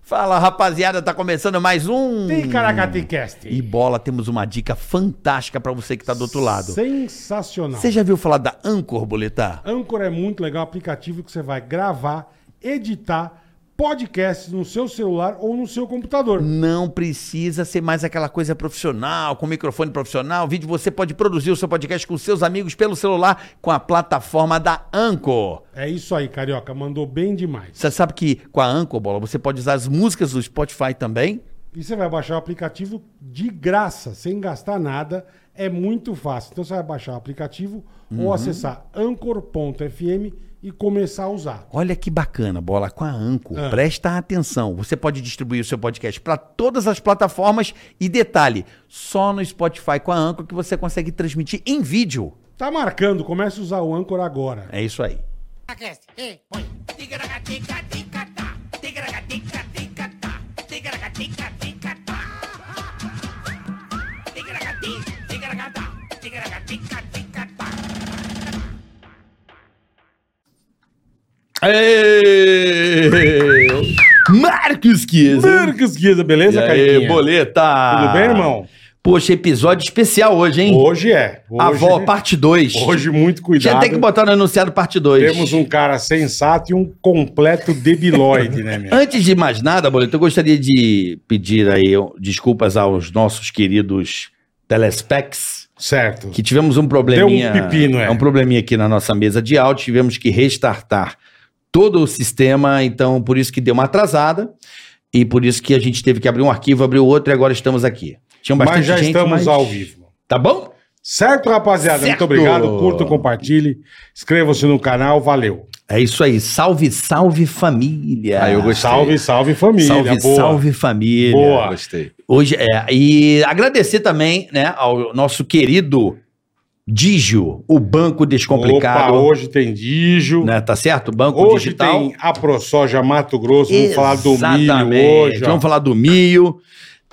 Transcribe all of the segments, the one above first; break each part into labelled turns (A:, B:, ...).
A: Fala, rapaziada, tá começando mais um
B: Tem Caracaticast.
A: E bola, temos uma dica fantástica pra você que tá do outro lado.
B: Sensacional.
A: Você já viu falar da Anchor, Boletar?
B: Anchor é muito legal, aplicativo que você vai gravar, editar podcasts no seu celular ou no seu computador.
A: Não precisa ser mais aquela coisa profissional, com microfone profissional, vídeo. Você pode produzir o seu podcast com seus amigos pelo celular com a plataforma da Anchor.
B: É isso aí, Carioca, mandou bem demais.
A: Você sabe que com a Anchor, Bola, você pode usar as músicas do Spotify também?
B: E você vai baixar o aplicativo de graça, sem gastar nada, é muito fácil. Então você vai baixar o aplicativo
A: Uhum.
B: ou acessar anchor.fm e começar a usar.
A: Olha que bacana, bola com a Anco. Presta atenção. Você pode distribuir o seu podcast para todas as plataformas e detalhe, só no Spotify com a Anco que você consegue transmitir em vídeo.
B: Tá marcando, comece a usar o Anchor agora.
A: É isso aí.
C: Podcast. Ei, põe. Tigaragatica-tica-tá. Tigaragatica-tica-tá. Tigaragatica-tica-tá. Tigaragati, tigaragata. Tigaragatica-tica-tá.
A: Marcos Kiesa.
B: Marcos Guiza, beleza,
A: Aê,
B: Carioquinha?
A: boleta.
B: Tudo bem, irmão?
A: Poxa, episódio especial hoje, hein?
B: Hoje é. Hoje,
A: Ah. Avó, parte 2.
B: Hoje, muito
A: Já
B: cuidado.
A: tem que botar no anunciado parte 2.
B: Temos um cara sensato e um completo debilóide, né, meu?
A: Antes de mais nada, Boleto, eu gostaria de pedir aí ó, desculpas aos nossos queridos telespecs,
B: Certo.
A: que tivemos um probleminha.
B: Deu um pepino, é.
A: um probleminha aqui na nossa mesa de áudio, tivemos que restartar todo o sistema, então por isso que deu uma atrasada e por isso que a gente teve que abrir um arquivo, abrir outro e agora estamos aqui. Tinha bastante
B: Mas já
A: gente,
B: estamos
A: mas-
B: ao vivo.
A: Tá bom?
B: Certo, rapaziada?
A: Certo.
B: Muito obrigado. Curta, compartilhe. Inscreva-se no canal. Valeu.
A: É isso aí. Salve, salve família.
B: Salve, Ah, salve família.
A: Ah, Salve,
B: Boa.
A: salve família.
B: Boa.
D: Gostei.
A: Hoje é, e agradecer também, né, ao nosso querido Digio, o Banco Descomplicado,
B: Opa, hoje tem Dijo.
A: né, tá certo? Banco
B: hoje
A: Digital.
B: tem a ProSoja Mato Grosso. Vamos falar do
A: Exatamente.
B: milho hoje. ó.
A: Vamos falar do milho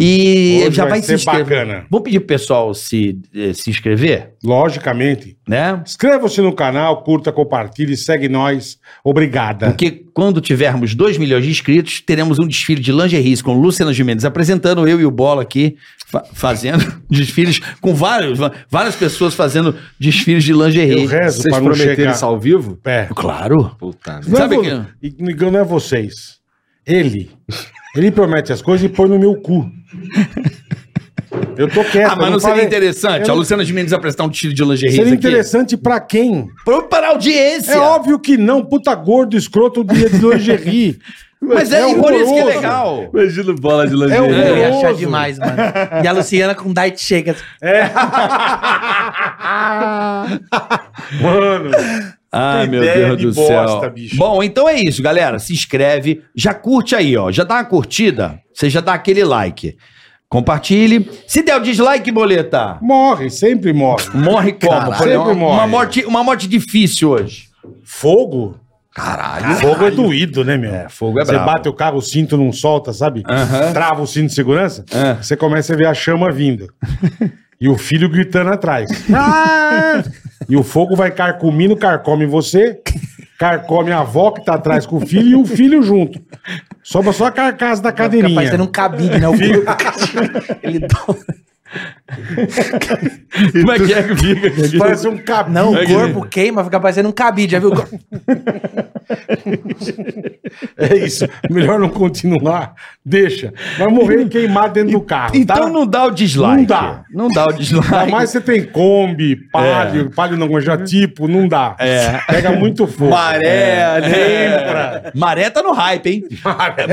A: e
B: Hoje
A: já vai, se
B: ser
A: inscrever.
B: bacana.
A: Vamos pedir pro pessoal se eh, se inscrever,
B: Logicamente.
A: né?
B: Inscreva-se no canal, curta, compartilhe, segue nós. Obrigada.
A: Porque quando tivermos 2 milhões de inscritos, teremos um desfile de lingeries com Luciana Gimenez apresentando, eu e o Bola aqui fa- fazendo desfiles com vários, várias pessoas fazendo desfiles de lingerie.
B: Eu rezo
D: Vocês
B: para não
D: prometeram
B: chegar.
D: isso ao vivo?
B: É.
A: Claro.
D: Puta
B: Não,
D: merda.
A: Sabe
B: é vo...
A: que-
B: e Não é vocês. Ele. Ele promete as coisas e põe no meu cu. Eu tô quieto.
A: Ah, mas
B: eu
A: não, seria
B: falei.
A: interessante
B: Eu
A: a
B: não-
A: Luciana Gimenez apresentar um tiro de lingerie
B: Seria
A: aqui?
B: interessante pra quem?
A: Pro- Para a audiência.
B: É óbvio que não. Puta gordo, escroto, dia de lingerie.
A: Mas é, por isso que é
B: um horroroso.
A: legal.
D: Imagina bola de
B: É
D: lingerie.
B: horroroso.
E: Eu ia achar demais, mano. E a Luciana com diet chega.
B: É. Mano.
A: Ah,
B: Que ideia de bosta, bicho.
A: Bom, então é isso, galera. Se inscreve, já curte aí, ó. Já dá uma curtida, você já dá aquele like. Compartilhe. Se der o dislike, boleta,
B: Morre, sempre morre.
A: morre como?
B: Caralho.
A: Por exemplo,
B: Sempre
A: uma,
B: morre.
A: morte, uma morte difícil hoje.
B: Fogo?
A: Caralho.
B: Fogo é doído, né, meu?
A: É, fogo é
B: Você
A: brabo.
B: bate o carro, o cinto não solta, sabe?
A: Aham.
B: Trava o cinto de segurança,
A: É.
B: você começa a ver a chama vindo. e o filho gritando atrás. Ah! e o fogo vai carcomindo, carcome você, carcome a avó que tá atrás com o filho e o filho junto. Sobra só a carcaça da cadeirinha.
E: Capaz de ter um cabide, né? O Ele
A: Como é que é que fica?
B: Parece um cabinho.
E: Não, o corpo queima, fica parecendo um cabide, já viu?
A: Ah,
B: É isso. Melhor não continuar. Deixa. Vai morrer queimado dentro do carro. tá?
A: Então não dá o dislike.
B: Não dá.
A: Não dá o dislike.
B: Tá, Mas você tem Kombi, Palio,
A: É.
B: Palio não, mas já tipo, não dá. Pega muito fogo. É.
A: Maré,
B: Lembra?
A: lembra? É. Maré tá no hype, hein?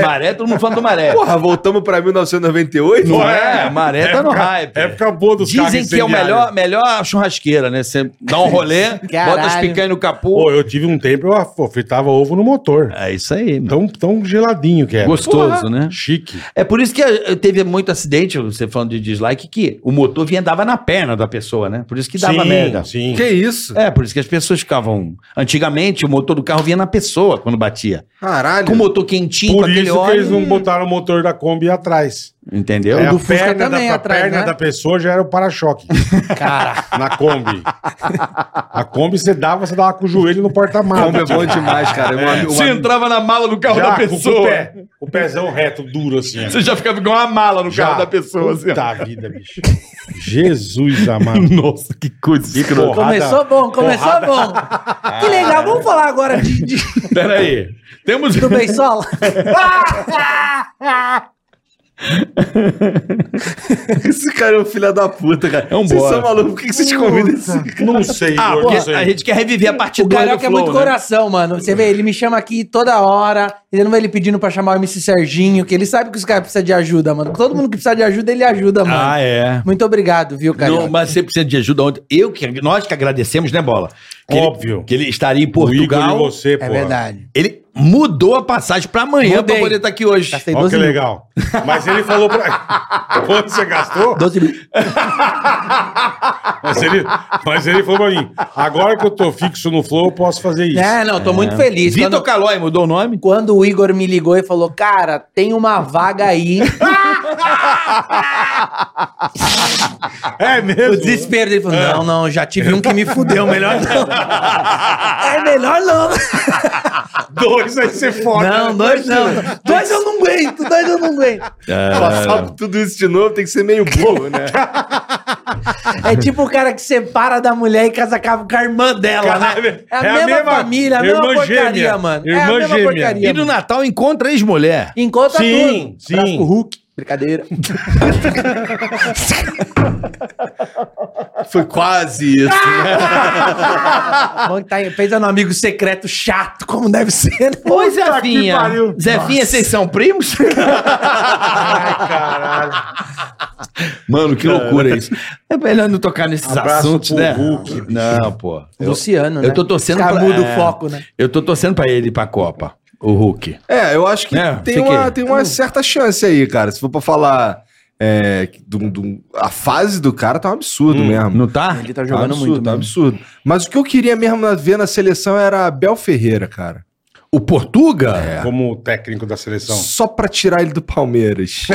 A: Maré, todo mundo falando do Maré.
D: Porra, Ah, voltamos pra 1998?
A: Não é? Maré tá no hype.
B: Época boa dos
A: Dizem que é o melhor, melhor churrasqueira, né? Você dá um rolê, bota as
E: Caralho.
A: picanhas no capô.
B: Pô, eu tive um tempo, eu af- fritava ovo no motor.
A: É isso aí, mano.
B: Tão, tão geladinho que era.
A: Gostoso, né?
B: Chique.
A: É por isso que eh, teve muito acidente, você falando de dislike, que o motor vinha dava na perna da pessoa, né? Por isso que dava merda.
B: Sim.
D: Que isso?
A: É, por isso que as pessoas ficavam. Antigamente, o motor do carro vinha na pessoa quando batia.
D: Caralho.
A: Com o motor quentinho, com
B: Por
A: aquele
B: isso que
A: óleo.
B: eles não botaram o motor da Kombi atrás.
A: Entendeu?
B: É,
E: do
B: a
E: Fusca
B: perna,
E: também
B: da, a
E: atrás,
B: perna
E: né?
B: da pessoa já era o para-choque
E: Cara,
B: na Kombi. A Kombi você dava, você dava com o joelho no porta-malas.
D: Kombi é bom demais, cara. Um ami- um
A: Você
D: ami-
A: entrava na mala do carro
B: Já,
A: da
B: com- Com o,
A: pessoa.
B: pé, com o pezão reto, duro assim. ó.
A: Você já ficava igual uma mala no
B: Já.
A: carro da pessoa. Assim, ó.
B: Puta vida, bicho. Jesus amado.
A: Nossa, que coisa.
B: Que porrada.
A: tá.
E: começou bom, começou bom. Que legal, vamos falar agora de, de,
A: Pera aí. Temos...
E: do Beisola?
D: Esse cara é um filho da puta, cara.
A: É um
D: Vocês
A: bora.
B: tá
D: são malucos, por que que vocês convidam esse cara?
B: Então Não sei,
A: Ah,
B: Igor,
A: porque
B: não sei.
A: a gente quer reviver a parte
E: O
A: dois do
E: Carioca é
A: Flow,
E: muito
A: né?
E: coração, mano. Você vê, ele me chama aqui toda hora. Ele não vê ele pedindo pra chamar o MC Serginho, que ele sabe que os caras precisam de ajuda, mano. Todo mundo que precisa de ajuda, ele ajuda, mano.
A: Ah, é.
E: Muito obrigado, viu, Carioca?
A: Não, mas você precisa de ajuda ontem. Eu que, nós que agradecemos, né, Bola? Que ele-
B: Óbvio.
A: que ele estaria em
B: O Igor e
A: Portugal.
B: você,
E: é verdade.
A: Ele mudou a passagem pra amanhã
E: Mudei. Tá
A: pra poder estar aqui hoje.
E: Gastei
B: Olha
E: 12
B: que
E: mil.
B: legal. Mas ele falou pra. Quanto você gastou?
E: 12 mil.
B: Mas ele, mas ele falou pra mim: agora que eu tô fixo no flow, eu posso fazer isso.
E: É, não, tô muito feliz.
A: Vitor
E: Quando,
A: Calói mudou o nome?
E: quando o Igor me ligou e falou, cara, tem uma vaga aí.
B: É
E: O
B: mesmo?
E: desespero dele falou, não, não, já tive um que me fudeu, melhor não. É melhor não.
B: Dois aí você foda.
E: Não, dois não. Dois eu não aguento, dois eu não aguento.
D: Passar por tudo isso de novo tem que ser meio bobo, né?
E: É tipo o cara que separa da mulher e casa com a- com a irmã dela, né? É a, mesma, família, a mesma
B: irmã
E: porcaria,
B: gêmea.
E: mano. é a
B: Irmã
E: mesma
B: gêmea.
E: porcaria.
A: E no
E: mano.
A: Natal encontra ex-mulher.
E: Encontra
B: Sim,
E: tudo.
B: sim.
E: Abraço pro Hulk. Brincadeira.
D: Foi quase isso. né?
E: Bom que tá aí, pensa num amigo secreto chato, como deve ser. né?
A: Oi,
B: que
A: Zefinha.
B: pariu.
A: Zefinha, vocês são primos?
B: Ai, caralho.
A: Mano, que loucura isso. É melhor não tocar nesses
B: Abraço
A: assuntos,
B: pro
A: né?
B: Hulk, bicho.
A: não, pô. Eu,
E: Luciano, né?
A: eu tô torcendo
E: pra...
A: pra-
E: Muda
A: é.
E: o foco, né?
A: eu tô torcendo pra ele ir pra Copa, o Hulk.
D: É, eu acho que
A: É,
D: tem,
A: sei que-
D: uma, tem uma certa chance aí, cara. Se for pra falar. é, que dum- dum- a fase do cara tá um absurdo mesmo.
A: Não tá?
E: Ele tá
D: Tá
E: jogando
D: absurdo,
E: muito.
D: tá
E: mano.
D: absurdo. Mas o que eu queria mesmo na- ver na seleção era a Bel Ferreira, cara.
A: O Portuga? É.
B: Como técnico da seleção.
D: Só pra tirar ele do Palmeiras.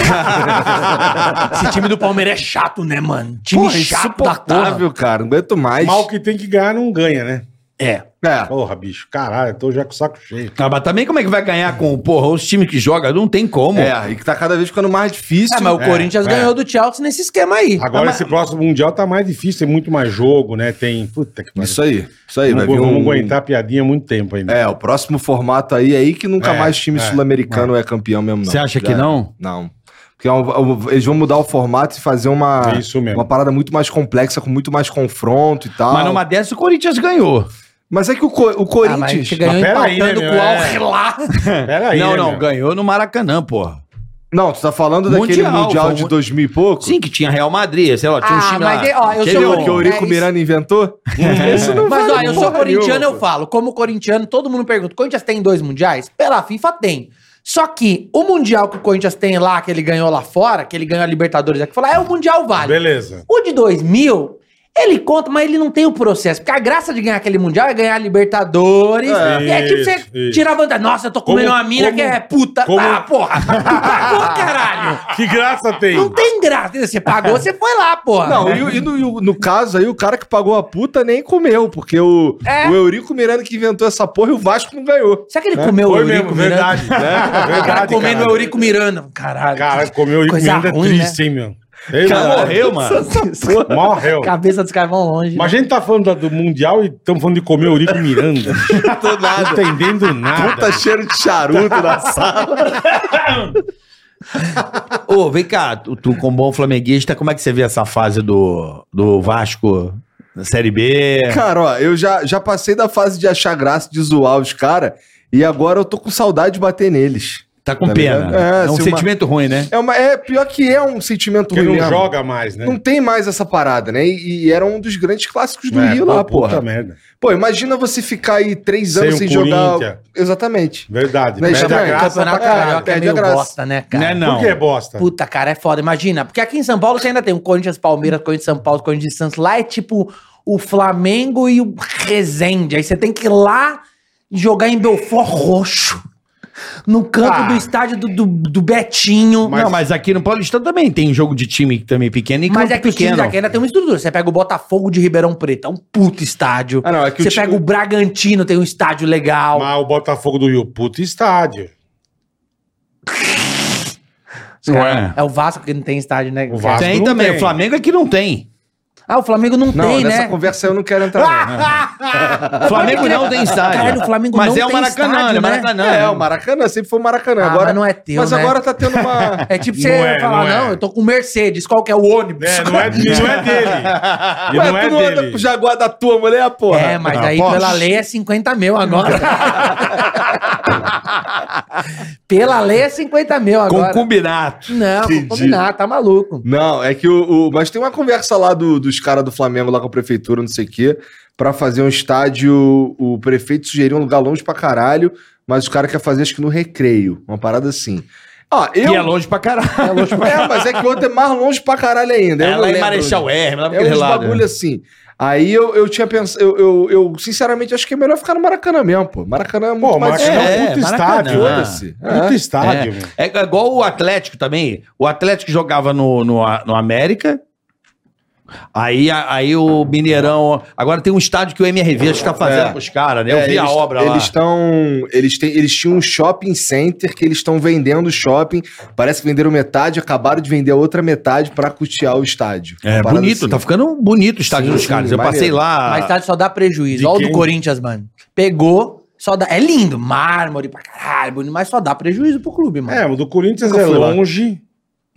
E: Esse time do Palmeiras é chato, né, mano? Time
D: Porra,
E: chato da porra.
D: insuportável, cara. Não aguento mais.
B: Mal que tem que ganhar, não ganha, né?
E: É.
D: É.
B: Porra, bicho, caralho, eu tô já com o saco cheio.
A: Ah, mas também como é que vai ganhar com porra, os times que jogam? Não tem como.
D: É, e que tá cada vez ficando mais difícil.
E: Ah, mas o
B: É,
E: Corinthians
B: é.
E: ganhou do Chelsea nesse esquema aí. Ah,
B: Agora esse próximo Mundial tá mais difícil, tem muito mais jogo, né? Tem. Puta que pariu.
D: Isso aí, isso aí.
B: Não
D: vai
B: vou-
D: vir
B: vamos
D: um-
B: aguentar a piadinha há muito tempo ainda.
D: É, o próximo formato aí é aí que nunca
B: É,
D: mais time
B: é,
D: sul-americano é. campeão mesmo, não.
A: Você acha
D: Já
A: que
D: é.
A: não?
D: Não. Porque é um- eles vão mudar o formato e fazer uma,
B: É isso mesmo.
D: uma parada muito mais complexa, com muito mais confronto e tal.
A: Mas
D: Mas,
A: numa dessas o Corinthians ganhou.
D: é que o, Co- o
E: Ah, mas a gente
D: Corinthians.
E: ganhou
B: Mas peraí,
E: empatando
B: né,
E: com o
B: meu?
E: Al Hilal.
B: Pera aí.
A: não,
B: né,
A: não,
B: meu?
A: ganhou no Maracanã, porra.
D: Não, tu tá falando daquele
A: Mundial,
D: Mundial
A: foi
D: de
A: mu-
D: 2000 e pouco?
A: Sim, que tinha Real Madrid, sei lá, tinha um
E: Ah,
A: time
E: mas
A: lá.
E: eu- ó, eu
A: Teve
E: sou-
A: um-
D: Aquele que
E: É
D: o Eurico
E: isso.
D: Miranda inventou?
B: Hum,
D: Isso não
E: Mas olha, eu sou
D: porra
E: corintiano,
D: nenhuma,
E: eu falo. Como corintiano, todo mundo pergunta: Corinthians tem dois mundiais? Pela FIFA tem. Só que o mundial que o Corinthians tem lá, que ele ganhou lá fora, que ele ganhou a Libertadores aqui, fala, é o mundial vale.
B: Beleza.
E: O de 2000, ele conta, mas ele não tem o processo. Porque a graça de ganhar aquele mundial é ganhar a Libertadores.
B: É,
E: e é tipo você
B: isso, isso.
E: tirar vantagem. Nossa, eu tô comendo
B: Como-
E: uma mina
B: como-
E: que é puta.
B: como-
E: Ah, porra. Tu pagou, caralho.
B: Que graça tem.
E: Não tem graça. entendeu? Você pagou, você foi lá, porra.
B: é.
D: Não, e, o- e no, e o- no caso aí, o cara que pagou a puta nem comeu, porque o,
E: É.
D: o Eurico Miranda que inventou essa porra e o Vasco não ganhou.
E: Será que ele comeu
B: É.
E: o
B: Foi
E: Eurico
B: mesmo,
E: Miranda?
B: verdade. Né?
E: O cara
B: Verdade,
E: comendo
B: cara.
E: o Eurico Miranda. Caralho.
B: Caralho, comeu o Eurico
E: Coisa
B: Miranda
E: ruim, né?
B: é triste, hein, meu? Ei,
A: Cara,
B: mano,
A: morreu, mano.
B: Morreu.
E: Cabeça dos caras vão longe.
B: Mas a gente tá falando da- do Mundial e estamos falando de comer o Eurico Miranda.
D: Tô
B: Não
D: nada.
B: entendendo nada.
D: Puta cheiro de charuto na sala.
A: Ô, vem cá, tu, tu com bom flamenguista, como é que você vê essa fase do, do Vasco na Série B?
D: Cara, ó, eu já, já passei da fase de achar graça, de zoar os caras, e agora eu tô com saudade de bater neles.
A: Tá com
D: Tá ligado?
A: pena.
D: É,
A: É, um
D: se uma-
A: sentimento ruim, né?
D: É, uma, é pior que é um sentimento
B: Porque não
D: ruim mesmo.
B: joga mais, né?
D: Não tem mais essa parada, né? E, e era um dos grandes clássicos do
B: É,
D: Rio
B: pô,
D: lá,
B: Puta
D: porra.
B: merda.
D: Pô, imagina você ficar aí três
B: Sem
D: anos
B: o
D: sem
B: Corinthians.
D: jogar. Exatamente.
B: Verdade.
D: Não,
B: Perde
D: já
B: a
D: vai,
B: graça tá? pra
E: Campeonato
B: caralho.
E: Carioca é
D: perde a
E: meio
D: graça.
E: bosta, né,
A: Não é
E: cara?
A: não.
B: Por que é
D: Tá.
B: bosta?
E: Puta, cara, é foda. Imagina. Porque aqui em São Paulo você ainda tem o Corinthians, Palmeiras, Corinthians, São Paulo, Corinthians, Santos. Lá é tipo o Flamengo e o Resende. Aí você tem que ir lá jogar em Belfort Roxo. no canto
B: Ah.
E: do estádio do, do, do Betinho.
A: Não, mas aqui no Paulistão também tem jogo de time também pequeno e
E: Mas
A: campo
E: é que o time
A: pequeno.
E: daqui ainda tem uma estrutura. Você pega o Botafogo de Ribeirão Preto, é um puto estádio.
D: Ah, não, é que o
E: Você
D: time-
E: pega o Bragantino, tem um estádio legal.
B: Mas o Botafogo do Rio, puto estádio.
A: Não
E: Cara,
A: é?
E: é. o Vasco que não tem estádio, né?
B: O Vasco.
A: Tem
B: Não
A: também.
B: tem.
A: O Flamengo é que não tem.
E: Ah, o Flamengo não,
D: Não,
E: tem,
D: nessa
E: né?
D: conversa eu não quero entrar. não.
A: O Flamengo não tem estádio.
E: Caralho, é o Flamengo
A: mas
E: não
A: é o
E: tem
A: Maracanã,
E: estádio,
A: ele é
E: né?
A: Maracanã.
D: É, o Maracanã, sempre foi o Maracanã.
E: Ah,
D: agora,
E: mas não é teu,
D: Mas
E: né?
D: agora tá tendo uma.
E: É tipo
B: Não
E: você
B: é,
E: falar,
B: não
E: não,
B: é.
E: eu tô com Mercedes, qual que é o ônibus?
B: É, não é, não é dele. E
D: Ué,
B: não é
D: tu não anda
B: dele.
D: pro Jaguar da tua mulher, porra.
E: É, mas
B: Ah,
E: aí
B: posso?
E: pela lei é 50 mil agora. pela lei é 50 mil agora.
A: Concubinato.
E: Não, vou
D: Entendi.
E: combinar, tá maluco.
D: Não, é que o. o- mas tem uma conversa lá do- dos caras do Flamengo, lá com a prefeitura, não sei o quê, pra fazer um estádio. O prefeito sugeriu um lugar longe pra caralho, mas os caras querem fazer, acho que no recreio. Uma parada assim. Ó, eu.
A: E é longe pra caralho.
D: É, longe pra... é, mas é que o outro é mais longe pra caralho ainda. eu
A: É
D: não
A: lá em
D: lembro.
A: Marechal Hermes, lá
D: É
A: naquele
D: uns
A: lado. né?
D: bagulho assim. Aí eu, eu tinha pensado, eu, eu, eu, sinceramente acho que é melhor ficar no Maracanã mesmo, pô. Maracanã é muito
B: Pô,
D: mais.
B: mas é,
A: É,
B: um puto
A: Maracanã.
B: estádio.
D: Foda-se.
B: É. Puto
A: É.
B: estádio, meu.
A: É igual o Atlético também. O Atlético jogava no, no, no América. Aí, a- aí o Mineirão. Agora tem um estádio que o MRV está fazendo
D: É.
A: com os caras, né? Eu
D: É,
A: vi a
D: eles-
A: obra lá.
D: Eles estão. Eles, têm- eles tinham um shopping center que eles estão vendendo o shopping. Parece que venderam metade, acabaram de vender a outra metade pra custear o estádio.
A: É
D: Uma parada
A: bonito,
D: assim.
A: tá ficando bonito o estádio
D: Sim,
A: dos
D: sim,
A: caras. Eu
D: maneiro.
A: passei lá.
E: Mas estádio só dá prejuízo.
B: Ah. De
E: Olha o
B: quem?
E: do Corinthians, mano. Pegou, só dá. É lindo, mármore pra caralho, bonito, mas só dá prejuízo pro clube, mano.
B: É, o do Corinthians
D: Nunca
B: é
D: fui lá.
B: longe.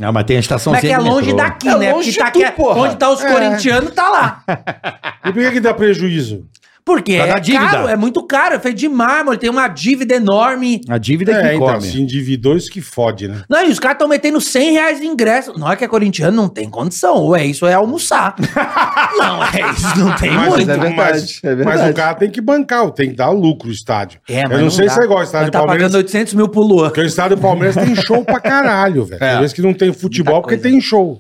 A: Ah, mas tem a estação
E: Mas é que é
A: do
E: longe
A: metrô.
E: daqui,
D: É
E: né?
D: longe
E: Porque tá
D: de tu,
E: aqui,
D: porra.
E: onde tá os
D: É.
E: corintianos, tá lá.
B: E por que, que dá prejuízo?
E: Porque
A: Tá na
E: é
A: dívida.
E: caro, é muito caro. É feito de mármore, tem uma dívida enorme.
A: A dívida é, que
B: então,
A: come.
B: se endividou, isso que fode, né?
E: Não, e os caras estão metendo 100 reais de ingresso. Não é que é corintiano, não tem condição. Ou é isso, ou é almoçar. não, é isso, não tem
B: Mas,
E: muito.
D: é verdade,
B: mas-
D: é verdade.
B: mas o cara tem que bancar, tem que dar lucro o estádio.
E: É, mas
B: Eu não, sei
E: dá.
B: se é igual o estádio
E: Mas
B: do
E: tá
B: Palmeiras.
E: pagando 800 mil pro Luan.
B: Porque o estádio do Palmeiras tem show pra caralho, velho. Tem vezes que não tem futebol
E: Muita
B: porque
E: coisa.
B: tem show.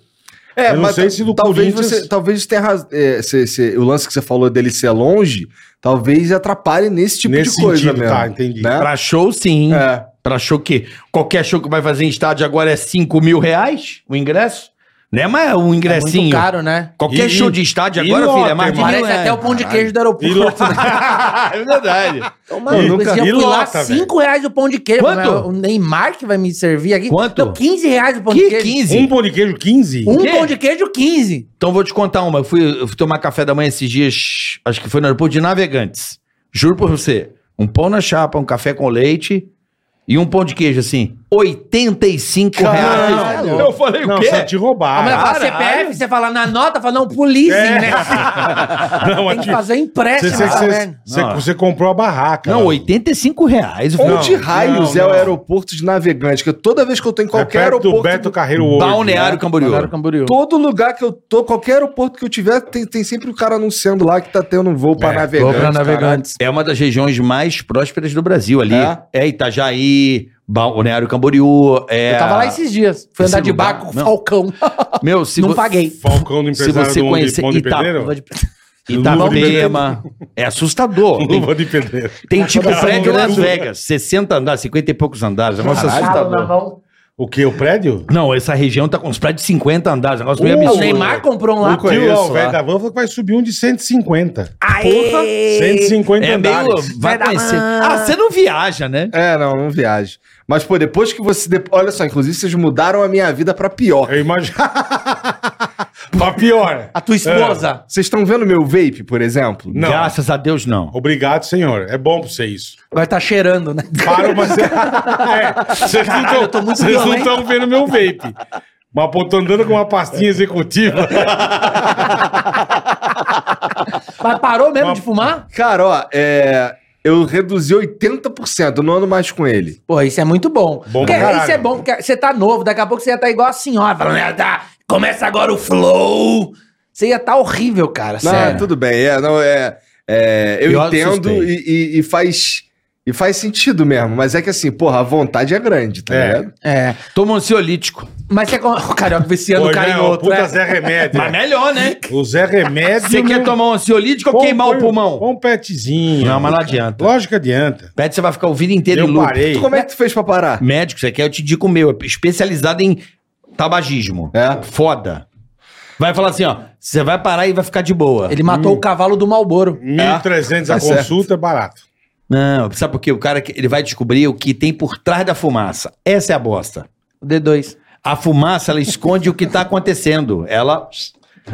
D: É,
B: Eu não
D: mas
B: sei
D: ta-
B: se do
D: talvez
B: Corinthians-
D: você, talvez tenha raz- é, se- se- o lance que você falou dele ser longe, talvez atrapalhe nesse tipo
B: Nesse
D: de coisa
B: sentido,
D: mesmo.
B: tá, entendi.
D: Né?
A: Pra show, sim.
D: É.
A: Pra show que qualquer show que vai fazer em estádio agora é 5 mil reais o ingresso. Né? Mas um
E: É muito
A: ingressinho.
E: caro, né?
A: qualquer
B: E-
A: show de estádio
B: e
A: agora,
B: lota,
A: filho, é mais de mil
E: Parece
A: reais.
E: até o pão de queijo do aeroporto.
B: E lota- né?
A: é verdade.
E: Então, mano,
B: E-
E: esse dia
B: e
E: eu fui lá,
B: lota,
E: 5 reais o pão de queijo.
A: Quanto?
E: Mas O Neymar que vai me servir aqui.
A: Quanto?
E: Não, 15 reais o pão de
A: Que
E: queijo.
A: 15?
B: Um pão de queijo, 15?
E: Um
A: Quê?
E: pão de queijo, 15.
A: Então vou te contar uma. Eu fui, eu fui tomar café da manhã esses dias, acho que foi no aeroporto de Navegantes. Juro por você. Um pão na chapa, um café com leite e um pão de queijo, assim. 85 reais.
D: Caralho.
A: Eu falei
B: Não, só te
E: A mulher
B: roubar.
E: fala CPF, você fala na nota, fala não, polícia,
B: É.
E: né?
B: Não,
E: Tem que
B: ati-
E: fazer um
B: Você-
E: empréstimo.
B: você-
E: essa merda.
B: Você você-
A: Não.
B: você comprou a barraca.
A: Não,
B: lá.
A: 85 reais. Eu falei,
B: Não,
D: Onde raios
B: não,
D: é o
B: não.
D: aeroporto de navegante? Que eu- toda vez que eu tô em qualquer
B: é perto do
D: aeroporto.
B: Beto Carreiro
A: "Não,
B: World,
A: Balneário Camboriú.
E: Agora o Camboriú.
D: Todo lugar que eu tô, qualquer aeroporto que eu tiver, tem, tem sempre o cara anunciando lá que tá tendo um voo pra
B: É,
D: navegante.
E: Vou pra
D: caralho.
E: navegantes.
A: É uma das regiões mais prósperas do Brasil ali.
D: É?
A: É, Itajaí, Balneário Camboriú. É...
E: Eu tava lá esses dias. Fui
A: Esse
E: andar de
A: lugar?
E: barco com
A: Não.
E: Falcão.
A: Meu, se
E: não
A: vo-
E: paguei.
B: né? Falcão do
A: Se
B: empresário
A: você
B: do Mão de-
A: conhecer
B: Mão de
A: Ita-
B: Pedreiro?
A: Itapema. É assustador. Tem,
B: Luva de pedreiro.
A: tem tipo
B: Cara,
A: prédio
B: não,
A: Las
B: não.
A: Vegas. 60 andares, 50 e poucos andares. Negócio
E: Ah,
D: Caralho.
E: tá
A: assustador.
B: O que? O prédio?
A: Não, essa região tá com uns prédios de 50 andares. Negócio meio
B: Uh,
E: O
A: absurdo.
E: Neymar comprou um lá.
D: Eu conheço
B: Viu lá, o
D: lá.
B: velho da van falou que vai subir um de 150.
E: Aê!
B: 150
A: É meio.
B: andares.
A: Vai
E: Vai dar-
A: conhecer. Ah, você não viaja, né?
D: É, não, não viaje. Mas, pô, depois que você. de- Olha só, inclusive vocês mudaram a minha vida pra pior.
B: Eu imagino. pra pior.
E: A tua esposa.
D: Vocês estão vendo meu vape, por exemplo?
B: Não.
A: Graças a Deus, não.
B: Obrigado, senhor. É bom pra você isso.
E: Vai estar cheirando, né?
B: Para uma. É, Vocês não
E: eu tô
B: tão-
E: muito
B: vocês não
E: violento.
B: estão vendo meu vape. Mas, pô, tô andando com uma pastinha
A: É
B: executiva.
E: Mas parou mesmo de fumar?
D: Cara, ó, é, eu reduzi 80%, eu não ando mais com ele.
E: Pô, isso é muito
B: Bom
E: bom.
B: pra
E: porque,
B: caralho.
E: isso é bom, porque você tá novo, daqui a pouco você ia estar igual a senhora, falando, "Ah, tá, começa agora o flow. Você ia estar horrível, cara,
D: Não,
E: sério.
D: tudo bem, é, não, é, é, eu
A: Eu
D: entendo
A: assustei.
D: e, e- e faz E faz sentido mesmo, mas é que assim, porra, a vontade é grande, tá
B: É.
D: ligado?
E: É.
A: Toma um ansiolítico.
E: Mas você. O carioca viciando
B: Pô,
E: o cara em
B: não,
E: outro.
B: puta
E: né?
B: Zé Remédio.
A: Mas melhor,
E: É
A: né?
B: O Zé Remédio.
A: Você quer tomar um ansiolítico ou queimar o pulmão?
B: Com um petzinho.
A: Não, mas não adianta.
B: Lógico que adianta.
A: Pede, você vai ficar o vida inteiro em
B: Eu
A: luto.
B: parei.
D: Tu, como é que tu fez pra parar?
A: Médico, você quer, eu te digo o meu. É especializado em tabagismo.
D: É.
A: Foda. Vai falar assim, ó. Você vai parar e vai ficar de boa.
E: é. Ele matou
B: Hum.
E: o cavalo do Malboro.
A: é?
B: 1.300
D: Tá
B: a
D: certo.
B: consulta é barato.
A: Não, sabe por quê? O cara que- ele vai descobrir o que tem por trás da fumaça. Essa é a bosta.
E: O D2.
A: A fumaça, ela esconde o que tá acontecendo. Ela.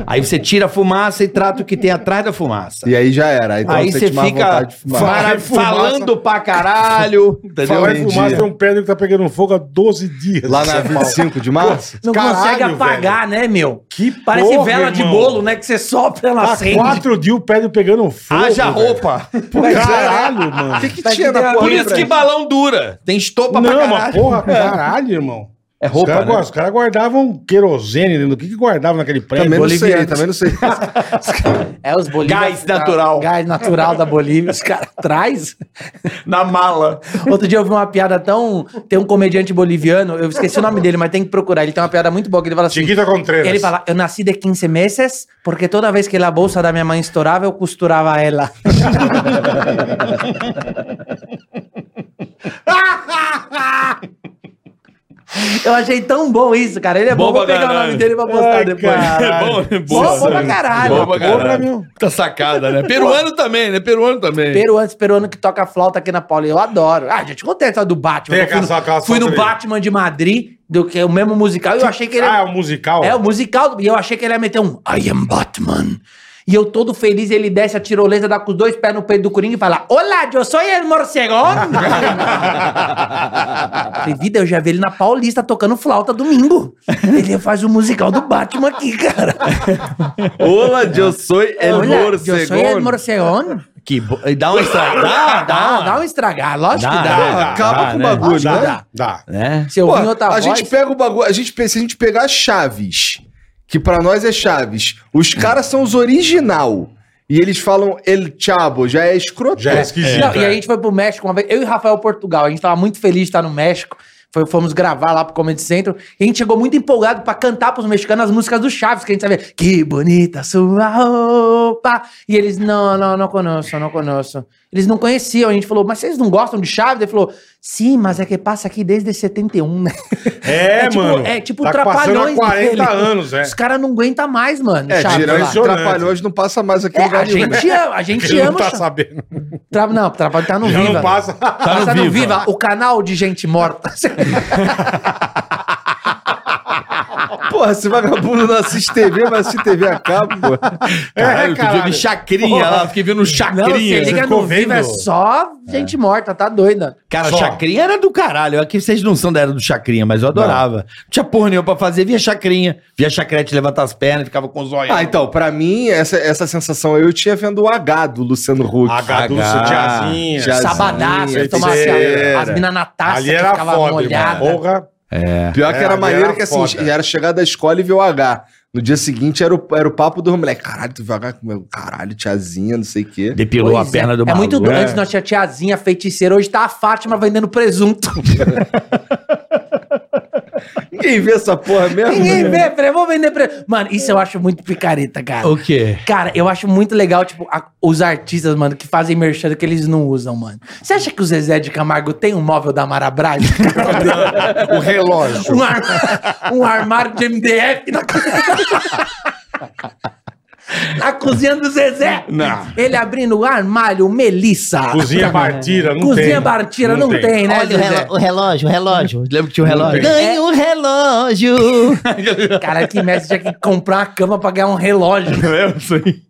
A: Aí você tira a fumaça e trata o que tem atrás da fumaça.
D: E aí já era. Aí,
A: Aí você
D: tinha mais
A: fica
D: vontade de fumar.
A: fara-
B: Vai, fumaça.
A: falando pra caralho. Entendeu?
B: Falar em
D: Entendi.
B: fumaça tem um pedro que tá pegando fogo há 12 dias.
D: Lá na 25 de março?
E: Não
B: Caralho,
E: consegue apagar, né, meu?
B: Que
E: Parece
B: porra,
E: vela de
B: irmão.
E: bolo, né? Assim. Que você sopra, ela
B: Há
E: acende.
B: quatro dias o pedro pegando fogo.
E: Ah,
A: Haja
B: velho.
A: roupa.
B: Pô, caralho, mano.
D: O que, que
E: Tá
D: tinha
E: que
D: na
E: tem a-
D: porra?
A: Por
D: do
A: isso que
D: prédio?
A: balão dura. Tem estopa pra
B: Não, mas
A: caralho.
B: porra,
E: É.
B: caralho, irmão.
A: É roupa,
B: Os caras
A: né?
B: os caras guardavam querosene dentro. O que, que guardavam naquele prédio?
D: Também não sei,
B: Boliviano.
D: também não sei.
E: É os bolivianos.
A: Gás natural.
E: Gás natural da Bolívia. Os caras traz.
A: né? Na mala.
E: Outro dia eu vi uma piada tão. Tem um comediante boliviano, eu esqueci o nome dele, mas tem que procurar. Ele tem uma piada muito boa que ele fala assim.
B: Chiquita Contreras.
E: Ele fala, eu nasci de 15 meses porque toda vez que a bolsa da minha mãe estourava, eu costurava ela. eu achei tão bom isso, cara. Ele é
A: Bom
E: bom, vou
A: pra
E: pegar o
A: caralho.
E: nome dele pra postar
B: Ai,
E: depois.
B: cara. Caralho.
A: É
E: Bom, bom pra caralho.
A: Bom pra
B: Tá, Porra,
A: caralho.
B: meu.
A: Tá sacada, né? Peruano também, né? Peruano também.
E: Peruano, peruano que toca flauta aqui na Paula. Eu adoro. Ah, já te contei essa do Batman.
B: Tem
E: Eu fui no,
B: aquela- aquela
E: fui no
B: flauta ali.
E: Batman de Madrid, do que é o mesmo musical, e eu achei que ele.
B: Ah, é o musical?
E: É, o musical. E eu achei que ele ia meter um I am Batman. E eu todo feliz, ele desce a tirolesa, dá com os dois pés no peito do Coringa e fala Olá, eu sou el morcegón. Falei, vida, eu já vi ele na Paulista tocando flauta domingo. Ele faz o musical do Batman aqui, cara.
D: Olá, eu sou
A: É
D: El
E: Olá, eu sou el
D: Morcegón.
E: morcegón.
A: Que bo... e Dá uma estrada.
E: Dá, dá, dá um estragar, lógico
A: Dá,
E: que dá.
A: né?
D: Acaba
A: Dá,
D: com o
A: né?
D: bagulho,
B: Ah, Dá,
D: né?
B: dá. dá.
A: Né?
E: Se eu
D: Pô,
E: ouvir outra
D: a
E: voz...
D: gente pega o bagulho. A gente, se a gente pegar Chaves, que pra nós é Chaves, os caras são os original. E eles falam El Chabo, já é escroto.
B: Já é esquisito.
E: Não, e
B: é.
E: a gente foi pro México uma vez. Eu e Rafael Portugal, a gente tava muito feliz de estar no México. Foi- fomos gravar lá pro Comedy Central. E a gente chegou muito empolgado pra cantar pros mexicanos as músicas do Chaves, que a gente sabia. Que bonita sua roupa. E eles, não, não, não conosco, não conosco. Eles não conheciam. A gente falou, mas vocês não gostam de Chaves? Ele falou, sim, mas é que passa aqui desde 71, né?
B: É,
E: tipo,
B: mano.
E: É tipo
B: Tá passando
E: trapalhões.
B: há 40
E: dele.
B: anos, é.
E: Os caras não aguentam mais, mano.
D: É,
E: Chaves
D: tirando
E: lá.
D: esse Trapalhões, não passa mais aqui
E: É,
D: no
E: a
D: lugar nenhum.
E: gente ama, a gente
B: Ele não
E: ama.
B: tá
E: Chaves.
B: sabendo.
E: Tra... Não, Trapalhões tá no
B: Já
E: Viva.
B: não passa.
E: Tá
A: no
E: no
A: Viva.
E: Viva, o canal de gente morta. Ah.
D: Porra, esse vagabundo não assiste TV, mas assiste TV a cabo, pô.
A: Caralho, outro dia eu vi
B: caralho.
A: chacrinha
E: É, Porra.
A: lá, fiquei vendo
E: Não, você
A: chacrinha.
E: liga
B: ficou
E: no Viva, é
B: vendo?
E: só gente morta, tá doida.
A: Cara,
B: Só.
A: chacrinha era do caralho. Aqui vocês não são da era do chacrinha, mas eu adorava. Não, tinha porra nenhuma pra fazer, via chacrinha. Via chacrete levantar as pernas, ficava com os olhos.
D: Ah, então, pra mim, essa, essa sensação eu tinha vendo o H do Luciano Huck.
B: H do
A: H,
B: Tiazinha.
D: Tiazinha.
E: Sabadaço,
D: feiticeira.
E: eu tomava assim, a- as minas na taça
B: Ali era foda, irmão. Porra.
D: Pior que
B: É,
D: era
B: ali
D: maneiro
B: era
D: que assim,
B: foda.
D: era chegar da escola e ver o H. No dia seguinte era o, era o papo do moleque. Caralho, tu viu o H? Meu, Caralho, tiazinha, não sei o quê.
A: Depilou
E: Pois
A: a perna
E: é.
A: do
E: É muito
A: maluco.
E: doido. Antes nós tinha tiazinha, feiticeira. Hoje tá a Fátima vendendo presunto.
D: Ninguém vê essa porra mesmo.
E: Ninguém vê, peraí, é, vou vender presunto. Mano, isso eu acho muito picareta, cara.
A: O quê?
E: Cara, eu acho muito legal, tipo, a- os artistas, mano, que fazem merchan que eles não usam, mano. Você acha que o Zezé de Camargo tem um móvel da Marabras?
D: o relógio.
E: um, ar- um armário de MDF na, co- na cozinha do Zezé.
A: Não.
E: Ele abrindo o armário, Melissa.
B: Cozinha Bartira, não tem.
E: Ah, Cozinha Bartira não, tem,
A: É,
E: né, Zezé?
A: relógio, o relógio. Lembra que tinha um relógio?
E: tem. Ganhe
A: um relógio.
E: Cara, que mestre tinha que comprar uma cama pra ganhar um relógio.
A: Eu sei.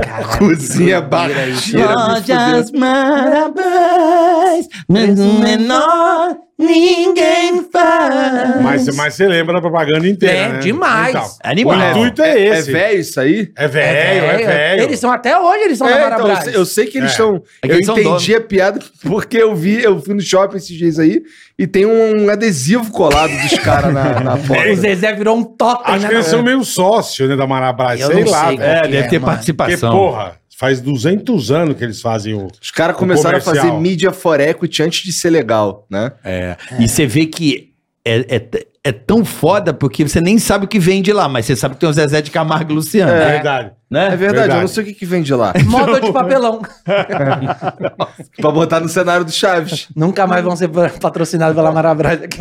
E: Cara,
D: Cozinha
A: Lojas Marabás, mesmo menor, ninguém faz.
B: Mas, mas você lembra da propaganda inteira,
E: É,
B: né?
E: demais.
A: Animal.
B: O intuito é
D: É, é
B: esse.
D: velho isso aí?
B: É velho, é velho.
E: Eles são até hoje, eles são
D: É,
E: da
D: então, eu
E: Marabras.
D: sei- eu sei que eles
B: É.
D: estão.
A: É que
D: eu
A: eles são
D: entendi a piada porque eu vi, eu fui no shopping esses dias aí e tem um adesivo colado dos caras na, na
E: O
D: porta.
E: Zezé virou um totem,
B: Acho
E: né?
B: que eles são meio sócio, né, da Marabras. Sei lá, velho.
E: cara.
A: É, deve ter
E: mano.
A: participação.
B: Porque, porra, Faz 200 anos que eles fazem o.
D: Os caras começaram a
B: comercial.
D: fazer mídia for equity antes de ser legal, né?
A: É. E você vê que é, é, t- é tão foda porque você nem sabe o que vende lá, mas você sabe que tem o Zezé de Camargo e Luciano.
B: É
A: né?
B: verdade.
D: É
A: Né?
D: verdade,
B: Verdade.
D: eu não sei o que, que vem de lá.
E: Moda de papelão.
D: pra botar no cenário do Chaves.
E: Nunca mais vão ser patrocinados pela Marabras
B: Tá
E: aqui.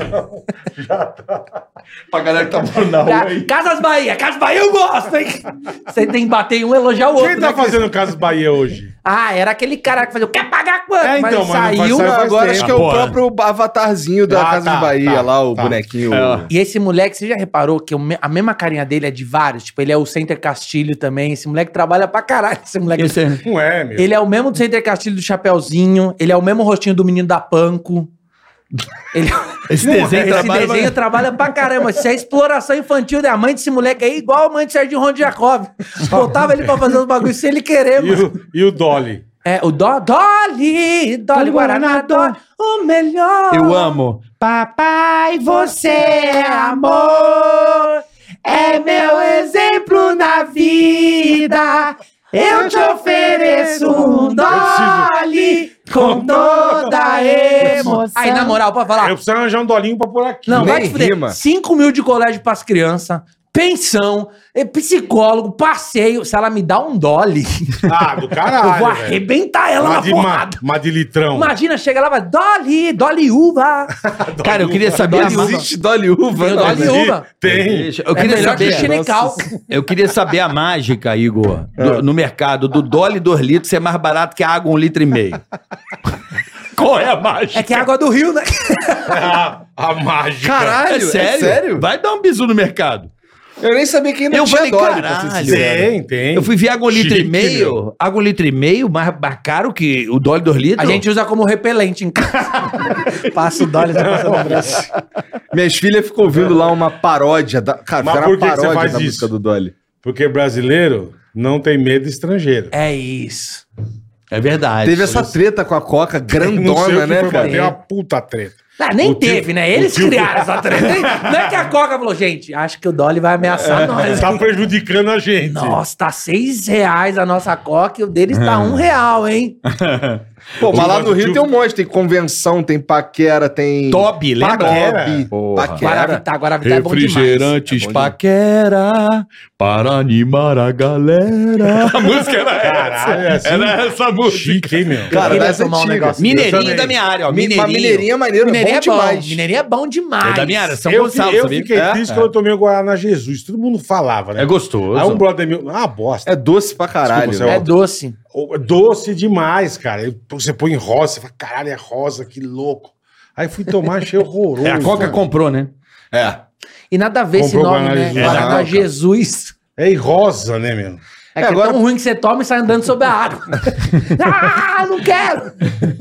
D: pra galera que tá morando na
E: Pra- Casas Bahia, Casas Bahia eu gosto, hein? Você tem que bater em um e elogiar o outro.
B: Quem tá
E: né?
B: fazendo Casas Bahia hoje?
E: Ah, era aquele cara que fazia, quer pagar quanto?
B: É, então,
E: ele
B: mas não faz-
E: saiu.
B: sai faz
D: agora
B: tempo.
D: acho que é
B: Ah,
D: o
B: porra.
D: próprio avatarzinho da
B: Ah,
D: Casa
B: tá,
D: de Bahia
B: tá,
D: lá, o
B: tá.
D: bonequinho.
A: É.
E: E esse moleque, você já reparou que o me- a mesma carinha dele é de vários? Tipo, ele é o Center Castilho também. Esse moleque trabalha pra caralho, esse moleque.
A: Esse é-
B: Não é, meu.
E: Ele é o mesmo do Center Castilho do Chapeuzinho. Ele é o mesmo rostinho do menino da Panco. Ele
A: Esse
E: Porra,
A: desenho
E: esse
A: trabalha-
E: desenho trabalha pra caramba. Isso é exploração infantil da mãe desse moleque aí, igual a mãe de Serginho Ron Jacob. Botava ele pra fazer os bagulhos sem ele querer,
B: E
E: mano.
B: o, e o Dolly?
E: É, o Dó, Dolly, Dolly Guaraná, Dolly, o melhor.
A: Eu amo.
E: Papai, você é amor, é meu exemplo na vida. Eu te ofereço um Dolly com toda a emoção. Aí, na moral, pode falar.
B: Eu preciso arranjar um dolinho pra pôr aqui.
E: Ah. Não,
D: Nem
E: vai te fuder.
D: rima.
E: 5 mil de colégio pras crianças, pensão, eh, psicólogo, passeio. Se ela me dá um Dolly,
B: Ah, do
E: eu vou
B: caralho. velho.
E: arrebentar ela na
B: Mas de, ma,
E: porrada.
B: mas de litrão.
E: Imagina, chega lá e vai, Dolly, Dolly uva.
A: Cara, eu queria
D: Tá
A: saber. a
E: Dolly
A: ma-
D: Existe Dolly Uva.
E: Tem o
D: não,
E: Dolly
D: né?
E: Uva. Uva.
B: Tem.
A: Eu
E: é
A: queria
E: melhor
A: saber.
E: que Xenical.
A: Eu queria saber a mágica, Igor, do- no mercado do Dolly 2 litros ser mais barato que a água 1 litro e meio. Qual é a mágica?
E: É que é água do rio, né?
B: A, a mágica.
A: É
D: Caralho, é
A: sério?
D: sério?
A: Vai dar um bisu no mercado.
D: Eu nem sabia que ainda
A: Eu
D: tinha
A: falei,
D: Dolly,
A: caralho.
D: pra ser sincero.
B: Tem, tem.
A: Eu fui ver água 1 litro e
B: Chique,
A: meio, água 1 litro e meio mais, mais caro que o Dolly 2
E: A
A: litros.
E: gente usa como repelente em casa. Passa o Dolly, você passa no braço.
D: Minhas filhas ficam ouvindo lá uma paródia. Da... Cara,
B: Mas
D: fizeram
B: por
D: uma
B: que que você
D: paródia
B: faz
D: da
B: isso?
D: música do Dolly.
B: Porque brasileiro não tem medo de estrangeiro.
E: É isso.
A: É verdade.
D: Teve essa treta com a Coca
B: Não sei o
D: grandona,
B: que
D: né,
B: foi, mas Tem
D: cara?
B: uma puta treta.
E: Ah, nem
B: O tio-
E: teve, né?
B: o
E: Eles
B: tio-
E: criaram essa treta. Nem- Não é que a Coca falou, gente, acho que o Dolly vai ameaçar nós.
B: Tá prejudicando a gente.
E: Nossa, tá seis reais a nossa Coca e o deles tá
B: Hum.
E: um real, hein?
D: Pô, mas lá
B: Mas
D: no
B: o
D: Rio
B: tio-
D: tem um monte. Tem convenção, tem paquera, tem...
A: Toby, lembra? Tá
B: Paquera.
D: Toby,
A: Porra.
D: paquera.
E: Guaravita, Guaravita é bom demais.
A: Refrigerantes paquera para animar a galera. A música era
B: Caralho, é assim.
A: Era essa música.
B: Chique, hein, meu?
D: Cara,
E: queria
D: das
E: tomar um
D: antigas.
E: negócio.
B: Eu
A: Mineirinho
B: também.
A: da minha área, ó.
D: Mas
A: Mineirinho.
D: Mineirinho é maneiro,
E: Mineirinho
D: bom
E: é bom.
D: demais.
E: Mineirinho é bom demais.
A: É da minha área, São
B: eu, fi-
A: Gonçalo,
B: eu
A: sabia?
B: fiquei
A: É,
B: triste
A: é.
B: quando eu tomei o Guaraná Jesus. Todo mundo falava, né?
A: É gostoso.
B: Aí um brother meu... Ah, bosta.
D: É doce pra caralho.
B: Desculpa,
E: É
D: né?
E: doce.
B: O- Doce demais, cara. Eu- Você põe em rosa, você fala, caralho, é rosa, que louco. Aí fui tomar, achei horroroso.
A: É, a Coca
B: cara.
A: comprou, né?
D: É.
E: E nada a ver esse
B: Comprou
E: nome,
B: Guaraná
E: né?
B: Jesus.
E: Guaraná
D: É, não,
E: Jesus.
B: É em rosa, né, meu?
E: É,
D: É,
E: que é
D: agora-
E: tão ruim que você toma e sai andando sobre a água. ah, não quero!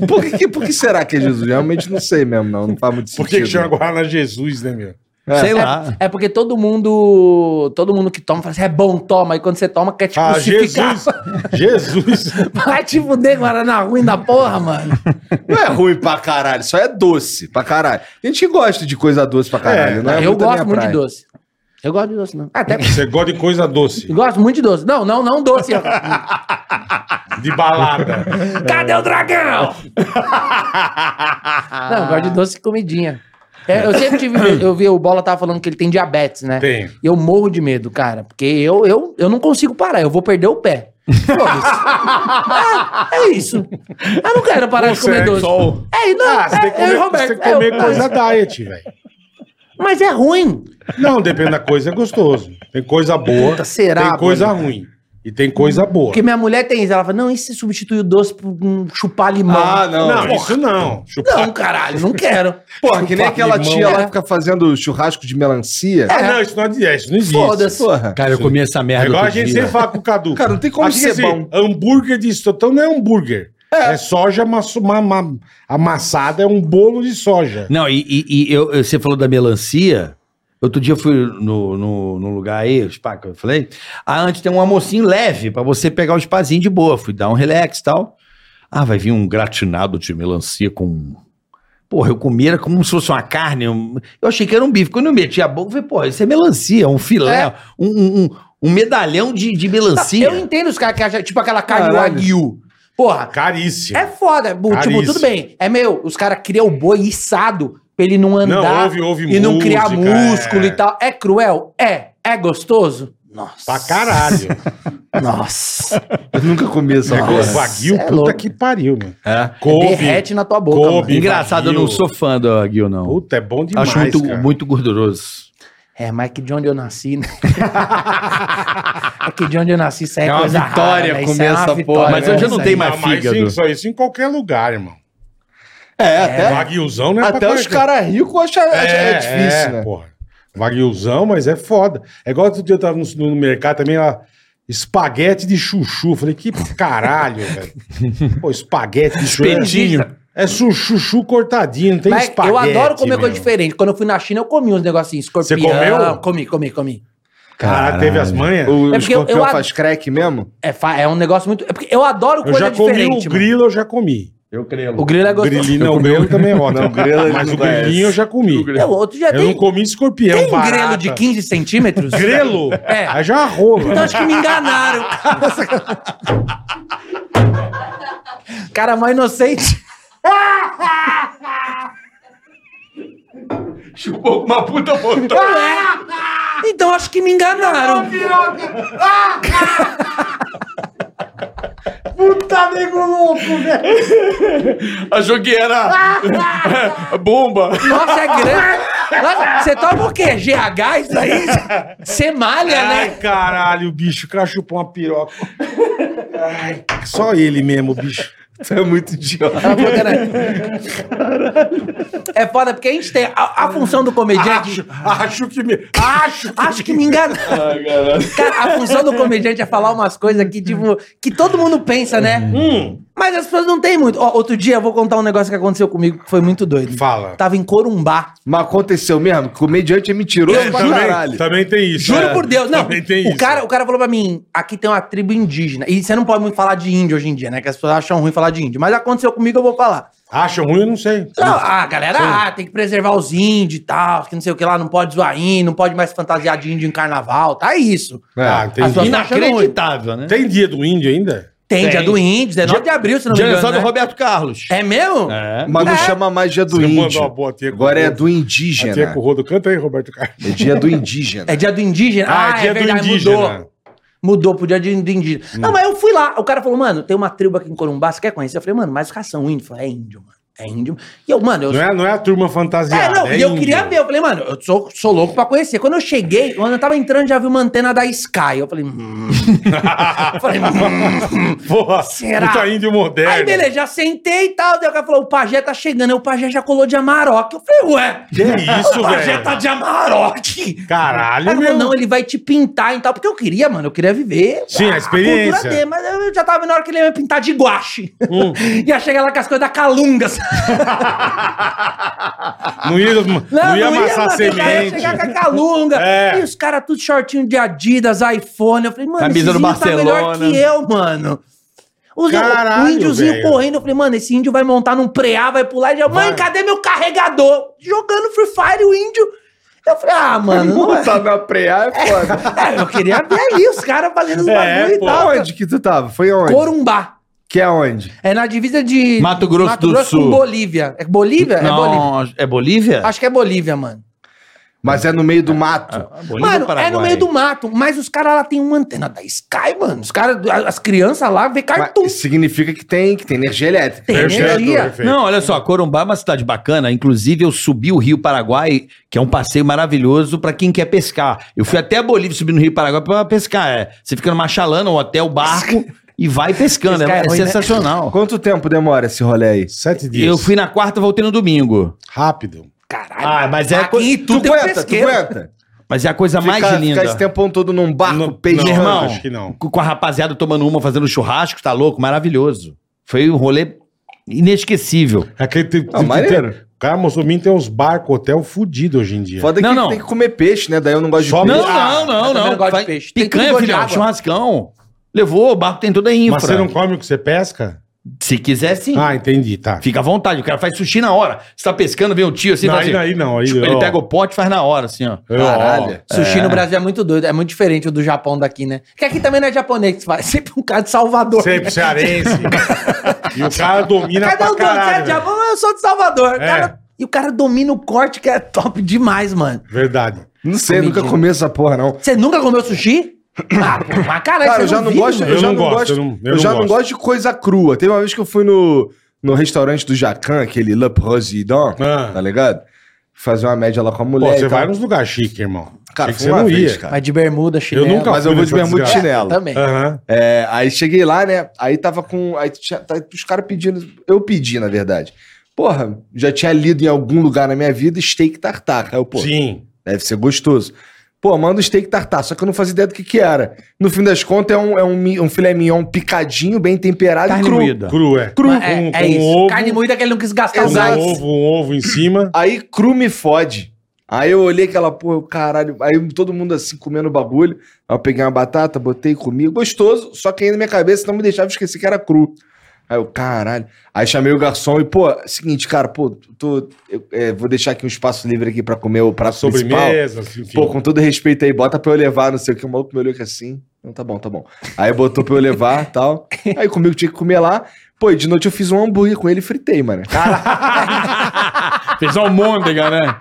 D: Por que, que- por que será que é Jesus? Realmente não sei mesmo, não. Não faz muito sentido.
B: Por que, que chama Guaraná Jesus, né, meu?
D: É.
A: Sei lá.
E: É porque todo mundo. Todo mundo que toma fala assim: é bom, toma. E quando você toma, quer te
B: Ah,
E: crucificar.
B: Jesus! Jesus!
E: Vai te fuder, Guaraná ruim da porra, mano.
D: Não é ruim pra caralho, só é doce pra caralho. A gente que gosta de coisa doce pra caralho,
B: É,
D: não é
E: eu
D: muito a
E: gosto
D: minha
E: muito
D: praia. Ah,
E: de doce. Eu gosto de doce, não. Até
B: Você gosta de coisa doce,
E: gosto muito de doce. Não, não, não doce.
B: de balada.
E: Cadê o dragão? não, eu gosto de doce e comidinha. É, eu sempre
D: Ah.
E: tive. Eu vi o Bola tava falando que ele tem diabetes, né?
B: Tem.
E: E eu morro de medo, cara. Porque eu, eu, eu não consigo parar. Eu vou perder o pé. Foda-se. é, é isso. Eu não quero parar de comer
B: Consegue,
E: doce.
A: Sol.
E: É, não,
B: Ah, você tem
E: é,
B: que
E: eu e
B: comer,
E: o Roberto.
B: você tem que comer
E: eu-
B: coisa diet, velho.
E: Mas é ruim.
B: Não, depende da coisa, é gostoso. Tem coisa boa,
E: Puta, tá né? será,
B: tem coisa ruim. E tem coisa boa.
E: Porque minha mulher tem isso. Ela fala, não, e se substituir o doce por um chupar limão?
D: Ah, não.
B: Não,
D: Porra,
B: isso não. Chupar.
E: Não, caralho, não quero.
D: Porra, que nem
B: Chupar
D: aquela
B: limão.
D: tia lá
E: É.
D: que fica fazendo churrasco de melancia.
B: Ah, não, isso não é isso não existe.
E: Foda-se.
D: Porra.
A: Cara, eu comi essa
B: É
A: merda.
B: igual a
A: outro
B: gente
A: dia.
B: sempre fala com o Cadu.
D: Cara, não tem como
B: Aqui,
D: ser bom.
B: Hambúrguer de estotão não é hambúrguer. É, soja maço- ma- ma- amassada, é um bolo de soja.
A: Não, e, e- e eu, eu- você falou da melancia. Outro dia eu fui no, no, num lugar aí, o spa que eu falei. Ah, antes tem um almocinho leve pra você pegar o spazinho de boa. Fui dar um relax e tal. Ah, vai vir um gratinado de melancia com. Porra, eu comi era como se fosse uma carne. é um- Eu achei que era um bife. Quando eu meti a boca, eu falei, porra, isso é melancia, um filé,
E: É.
A: um, um, um- um medalhão de, de melancia.
E: Tá, Eu entendo os caras que acham, tipo aquela carne
B: Caralho.
E: wagyu. Porra,
B: Caríssimo.
E: é foda. Bu- Tipo,
B: Caríssimo.
E: tudo bem. É meu, os caras criam o boi içado pra ele não andar
B: Não, houve, houve
E: e não criar
B: música,
E: músculo
B: é.
E: e tal. É cruel? É. É gostoso? Nossa.
B: Pra caralho.
E: Nossa.
D: Eu nunca comi essa
B: É
D: porra.
B: com Wagyu,
E: é
B: puta
E: louco.
B: que pariu, meu.
A: É.
B: Couve.
E: Derrete na tua boca.
B: Couve.
E: mano.
A: Engraçado, eu não
B: Wagyu.
A: sou fã do Wagyu, não.
B: Puta, é bom demais,
A: Acho muito,
B: cara.
A: muito gorduroso.
E: É, mas que de onde eu nasci, né? é que de onde eu nasci, isso aí é,
A: É uma
E: coisa
A: vitória
E: rara, né? Isso
A: comer
E: é uma
A: essa
E: vitória,
A: porra, mas
E: né?
A: hoje eu não
E: Isso aí.
A: tenho mais
B: Ah, mas
A: fígado.
B: Isso, isso, isso em qualquer lugar, irmão.
D: É, até,
B: Vaguiuzão não é
D: até
B: pra
D: os
B: qualquer-
D: caras ricos acham
B: É,
D: é, é difícil, né?
B: Porra. Vaguiuzão, mas é foda. É igual outro dia eu tava no, no mercado também, lá, espaguete de chuchu. Eu Falei, que caralho, velho. Pô, espaguete de chuchu.
A: Espetinho.
B: É su- chuchu cortadinho, não tem
E: Mas
B: espaguete.
E: eu adoro comer
B: meu.
E: coisa diferente. Quando eu fui na China, eu comi uns negocinhos. Escorpião.
B: comeu?
E: Comi, comi, comi.
B: Cara, teve as manhas.
D: O
E: É porque eu-
D: escorpião
E: eu ad-
D: faz crack mesmo?
E: É, fa- é um negócio muito. É porque eu adoro
B: Eu
E: coisa
B: já comi
E: diferente.
B: o
E: mano.
B: grilo, eu já comi.
D: Eu creio.
E: O grilo é
B: O
E: gostoso.
B: grilinho, não, o grilo também é ótimo.
D: Não, o grilo ele
B: mas
D: não
B: o grilinho
D: conhece.
B: eu já comi.
E: Eu, outro dia
B: Eu
E: tem,
B: não comi escorpião,
E: tem um
B: barata.
E: grelo de 15 centímetros?
B: Grelo?
E: É.
B: Aí já rola.
E: Então acho que me enganaram. Cara, mó inocente.
A: Chupou uma puta vontade.
E: Então acho que me enganaram. tá
B: Puta nego louco,
E: né?
B: velho.
A: Achou que era bomba.
E: Nossa, é grande. Nossa, você toma o quê? GH, isso aí? Você malha, né?
B: Ai, caralho, o bicho. O cara chupou uma piroca. Ai, só ele mesmo, o bicho.
D: Tu é muito idiota.
E: Ela falou que era- né? É foda, porque a gente tem. A, a função do comediante.
B: Acho, acho que me. Acho que.
E: Acho que me enganaram. Cara, a função do comediante é falar umas coisas que, tipo, que todo mundo pensa, né?
B: Hum.
E: Mas as pessoas não têm muito. Ó, outro dia eu vou contar um negócio que aconteceu comigo que foi muito doido.
B: Fala.
E: Tava em Corumbá.
D: Mas aconteceu mesmo? Comediante é mentiroso
B: É,
D: pra
B: também,
D: caralho.
B: também tem isso.
E: Juro
B: é.
E: por Deus. Não,
B: Também tem
E: o,
B: isso.
E: Cara, o cara falou pra mim, aqui tem uma tribo indígena. E você não pode muito falar de índio hoje em dia, né? Que as pessoas acham ruim falar de índio. Mas aconteceu comigo, eu vou falar.
B: Acha ruim, eu não sei.
E: Não, ah, galera, ah, tem que preservar os índios e tal, que não sei o que lá, não pode zoar índio, não pode mais fantasiar de índio em carnaval, tá isso.
D: É,
B: Ah,
E: As
B: entendi.
E: suas-
A: Inacreditável, né?
B: Tem dia do índio ainda?
E: Tem,
A: Tem.
E: dia do índio, 19 de abril, se não me
A: Dia
E: engano,
A: só do
E: né?
A: Roberto Carlos.
E: É mesmo?
A: É.
D: Mas não
E: É.
D: chama mais dia do
B: Você mandou
D: índio.
B: uma boa tia com
D: Agora
B: o
D: é
B: Rodo.
D: do
B: A tia com o
D: né? indígena.
B: Rodo. Canta aí, Roberto Carlos.
D: É dia do indígena.
E: É dia do indígena? Ah, é, verdade, mudou. Mudou pro dia de- do indígena.
B: Hum.
E: Não, mas eu fui lá. O cara falou, mano, tem uma tribo aqui em Corumbá, você quer conhecer? Eu falei, mano, mas os caras são índios. Ele falou, É índio, mano. É índio. E eu, mano, eu
B: Não é, não é a turma
E: É,
B: fantasiada.
E: não,
B: é
E: e eu
B: índio.
E: queria ver. Eu falei, mano, eu sou, sou louco pra conhecer. Quando eu cheguei, quando eu tava entrando, já vi uma antena da Sky. Eu falei, hum. Eu falei, hum.
B: Porra,
E: Será?
B: puta índio moderno.
E: Aí, beleza, já sentei e tal. Daí o cara falou, o pajé tá chegando. Aí o pajé já colou de Amarok. Eu falei, ué.
B: Que isso,
E: o pajé
B: velho?
E: tá de Amarok. Aí
B: Caralho,
E: ele falou,
B: meu.
E: não, ele vai te pintar e tal. Porque eu queria, mano, eu queria viver
B: Sim, a experiência.
E: dele. Mas eu já tava na hora que ele ia me pintar de guache.
B: Hum,
E: Ia chegar lá com as coisas da calunga, sabe?
B: Não ia, não, ia amassar
E: mano, ele já ia
B: semente.
E: chegar com a calunga.
B: É.
E: E os caras tudo shortinho de Adidas, iPhone. Eu falei, mano,
A: Camisa
E: esses
A: do
E: índios melhor
A: Barcelona.
E: que eu, mano. Os-
B: Caralho,
E: o índiozinho
B: velho.
E: correndo, eu falei, mano, esse índio vai montar num preá, vai pular e já, mãe,
B: Vai.
E: cadê meu carregador? Jogando Free Fire, o índio. Eu falei, ah, mano, não é.
D: Tá na preá é foda.
E: É, eu queria ver ali os caras fazendo os
B: É,
E: bagulho e
B: pô.
E: tal.
D: Onde que tu tava? Foi onde?
E: Corumbá.
D: Que é onde?
E: É na divisa de.
A: Mato Grosso do Sul.
E: com Bolívia. É Bolívia? É Bolívia.
A: Não, é Bolívia?
E: Acho que é Bolívia, mano.
D: Mas é no meio do mato.
A: Ah, Bolívia
E: Mano,
A: ou
E: é
A: Paraguai?
E: no meio do mato, mas os caras lá tem uma antena da Sky, mano. Os caras, as crianças lá vê cartoon.
D: Mas significa que tem, que tem energia elétrica.
E: Tem energia.
B: perfeito.
A: Não, olha só, Corumbá é uma cidade bacana. Inclusive, eu subi o Rio Paraguai, que é um passeio maravilhoso pra quem quer pescar. Eu fui até a Bolívia subir no Rio Paraguai pra pescar. é. Você fica numa chalana, um hotel, barco e vai pescando.
E: Pescar
A: É,
E: é
A: é
E: ruim, né?
A: sensacional.
D: Quanto tempo demora esse rolê aí?
B: Sete dias.
A: Eu fui na quarta, voltei no domingo.
B: Rápido.
E: Caralho.
A: Ah, mas é
E: Aqui
A: coisa-
E: em Itu
D: tu
E: tem um
D: aguenta, tu
E: pesqueiro.
D: aguenta.
A: Mas é a coisa
D: Ficar-
A: mais linda.
D: Ficar esse tempão todo num barco,
B: Não,
D: peixe.
B: não,
A: irmão.
B: acho que não.
A: com com a rapaziada tomando uma, fazendo churrasco, tá louco? Maravilhoso. Foi um rolê inesquecível.
B: É Aquele tem,
D: Ah, maneiro.
B: o cara mostrou mim tem uns barcos, hotel fudido hoje em dia.
D: Foda que
A: Não, não.
D: tem que comer peixe, né? Daí eu não gosto
B: Só
D: de
A: Não,
D: peixe.
E: Ah,
A: não, não,
E: eu
A: não.
E: também não gosto de
A: Vai-
E: peixe. Tem tudo
A: Picanha,
E: gosto de
A: filhão,
E: água.
A: churrascão. Levou, o barco tem toda a infra.
B: Mas você não come o que você pesca?
A: Se quiser, sim.
B: Ah, entendi, tá.
A: Fica à vontade. O cara faz sushi na hora. Você tá pescando, vem o tio assim,
B: Não,
A: faz
B: aí,
A: assim.
B: aí não,
D: tipo,
B: aí
A: Ele
B: ó.
A: pega o pote e faz na hora, assim, ó.
B: Ó,
D: Caralho.
E: Sushi no Brasil é muito doido, é muito diferente do Japão daqui, né? Porque aqui também não é japonês que se faz, é sempre um cara de Salvador.
B: Sempre é cearense. e o cara domina
E: Cadê
B: pra
E: o dono? Você é
B: caralho. né?
E: de Japão? Eu sou de Salvador.
B: É.
E: Cara- e o cara domina o corte que é top demais, mano.
B: velho. Verdade.
D: Não sei,
E: Comidinha.
D: nunca comi essa porra, não.
E: Você nunca comeu sushi? Ah, pô, mas caralho,
D: Cara,
E: você
D: eu já não
E: vive,
D: gosto,
E: mano.
D: eu já
B: Eu
D: não
B: não gosto,
D: gosto,
B: eu não- eu
D: eu já
B: não
D: não
B: gosto.
D: gosto de coisa crua. Teve uma vez que eu fui no, no restaurante do Jacan, aquele Le Président,
B: Ah.
D: tá ligado? Fazer uma média lá com a
B: Pô,
D: mulher. e
B: você
D: tal.
B: vai nos lugares chiques, irmão.
D: Cara,
B: Achei que
D: foi uma vez, cara.
E: Mas de bermuda, chinelo.
B: nunca
D: Mas eu
B: fui
D: vou de
B: nessa
D: bermuda e
B: desgraça.
D: chinelo.
E: Também.
B: Aham.
D: É, aí cheguei lá, né? Aí tava com. Aí tinha- tá- os caras pedindo. Eu pedi, na verdade. Porra, já tinha lido em algum lugar na minha vida steak tartar. Aí eu, pô,
B: Sim.
D: deve ser gostoso. Pô, manda um steak tartar, só que eu não fazia ideia do que que era. No fim das contas, é um, é um, mi- um filé mignon picadinho, bem temperado
A: Carne
D: e cru.
A: moída.
B: Cru, é.
D: Cru.
E: Mas é,
B: com,
E: é
B: com
E: isso.
B: ovo,
E: Carne moída que ele não quis gastar
B: com
E: os
D: Exato.
B: um ovo, um ovo em cima.
D: Aí cru me fode. Aí eu olhei aquela porra, eu, caralho. Aí todo mundo assim comendo bagulho. Aí eu peguei uma batata, botei, comi. Gostoso, só que aí na minha cabeça não me deixava esquecer que era cru. Aí eu, caralho. Aí chamei o garçom e, pô, seguinte, cara, pô, tô, eu, é, vou deixar aqui um espaço livre aqui pra comer o prato principal.
B: Sobremesa, enfim.
D: Pô, com todo respeito aí, bota pra eu levar, não sei o que. O maluco me olhou aqui assim. Não, tá bom, tá bom. Aí botou pra eu levar tal. Aí comigo tinha que comer lá. Pô, e de noite eu fiz um hambúrguer com ele e fritei, mano.
A: Fez almôndega, né?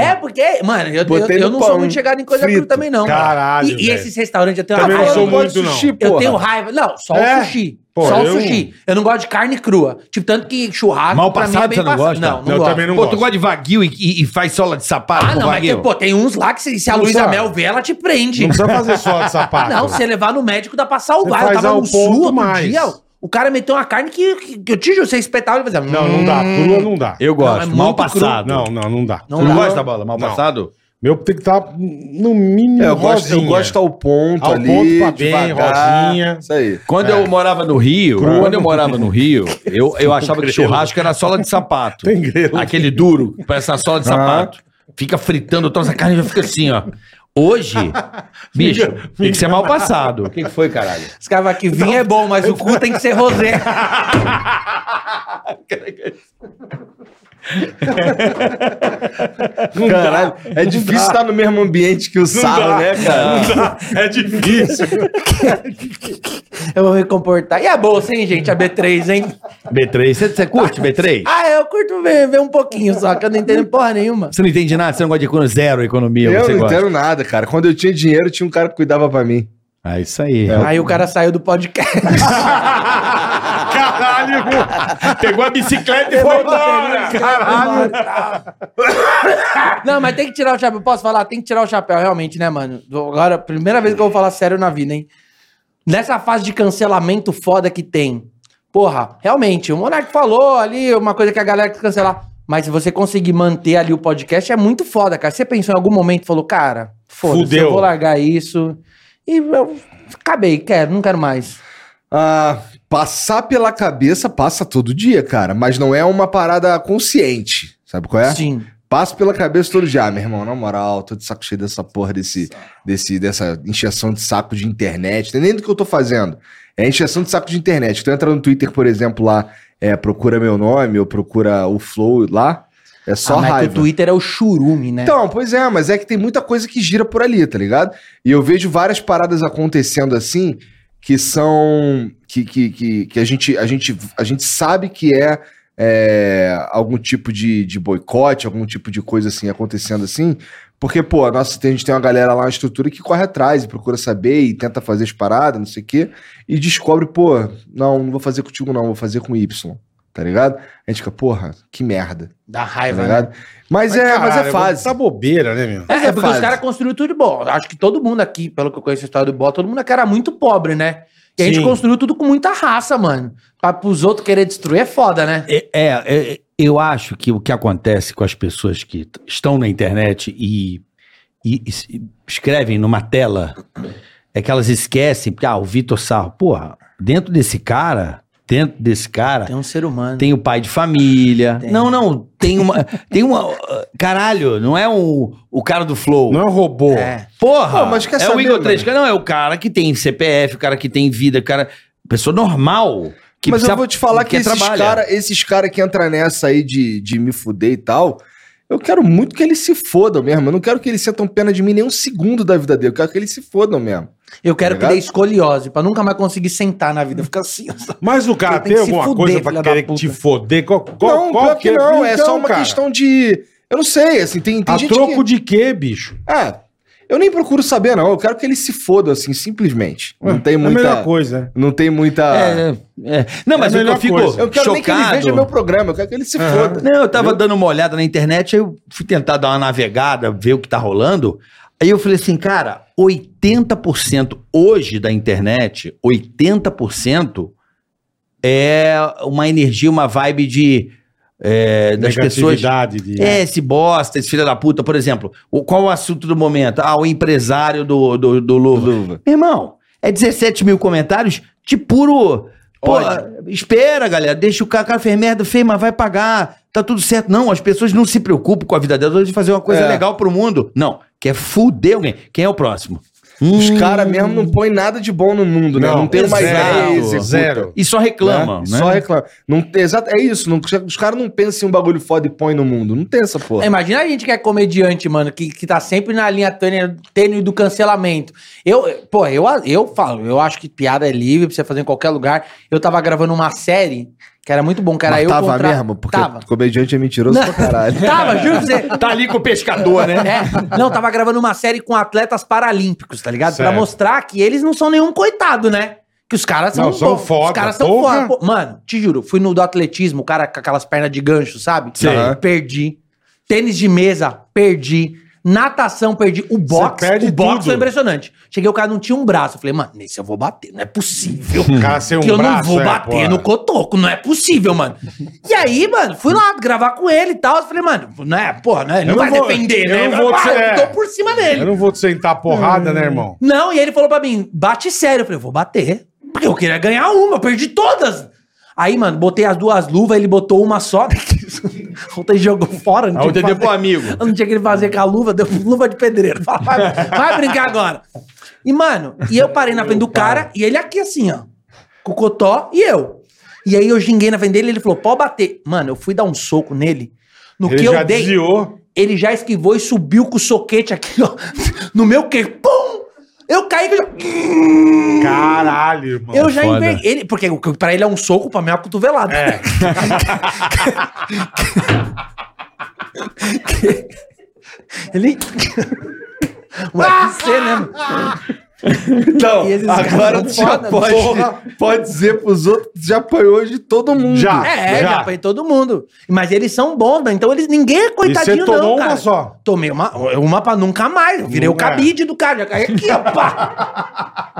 E: É, porque, mano, eu, eu,
D: Botei
E: eu
D: no
E: não
D: pão,
E: sou muito chegado em coisa
D: frito.
E: cru também, não. cara.
B: Caralho,
E: E, e
B: velho.
E: esses restaurantes, eu tenho
B: Também
E: raiva.
B: não sou
E: Eu,
B: é muito,
D: gosto de
B: não.
D: sushi,
E: eu
D: porra.
E: tenho raiva. Não, só
B: É?
E: o sushi.
B: Pô,
E: só
B: eu-
E: o sushi. Eu não gosto de carne crua. Tipo, tanto que churrasco
A: Mal passado você não
E: pass-
A: gosta?
E: Não, não
B: Eu
E: gosto.
B: também não
A: Pô,
B: gosto.
A: tu gosta de vaguio e, e- e faz sola de sapato
E: Ah,
A: com
E: não, mas
A: vaguio?
E: tem, pô, tem uns lá que se, se a
B: Não
E: Luísa
B: sabe.
E: Mel vê, ela te prende.
B: Não
E: Ah,
B: precisa fazer só de sapato.
E: Não, você levar no médico dá pra
B: Você
E: salvar. Eu
B: faz
E: tava
B: ao
E: no sul
B: ponto
E: outro
B: mais.
E: dia, o cara meteu uma carne que, que, que eu assim, "Hum, te juro, você espetava e fazia...
B: Não, não dá. Crua não dá.
A: Eu
E: Não, é
A: gosto.
E: muito
A: mal
E: cru.
A: passado.
B: Não, não, não dá.
E: Não
A: Tu não
E: dá.
A: gosta da bola? Mal
B: Não.
A: passado?
B: Meu tem que estar no mínimo
D: É, eu gosto, eu
B: um rosinha.
D: gosto ao ponto
B: Ao
D: ali,
B: ponto pra bem,
D: devagar,
B: rosinha.
D: Isso aí.
A: Quando eu morava no Rio,
B: Crua.
A: quando eu morava no Rio, eu, eu achava que churrasco era sola de sapato.
B: Tem grelo.
A: Aquele duro, parece a sola de sapato. Fica fritando, então essa carne já fica assim, ó. Hoje, bicho, tem que ser mal passado. O que foi, caralho?
E: Os caras falam que vinho é bom, mas o cu tem que ser rosé.
D: Caralho, é difícil estar no mesmo ambiente que o
B: dá.
D: Salo, né, cara?
B: Não dá. É difícil.
E: Eu vou me comportar. E a bolsa, hein, gente? A B3, hein?
A: B3, você, você curte B3?
E: Ah, eu curto ver, ver um pouquinho só, que eu não entendo porra nenhuma.
A: Você não entende nada, você não gosta de economia, zero economia,
D: Eu
A: você
D: não
A: gosta.
D: entendo nada, cara. Quando eu tinha dinheiro, tinha um cara que cuidava pra mim.
A: Ah, isso aí.
E: Aí o cara saiu do podcast.
B: Caralho.
A: Pegou a bicicleta
E: Foi embora, caralho. Não, mas tem que tirar o chapéu. Posso falar? Tem que tirar o chapéu, realmente, né, mano? Agora, primeira vez que eu vou falar sério na vida, hein? Nessa fase de cancelamento foda que tem. Porra, realmente, o Monark falou ali uma coisa que a galera quis cancelar. Mas se você conseguir manter ali o podcast, é muito foda, cara. Você pensou em algum momento e falou, cara, foda-se,
B: Fudeu.
E: eu vou largar isso. E eu acabei, quero, não quero mais.
D: Ah, passar pela cabeça passa todo dia, cara. Mas não é uma parada consciente. Sabe qual é?
E: Sim.
D: Passa pela cabeça todo dia. Ah, meu irmão, na moral, tô de saco cheio dessa porra, desse, desse, dessa encheção de saco de internet. Não é nem do que eu tô fazendo. É encheção de saco de internet. Tu entra no Twitter, por exemplo, lá, é, procura meu nome ou procura o Flow lá. É só
E: Ah, mas que
D: raiva.
E: o Twitter é o churume, né?
D: Então, pois é, mas é que tem muita coisa que gira por ali, tá ligado? E eu vejo várias paradas acontecendo assim que são. que, que, que, que a, gente, a, gente, a gente sabe que é, é, algum tipo de, de boicote, algum tipo de coisa assim acontecendo assim. Porque, pô, a nossa, tem- a gente tem uma galera lá na estrutura que corre atrás e procura saber e tenta fazer as paradas, não sei o quê, e descobre, pô, não, não vou fazer contigo, não, vou fazer com Y, tá ligado? A gente fica, porra, que merda,
E: Dá
D: tá
E: raiva, né?
D: ligado? Mas, é, mas é fase.
B: Tá bobeira, né, meu?
E: É,
D: é
E: porque
D: fase.
E: os caras construíram tudo de bom. Acho que todo mundo aqui, pelo que eu conheço a história do Bola, todo mundo aqui era muito pobre, né? E a gente
B: Sim.
E: construiu tudo com muita raça, mano. Pra pros outros querer destruir é foda, né?
A: É, é, é, eu acho que o que acontece com as pessoas que t- estão na internet e, e- e se- escrevem numa tela é que elas esquecem, porque, ah, o Vitor Sarro, porra, dentro desse cara, dentro desse cara,
E: Tem um ser humano.
A: tem o pai de família.
E: Tem.
A: Não, não, tem uma. Tem uma. Caralho, não é o, o cara do Flow.
B: Não é um robô.
E: É.
A: Porra!
D: Pô, mas quer
A: é o
D: saber,
A: Igor 3,
D: mano?
A: não, é o cara que tem CPF, o cara que tem vida, o cara. Pessoa normal. que
D: Mas eu
A: precisa-
D: vou te falar que
A: quer
D: esses
A: trabalhar.
D: caras esses cara que entram nessa aí de, de me fuder e tal, eu quero muito que eles se fodam mesmo. Eu não quero que eles sentam pena de mim nem um segundo da vida dele. Eu quero que eles se fodam mesmo.
E: Eu quero que
D: Tá
E: dê
D: ligado?
E: escoliose, pra nunca mais conseguir sentar na vida. Fica assim, ó.
B: Mas o cara
E: Você tem
B: tem
E: que se
B: alguma
E: fuder,
B: coisa
E: filha
B: pra
E: da
B: querer
E: puta.
B: te foder? Qual, qual,
D: não,
B: qual
D: pior que
B: é?
D: não. É
B: Então,
D: só uma
B: cara,
D: questão de... Eu não sei, assim, tem, tem
B: A
D: gente
B: troco
D: que...
B: de quê, bicho?
D: Ah, eu nem procuro saber, não. Eu quero que eles se fodam, assim, simplesmente. Não tem
B: É a melhor
D: muita...
B: coisa.
D: Não tem muita...
A: É, é. Não, mas
B: É
A: o que
B: a
A: eu
B: melhor
A: fico
B: coisa.
D: Eu quero nem que ele
A: chocado-
D: veja meu programa. Eu quero que ele se foda.
A: Não, eu tava dando uma olhada na internet, aí eu fui tentar dar uma navegada, ver o que tá rolando. Aí eu falei assim, cara, 80% hoje da internet, 80% é uma energia, uma vibe de é, das pessoas.
D: né?
B: Negatividade de-
A: É, esse bosta, esse filho da puta, por exemplo. O, qual o assunto do momento? Ah, o empresário do, do, do Lula.
D: Luva.
A: Meu irmão, é 17 mil comentários de puro. Pô, espera, galera, deixa o cara, o cara fez merda, fez, mas vai pagar, tá tudo certo. Não, as pessoas não se preocupam com a vida delas de fazer uma coisa
D: É.
A: legal pro mundo. Não, quer fuder alguém. Quem é o próximo?
D: Os caras mesmo não põem nada de bom no mundo, né? Não, tem uma
A: exato.
D: ideia
B: Hum. é zero.
D: executa.
B: zero.
A: E só reclamam,
D: né?
A: né?
D: Só reclama. Não, tem- exato, é isso. Não, os caras não pensam em um bagulho foda e põe no mundo. Não tem essa porra.
E: Imagina a gente que é comediante, mano, que, que tá sempre na linha tênue, tênue do cancelamento. Eu, pô, eu, eu falo, eu acho que piada é livre pra você fazer em qualquer lugar. Eu tava gravando uma série que era muito bom, que era
D: Mas
E: eu
D: tava
E: contra-
D: mesmo, porque
E: Tava.
D: comediante é mentiroso pra caralho.
E: Tava, juro pra você.
A: Tá ali com o pescador, né?
E: É, não, tava gravando uma série com atletas paralímpicos, tá ligado? Pra
B: Certo.
E: mostrar que eles não são nenhum coitado, né? Que os caras são,
B: Não, são
E: bons,
B: foda,
E: Os caras são
B: porra.
E: foda. pô. Mano, te juro, fui no do atletismo, o cara com aquelas pernas de gancho, sabe?
B: Sim.
E: Aham. Perdi. Tênis de mesa, perdi. Natação, perdi. O boxe,
B: perde
E: o boxe
B: tudo.
E: foi impressionante. Cheguei, o cara não tinha um braço. Eu falei, mano, nesse eu vou bater, não é possível
B: O cara sem um
E: que eu
B: braço,
E: não vou
B: é,
E: bater
B: porra.
E: no cotoco, não é possível, mano. E aí, mano, fui lá gravar com ele e tal. Eu falei, mano, não é, porra, né? Ele não,
B: Eu
E: vai
B: não vou-
E: defender,
B: eu
E: né?
B: não
E: Mas,
B: vou
E: pá,
B: te- é.
E: eu tô por cima dele.
B: Eu
E: Não...
B: não vou te sentar
A: Uhum.
B: porrada, né, irmão?
E: e ele falou pra mim, bate sério. Eu falei, vou bater. Porque eu queria ganhar uma, eu perdi todas. Aí, mano, botei as duas luvas, ele botou uma só. A outra ele jogou fora. Não
A: A outra
E: o que
A: deu pro
E: fazer.
A: amigo.
E: Eu não tinha que ele fazer com a luva, deu luva de pedreiro. Fala, Vai, vai brincar agora. E, mano, e eu parei na frente do cara e ele aqui assim, ó. Com o Cotó e eu. E aí eu ginguei na frente dele ele falou, pode bater. Mano, eu fui dar um soco nele. No
B: Ele
E: que
B: já
E: eu dei,
B: desviou.
E: ele já esquivou e subiu com o soquete aqui, ó. No meu que Pum! Eu caí que eu já,
B: Caralho, irmão.
E: eu já
A: foda.
E: enver- ele Porque o que pra ele é um soco, pra mim é uma cotovelada.
B: É.
E: Ele. O UFC, né, mano?
D: Então,
E: E esses
D: agora
E: caras
D: tu
E: são
D: já
E: foda, né?
D: pode, pode dizer pros outros que já apanhou de todo mundo.
B: Já.
E: É, já apanhei todo mundo. Mas eles são bons, né? então eles ninguém é coitadinho,
B: E você tomou
E: não,
B: uma
E: cara.
B: só? É.
E: Tomei uma, uma pra nunca mais. Eu virei
B: Nunca.
E: o cabide do cara. Já caí aqui, ó, pá.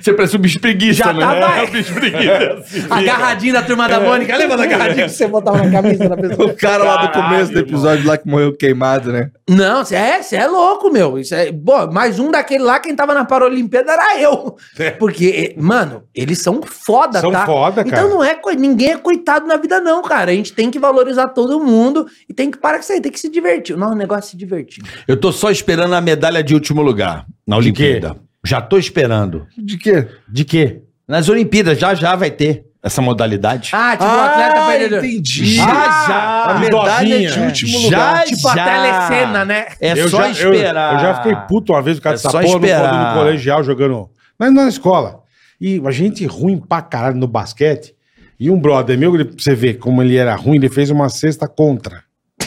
A: Você parece um bicho preguiça,
E: Já
A: né?
E: tá
A: É,
E: mais.
A: um bicho preguiça.
E: Agarradinho da turma
B: É.
E: da Mônica. Lembra da agarradinha que você botava na camisa da pessoa?
D: O cara lá do
B: Caralho,
D: começo do
B: irmão.
D: episódio lá que morreu queimado, né?
E: Não, você é, cê é louco, meu. Isso é, bom, mais um daquele lá, quem tava na Paralimpíada era eu. Porque, eh, mano, eles são foda,
B: São
E: tá?
B: foda, cara.
E: Então não é, coi- ninguém é coitado na vida, não, cara. A gente tem que valorizar todo mundo e tem que parar com isso aí, tem que se divertir. Não, o negócio é se divertir.
A: Eu tô só esperando a medalha de último lugar na
B: De quê?
A: Olimpíada. Já tô esperando.
D: De quê?
B: De quê?
A: Nas Olimpíadas, já já vai ter essa modalidade.
E: Ah, tipo, o atleta perdedor.
D: entendi.
B: Ah,
A: Já, já.
D: A medalha
B: Idosinha.
D: de último
A: Já,
D: lugar.
E: Tipo a
A: Já.
E: telecena, né?
A: É
B: Eu
A: só
B: já- eu-
A: esperar.
B: Eu, já fiquei puto uma vez, o
A: É
B: cara dessa
A: só
B: porra no-
A: esperar.
B: no colegial jogando. Mas na escola. E a gente ruim pra caralho no basquete. E um brother meu, ele- pra você ver como ele era ruim, ele fez uma cesta contra.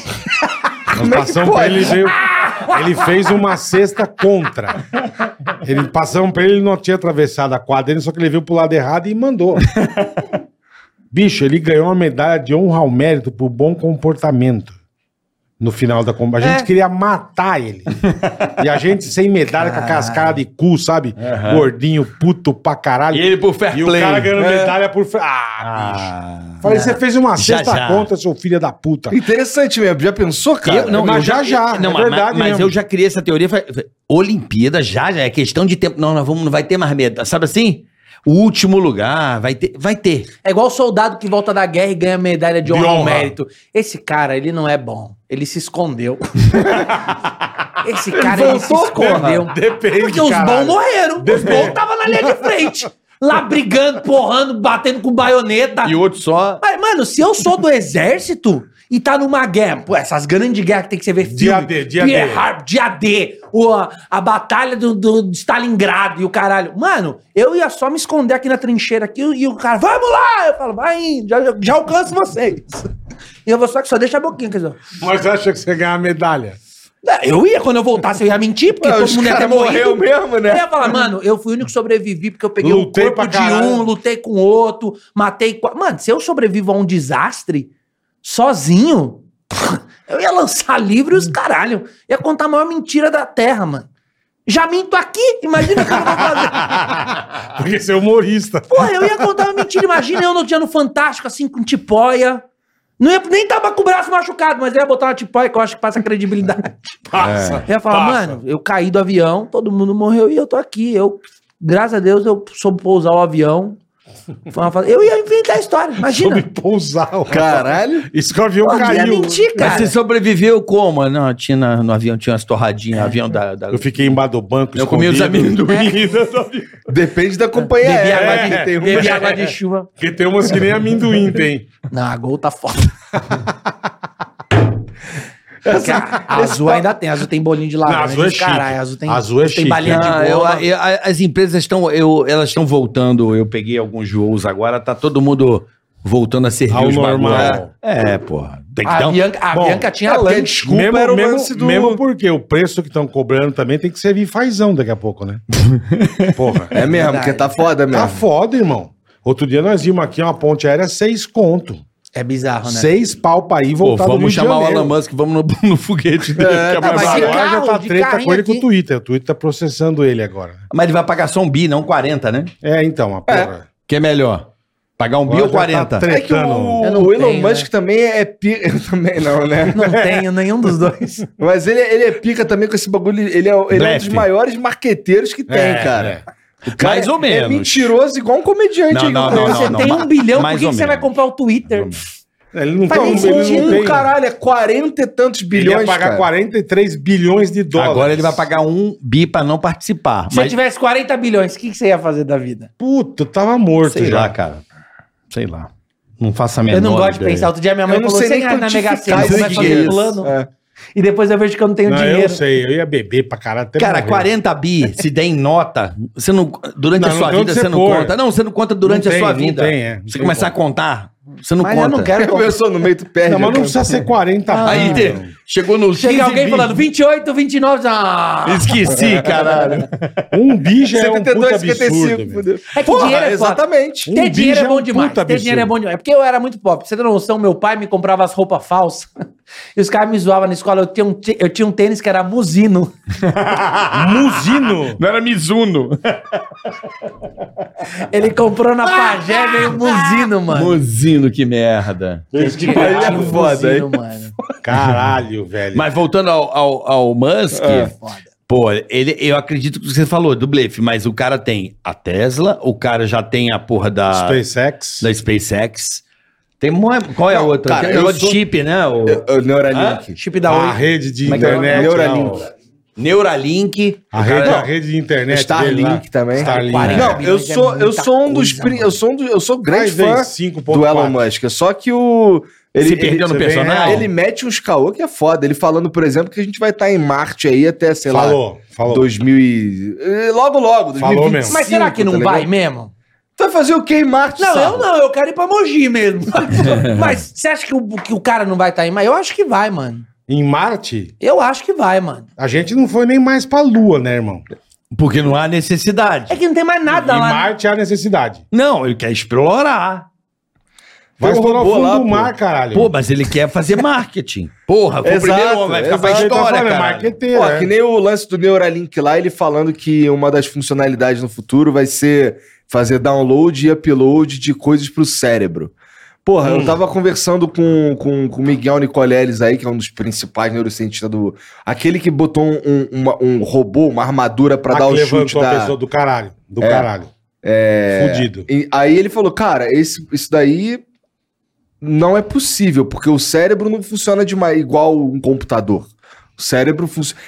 A: é
B: Nós passamos pra ele, ele veio. Ele fez uma cesta contra. Ele passamos pra ele, ele não tinha atravessado a quadra, ele- só que ele veio pro lado errado e mandou. Bicho, ele ganhou uma medalha de honra ao mérito por bom comportamento. No final da comba. A gente queria matar ele. e a gente sem medalha, com aquelas caras de cu, sabe? Gordinho, puto pra caralho.
A: E ele por fair
B: E o
A: play.
B: cara ganhando
D: É.
B: medalha por. fe- Ah, bicho. Falei, você fez uma
A: Já,
B: cesta
A: já.
B: contra, seu filho da puta.
D: Interessante mesmo. Já pensou, cara?
A: Eu, não,
B: mas
A: eu
B: já, já, é
A: Não, mas-
B: verdade
A: mas,
B: mesmo.
A: eu já criei essa teoria. falei, falei, Olimpíada já, já é questão de tempo. Não, nós vamos, não vai ter mais medo. Sabe assim? O último lugar vai ter. Vai ter.
E: É igual o soldado que volta da guerra e ganha medalha de
B: De
E: honra ao
B: honra.
E: mérito. Esse cara, ele não é bom. Ele se escondeu. Esse cara, ele se
D: voltou,
E: escondeu.
B: porra. Depende,
E: Porque os
B: caralho.
E: bons morreram. Os bons estavam na linha de frente. lá brigando, porrando, batendo com baioneta.
A: E o outro só.
E: Mas, mano, se eu sou do exército e tá numa guerra, pô, essas grandes guerras que tem que você ver filme.
B: Dia D, dia
E: Pearl
B: D.
E: Harbor, dia D, ou a, a batalha do, do- de Stalingrado e o caralho. Mano, eu ia só me esconder aqui na trincheira aqui e o cara, vamos lá! Eu falo, vai indo, já, já alcanço vocês. E eu vou só que só deixa a boquinha, quer dizer.
B: Mas você acha que você ganha a medalha?
E: Eu ia, quando eu voltasse, eu ia mentir, porque
D: Ué,
E: todo
D: os
E: mundo ia
D: cara
E: ter morrido.
D: morreu mesmo, né?
E: Eu ia falar, mano, eu fui o único que sobrevivi porque eu peguei
B: Lutei
E: o corpo
B: pra
E: de
B: caralho.
E: um, lutei com outro, matei. qua- Mano, se eu sobrevivo a um desastre sozinho, eu ia lançar livro e os caralho. Ia contar a maior mentira da terra, mano. Já minto aqui, imagina o que eu vou fazer.
B: Porque você é humorista.
E: Porra, eu ia contar uma mentira, imagina eu no dia no Fantástico, assim, com tipóia. Não ia, nem tava com o braço machucado, mas eu ia botar uma tipóia que eu acho que passa credibilidade.
B: É. Passa.
E: Eu ia falar,
B: passa.
E: mano, eu caí do avião, todo mundo morreu e eu tô aqui. Eu, graças a Deus, eu soube pousar o avião. Foi uma fa- Eu ia inventar a história,
B: Soube
E: imagina.
B: pousar. ó.
D: Caralho.
B: Isso que o avião
E: Pô, não ia
B: caiu.
E: mentir,
A: Mas
E: cara.
A: você sobreviveu como? Não, tinha na- no avião tinha umas torradinhas, avião da. da-
B: Eu fiquei embaixo do banco,
A: Eu comi os
B: escondido.
D: Depende da companhia
E: Bebi
D: aérea.
E: água,
D: né?
E: de,
D: Tem um-
E: bebi água
B: É.
E: de chuva.
B: Porque tem umas que nem amendoim tem.
E: Não, a Gol tá foda. Porque a- a azul ainda tem, a azul tem bolinho de
B: Não, a
E: laranja.
B: azul é
E: de caralho, a azul tem,
B: chique. A azul é
E: tem
B: chique.
E: balinha
A: Ah,
E: de
A: eu-
E: goma.
A: eu- a- as empresas estão, eu- elas estão voltando. Eu peguei alguns voos agora, tá todo mundo voltando a servir
B: Ao
A: os bagulho.
B: normal.
A: É, é, porra. Tem que dar
E: a
A: um-
E: Bianca, a
B: Bom,
E: Bianca tinha
D: é porque
E: lanche.
D: desculpa
B: mesmo,
D: era o
B: mesmo,
D: lance do...
B: mesmo porque o preço que estão cobrando também tem que servir fazão daqui a pouco, né? Porra.
D: É mesmo,
E: Verdade.
D: porque tá foda mesmo.
B: Tá foda, irmão. Outro dia nós vimos aqui uma ponte aérea, seis conto.
E: É bizarro, né?
B: Seis pau pra ir e
A: Pô,
B: voltar
A: vamos chamar o
B: Janeiro.
A: Elon Musk, vamos no, no foguete dele.
D: É,
A: que é mais
E: Ah,
D: tá,
E: mas
A: barato.
E: de
B: Agora já
E: carro,
B: tá
E: de
B: treta
E: carrinho
B: com ele com o
E: aqui.
B: Twitter. O Twitter tá processando ele agora.
A: Mas ele vai pagar só um bi, não 40, né?
B: É, então, a porra.
A: Que é melhor? Pagar um bi
B: Agora
A: ou
B: já
A: 40?
B: tá treta.
D: É que o,
E: Eu não
D: o Elon
E: tenho,
D: Musk
E: né?
D: também é pica. Eu também não, né?
E: Não tenho nenhum dos dois.
D: Mas ele, ele é pica também com esse bagulho. Ele é, ele é um dos
A: Blefe.
D: maiores marqueteiros que tem,
B: É,
D: cara. O
A: Mais ou
D: É
A: menos.
D: mentiroso igual um comediante
A: Não,
D: aí que
A: não,
D: eu
A: não,
D: conheço.
E: você
A: não,
E: tem
A: ma-
E: um bilhão, por
A: mais
E: que,
A: ou
E: que você
A: menos.
E: vai comprar o Twitter?
B: Ele não
E: Faz
B: tá
E: nem
B: ele não
E: sentido,
B: tem.
D: caralho, é 40 e tantos
B: Ele
D: bilhões,
B: ia pagar
D: cara.
B: 43 bilhões de dólares.
A: Agora ele vai pagar um bi pra não participar.
E: Se eu
A: Mas,
E: tivesse 40 bilhões, o que, que você ia fazer da vida?
B: Puta, eu tava morto
A: sei
B: já.
A: lá, cara. Sei lá. Não faça a menor
E: Eu não gosto de
A: ideia.
E: pensar. Outro dia minha
D: Eu
E: mãe
D: não
E: falou,
D: sei
E: você
D: nem
E: ganha na Mega Sena,
D: quantificar
E: você vai
D: isso que
E: fazer
D: é
E: um
D: isso.
E: plano.
D: É.
E: E depois eu vejo que eu não tenho
B: Não, eu
E: dinheiro.
B: sei, eu ia beber pra caralho até
A: Cara,
B: morrer.
A: 40 bi, se der em nota, você não, durante
B: Não,
A: a
B: não
A: sua
B: tem
A: vida
B: onde
A: você
B: você
A: não
B: pôr.
A: conta. Não, você não conta durante
B: Não
A: a
B: tem,
A: sua
B: não
A: vida.
B: tem, é. Não
A: Você
B: tem
A: começar a contar, você não
E: Mas eu
A: conta.
E: não quero comprar.
D: Começou no meio, tu perde.
B: Não, mas não
D: cara.
B: precisa ser 40
D: Ah,
A: Aí
B: bilhões.
A: te- chegou no
E: Chega
A: 15
E: alguém
A: bi.
E: falando 28, 29, ah!
A: Esqueci, caralho.
B: Um bi já é um puta
D: 72,
B: absurdo.
D: 55,
B: meu.
D: fudeu.
E: É que dinheiro é foda.
D: exatamente.
B: Um
E: Ter
B: bi
E: dinheiro
B: já
E: é
B: é um
E: bom demais.
B: puta
E: Ter dinheiro é
B: absurdo.
E: bom demais. É porque eu era muito pobre. Pra você ter noção, meu pai me comprava as roupas falsas. E os caras me zoavam na escola. Eu tinha um, tê- eu tinha um tênis que era musino.
B: Musino.
A: Não era Mizuno.
E: Ele comprou na pajé, veio musino, mano.
A: Mozino, que merda.
E: Ele
D: pariu,
E: tinha um
D: é foda, hein?
E: mano.
B: Caralho, velho.
A: Mas voltando ao, ao, ao Musk,
E: É
B: É.
E: Foda.
A: pô, ele, eu acredito que você falou do blefe, mas o cara tem a Tesla, o cara já tem a porra da
D: Ah.
B: SpaceX.
A: da SpaceX. Tem uma, qual é a
D: Não,
A: outra?
D: cara,
A: tem
D: eu
A: negócio
D: sou-
A: de chip, né? O
D: O Neuralink.
E: Chip da
B: A
E: Oi.
B: rede de
D: Como é que é o nome?
B: internet.
D: Neuralink.
B: lá, ó.
A: Neuralink.
B: A
A: O
B: rede, é a
A: cara-
B: rede de internet. dele lá.
D: Starlink também.
B: Starlink.
E: Quarenta
D: Ah, Não, eu
E: bilhões é
D: sou, eu
E: muita
D: sou um dos.
E: coisa,
D: pri-
E: mano.
D: Eu sou um dos, eu sou grande
B: Mas
D: fã
B: vem 5.4.
D: do Elon Musk. Só que o.
A: se
D: Ele, ele,
A: perdeu no
B: você vem
A: personagem?
B: real.
D: ele mete uns caô que é foda. Ele falando, por exemplo, que a gente vai estar em Marte aí até, sei lá,
B: Falou, falou.
D: 2000 e... eh, Logo, logo, 2025.
B: Falou mesmo.
E: Mas será que não
D: tá
E: vai
D: ligado?
E: mesmo?
D: Tu vai fazer o que em Marte,
E: Não,
D: Sarro?
E: eu não, eu quero ir pra Mogi mesmo. Mas você acha que o, que o cara não vai estar tá aí? Mas eu acho que vai, mano.
B: Em Marte,
E: Eu acho que vai, mano.
B: a gente não foi nem mais pra Lua, né, irmão?
A: Porque não há necessidade.
E: É que não tem mais nada
B: em
E: lá.
B: Marte há necessidade.
A: Não, ele quer explorar.
B: Vai
D: Tem um
B: estourar o
D: robô
B: fundo
D: lá,
B: do
D: pô.
B: mar, caralho.
A: Pô, mas ele quer fazer marketing. Porra, foi o
D: Exato,
A: primeiro homem, vai ficar pra
D: exato.
A: história,
B: é
A: cara.
B: marqueteiro.
D: Pô,
B: é.
D: que nem o lance do Neuralink lá, ele falando que uma das funcionalidades no futuro vai ser fazer download e upload de coisas pro cérebro. Porra,
B: Hum.
D: eu tava conversando com o com, com o Miguel Nicoleles aí, que é um dos principais neurocientistas do. Aquele que botou um, um- uma- um robô, uma armadura pra
B: Ah,
D: dar
B: que
D: o chute
B: levantou a
D: da.
B: pessoa do caralho. Do
D: É.
B: caralho.
D: É,
B: Fudido.
D: e aí ele falou, cara, esse, isso daí não é possível, porque o cérebro não funciona de uma- igual um computador. O cérebro funciona.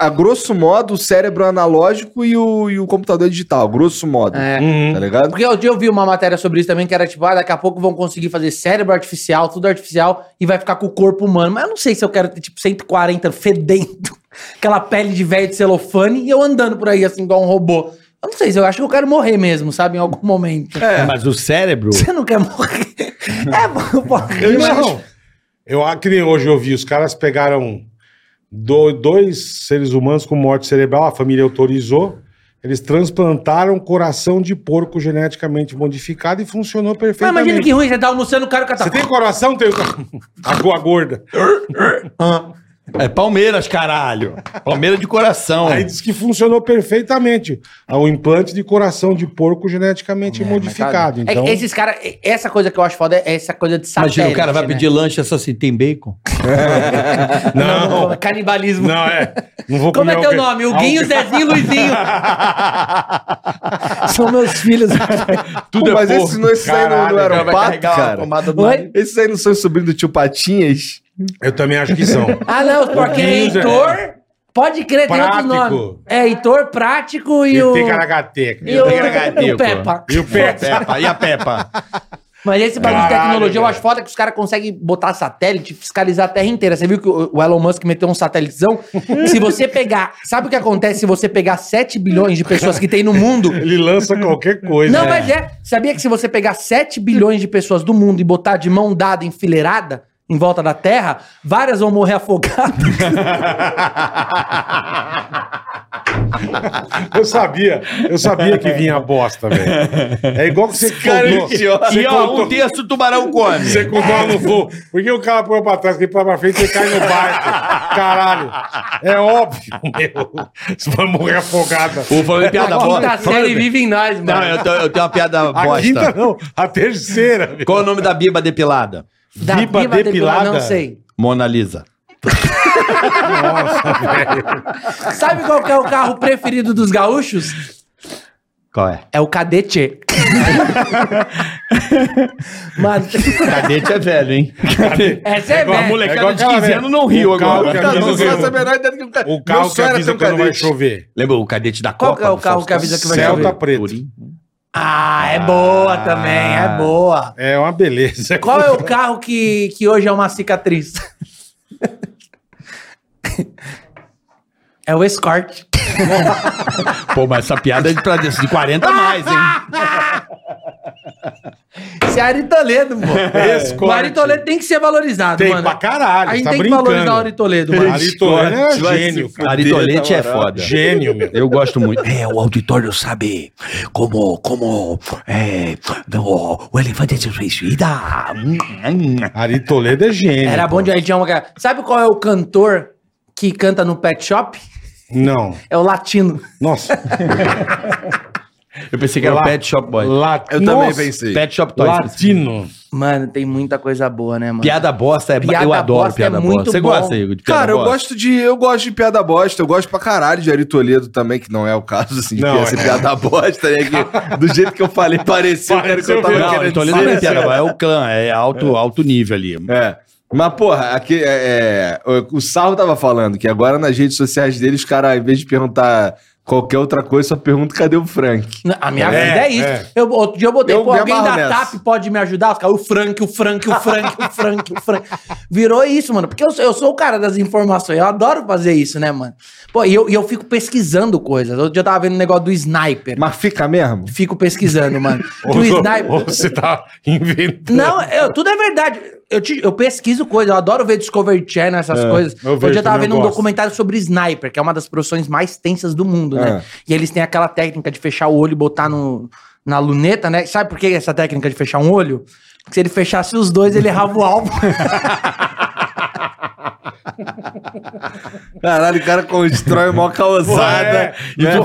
D: A grosso modo, o cérebro é analógico e o, e o computador é digital, grosso modo.
E: É.
B: Uhum.
D: Tá ligado?
E: Porque outro dia eu vi uma matéria sobre isso também, que era tipo, ah, daqui a pouco vão conseguir fazer cérebro artificial, tudo artificial, e vai ficar com o corpo humano. Mas eu não sei se eu quero ter, tipo, 140 fedendo, aquela pele de velho de celofane, e eu andando por aí, assim, igual um robô. Eu não sei se eu acho que eu quero morrer mesmo, sabe, em algum
A: é.
E: momento.
A: Mas o cérebro.
E: Você não quer morrer? É, morrer.
B: Eu não. Eu ah, que nem hoje eu vi, os caras pegaram do- dois seres humanos com morte cerebral, a família autorizou. Eles transplantaram coração de porco geneticamente modificado e funcionou
E: Mas
B: perfeitamente.
E: imagina que ruim, você tá almoçando, o cara que tá...
B: Você tem coração? Tem. A goa gorda.
A: É Palmeiras, caralho. Palmeiras de coração.
B: Aí diz que funcionou perfeitamente. O implante de coração de porco geneticamente modificado.
E: É que
B: Então,
E: esses caras, essa coisa que eu acho foda é essa coisa de satélite.
A: Imagina, o cara vai
E: né?
A: pedir lanche é só se tem bacon.
E: Não,
B: Não,
E: canibalismo.
B: não é. Não vou
E: Como é
B: comer
E: teu
B: alguém-
E: nome? Huguinho,
B: alguém-
E: Zezinho e Luizinho. São meus filhos.
D: Tudo
B: é
D: mas
B: porco.
D: esses, não, esses aí não, né, não
B: Caralho,
D: eram
B: cara, vai
D: pato, cara.
E: Oi?
D: Esses aí não são sobrinhos do tio Patinhas.
B: Eu também acho que são.
E: Ah, não, porque é
B: Huguinho, Zé.
E: Heitor. Pode crer, tem outro
B: Prático.
E: nome. É Heitor Prático e,
B: E
E: o.
B: tem caragateca.
E: E o,
A: tem HT,
E: e o
A: pô.
E: Peppa.
B: E o pé.
A: Peppa, e a Peppa?
E: Mas esse bagulho de
B: Caralho,
E: tecnologia, eu
B: velho.
E: acho foda que os caras conseguem botar satélite e fiscalizar a Terra inteira. Você viu que o o Elon Musk meteu um satélitezão? se você pegar. Sabe o que acontece se você pegar 7 bilhões de pessoas que tem no mundo?
B: Ele lança qualquer coisa. né?
E: Não, mas é. Sabia que se você pegar 7 bilhões de pessoas do mundo e botar de mão dada enfileirada em volta da Terra, várias vão morrer afogadas.
B: Eu sabia, eu sabia que vinha a bosta, velho. É igual que você contou. Você
A: E ó, um
B: contou,
A: terço o tubarão come.
B: você contou no voo. Porque o cara põe pra trás, que põe pra frente, você cai no barco. Caralho. É óbvio, meu. Você vai morrer afogada.
A: Pô, falando em piada bosta.
E: série vive em nós,
A: Não,
B: é
A: eu, tô- eu tenho uma piada
B: A quinta
A: bosta.
B: não, a terceira. meu.
A: Qual é o nome da biba depilada?
E: Da
B: Biba
E: Biba depilada,
B: depilada.
E: não sei.
A: Mona Lisa.
E: Sabe qual que é o carro preferido dos gaúchos?
A: Qual é?
E: É o Cadete. Mas,
A: Cadete é velho, hein?
E: essa é,
B: igual a mulher-
E: velho.
A: Molecada
B: igual
A: de
B: aquela,
A: 15
B: né?
A: anos não riu
B: O carro
A: agora.
B: que
A: Tá
B: avisa
A: louco.
B: que-
D: faço a menor ideia do que-
B: O carro
D: Meu
B: que
D: sonho era ter
B: avisa
D: um
B: quando vai
D: cadete.
B: chover.
A: Lembra o cadete da
E: Qual
A: Copa?
E: que é o
A: do
E: carro
A: Faustão?
E: que avisa que vai
B: Celta
E: chover?
B: preto.
A: Turim.
E: Ah, é boa também, é boa.
B: É uma beleza.
E: Qual é o carro que, que hoje é uma cicatriz? É o Escort.
A: Pô, mas essa piada é de pra dentro de 40 a mais, hein?
E: Esse é Ari Toledo, pô.
B: É, Escort.
E: O Ari Toledo tem que ser valorizado,
B: Tem
E: mano.
B: pra caralho,
E: A gente
B: tá
E: tem
B: brincando.
E: que valorizar o Ari Toledo, mano.
B: Ari Toledo é gênio, cara.
A: Aritolete é foda.
B: tá Gênio, meu.
A: Eu gosto muito.
F: É, o auditório sabe como, como, é, o, o
A: é
F: elefante se suicida.
B: Ari Toledo é gênio.
E: Era bom de aí tinha uma cara. Sabe qual é o cantor que canta no pet shop?
B: Não.
E: É o latino.
B: Nossa.
A: Eu pensei que era o
B: Lá-
A: Pet Shop Boy.
B: Lat...
D: Eu também
B: Nossa.
D: pensei.
A: Pet Shop Toys.
B: Latino.
E: Mano, tem muita coisa boa, né, mano?
A: Piada bosta é.
E: Piada
A: eu adoro
E: bosta é
A: piada
E: muito
A: bosta. Você
E: bom.
A: gosta, Igor, de piada
D: Cara, eu
A: bosta?
D: gosto de. Eu gosto de piada bosta, eu gosto pra caralho de Ari Toledo também, que não é o caso, assim, de
B: Não,
D: ser
B: é.
D: piada bosta, né? que do jeito que eu falei, pareceu, cara, que eu
B: Pareceu
D: tava
B: mesmo.
A: Não,
D: querendo
A: eu tô lendo
D: dizer.
A: não é piada bosta. É o clã, é alto, alto nível ali.
D: É. Mas, porra, aqui, é, é, o Sarro tava falando que agora nas redes sociais dele, os caras, em vez de perguntar qualquer outra coisa, só perguntam cadê o Frank.
E: A minha
B: É,
E: vida é isso.
B: é.
E: Eu, outro dia eu botei,
D: Eu
E: pô,
D: me
E: alguém da
D: amarro nessa.
E: TAP pode me ajudar? Os caras, o Frank, o Frank, o Frank, o Frank, o Frank. Virou isso, mano. Porque eu, sou- eu sou o cara das informações. Eu adoro fazer isso, né, mano? Pô, e eu, e eu fico pesquisando coisas. Outro dia eu tava vendo um negócio do sniper.
D: Mas fica mesmo?
E: Fico pesquisando, mano. Que
B: Ou,
E: o
B: ou-
E: sniper.
B: ou você tá inventando.
E: Não, eu- tudo é verdade. Eu, te- eu pesquiso coisas, eu adoro ver Discovery Channel, essas coisas.
B: É, eu
E: Hoje
B: vejo
E: eu tava
B: também,
E: vendo
B: eu
E: um
B: gosto.
E: documentário sobre sniper, que é uma das profissões mais tensas do mundo,
B: É.
E: né? E eles têm aquela técnica de fechar o olho e botar no, na luneta, né? Sabe por que essa técnica de fechar um olho? Porque se ele fechasse os dois, ele errava o alvo.
D: Caralho, o cara constrói mó
B: Porra,
D: causada.
B: é. E tu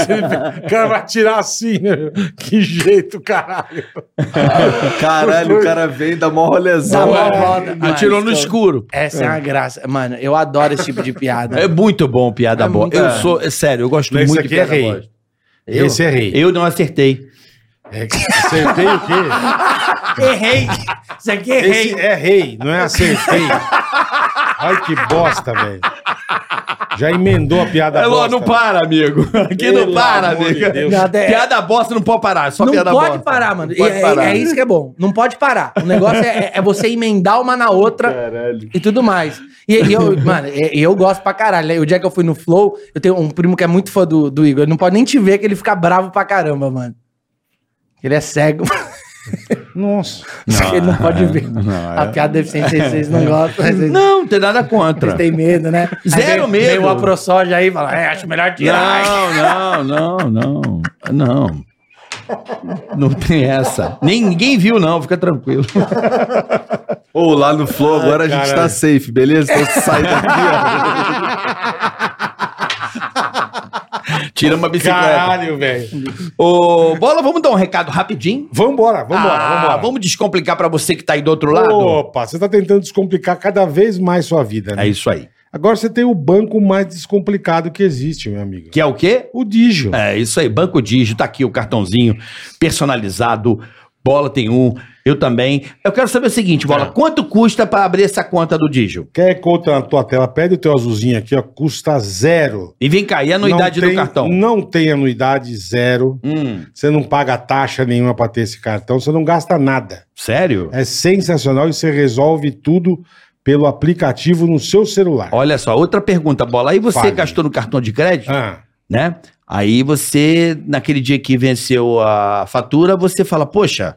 B: fica- O cara vai tirar assim, né? Que jeito, caralho. é.
D: Caralho, o cara vem da mó
E: Dá
D: rolezão.
E: mó roda. é, Mas,
A: Atirou no
E: cara,
A: escuro.
E: Essa é uma graça. Mano, eu adoro esse tipo de piada.
A: É muito bom piada
E: É muito
A: bosta. Eu
E: bom.
A: sou, é sério, eu gosto
B: Esse
A: muito de
B: aqui é
A: piada
B: rei.
A: bosta. Eu?
B: Esse é rei.
A: Eu não acertei.
B: É, acertei o quê?
E: Errei! Isso aqui é
B: Esse
E: errei.
B: é rei, não é acertei. Ai, que bosta, velho. Já emendou a piada
A: Ela
B: Tá bosta.
A: não para, amigo. Aqui
B: Pelo
A: não para,
B: amor de
A: amigo.
B: Deus.
E: Nada é-
A: Piada bosta não pode parar, só
E: não
A: piada
E: pode
A: bosta.
E: parar, mano.
A: Não pode
E: E é,
A: parar.
E: é isso que é bom. Não pode parar. O negócio é, é- é você emendar uma na outra e tudo mais. E, e eu, mano, e- e eu gosto pra caralho. né? O dia que eu fui no Flow, eu tenho um primo que é muito fã do, do Igor. Ele não pode nem te ver que ele fica bravo pra caramba, mano. Ele é cego.
B: Nossa.
E: ele não é. pode ver. a piada deficiente vocês não gostam. mas Vocês,
A: Não, não tem nada
E: vocês
A: contra.
E: têm medo, né? Aí
A: Zero
E: vem- Vem
A: medo.
E: o AproSoja aí e fala, é, acho melhor tirar.
A: Não, não, não, não. Não. Não tem essa. Nem, ninguém viu, não, fica tranquilo.
D: Ou lá no Flow, agora a gente
B: caralho.
D: tá safe, beleza? Então sai daqui,
A: Tira uma bicicleta.
B: Caralho, velho.
A: Ô, Bola, vamos dar um recado rapidinho?
B: Vambora, vambora,
A: Ah,
B: vambora.
A: Vamos descomplicar pra você que tá aí do outro lado?
B: Opa, você tá tentando descomplicar cada vez mais sua vida, né?
A: É isso aí.
B: Agora você tem o banco mais descomplicado que existe, meu amigo.
A: Que é o quê?
B: O Digio.
A: É isso aí, Banco Digio, tá aqui o cartãozinho personalizado. Bola tem um, eu também. Eu quero saber o seguinte, Bola,
B: Tá.
A: quanto custa pra abrir essa conta do Digio?
B: Quer conta na tua tela? Pede o teu azulzinho aqui, ó. Custa zero.
A: E vem cá, e a anuidade
B: Não
A: do
B: tem- um-
A: cartão?
B: Não tem anuidade zero.
A: Hum,
B: Você não paga taxa nenhuma pra ter esse cartão. Você não gasta nada.
A: sério?
B: É sensacional e você resolve tudo pelo aplicativo no seu celular.
A: Olha só, outra pergunta, Bola. Aí você
B: Fale.
A: gastou no cartão de crédito,
B: Ah,
A: né? Aí você, naquele dia que venceu a fatura, você fala, poxa,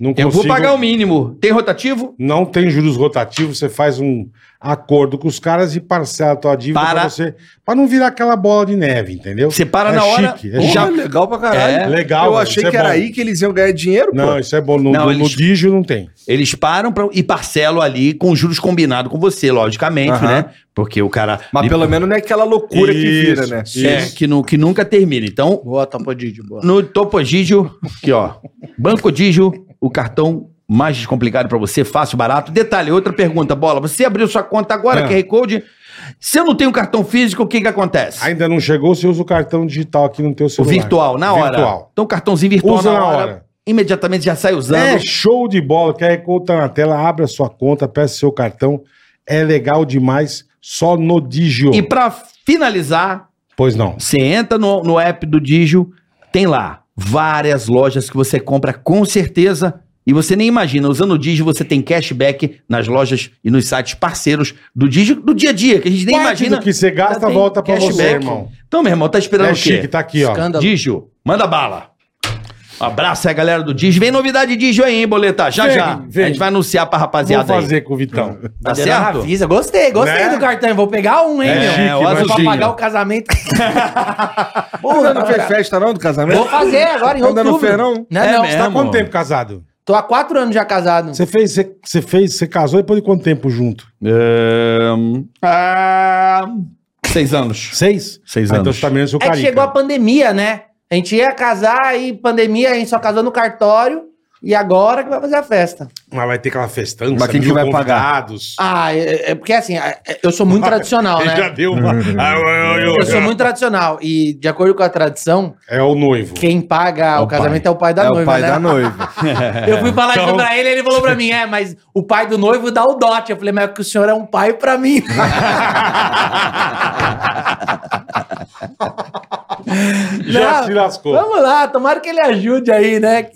B: não
A: eu vou
B: consigo-
A: pagar um- o mínimo. Tem rotativo?
B: Não tem juros rotativos, você faz um acordo com os caras e parcela a tua dívida
A: Para.
B: pra você. Pra não virar aquela bola de neve, entendeu?
A: Você para
B: É
A: na hora,
B: chique, é
D: ó.
B: chique.
A: já
D: Porra, legal pra caralho.
A: É.
B: Legal,
D: Eu
B: mano,
D: achei
B: isso é
D: que era
B: bom.
D: aí que eles iam ganhar dinheiro,
B: Não,
D: pô.
B: isso é bom. No,
A: Não,
B: no,
A: eles-
B: no Digio não tem.
A: Eles param pra, e parcelam ali com juros combinados com você, logicamente,
D: Aham.
A: né? Porque o cara.
D: Mas
A: li-
D: pelo menos não é aquela loucura que vira,
B: Isso,
D: né?
B: isso.
A: É, que, nu- que nunca termina. Então,
E: Boa, Topodídio, boa.
A: no Topogígio, aqui ó, Banco Digio, o cartão mais descomplicado pra você, fácil, barato. Detalhe, outra pergunta, Bola, você abriu sua conta agora,
B: Ah.
A: QR Code, se eu não tenho cartão físico, o que que acontece?
B: Ainda não chegou, você usa o cartão digital aqui no teu
A: o
B: celular.
A: virtual, na hora.
B: Virtual.
A: Então, cartãozinho virtual
B: Usa
A: na
B: na
A: hora,
B: hora.
A: imediatamente já sai usando.
B: É show de bola. QR Code tá na tela, abre a sua conta, peça seu cartão. É legal demais, só no Digio.
A: E pra finalizar,
B: Pois não.
A: Você entra no, no app do Digio, tem lá várias lojas que você compra com certeza. E você nem imagina, usando o Digio você tem cashback nas lojas e nos sites parceiros do Digio, do dia a dia, que a gente nem
B: Parte
A: imagina.
B: do que você
A: Já
B: gasta,
A: tem
B: volta pra você,
A: cashback.
B: irmão.
A: Então, meu irmão, tá esperando
B: É
A: o quê?
B: chique, tá aqui, ó.
E: Escândalo.
A: Digio, manda bala. Um abraço aí, galera do Digio. Vem novidade Digio aí, hein, Boleta? Já,
B: Vem,
A: já.
B: vem.
A: A gente vai anunciar pra
B: Vou
A: rapaziada aí.
B: fazer com o Vitão.
A: Tá
E: Bandeira
A: certo?
E: Avisa. Gostei, gostei
B: Né?
E: do cartão. Eu Vou pegar um, hein,
B: É
E: meu?
B: chique,
E: É, o
A: mas
E: pra
A: chique.
E: pagar o casamento.
D: Ainda
E: Porra,
D: não fez festa, não, do casamento?
E: Vou fazer agora em
D: Ainda
E: outubro.
D: não fez, não?
E: Não,
A: É
E: não.
A: mesmo?
B: Tá quanto tempo casado?
E: Tô há quatro anos já casado.
B: Você fez, você, você fez, você casou depois de quanto tempo junto?
A: Ahn, ah, seis anos.
B: Seis?
A: Seis
B: Ah, então
A: anos.
B: você tá menos o
E: É que
B: carinho.
E: chegou a pandemia, né? A gente ia casar e pandemia, a gente só casou no cartório. E agora que vai fazer a festa.
B: Mas vai ter aquela festança,
D: Mas quem que
B: mil
D: vai pagar?
B: convidados.
E: Ah, é, é porque assim, é- é- eu sou muito tradicional,
B: Ele já
E: né?
B: deu uma... Ah, eu- eu- eu-
E: Eu sou muito tradicional. E de acordo com a tradição,
B: É o noivo.
E: quem paga o,
A: o
E: casamento é o pai da
D: é
E: noiva,
D: o pai
E: né?
D: da noiva.
E: Eu fui falar isso
B: Então-
E: pra ele, ele falou pra mim, é, mas o pai do noivo dá o dote. Eu falei, mas é que o senhor é um pai pra mim.
B: Já
E: Não,
B: se lascou.
E: Vamos lá, tomara que ele ajude aí, né?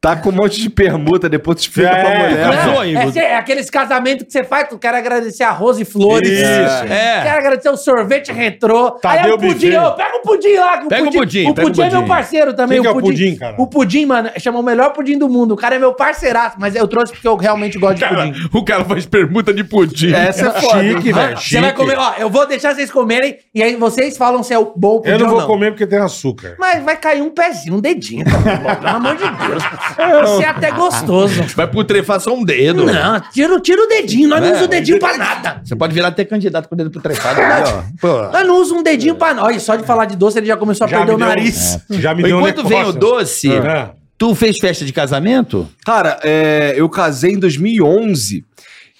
D: Tá com um monte de permuta, depois tu explica
B: É,
D: pra mulher.
A: casou,
E: É,
A: Igor?
E: é, é aqueles casamentos que você faz, tu quero agradecer arroz e flores.
B: Isso.
A: É.
E: Quero agradecer o sorvete retrô.
B: Tadeu
E: aí é o pudim,
B: Buffet.
E: ô, pega o pudim lá. que
A: Pega o pudim,
E: O
A: pega o
E: pudim é meu
A: pudim.
E: parceiro
B: Quem
E: também.
B: que é o pudim, cara?
E: O pudim, mano, chama o melhor pudim do mundo. O cara é meu parceiraço, mas eu trouxe porque eu realmente gosto de pudim.
A: O cara faz permuta de pudim.
D: Essa é foda. hein?
B: Chique, velho,
E: Você vai
B: chique.
E: comer, ó, eu vou deixar vocês comerem e aí vocês falam se é o bom pudim
B: Eu não
E: ou
B: vou comer porque tem açúcar.
E: Mas vai cair um pezinho, um dedinho. tá bom, Pelo amor de Deus. Você é até gostoso.
A: Vai putrefar só um dedo.
E: Não, tira, o- tira o dedinho. Nós não usamos o dedinho pra nada.
A: Você pode virar até candidato com o dedo putrefado.
E: Nós não usamos um dedinho pra nada. Olha, só de falar de doce, ele já começou a
B: Já
E: perder
B: me
E: o
B: deu-
E: nariz.
B: É. Já me deu um
A: Enquanto vem o
B: negócio.
A: doce,
B: É.
A: tu fez festa de casamento?
D: Cara, é, eu casei em 2011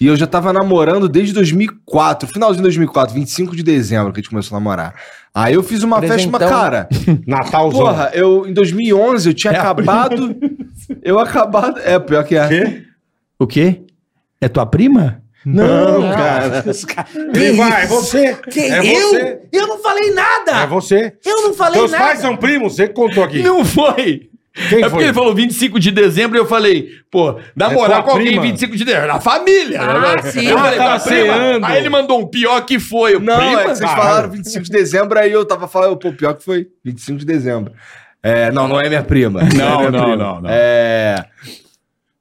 D: e eu já tava namorando desde 2004, finalzinho de 2004, 25 de dezembro que a gente começou a namorar. Aí eu fiz uma festa, mas
E: Presentão.
D: cara,
B: Natalzão.
D: porra, eu em 2011 eu tinha
A: É,
D: acabado, eu acabado, é pior que é.
B: Quê?
A: O quê? É tua prima?
B: Não, cara.
E: Os caras-
B: Quem vai? É
E: isso?
B: você.
E: Quem?
B: É
E: eu?
B: você.
E: Eu não falei nada.
B: É você.
E: Eu não falei
B: Teus
E: nada.
B: pais são primos? Você que contou aqui.
A: Não foi.
B: Quem
A: é
B: foi?
A: porque ele falou 25 de dezembro e eu falei, pô, na
B: É
A: moral
B: tua
A: com alguém
B: prima.
A: 25 de dezembro, na família.
E: Ah,
A: né?
E: sim.
A: Eu falei,
B: Ah, tava
A: "Pra prima.
B: ceando.
A: Aí ele mandou um pior que foi. Eu,
D: Não,
A: prima?
D: é que vocês
B: Caralho.
D: falaram 25 de dezembro, aí eu tava falando, pô, pior que foi, 25 de dezembro. É, não, não é minha prima.
A: Não,
D: é minha
A: não,
D: prima.
A: não, não.
D: É.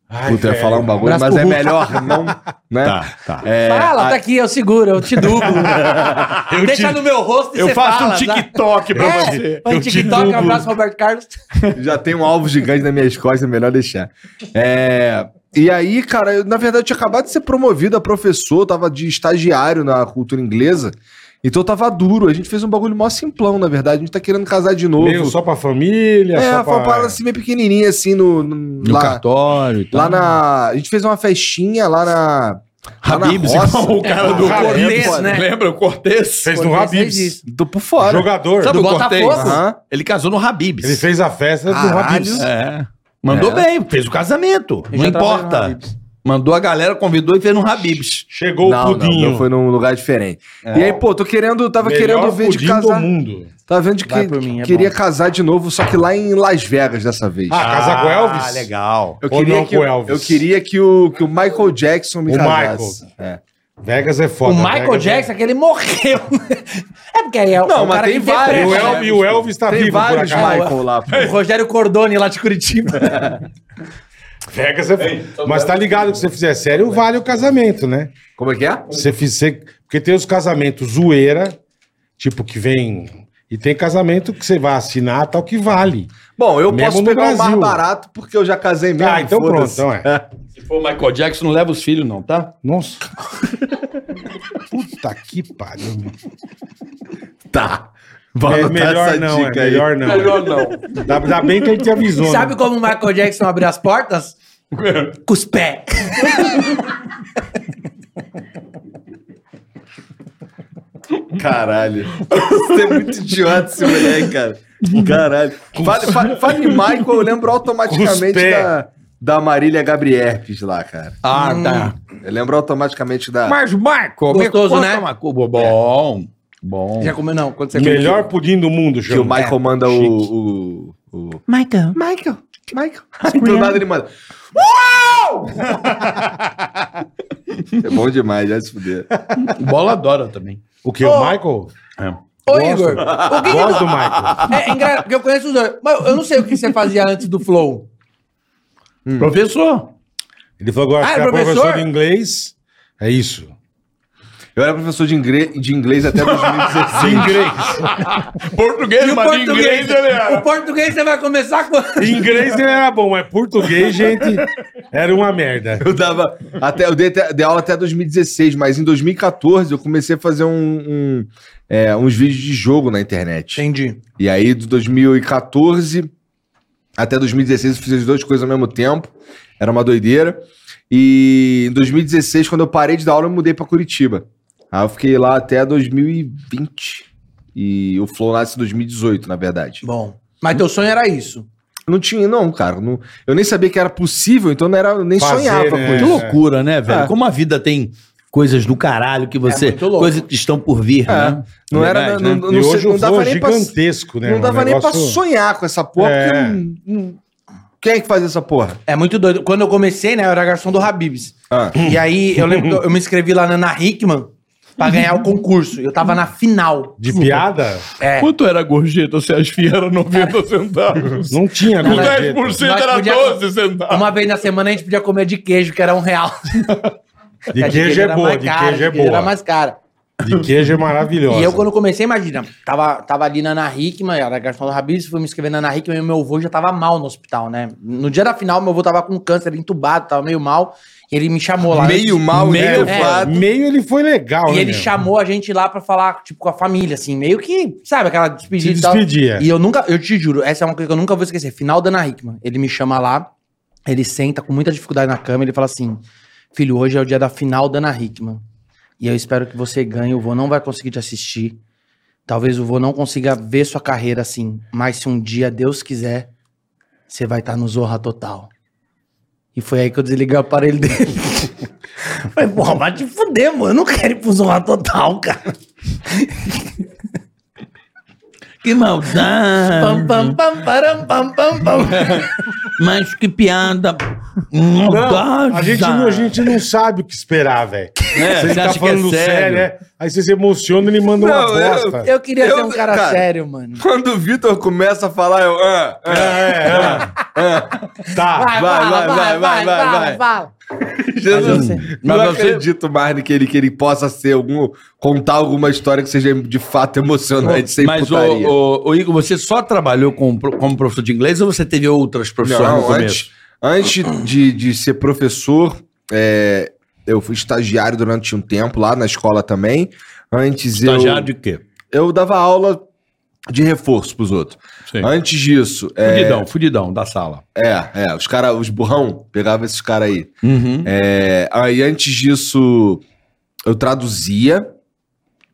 B: Ai,
D: Puta, eu ia
B: velho.
D: falar um bagulho,
E: Abraço pro
D: mas é
E: Hulk.
D: melhor não, né?
A: Tá, tá.
D: É,
E: Fala, tá aqui, eu seguro, eu te dublo.
A: Eu
E: Deixa
A: te-
E: no meu rosto e
A: Eu
E: você
A: faço
E: fala,
A: um TikTok pra
E: Tá?
A: você.
E: É, faz TikTok, abraço, Roberto Carlos.
D: Já tem um alvo gigante nas minhas costas, é melhor deixar. É, E aí, cara, eu, na verdade, eu tinha acabado de ser promovido a professor, eu tava de estagiário na cultura inglesa, então eu tava duro. A gente fez um bagulho mó simplão, na verdade. A gente tá querendo casar de novo.
B: Meio só pra família,
D: é,
B: só
D: foi uma
B: pra...
D: parada assim meio pequenininha, assim, no, no- lá,
A: cartório e
D: lá na. A gente fez uma festinha lá na. lá na
A: Habibs,
D: roça.
A: igual o cara
B: É,
A: do
B: Habibs,
A: Cortez,
E: né?
A: lembra? O Cortez.
B: Fez no
E: Pô,
B: Habibs.
E: isso.
D: Tô por fora.
B: Jogador.
A: Sabe
E: Do
A: o Cortez?
E: Botafogo?
D: Aham.
A: Ele casou no Habibs.
B: Ele fez a festa do
D: Caralho.
B: Habibs.
A: É. Mandou
D: É.
A: bem, fez o casamento.
E: Eu
A: não
E: já tá trabalhei no
A: importa.
E: Habib's.
A: Mandou a galera, convidou e fez no Habibs.
B: Chegou o
D: não, não,
B: pudinho. É.
D: não, foi num lugar diferente. E aí, pô, tô querendo, tava
B: Melhor
D: querendo ver de
B: pudim do
D: casar.
B: mundo.
D: Tava vendo de
E: Vai
D: que
E: por mim, é
D: queria
E: bom.
D: casar de novo, só que lá em Las Vegas dessa vez.
B: Ah, casar com Elvis?
A: Ah, legal.
D: eu
B: ou
D: queria
B: não
D: que
B: com
D: o-
B: Elvis.
D: eu queria que o que o Michael Jackson me
B: O
D: casasse. É.
B: Vegas é foda.
E: O Michael
B: Vegas é-
E: Jackson, aquele morreu. É porque aí é o
D: Não,
E: o
D: mas
E: cara
D: tem
E: que depressa,
D: vários,
B: E o
E: né?
B: Elvis, e o Elvis tá
D: Tem
B: vivo, por
D: vários
B: acaso.
D: Michael lá. pô.
A: É.
E: O Rogério Cordoni lá de Curitiba.
B: Vegas é foda. Mas tá ligado que se você fizer sério, vale o casamento, né?
D: Como é que é?
B: Você fizer... Porque tem os casamentos zoeira, tipo, que vem... E tem casamento que você vai assinar tal que vale.
D: Bom, eu
B: Mesmo
D: posso
B: no
D: pegar o mais
B: Brasil.
D: barato porque eu já casei mesmo.
B: ah, então pronto.
D: foda-se.
B: Então é.
A: Se for o Michael Jackson, não leva os filhos, não, tá?
B: Nossa. Puta que pariu, meu.
D: Tá. Vamos
B: É
D: anotar
B: melhor
D: essa
B: não, é
D: dica aí.
B: melhor não. Melhor não. Dá, dá bem que ele te
A: É.
B: avisou.
E: Sabe
B: né?
E: como o Michael Jackson abriu as portas? Com os pés.
D: Caralho. Você é muito idiota esse moleque, cara. Caralho. Fale, fale, fale em Michael, eu lembro
B: Com os
D: automaticamente
B: pé.
D: da, da Marília Gabrierpes lá, cara.
A: Ah, tá.
D: Eu lembro automaticamente da.
A: Mas, Michael,
E: Gostoso,
A: me
E: né?
A: conta uma coisa. Bom, bom.
E: Já comeu, não. Quando você comeu.
B: Melhor pudim do mundo,
D: que o
B: chama. É,
D: Michael manda o, o, o. Michael. Michael. Michael. Aí do nada ele manda. Uau! é bom demais, já se fuder.
A: Bola adora também.
B: O que? O Michael?
E: Ô,
B: Gosto.
E: Igor, o que
B: Gosto
E: que...
B: do Michael.
E: É, engraçado, porque eu conheço os dois. Mas eu não sei o que você fazia antes do Flow.
A: Professor.
B: Ele falou agora
E: Ah,
B: que
E: é
B: era professor?
E: professor?
B: de inglês. É isso.
D: Eu era professor de, ingre- de inglês até
E: Ah.
D: 2016.
B: De inglês.
A: Português,
E: E o
A: mas
E: português?
A: inglês ele era.
E: O português você vai começar com...
B: Em inglês ele era bom, mas português, gente, era uma merda.
D: Eu dava. Até, eu dei, até- dei aula até 2016, mas em 2014 eu comecei a fazer um, um, é, uns vídeos de jogo na internet.
E: Entendi.
D: E aí, de 2014 até 2016, eu fiz as duas coisas ao mesmo tempo. Era uma doideira. E em 2016, quando eu parei de dar aula, eu mudei pra Curitiba. Aí eu fiquei lá até 2020. E o Flow nasce em 2018, na verdade.
E: Bom, mas teu sonho era isso.
D: Não tinha, não, cara. Não- eu nem sabia que era possível, então não era, eu nem
B: Fazer,
D: sonhava
B: né?
D: com
A: Que
D: isso.
A: loucura, né, velho?
D: É.
A: Como a vida tem coisas do caralho que você.
E: muito louco.
A: coisas que estão por vir,
D: É.
A: né?
D: Não
A: Verdade,
D: era,
A: né?
D: não, não,
B: e
D: não
B: hoje
D: sei- não
B: o
D: dava
B: flow é
D: nem pra,
B: gigantesco, né?
D: não
B: um
D: dava nem pra
B: negócio-
D: sonhar com essa porra,
B: É.
D: porque não- não- Quem é que faz essa porra?
E: É muito doido. Quando eu comecei, né, eu era garçom do Habibs.
D: Ah.
E: E aí, eu lembro que eu- eu me inscrevi lá na Ana Hickman pra ganhar o concurso. Eu tava na final.
B: De piada,
E: É.
A: Quanto era a gorjeta se as fias eram 90 centavos?
B: não tinha.
A: O
B: gorjeta.
A: 10%
E: Nós
A: era
E: podia-
A: 12 centavos.
E: Uma vez na semana a gente podia comer de queijo, que era um real.
B: De
E: A
B: queijo é
E: era
B: boa,
E: mais
B: de
E: cara,
B: queijo é
E: Era
B: boa.
E: mais cara.
B: De queijo é maravilhosa.
E: E eu, quando comecei, imagina, tava, tava ali na Ana Hickman, era garçom do Habibs, fui me inscrever na Ana Hickman e meu avô já tava mal no hospital, né? No dia da final, meu avô tava com câncer, entubado, tava meio mal. E ele me chamou lá.
D: Meio mal,
B: É,
D: meio
E: é.
D: fado.
B: meio ele foi legal,
E: E
B: né?
E: ele
B: meu?
E: chamou a gente lá pra falar, tipo, com a família, assim, meio que, sabe, aquela
B: Se
E: despedida. e tal.
B: despedia.
D: É.
E: E eu nunca, eu te juro, essa é uma coisa que eu nunca vou esquecer. Final da Ana Hickman. Ele me chama lá, ele senta com muita dificuldade na cama, ele fala assim: Filho, hoje é o dia da final da Ana Hickman. E eu espero que você ganhe. O vô não vai conseguir te assistir. Talvez o vô não consiga ver sua carreira assim. Mas se um dia Deus quiser, você vai estar no Zorra Total. E foi aí que eu desliguei o aparelho dele.
G: Falei, porra, vai te fuder, mano. Eu não quero ir pro Zorra Total, cara.
A: Que maldade!
G: Pam, pam, pam, param, pam, pam, pam.
A: Mas que piada!
B: Não, a gente não, a gente não sabe o que esperar, velho.
A: É,
B: você
A: você
B: tá
A: acha que é
B: falando sério,
A: sério?
B: é. Aí você se emociona e ele manda uma
D: Não, eu-
B: bosta.
E: Eu queria
D: Eu-
E: ser um cara,
D: cara,
E: sério, mano.
D: Quando o Vitor começa a falar, eu. ah, ah,
B: É, Tá.
D: vai, vai, vai, vai, vai.
E: fala.
D: É, Jesus,
E: Mas
D: não
A: mas você-
D: acredito mais que ele, que ele possa ser algum. contar alguma história que seja de fato emocionante, sem
A: Mas, o,
D: é putaria.
A: Igor, você só trabalhou com, pro- como professor de inglês ou você teve outras profissões no
D: Não,
A: começo?
D: antes, antes de, de ser professor, é, eu fui estagiário durante um tempo lá na escola também. Antes
A: Estagiário de quê?
D: eu, eu dava aula de reforço pros outros.
A: Sim.
D: Antes disso, é,
A: Fudidão, fudidão da sala.
D: é, é, os caras, os burrão, pegava esses caras aí. É, aí antes disso, eu traduzia.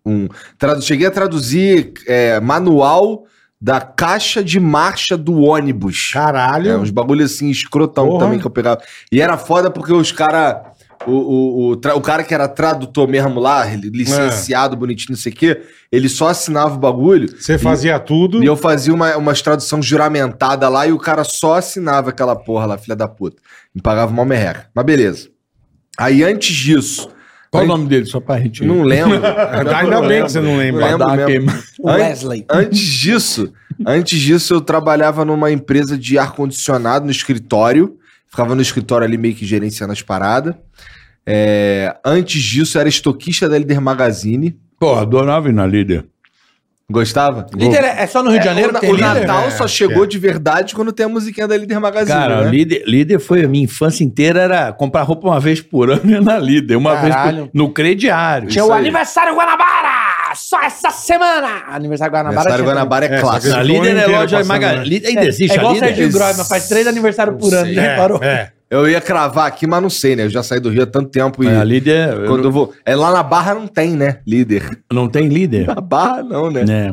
D: Um, tradu- cheguei a traduzir é, manual da caixa de marcha do ônibus. É,
B: Caralho.
D: uns bagulho assim, escrotão
B: Porra.
D: também que eu pegava. E era foda porque os caras. O, o, o, tra- o cara que era tradutor mesmo lá, li-
B: É.
D: licenciado, bonitinho, não sei o quê, ele só assinava o bagulho.
B: Você fazia tudo.
D: E eu fazia uma, umas tradução juramentada lá e o cara só assinava aquela porra lá, filha da puta. Me pagava uma merreca. Mas beleza. Aí antes disso,
A: Qual
D: Aí-
A: o nome dele? Só pra gente.
D: não lembro.
B: Ainda bem que você não
D: não
B: lembra.
D: lembro
A: Dar
D: mesmo.
A: queima-
E: O
D: Antes-
E: Wesley.
D: Antes disso, antes disso eu trabalhava numa empresa de ar condicionado no escritório. Ficava no escritório ali meio que gerenciando as paradas. É, antes disso eu era estoquista da Líder Magazine.
A: Pô, adorava ir na líder.
D: Gostava?
E: Líder é é só no Rio de Janeiro?
D: o, na-
E: tem
D: o
E: líder?
D: Natal
B: né?
D: só chegou de verdade quando tem a musiquinha da Líder Magazine.
A: Cara,
D: né?
A: líder, líder foi a minha infância inteira, era comprar roupa uma vez por ano ia na líder, uma vez
E: Caralho.
A: por, no crediário.
E: Tinha
D: É, Isso
E: o
D: aí.
E: aniversário Guanabara! Só essa semana! Aniversário Guanabara.
D: Aniversário
E: tinha-
D: Guanabara é,
B: É,
D: clássico.
A: Na
B: ficou
A: líder é
B: inteiro
A: loja
B: passando,
A: Maga...
B: né?
A: líder-
E: É,
A: Ainda existe
E: é igual
A: a
E: o
A: líder?
E: Sérgio Grossman, faz três aniversários por ano, né? já
B: É,
E: reparou?
B: é.
D: Eu ia cravar aqui, mas não sei, né? Eu já saí do Rio há tanto tempo e
A: É, a líder eu
D: quando eu vou. É lá na Barra não tem, né? Líder.
A: não, não tem líder.
D: Na Barra não, né?
A: né?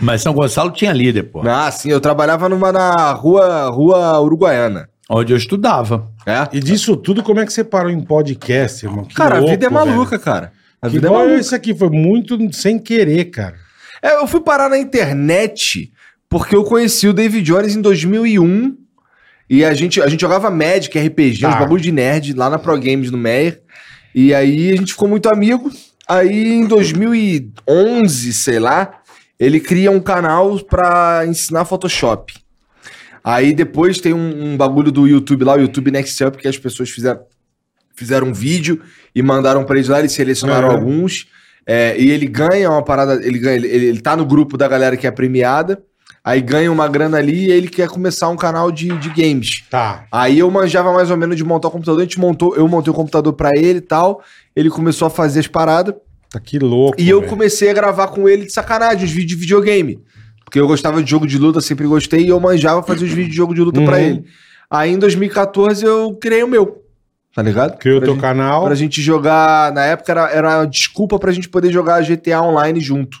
A: Mas São Gonçalo tinha líder, pô.
D: Ah, sim, eu trabalhava numa na rua, rua Uruguaiana.
A: Onde eu estudava.
D: É?
B: E disso tudo, como é que você parou em podcast, irmão? Que
D: cara, a vida é
B: louco,
D: maluca, cara. A
B: velho. que
D: vida é
B: igual
D: maluca.
B: isso aqui, foi muito sem querer, cara.
D: É, eu fui parar na internet porque eu conheci o David Jones em 2001 e a gente, a gente jogava Magic, RPG, uns
B: Tá.
D: bagulho de nerd lá na Pro Games no Meyer. E aí a gente ficou muito amigo. Aí em 2011, sei lá, ele cria um canal pra ensinar Photoshop. Aí depois tem um, um bagulho do YouTube lá, o YouTube Next Up, que as pessoas fizeram, fizeram um vídeo e mandaram pra eles lá, eles selecionaram
B: Uhum.
D: alguns. É, e ele ganha uma parada, ele ganha, ele, ele tá no grupo da galera que é premiada, aí ganha uma grana ali e ele quer começar um canal de, de games.
B: Tá.
D: Aí eu manjava mais ou menos de montar o computador, a gente montou, eu montei o computador pra ele e tal, ele começou a fazer as paradas,
B: Tá que louco.
D: e eu
B: velho.
D: comecei a gravar com ele de sacanagem, os vídeos de videogame. Porque eu gostava de jogo de luta, sempre gostei, e eu manjava fazer os vídeos de jogo de luta pra
B: Uhum.
D: ele. Aí em 2014 eu criei o meu, tá ligado?
B: Criou
D: Pra
B: teu
D: gente-
B: canal.
D: Pra gente jogar. Na época era, era uma desculpa pra gente poder jogar GTA online junto.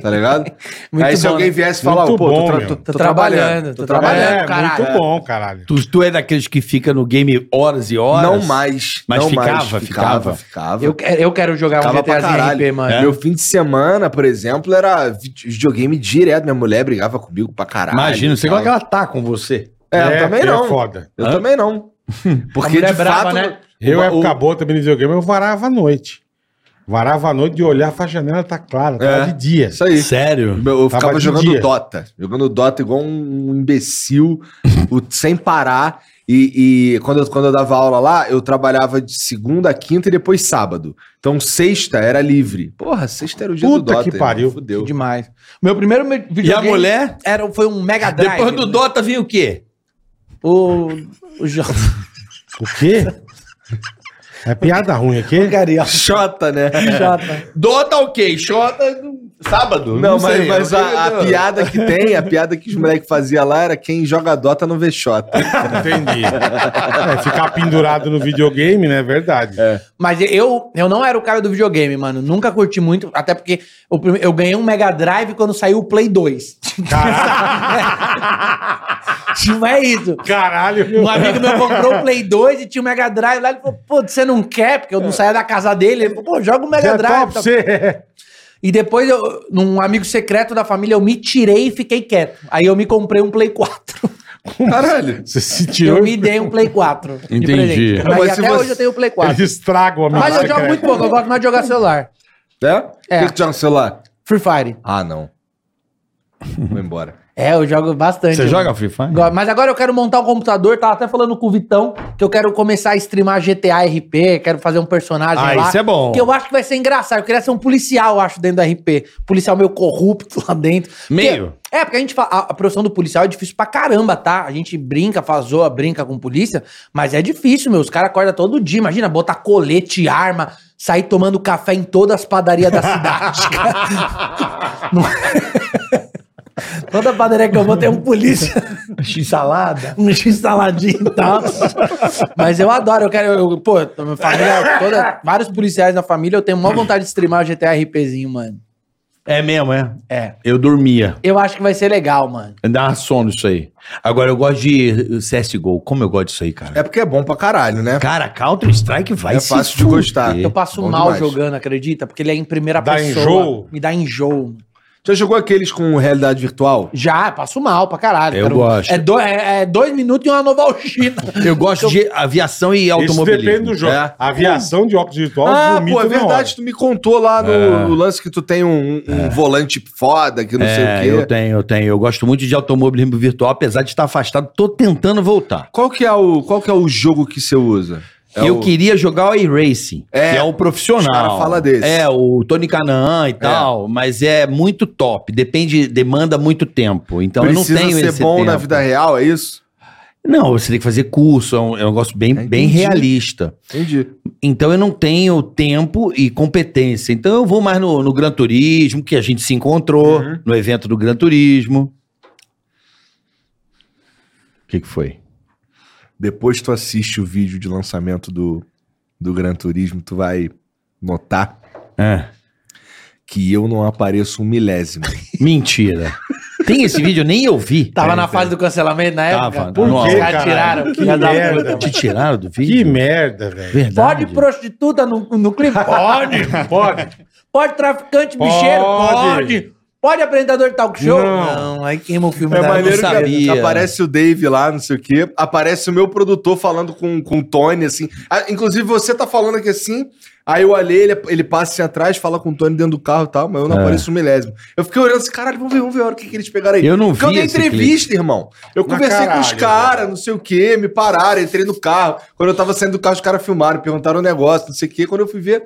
D: Tá ligado?
E: Muito
D: Aí se
E: bom,
D: alguém
E: né?
D: viesse falar,
B: Muito
D: pô, tô,
B: bom,
D: tra-
B: meu.
D: tô-
E: Tô
D: tô trabalhando,
E: trabalhando,
D: tô
E: tô
D: trabalhando.
E: trabalhando.
B: É,
E: caralho.
B: muito bom, caralho.
A: Tu, tu é daqueles que fica no game horas e horas?
D: Não mais.
A: Mas
D: não
A: ficava,
D: mais,
A: ficava.
D: ficava.
E: Eu, quero- eu quero jogar um
D: Ficava pra
E: GTAzinho
D: caralho. É,
E: RP, mano.
D: Meu fim de semana, por exemplo, era vide- videogame direto. Minha mulher brigava comigo pra caralho.
A: Imagina, você
D: Ela-
A: igual que ela tá com você.
D: É, eu também
B: porque
D: não.
B: É foda.
D: Eu
A: Hã?
D: também não. Porque
E: mulher
D: de
E: é brava,
D: fato.
E: né?
B: Eu,
D: o-
B: época
D: o-
B: boa também no videogame, eu varava a noite. Varava a noite de olhar pra janela, tá clara, tá
D: É.
B: de dia.
D: Isso aí.
A: Sério?
D: Eu
B: Tava
D: ficava
B: de
D: jogando
B: dia.
D: Dota. Jogando Dota igual um imbecil, o- sem parar. E, e quando, eu, quando eu dava aula lá, eu trabalhava de segunda, a quinta e depois sábado. Então sexta era livre. Porra, sexta era o dia do
B: Puta
D: Dota.
B: que
D: irmão.
B: pariu.
D: Fudeu.
E: Demais. Meu primeiro me-
A: E a
E: videogame
A: mulher?
E: era, foi um Mega Drive.
A: Depois do Dota vinha o quê?
E: O, o jogo.
B: O quê? É piada ruim aqui?
E: Porcaria.
D: Xota, né?
E: Jota.
A: Dota ok, Xota sábado.
D: Não, mas,
A: sei,
D: mas
A: eu não
D: a, a
A: sei.
D: piada que tem, a piada que os moleques faziam lá era quem joga Dota não vê Xota.
B: Entendi. É, ficar pendurado no videogame, né? É verdade.
E: Mas eu, eu não era o cara do videogame, mano. Nunca curti muito, até porque eu, prime- eu ganhei um Mega Drive quando saiu o Play 2.
B: Caralho.
E: Tipo, é isso.
B: Caralho.
E: Um amigo meu comprou o Play 2 e tinha o Mega Drive lá. Ele falou, pô, você não quer? Porque eu não saía da casa dele. Ele falou, pô, joga o Mega
B: Já
E: Drive.
B: tá pra você.
E: E depois, eu, num amigo secreto da família, eu me tirei e fiquei quieto. Aí eu me comprei um Play 4.
D: Caralho.
B: Você se tirou.
E: Eu me dei um Play 4. de
A: Entendi.
E: presente.
A: Não,
E: Mas,
D: mas se
E: até
D: você-
E: hoje eu tenho o Play 4.
B: Eles estragam a minha
E: Mas eu jogo muito pouco, eu gosto mais de jogar celular.
D: É?
E: É.
D: O que que tu joga no celular?
E: Free Fire.
D: Ah, não. Vou embora.
E: É, eu jogo bastante.
A: Você
E: Eu-
A: joga Free Fire?
E: Go- Mas agora eu quero montar um computador, tava até falando com o Vitão, que eu quero começar a streamar GTA RP, quero fazer um personagem
A: Ah,
E: lá.
A: isso é bom.
E: Que eu acho que vai ser engraçado, eu queria ser um policial, eu acho, dentro do RP. Policial meio corrupto lá dentro. Porque-
A: Meio?
E: é, porque a gente fala, a, a profissão do policial é difícil pra caramba, tá? A gente brinca, faz zoa, brinca com polícia, mas é difícil, meu, os caras acordam todo dia, imagina, botar colete, arma... Sair tomando café em todas as padarias da cidade. cara. Não- é? Toda padaria que eu vou tem um polícia
A: X-salada.
E: um x saladinho e tal. Mas eu adoro, eu quero. eu- pô, minha família toda. Vários policiais na família, eu tenho maior vontade de streamar o GTA RPzinho, mano.
A: É mesmo, é?
E: É.
A: Eu dormia.
E: Eu acho que vai ser legal, mano.
A: Dá sono isso aí. Agora, eu gosto de CSGO. Como eu gosto disso aí, cara?
D: É porque é bom pra caralho, né?
A: Cara, Counter-Strike vai
D: É
A: se
D: fácil de
A: fuder.
D: gostar.
E: Eu passo
D: Bom
E: mal
D: demais.
E: jogando, acredita? Porque ele é em primeira
B: Dá
E: pessoa.
B: enjoo?
E: Me dá enjoo.
D: Já jogou aqueles com realidade virtual?
E: Já, eu passo mal pra caralho.
A: Eu gosto.
E: É, do- é- é dois minutos e uma novalgina.
A: Eu gosto de aviação e
B: Isso
A: automobilismo.
B: depende do jogo.
A: É.
B: Aviação de óculos virtual,
D: Ah,
B: vomita
D: pô, é
B: na
D: verdade,
B: hora.
D: tu me contou lá no, no lance que tu tem um, um volante foda, que não
A: É,
D: sei o
A: eu
D: quê.
A: tenho, eu tenho. Eu gosto muito de automobilismo virtual, apesar de estar afastado, tô tentando voltar.
D: Qual que, é o, qual que é o jogo que você usa? É
A: eu
D: o-
A: queria jogar o iRacing,
D: É,
A: que é o profissional.
D: os cara fala desse.
A: É, o Tony Canaan e tal, mas é muito top. Depende, demanda muito tempo. Então
D: Precisa
A: eu não tenho
D: ser
A: esse
D: bom
A: tempo.
D: na vida real, é isso?
A: Não, você tem que fazer curso, é um, é um negócio bem,
D: Entendi.
A: bem realista.
D: Entendi.
A: Então eu não tenho tempo e competência. Então eu vou mais no, no Gran Turismo, que a gente se encontrou no evento do Gran Turismo. O que, que foi?
D: Depois tu assiste o vídeo de lançamento do, do Gran Turismo, tu vai notar
A: Ah,
D: que eu não apareço um milésimo.
A: mentira. tem esse vídeo, eu nem eu vi. É
E: Tava na fase do cancelamento na época.
A: Tava.
B: Por
A: Nossa.
B: quê,
E: Os
B: cara?
E: caras tiraram.
B: Que
E: filha da
B: merda.
E: puta.
A: Te né? tiraram do vídeo?
B: Que merda, velho.
A: Verdade.
E: Pode prostituta no, no clipe? Pode.
B: Pode.
E: Pode traficante
B: Pode.
E: bicheiro? Pode. Pode apresentador de talk show?
B: Não.
E: aí queima o filme
D: É
E: da-
D: maneiro
A: não
D: que
A: sabia.
D: aparece o Dave lá, não sei o quê. Aparece o meu produtor falando com, com o Tony, assim. Ah, inclusive, você tá falando aqui assim. Aí eu olhei, ele, ele passa assim atrás, fala com o Tony dentro do carro e tal, mas eu não
A: É.
D: apareço um milésimo. Eu fiquei olhando assim, caralho, vamos ver, vamos ver a hora que, que eles pegaram aí.
A: Eu não
D: Porque eu
A: vi
D: dei
A: esse
D: entrevista, irmão. Eu
B: Mas
D: conversei com os
B: caralho,
D: caras,
B: velho.
D: não sei o quê, me pararam, entrei no carro. Quando eu tava saindo do carro, os caras filmaram, perguntaram um negócio, não sei o quê. Quando eu fui ver,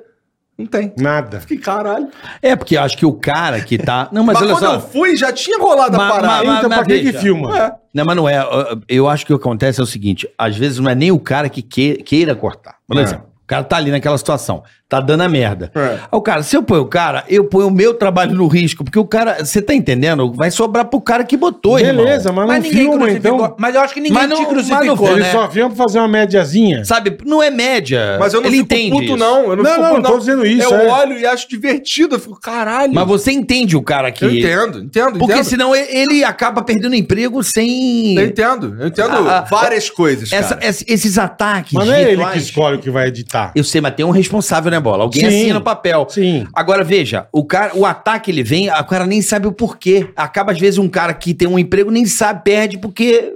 D: não tem.
B: Nada.
D: Que caralho.
A: É, porque eu acho que o cara que tá. Não, mas,
D: Mas,
A: olha
D: quando
A: só.
D: eu fui, já tinha rolado a
A: Mas-
D: parada.
A: mas-
B: Então,
A: mas
B: pra que que
A: veja.
B: filma?
D: É.
A: Não, mas não é. Eu- Eu acho que o que acontece é o seguinte: às vezes não é nem o cara que que- queira cortar. Por
D: É.
A: exemplo, o cara tá ali naquela situação, tá dando a merda.
D: É.
A: Aí o cara, se eu ponho o cara, eu ponho o meu trabalho no risco, porque o cara, você tá entendendo? Vai sobrar pro cara que botou,
B: Beleza, mas não
E: Mas ninguém
B: filma,
E: crucificou.
B: então.
E: Mas eu acho que ninguém
A: Mas não-
E: te
A: mas
E: crucificou,
A: não foi,
B: Ele
E: né?
B: só vieram pra fazer uma médiazinha.
A: Sabe? Não é média.
D: Mas eu não
A: Ele
D: fico
A: entende
D: puto,
A: isso.
D: não. Eu não,
B: Não,
D: fico
B: não,
D: puto,
B: não tô dizendo isso,
D: Eu
B: é.
D: olho e acho divertido. Eu fico, caralho.
A: Mas você entende o cara que.
D: eu entendo, entendo,
A: Porque
D: entendo.
A: senão e- ele acaba perdendo emprego sem.
D: Eu entendo, eu entendo
A: Ah, ah,
D: várias coisas,
A: essa-
D: cara.
A: ess- esses ataques.
B: Mas não é ele que
A: virtuais.
B: escolhe o que vai editar.
A: Eu sei, mas tem um responsável, né, bola? Alguém
B: Sim.
A: assina o papel.
B: Sim.
A: Agora, veja, o, cara, o ataque ele vem, a cara nem sabe o porquê. Acaba, às vezes, um cara que tem um emprego nem sabe, perde, porque.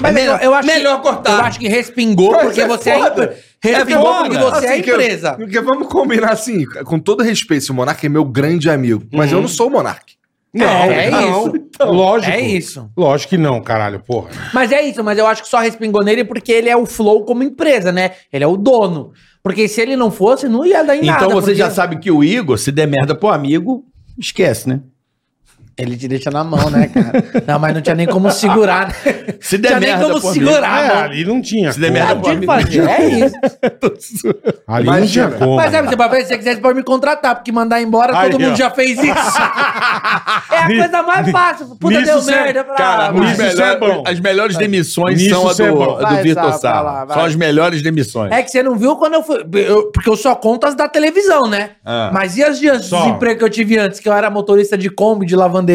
E: Mas
A: é melhor,
E: eu acho
A: melhor
E: que,
A: cortar.
E: Eu acho que respingou
D: Mas
E: porque
D: é
E: você é,
D: foda.
E: empre- respingou
A: É foda.
E: porque você é
D: Assim, que eu-
E: empresa.
D: Porque vamos combinar assim, com todo respeito, se o Monark é meu grande amigo, mas eu não sou o Monark.
B: Não,
E: é
B: não. então.
E: isso.
B: Lógico.
E: É isso.
B: Lógico que não, caralho, porra.
E: Mas é isso, mas eu acho que só respingou nele porque ele é o Flow como empresa, né? Ele é o dono. Porque se ele não fosse, não ia dar em nada.
A: então você
E: porque
A: já sabe que o Igor, se der merda pro amigo, esquece, né?
E: Ele te deixa na mão, né, cara? Não, mas não tinha nem como segurar. Né?
A: Se
E: Não
A: der
E: tinha nem
A: merda
E: como
A: pro
E: segurar,
B: É,
E: mano.
B: ali não tinha.
A: Se der
B: como.
A: merda,
E: Ah,
A: pô.
E: tinha que fazer. É isso.
B: Ali
D: Imagina.
B: não tinha como.
E: Mas é, você pode, se você quiser, você pode me contratar, porque mandar embora,
B: Aí,
E: todo mundo
B: ó.
E: já fez isso. é a
B: Ni-
E: coisa mais fácil. Puta,
B: nisso é
E: deu
B: cê-
E: merda. ah, pra-
A: Cara,
E: vai.
A: os
B: Isso é bom.
A: melhores, as melhores demissões
B: Isso
A: são a
B: é bom.
A: do, a do
E: Vai,
A: Vitor
E: Sarra, vai lá,
A: Sarra.
E: vai.
A: São as melhores demissões.
E: É que você não viu quando eu fui. eu- porque eu só conto as da televisão, né?
A: Ah.
E: Mas e as de antes
B: Só.
E: dos empregos que eu tive antes, que eu era motorista de Kombi, de lavanderia,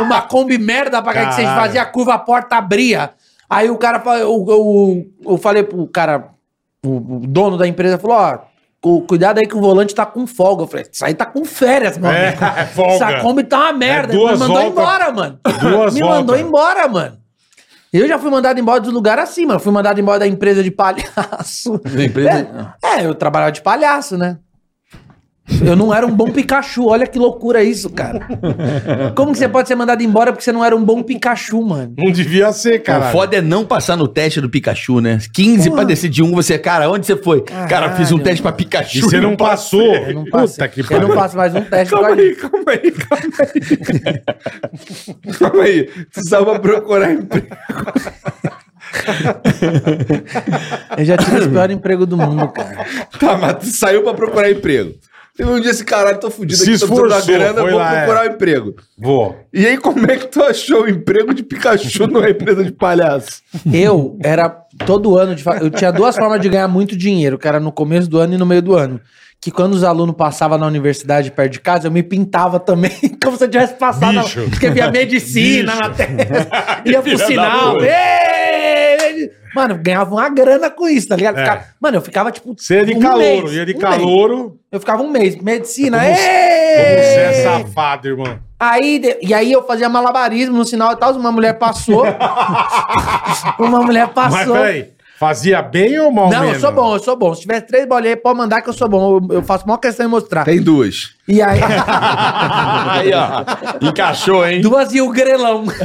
E: uma Kombi merda pra cá que vocês
B: Caralho.
E: faziam a curva, a porta abria. Aí o cara, fa- eu, eu, eu falei pro cara, o, o dono da empresa, falou, ó, cu- cuidado aí que o volante tá com folga. Eu falei, isso aí tá com férias, meu
B: É,
E: amigo.
B: é folga.
E: Essa Kombi tá uma merda.
B: duas
E: me mandou
B: voltas-
E: embora, mano.
B: duas
E: me
B: voltas.
E: mandou embora, mano. Eu já fui mandado embora dos lugares assim, mano. Fui mandado embora da empresa de palhaço.
A: empresa-
E: É, é, eu trabalhava de palhaço, né? Eu não era um bom Pikachu. Olha que loucura isso, cara. Como que você pode ser mandado embora porque você não era um bom Pikachu, mano?
B: Não devia ser, cara.
A: O foda é não passar no teste do Pikachu, né? 15 pra decidir um, você, cara, onde você foi? Cara, fiz um teste pra Pikachu.
B: E você não passou.
E: Eu não passo,
B: Puta que
E: eu não
B: pariu.
E: faço mais um teste.
D: Calma
E: por causa
D: aí, calma aí, calma aí. calma aí. Precisava procurar emprego.
E: disso. Eu já tive os piores empregos do mundo, cara.
D: Tá, mas tu saiu pra procurar emprego. Teve um dia esse caralho, tô fudido
B: Se
D: aqui, tô precisando da
B: esforçou,
D: grana,
B: foi
D: vou
B: lá,
D: procurar
B: é.
D: um emprego.
B: Vou.
D: E aí, como é que tu achou o emprego de Pikachu numa empresa de palhaço?
E: Eu era todo ano de fa- eu tinha duas formas de ganhar muito dinheiro, que era no começo do ano e no meio do ano. Que quando os alunos passavam na universidade perto de casa, eu me pintava também, como se eu tivesse passado. na-
B: Bicho.
E: Escrevia medicina na testa, ia pro sinal. "Ê!" Mano, eu ganhava uma grana com isso, tá ligado?
B: É.
E: Ficava- Mano, eu ficava tipo.
B: Você é de
E: um
B: calouro,
E: mês,
B: ia de
E: um mês.
B: calouro.
E: Eu ficava um mês. Medicina.
B: É como
E: "Ê!"
B: Você é safado, irmão.
E: Aí, de- e aí eu fazia malabarismo no sinal e tal, uma mulher passou. uma mulher
B: Mas
E: passou.
B: peraí, fazia bem ou mal
E: não,
B: mesmo?
E: eu sou bom, eu sou bom. Se tiver três bolinhas aí, pode mandar que eu sou bom. Eu, eu faço a maior questão de mostrar.
D: Tem duas.
E: E aí,
A: Aí, ó. Encaixou, hein?
E: duas e o grelão.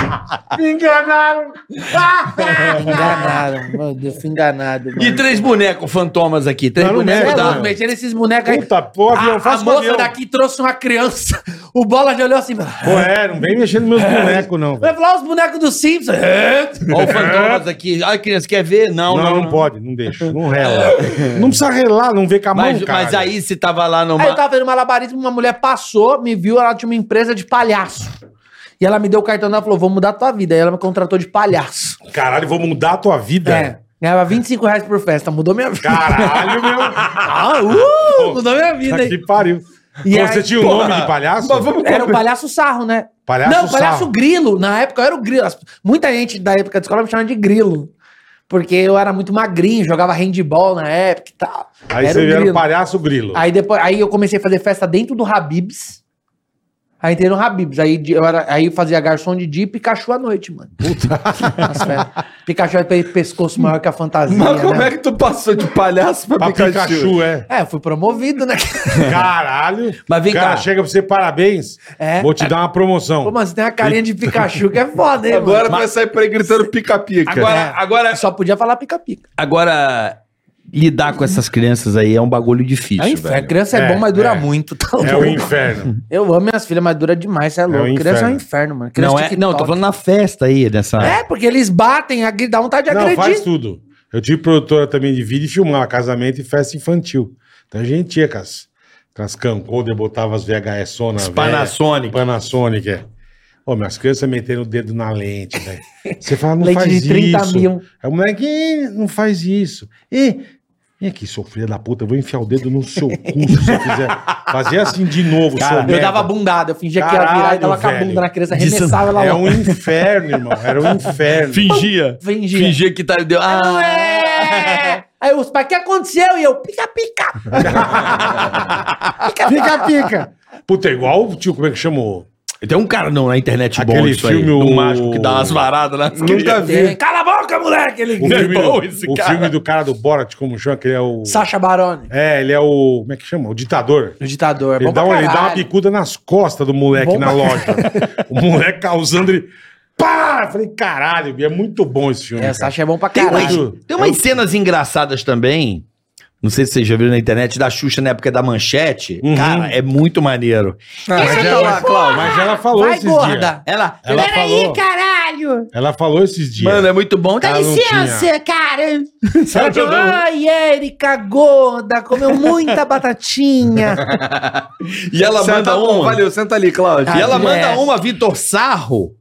B: Me enganaram.
E: enganado, meu Deus, fui enganado.
A: E três bonecos fantomas aqui. Três
B: Não, não
A: bonecos
B: mexe,
A: da-
B: não.
E: Mexendo esses bonecos aí.
B: Puta, pô, avião,
E: a, a
B: faço
E: moça
B: avião.
E: daqui trouxe uma criança. O Bola já olhou assim.
B: Pô, é, não vem mexendo nos meus bonecos, não. velho.
E: Vai falar os bonecos do Simpsons. É.
A: Ó, o fantomas aqui. Ai, criança, quer ver? Não,
B: Não, não, pode, não deixa, não rela. não precisa relar, não vê com a mão,
A: Mas,
B: cara.
A: mas aí você tava lá numa.
E: Aí tá- eu tava vendo malabarismo, uma mulher passou, me viu, ela tinha uma empresa de palhaço. E ela me deu o cartão dela e falou: vou mudar tua vida. Aí ela me contratou de palhaço.
B: Caralho, vou mudar a tua vida.
E: É. Ganhava 25 reais por festa, mudou minha vida.
B: Caralho, meu.
E: Ah, uh, mudou minha vida,
B: Tá que
E: hein?
B: pariu.
E: E
B: Pô, você
E: aí,
B: tinha o nome de palhaço?
E: Era o palhaço sarro, né?
B: Palhaço
E: Não, palhaço
B: sarro.
E: grilo. Na época eu era o grilo. As- Muita gente da época da escola me chamava de grilo. Porque eu era muito magrinho, jogava handball na época e tal.
B: Aí
E: Era
B: você
E: o
B: era o
E: grilo.
B: palhaço grilo.
E: Aí depois, aí eu comecei a fazer festa dentro do Habibs. Aí entrei no Habibs. Aí de- eu era- aí eu fazia garçom de dia e Pikachu à noite, mano. Puta. Nas festas. Pikachu é pe- pescoço maior que a fantasia,
D: Mas como
E: né?
D: é que tu passou de palhaço pra,
B: Pra
D: Pikachu?
B: Pikachu, é.
E: É, eu fui promovido, né?
B: Caralho.
A: Mas vem
B: o cara
A: cá.
B: chega pra você, parabéns.
E: É.
B: Vou te dar uma
E: Pô,
B: promoção.
E: mano, você tem uma carinha de Pikachu que é foda, hein,
D: Agora
E: mano?
D: tu vai sair por aí gritando pica-pica.
B: É.
A: Agora, agora,
E: Só podia falar pica-pica.
A: agora, lidar com essas crianças aí é um bagulho difícil,
E: É um inferno.
A: velho.
E: Criança é,
B: É,
E: bom, mas dura
B: é.
E: muito. Tá
B: É
E: louco?
B: o inferno.
E: Eu amo minhas filhas, mas dura demais, você é louco.
B: um
E: criança é um
B: inferno.
E: inferno, mano. Criança
A: Não, é,
E: TikTok.
A: não, tô falando na festa aí, dessa.
E: É, porque eles batem, agri- dá vontade de
B: Não, faz
E: agredir.
B: tudo. Eu tive produtora também de vídeo e filmava casamento e festa infantil. Então a gente ia com as, com as camcorder, botava as VHS na
A: As
B: velha.
A: Panasonic.
B: Panasonic, é. Ô, minhas crianças metendo o dedo na lente, velho. Você fala, não
E: Leite
B: faz
E: de 30
B: isso.
E: mil.
B: É o moleque, "Ih, não faz isso. E, e aqui, seu filho da puta, eu vou enfiar o dedo no seu cu se você fizer. Fazia assim de novo, seu
E: Eu
B: merda.
E: dava bundada, eu fingia que ia virar e
B: Caralho,
E: tava com a
B: velho.
E: bunda na criança,
A: Disso-
E: arremessava ela
B: É
E: lá.
B: um inferno, irmão. Era um inferno.
A: Fingia.
E: Fingia.
A: Fingia que tá. Deu...
E: Não
A: Ah,
E: é! Aí os pais, o que aconteceu? E eu, pica-pica!
B: Pica, pica. Puta, é igual o tio, como é que chamou?
A: Tem um cara não, na internet bom
B: Aquele
A: disso
B: filme,
A: aí.
B: o-
A: Do mágico que dá umas varadas lá.
D: Nunca vi.
E: Cala a boca, moleque! Ele...
B: O filme,
A: É bom
B: do,
A: esse
B: o
A: cara.
B: filme do cara do Borat, como chama, que ele é o...
E: Sacha Barone,
B: É, ele é o... Como é que chama? O ditador.
E: o ditador. É
B: Ele
E: bom
B: dá,
E: pra
B: uma, ele dá uma
E: caralho.
B: bicuda nas costas do moleque
E: Bom
B: na
E: pra-
B: loja. o moleque causando ele. Pá! Eu falei, caralho, é muito bom esse filme.
E: É, o
B: cara.
E: Sacha é bom pra
A: Tem
E: caralho.
A: umas, tem umas cenas engraçadas também. Não sei se vocês já viram na internet da Xuxa na época da manchete.
B: Uhum.
A: Cara, é muito maneiro. tá
B: mas,
E: é
B: ela, Cláudio, mas ela falou
E: Vai,
B: esses dias.
E: gorda!
A: Ah, Ela.
B: Ela falou,
C: caralho!
B: ela falou esses dias.
A: Mano, é muito bom.
B: Ela não tinha.
C: cara!
B: Sabe, todo mundo-
E: Ai, Érica gorda, comeu muita batatinha.
A: E ela
D: Senta,
A: manda
D: bom,
A: uma.
D: Valeu, senta ali, Cláudio.
A: E ela
E: Ah, é.
A: manda uma Vitor Sarro.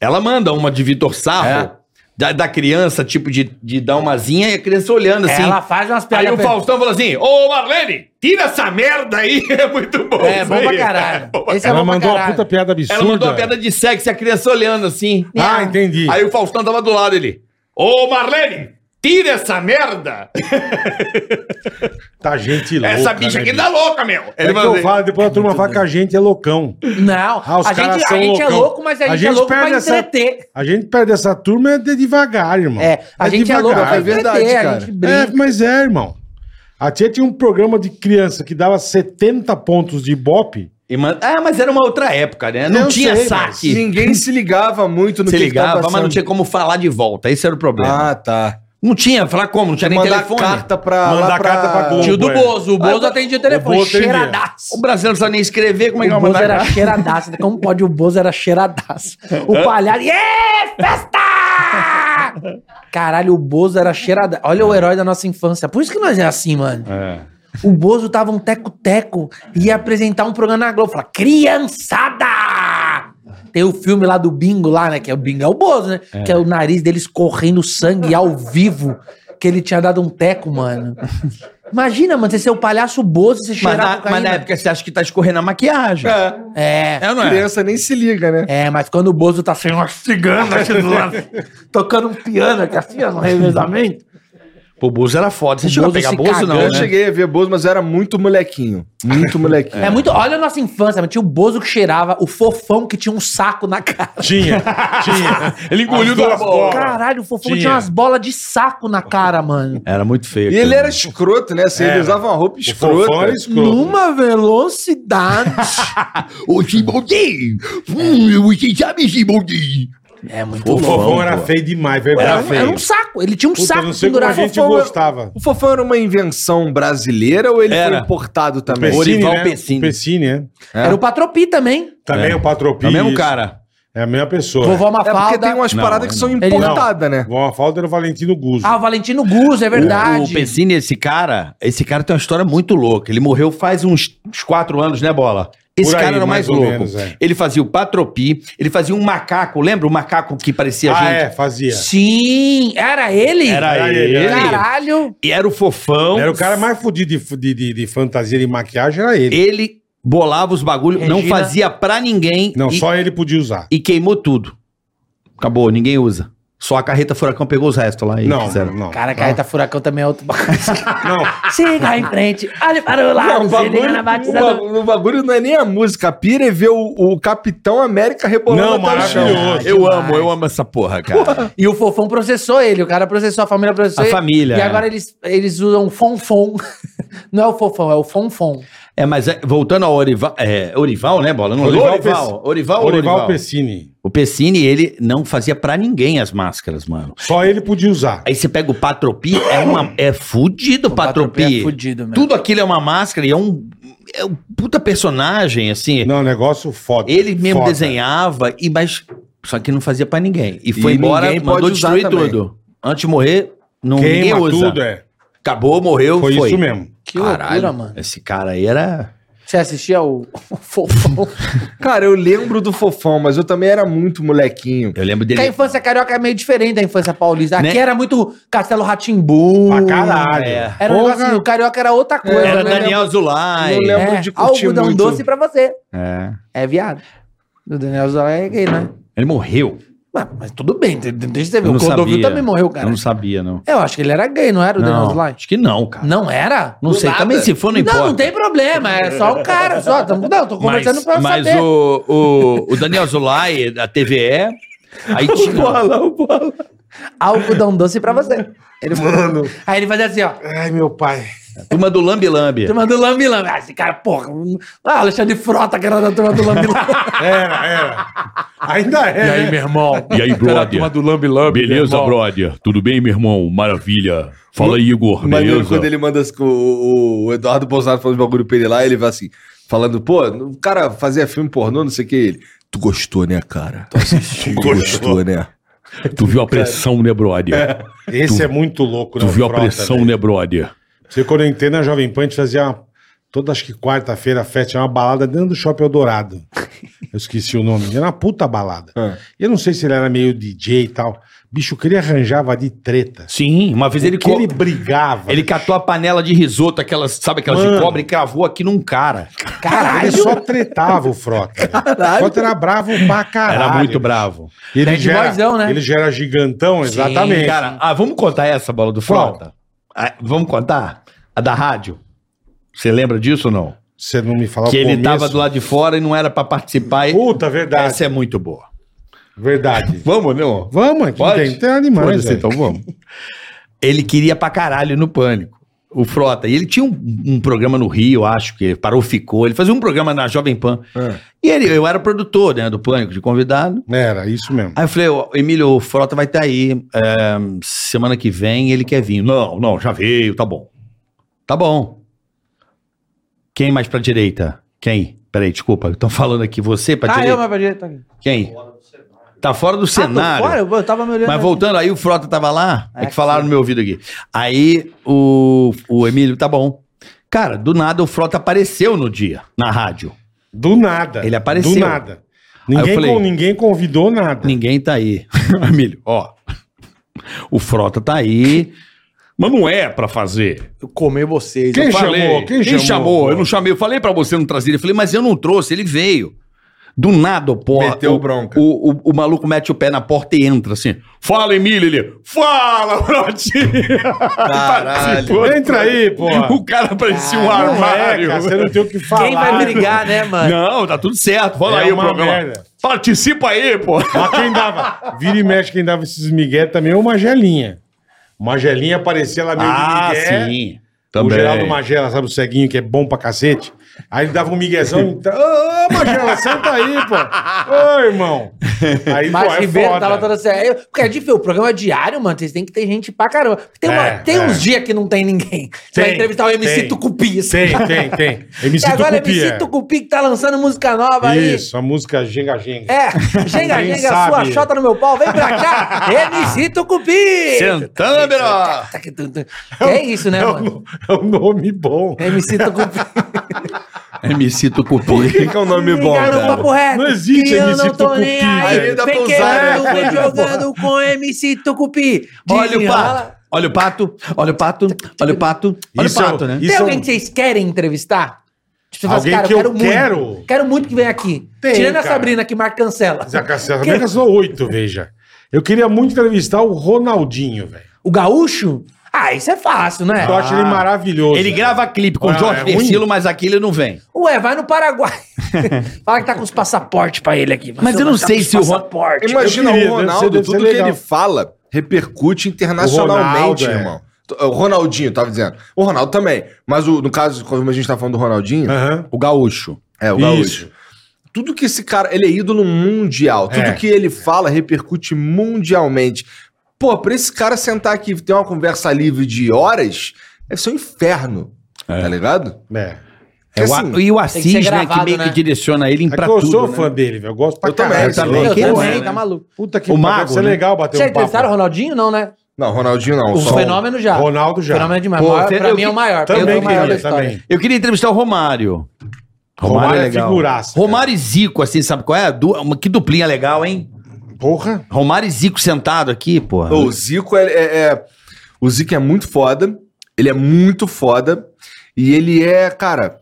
A: Ela manda uma de Vitor Sarro. da, da criança, tipo, de, de dar uma zinha e a criança olhando assim.
E: Ela faz umas
A: Aí
E: piadas...
A: o Faustão falou assim: Ô Marlene, tira essa merda aí. É muito bom.
E: É,
A: isso
E: bom
A: aí.
E: pra caralho.
A: É, bom pra
E: Esse é
B: Ela
E: bom pra
B: mandou uma
E: caralho.
B: puta piada absurda.
A: Ela mandou uma
B: é.
A: piada de sexo e a criança olhando assim.
B: Ah, entendi.
A: Aí o Faustão tava do lado ele. Ô Marlene, tira essa merda!
B: Tá gente louca.
A: essa bicha
B: né,
A: aqui
B: bicho?
A: tá louca, meu!
B: É que eu
A: mandou-
B: falo, depois a turma fala que a gente é loucão.
E: Não,
B: Ah, os
E: a
B: caras
E: gente, a
B: são
E: gente é
B: loucão.
E: louco, mas a,
B: A
E: gente, é
B: gente
E: louco pra
B: perde essa-
E: entreter.
B: A gente perde essa turma é de devagar, irmão.
E: É, a gente é louco
B: devagar.
E: pra
D: é
E: entreter,
D: verdade,
E: a
D: cara.
E: gente
B: É,
E: brinca.
B: mas é, irmão. A tia tinha um programa de criança que dava 70 pontos de ibope.
A: E man- Ah, mas era uma outra época, né? Não
B: Eu
A: tinha
B: sei,
A: saque.
D: Ninguém se ligava muito no
A: Se
D: que
A: ligava,
D: tava
A: mas não
D: passando.
A: tinha como falar de volta. Esse era o problema.
D: Ah, tá.
A: Não tinha, falar como? Não tinha nem
D: Mandar
A: telefone.
D: carta pra...
B: Mandar
D: lá pra...
B: carta pra Globo.
E: Tio do
B: é.
E: Bozo, o Bozo atendia o telefone,
B: Bozo atendia.
E: cheiradaço.
A: O brasileiro não sabe nem escrever, como é que vai
E: O Bozo
A: mandar
E: era
A: carta?
E: cheiradaço. né? Como pode o Bozo era cheiradaço? O palhaço. Yeah, festa! Caralho, o Bozo era cheiradaço. Olha o herói da nossa infância. Por isso que nós é assim, mano. O Bozo tava um teco-teco e ia apresentar um programa na Globo. Fala, criançada! Tem o filme lá do Bingo lá, né? Que é o Bingo é o Bozo, né? Que é o nariz dele escorrendo sangue ao vivo. Que ele tinha dado um teco, mano. Imagina, mano, você ser o palhaço Bozo, você
A: Mas
E: cheirar
A: na, mas na
E: cocaína.
A: época você acha que tá escorrendo a maquiagem.
D: É,
E: É.
A: É ou não é?
D: criança nem se liga, né?
E: É, mas quando o Bozo tá sendo uma cigana aqui do lado, tocando um piano aqui assim, ó, no revezamento.
A: Pô, o Bozo era foda. Você
E: O
A: chegou a
E: Bozo
A: pegar
E: se
A: Bozo, não,
E: cagando.
A: né?
D: Eu cheguei a ver Bozo, mas eu era muito molequinho. Muito molequinho.
E: É. muito. Olha a nossa infância, mas tinha o Bozo que cheirava, o fofão que tinha um saco na cara.
B: Tinha, tinha.
A: Ele engoliu
B: As duas
A: duas bolas.
B: bolas.
E: Caralho, o fofão tinha.
B: Tinha.
E: umas bolas de saco na cara, mano.
A: Era muito feio.
D: E
A: aquilo.
D: ele era escroto, né? Assim,
A: É.
D: ele
B: Era.
D: usava uma roupa
B: O fofão era
D: escrota.
B: escroto.
E: Numa velocidade.
B: É.
F: Ô, Simondim! Hum, você sabe, Simondim?
E: é muito
B: O
E: louco.
B: fofão era feio demais,
E: Era,
B: verdade.
E: um- era um saco. Ele tinha um
B: Puta,
E: saco
B: não sei como a gente
D: Fofão era-
B: gostava.
D: O Fofão era uma invenção brasileira ou ele
A: Era.
D: foi importado também?
A: Pes- Orival
B: né?
A: Pessini.
B: Pessini, é.
E: Era o Patropi também.
B: Também o Patropi.
A: É o mesmo
B: isso.
A: cara.
B: É a mesma pessoa.
E: Vovó
D: É porque
E: Mafalda.
D: tem umas
A: Não,
D: paradas que
A: não.
D: são
E: Ele não.
D: importadas, né?
B: Vó Mafalda era o Valentino Guzzo.
E: Ah, o Valentino Guz, é verdade.
A: O, o Pessini, esse cara, esse cara tem uma história muito louca. Ele morreu faz uns, uns quatro anos, né, Bola? Esse
B: Por aí,
A: cara era o mais,
B: mais ou
A: louco.
B: menos, é.
A: Ele fazia o Patropi, ele fazia um macaco, lembra o macaco que parecia
B: Ah,
A: gente?
B: é, fazia.
E: Sim, era ele?
A: Era,
B: Era
A: ele.
B: ele, era
E: Caralho.
A: E era o fofão.
B: Era o cara mais fudido de, fu- de, de, de fantasia e maquiagem, era ele.
A: Ele bolava os bagulhos, não
E: Regina-
A: fazia pra ninguém
B: Não,
A: e,
B: só ele podia usar.
A: e queimou tudo. Acabou, ninguém usa. Só a carreta furacão pegou os restos lá e
B: Não,
A: fizeram.
B: não.
E: Cara, carreta furacão também é outro bagulho.
B: Não,
E: Siga em frente, olhe para o lado,
D: o
E: se liga
B: é
E: na batizada.
D: bagulho- o bagulho não é nem a música. A pira é ver o, o Capitão América rebolando
B: Não,
D: até o chão.
B: maravilhoso.
A: Eu amo, eu amo essa porra, cara.
E: E o Fofão processou ele, o cara processou, a família processou
A: A
E: ele.
A: família,
E: E
A: é.
E: agora eles, eles usam Fonfon. Não é o Fofão, é o Fonfon.
A: É, mas é, voltando ao Orival, é, Orival, né, Bola? Não, Orival, Orival,
B: Pes-
A: Orival, ou
B: Orival
A: Orival?
B: Pessini.
A: O Pessini, ele não fazia pra ninguém as máscaras, mano.
B: Só ele podia usar.
A: Aí você pega o Patropi, é uma é fudido o Patropi.
E: Patropi é fudido mesmo.
A: Tudo aquilo é uma máscara e é um é um puta personagem assim.
B: Não, é um negócio foda.
A: ele mesmo
B: Foda.
A: desenhava e mas só que não fazia pra ninguém. E foi
D: E
A: embora,
D: ninguém
A: mandou
D: pode usar
A: destruir
D: também.
A: tudo. Antes de morrer, não ninguém
B: Queima
A: usa.
B: tudo, é.
A: Acabou, morreu,
B: Foi,
A: um foi.
B: isso mesmo.
E: Que
A: Caralho,
E: loucura, mano.
A: Esse cara aí era
E: Você assistia o, o Fofão?
D: Cara, eu lembro do Fofão, mas eu também era muito molequinho.
A: Eu lembro
E: Porque
A: dele.
E: a infância carioca é meio diferente da infância paulista. Aqui
A: Né?
E: era muito Castelo Ratimbu.
B: Pra caralho.
A: é.
E: Era um negócio assim, o carioca era outra coisa.
A: Era
E: né?
A: Daniel Zulay.
D: Não lembro.
E: É,
D: de curtir
E: algodão
D: muito.
E: doce pra você.
A: É.
E: É viado. O Daniel Zola é gay, né?
A: Ele morreu.
E: Mas, mas tudo bem, tem- tem- deixa eu ver.
A: Eu
E: O
A: não
E: Clodovil
A: sabia.
E: também morreu,
A: Eu
E: cara.
A: não sabia, não.
E: Eu acho que ele era gay, não era o Daniel
A: não
E: Zola?
A: acho que não, cara.
E: Não era?
A: Não, sei.
D: nada.
A: Também se for, não
E: Não,
A: importa.
E: não, tem problema. É só o cara. Só, tamo- não, tô conversando
A: mas,
E: pra eu
A: mas
E: saber.
A: O, o, o Daniel Zulay, da TVE, aí tinha...
E: Algodão um doce pra você. Ele
B: Mano.
E: Aí ele fazia assim, ó.
B: Ai, meu pai.
A: turma do Lambi Lambi.
E: Turma do Lambi Lambi. Ah, esse cara, porra. Ah, Alexandre Frota, que era da turma do Lambi Lambi.
B: Era, era. Ainda é. né?
E: irmão?
H: E aí, brother? Beleza, brother? Tudo bem, meu irmão? Maravilha. Fala aí, Igor.
D: Maneiro
H: Beleza?
D: quando ele manda as- o, o- o Eduardo Bolsonaro falando de bagulho pra ele lá, ele vai assim, falando, pô, o cara fazia filme pornô, não sei o que, ele. Tu gostou, né, cara? Tu assistiu. gostou, né?
H: Tu viu a pressão, né, brother?
B: Esse é muito louco,
H: Tu
B: né,
H: viu a
B: Frota,
H: pressão,
B: velho?
H: né, brother?
B: Você quando eu entrei na Jovem Pan, a gente fazia uma- toda acho que quarta-feira a festa, tinha uma balada dentro do Shopping Eldorado. Eu esqueci o nome. Era uma puta balada.
D: Ah.
B: E Eu não sei se ele era meio DJ e tal. Bicho, que ele arranjava de treta.
A: Sim, uma vez ele,
B: que
A: co-
B: ele brigava.
A: ele catou a panela de risoto, aquelas, sabe aquelas de
B: Mano.
A: cobre, e cravou aqui num cara.
B: Ele só tretava o Frota. O Frota era bravo pra caralho.
A: Era muito bravo.
B: Ele
E: Bad
B: já,
E: boyzão,
B: era,
E: né?
B: ele já era gigantão, exatamente.
A: Cara, ah, vamos contar essa bola do Frota? Ah, vamos contar? A da rádio. Você lembra disso ou não?
B: Você não me falava
A: que
B: o
A: ele
B: começo?
A: tava do lado de fora e não era pra participar. e-
B: Puta, verdade.
A: Essa é muito boa.
B: Verdade.
A: Vamos, não?
B: Vamos, aqui
A: Pode?
B: tem, tem animais.
A: Foda-se,
B: velho.
A: então vamos. Ele queria pra caralho no pânico. O Frota. E ele tinha um, um programa no Rio, acho que parou, ficou. Ele fazia um programa na Jovem Pan.
E: É.
A: E ele, eu era produtor, né, do Pânico, de convidado.
B: Era, isso mesmo.
A: Aí eu falei, "Ô, Emílio, o Frota vai estar aí é, semana que vem, ele quer vir. Não, não, já veio, tá bom. Tá bom. Quem mais pra direita? Quem? Peraí, desculpa, estão falando aqui. Você pra
E: Ah, eu,
A: direita?
E: mas pra direita. aqui.
A: Quem? Tá fora do
E: Ah,
A: cenário.
E: tô fora? Eu- eu tava me olhando.
A: Mas voltando, aí o Frota tava lá, é que
E: Aqui.
A: falaram no meu ouvido aqui. Aí o, o Emílio, tá bom. Cara, do nada o Frota apareceu no dia, na rádio.
B: Do nada.
A: Ele apareceu.
B: Do nada.
A: eu
B: Ninguém,
A: falei-
B: con- ninguém convidou nada.
A: Ninguém tá aí. Emílio, ó. O Frota tá aí.
H: Mas não é pra fazer.
E: Eu comer vocês.
B: Quem
H: Eu
B: chamou?
H: falei.
B: Quem
H: Quem
B: chamou?
H: chamou?
A: Eu não chamei, eu falei pra você não trazer. Ele Eu falei, mas eu não trouxe, ele veio. Do nada, o porra.
D: Meteu
A: o,
D: bronca.
A: O, o- o maluco mete o pé na porta e entra assim.
H: Fala, Emílio, ele. Fala, Brotinho.
D: Caralho.
B: Entra aí, pô.
H: O cara parecia
A: Ah,
H: um
B: Não é,
H: armário.
B: cara, você não tem o que falar.
E: Quem vai brigar, né, mano?
H: Não, tá tudo certo. Fala
B: É
H: aí o
B: uma
H: programa.
B: merda.
H: Participa aí, pô.
B: Mas quem dava? Vira e mexe, quem dava esses migué também é o Magelinha. O Magelinha aparecia lá meio
A: Ah,
B: de migué. O Geraldo Magela, sabe o ceguinho que é bom pra cacete? Aí ele dava um miguezão. então, Ô, ô, Magela, senta aí, pô. Ô, irmão. Aí,
E: Mas
B: pô, é
E: Ribeiro
B: foda.
E: tava toda séria. Eu- Porque é difícil, o programa é diário, mano. Vocês têm que ter gente pra caramba. Tem, uma-
B: É,
E: tem
B: é.
E: uns dias que não tem ninguém. Você vai
B: Tem,
E: entrevistar o MC
B: tem.
E: Tucupi. assim.
B: Tem, tem, tem. MC
E: e agora
B: Tucupi,
E: MC
B: é.
E: Tucupi que tá lançando música nova aí.
B: Isso, a música Genga Genga.
E: É, Genga
B: Ninguém
E: Genga,
B: sabe.
E: sua chota no meu pau, vem pra cá. MC Tucupi. Tá
A: Sentando, Biro.
E: É isso, né,
B: É
E: mano?
B: um, é um nome bom.
E: MC Tucupi.
A: MC Tucupi.
D: Que que é um nome bom,
E: Ligaram o
D: cara?
E: papo reto.
B: Não existe
E: que eu
B: MC
E: não tô
B: Tucupi,
E: nem
B: velho.
E: aí.
D: Ainda pra usar,
E: Pequeno,
D: né?
E: vem jogando com MC Tucupi.
A: Olha o
E: Desenrola.
A: pato. Olha o pato. Olha o pato. Olha o pato. Olha
B: Isso
A: o
B: é-
A: pato, né?
B: isso
E: Tem
B: é
E: alguém
B: um-
E: que vocês querem entrevistar? Tipo, você fala assim,
B: Alguém que eu quero?
E: muito. Quero muito que venha aqui.
B: Tem,
E: Tirando a
B: cara.
E: Sabrina, que marca cancela.
B: Já cancelou, já cancelou oito, veja. Eu queria muito entrevistar o Ronaldinho, velho.
E: O Gaúcho? Ah, isso é fácil, né?
B: Eu acho ele maravilhoso.
A: Ele grava clipe com o
B: Ah,
A: Jorge
B: é ruim?
A: Versilo, mas aqui ele não vem.
E: Ué, vai no Paraguai. Fala que tá com os passaportes pra ele aqui.
A: Mas eu não sei se o Ron-
E: passaporte.
D: Imagina
B: Eu queria, deve
D: o
B: ser-
D: Ronaldo,
B: deve ser
D: tudo que
B: legal.
D: ele fala repercute internacionalmente,
B: O Ronaldo, é.
D: irmão. O Ronaldinho, tava dizendo. O Ronaldo também. Mas o- no caso, como a gente tá falando do Ronaldinho,
B: Aham.
A: O gaúcho.
D: é o
B: É. Isso.
D: Gaúcho. Tudo que esse cara. Ele é ídolo mundial. Tudo
B: É.
D: que ele fala repercute mundialmente. Pô, pra esse cara sentar aqui e ter uma conversa livre de horas, deve ser um inferno. Tá ligado?
B: É.
A: É o A-
D: Assim,
A: e o
E: que
A: Assis,
E: ser
A: né? Que
E: gravado,
A: meio
E: né?
A: que direciona ele em
B: É que
A: pra
B: eu
A: tudo.
B: sou
A: né?
B: fã dele, velho. Eu gosto pra
D: Eu também,
B: caralho. assim,
D: eu também.
E: Eu
A: Que
E: também,
A: bom,
E: tá
A: né?
E: maluco.
B: Puta que
A: O
B: pariu,
A: mago,
B: deve ser
A: né?
B: legal bater
E: Vocês já
B: é, um papo.
E: entrevistaram o Ronaldinho? Não, né?
D: Não, Ronaldinho não.
E: O
D: só-
E: fenômeno já.
B: Ronaldo já.
E: Fenômeno demais.
A: Pô,
E: maior,
A: eu
E: pra mim é
A: que-
E: o maior. Pra mim é
B: Também,
E: o maior da
B: queria,
E: história.
B: também.
A: Eu queria entrevistar o Romário.
B: Romário é
A: legal.
B: figuraça, cara.
A: Romário e Zico, assim, sabe qual é? Du- uma- Que duplinha legal, hein?
B: Porra.
A: Romário e Zico sentado aqui, porra.
D: Ô, O Zico é, é- é- O Zico é muito foda. Ele é muito foda. E ele é, cara,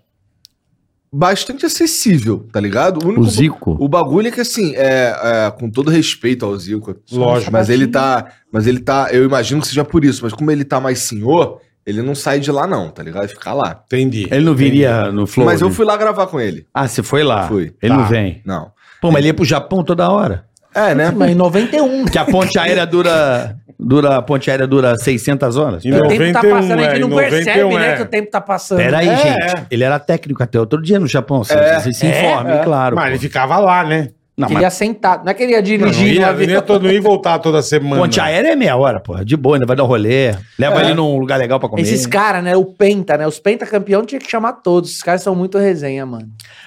D: bastante acessível, tá ligado? único-
A: O Zico.
D: O bagulho é que, assim, é, é, com todo respeito ao Zico.
B: Lógico.
D: Mas ele tá. Mas ele tá. Eu imagino que seja por isso. Mas como ele tá mais senhor, ele não sai de lá, não, tá ligado? Fica lá.
B: Entendi.
A: Ele não viria no Flow.
D: mas eu
A: né?
D: fui lá gravar com ele.
A: Ah, você foi lá.
D: Fui.
A: Ele
B: Tá.
A: não vem.
D: Não.
A: Pô, mas ele ia pro Japão toda hora.
D: É, né?
E: Mas em 91.
A: Que a ponte aérea dura. dura a ponte aérea dura 600 horas.
B: Em
E: O tempo tá passando, a gente
B: é,
E: não
B: em
E: percebe,
B: 91
E: né?
B: é.
E: Que o tempo tá passando.
A: Peraí,
B: É,
A: gente. Ele era técnico até outro dia no Japão. Vocês, vocês se informem, claro.
B: Mas ele ficava lá, né?
A: Não,
E: Ele
A: mas
E: ia sentado. Não é que ele ia
B: Não,
E: dirigir.
B: ia,
E: no avião.
B: nem todo, não ia voltar toda semana.
A: ponte aérea é meia hora, porra. De boa, ainda vai dar um rolê. Leva ele num lugar legal pra comer.
E: Esses caras, né? O Penta, né? Os Penta campeão tinha que chamar todos. Esses caras são muito resenha, mano.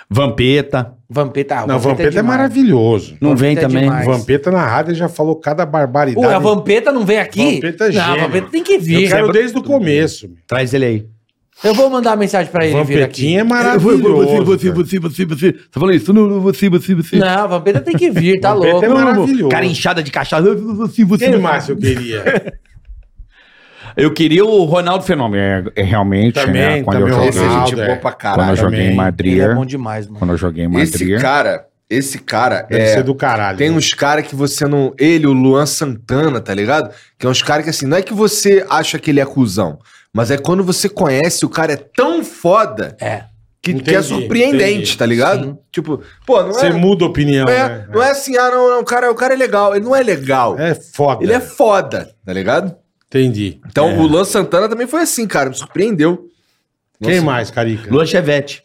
A: Vampeta.
E: Vampeta. ah,
B: Não, o Vampeta é,
E: demais.
B: maravilhoso.
A: Não vem
E: é
A: também.
E: demais.
B: O Vampeta na rádio já falou cada barbaridade.
E: Ué, a Vampeta não vem aqui?
B: Vampeta é
E: Não, a
B: gênio.
E: Vampeta tem que
B: Eu
E: vir.
B: quero desde o começo. meu.
A: Traz ele aí.
E: Eu vou mandar uma mensagem pra ele vir aqui.
B: Vampetinha é
H: Eu vou- eu vou-
B: maravilhoso.
H: Você, você,
B: cara.
H: você, você, você. Você fala isso? Não, não, você, você, você.
E: Não, a Vampeta tem que vir, tá
B: Vampeta
E: louco.
B: é maravilhoso.
A: Cara inchada de cachaça. Você, você,
B: Quem mais eu queria?
A: Eu queria o Ronaldo Fenômeno.
I: É, é realmente,
B: Também,
I: né? Quando eu
B: também
I: joguei,
D: Esse é gente
B: Ronaldo,
D: boa
B: é.
D: pra
I: quando eu
D: caralho.
I: joguei em
B: também.
I: Madrid,
E: Ele é bom demais, mano.
I: quando eu joguei em Madrid,
D: Esse cara, esse cara
B: Deve
D: é.
B: ser do caralho. né?
D: Tem uns caras que você não. Ele, o Luan Santana, tá ligado? Que é uns caras que assim, não é que você acha que ele é cuzão, mas é quando você conhece, o cara é tão foda
E: É.
D: que, que é
B: Entendi,
D: surpreendente,
B: entendi.
D: tá ligado? Tipo, pô, não
B: Você
D: é.
B: muda a opinião,
D: Não é,
B: né?
D: não é assim, ah, não, não, o cara, o cara é legal. Ele não é legal.
B: É É. foda.
D: Ele é foda, tá ligado?
B: Entendi.
D: Então o Luan Santana também foi assim, cara. Me surpreendeu.
B: Quem mais, Carica?
A: Luan Chevette.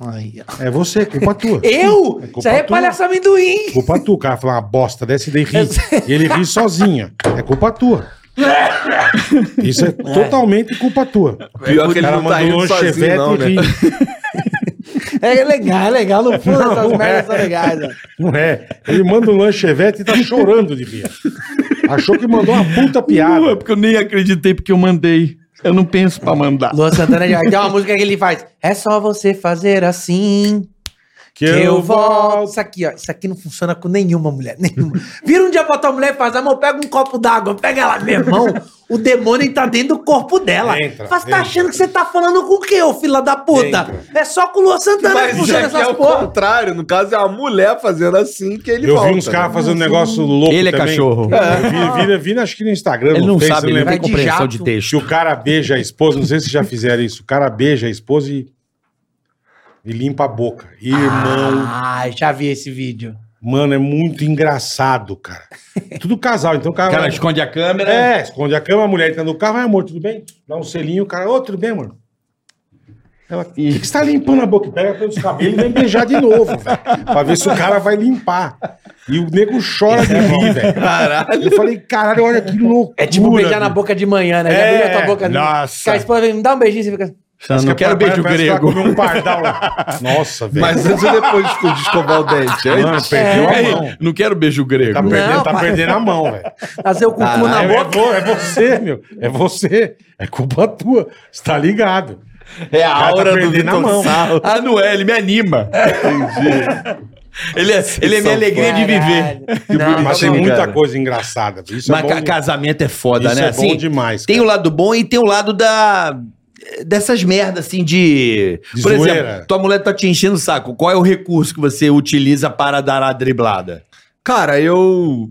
E: Ai, ó.
B: É você, culpa tua.
E: eu?
B: culpa
E: Isso aí é
B: tua.
E: palhaça amendoim.
B: Culpa tua, o cara falar uma bosta dessa e daí ri. E ele ri sozinho. É culpa tua. Isso é totalmente culpa tua.
D: Pior
B: o
D: que ele
B: cara
D: não tá
B: mandou
D: rindo
B: um
D: sozinho,
B: chevette
D: não, né?
B: e ri.
E: É legal, é legal. No fundo, essas
B: Não, é.
E: merdas são legais. né? ó.
B: Não é. Ele manda um lanchevete e tá chorando de rir. Achou que mandou uma
A: Não,
B: puta
A: é
B: piada.
A: porque eu nem acreditei porque eu mandei. Eu não penso pra mandar.
E: Luan Santana já tem uma música que ele faz. É só você fazer assim. Que eu volto. Isso aqui, ó. Isso aqui não funciona com nenhuma mulher. Nenhuma. Vira um dia pra tua mulher e faz, amor, pega um copo d'água, pega ela, meu irmão. O demônio tá dentro do corpo dela.
B: Entra,
E: Mas tá
B: entra.
E: achando que você tá falando com o quê, ô fila da puta? É só com o Luan Santana que
D: Mas
E: funciona
D: já que é
E: essas
D: o
E: porra.
D: contrário. No caso, é a mulher fazendo assim que ele
B: Eu
D: volta.
B: vi uns caras
D: né?
B: fazendo um negócio louco
A: Ele é
B: também.
A: cachorro.
B: Eu vi, vi, vi, acho que no Instagram,
A: Ele
B: no
A: não
B: Face,
A: sabe,
B: eu
A: ele não
B: lembro.
A: tem
E: Vai de
A: compreensão
E: jato.
A: de
B: Que
A: texto.
B: o cara beija a esposa, não sei se já fizeram isso. O cara beija a esposa e, e limpa a boca. Irmão,
E: Ah, já vi esse vídeo.
B: mano, é muito engraçado, cara. Tudo casal, então o cara.
A: O cara
B: vai-
A: esconde a câmera.
E: né?
B: é, esconde a cama, a mulher entra no carro, ai amor, tudo bem? Dá um selinho, o cara, ô, tudo bem, amor? Ela, por que, que você tá limpando a boca? Pega pelos cabelos e vem beijar de novo, velho. Pra ver se o cara vai limpar. E o nego chora de rir, velho. Caralho. Eu falei, caralho, olha que loucura.
E: É tipo beijar na
B: bicho.
E: boca de manhã, né? Já
B: É,
E: beijou tua boca.
B: nossa.
E: Que a esposa vem, me dá um beijinho, você fica...
A: Eu não quero beijo
B: parece que é ela
A: grego.
B: comeu um pardal lá. Nossa, velho.
D: Mas antes ou depois de escovar o dente? É
B: um Mano, perdeu
A: É,
B: a mão.
A: não quero beijo grego.
B: Tá, perdendo,
E: Não,
B: tá
E: pai.
B: perdendo a mão, velho.
E: Fazer o cucu na
B: É, é,
E: boca.
B: vo- é você, meu. É você. É culpa tua. Você tá ligado.
A: É a
B: cara tá
A: aura do
B: perdendo a
A: Dr.
B: mão.
A: Sarro. Ah, não é, ele me anima. Ele é, ele é minha alegria de viver.
E: Caralho. Não,
B: Mas
E: tá
B: tem
E: bom.
B: muita
D: cara.
B: coisa engraçada. Isso
A: Mas
B: é bom.
A: ca- casamento é foda,
B: Isso
A: né?
B: é bom demais,
A: Tem
B: cara.
A: o lado bom e tem o lado da. Dessas merdas, assim, de.
B: De
A: Por
B: zoeira.
A: exemplo, tua mulher tá te enchendo o saco. Qual é o recurso que você utiliza para dar a driblada?
D: Cara, eu.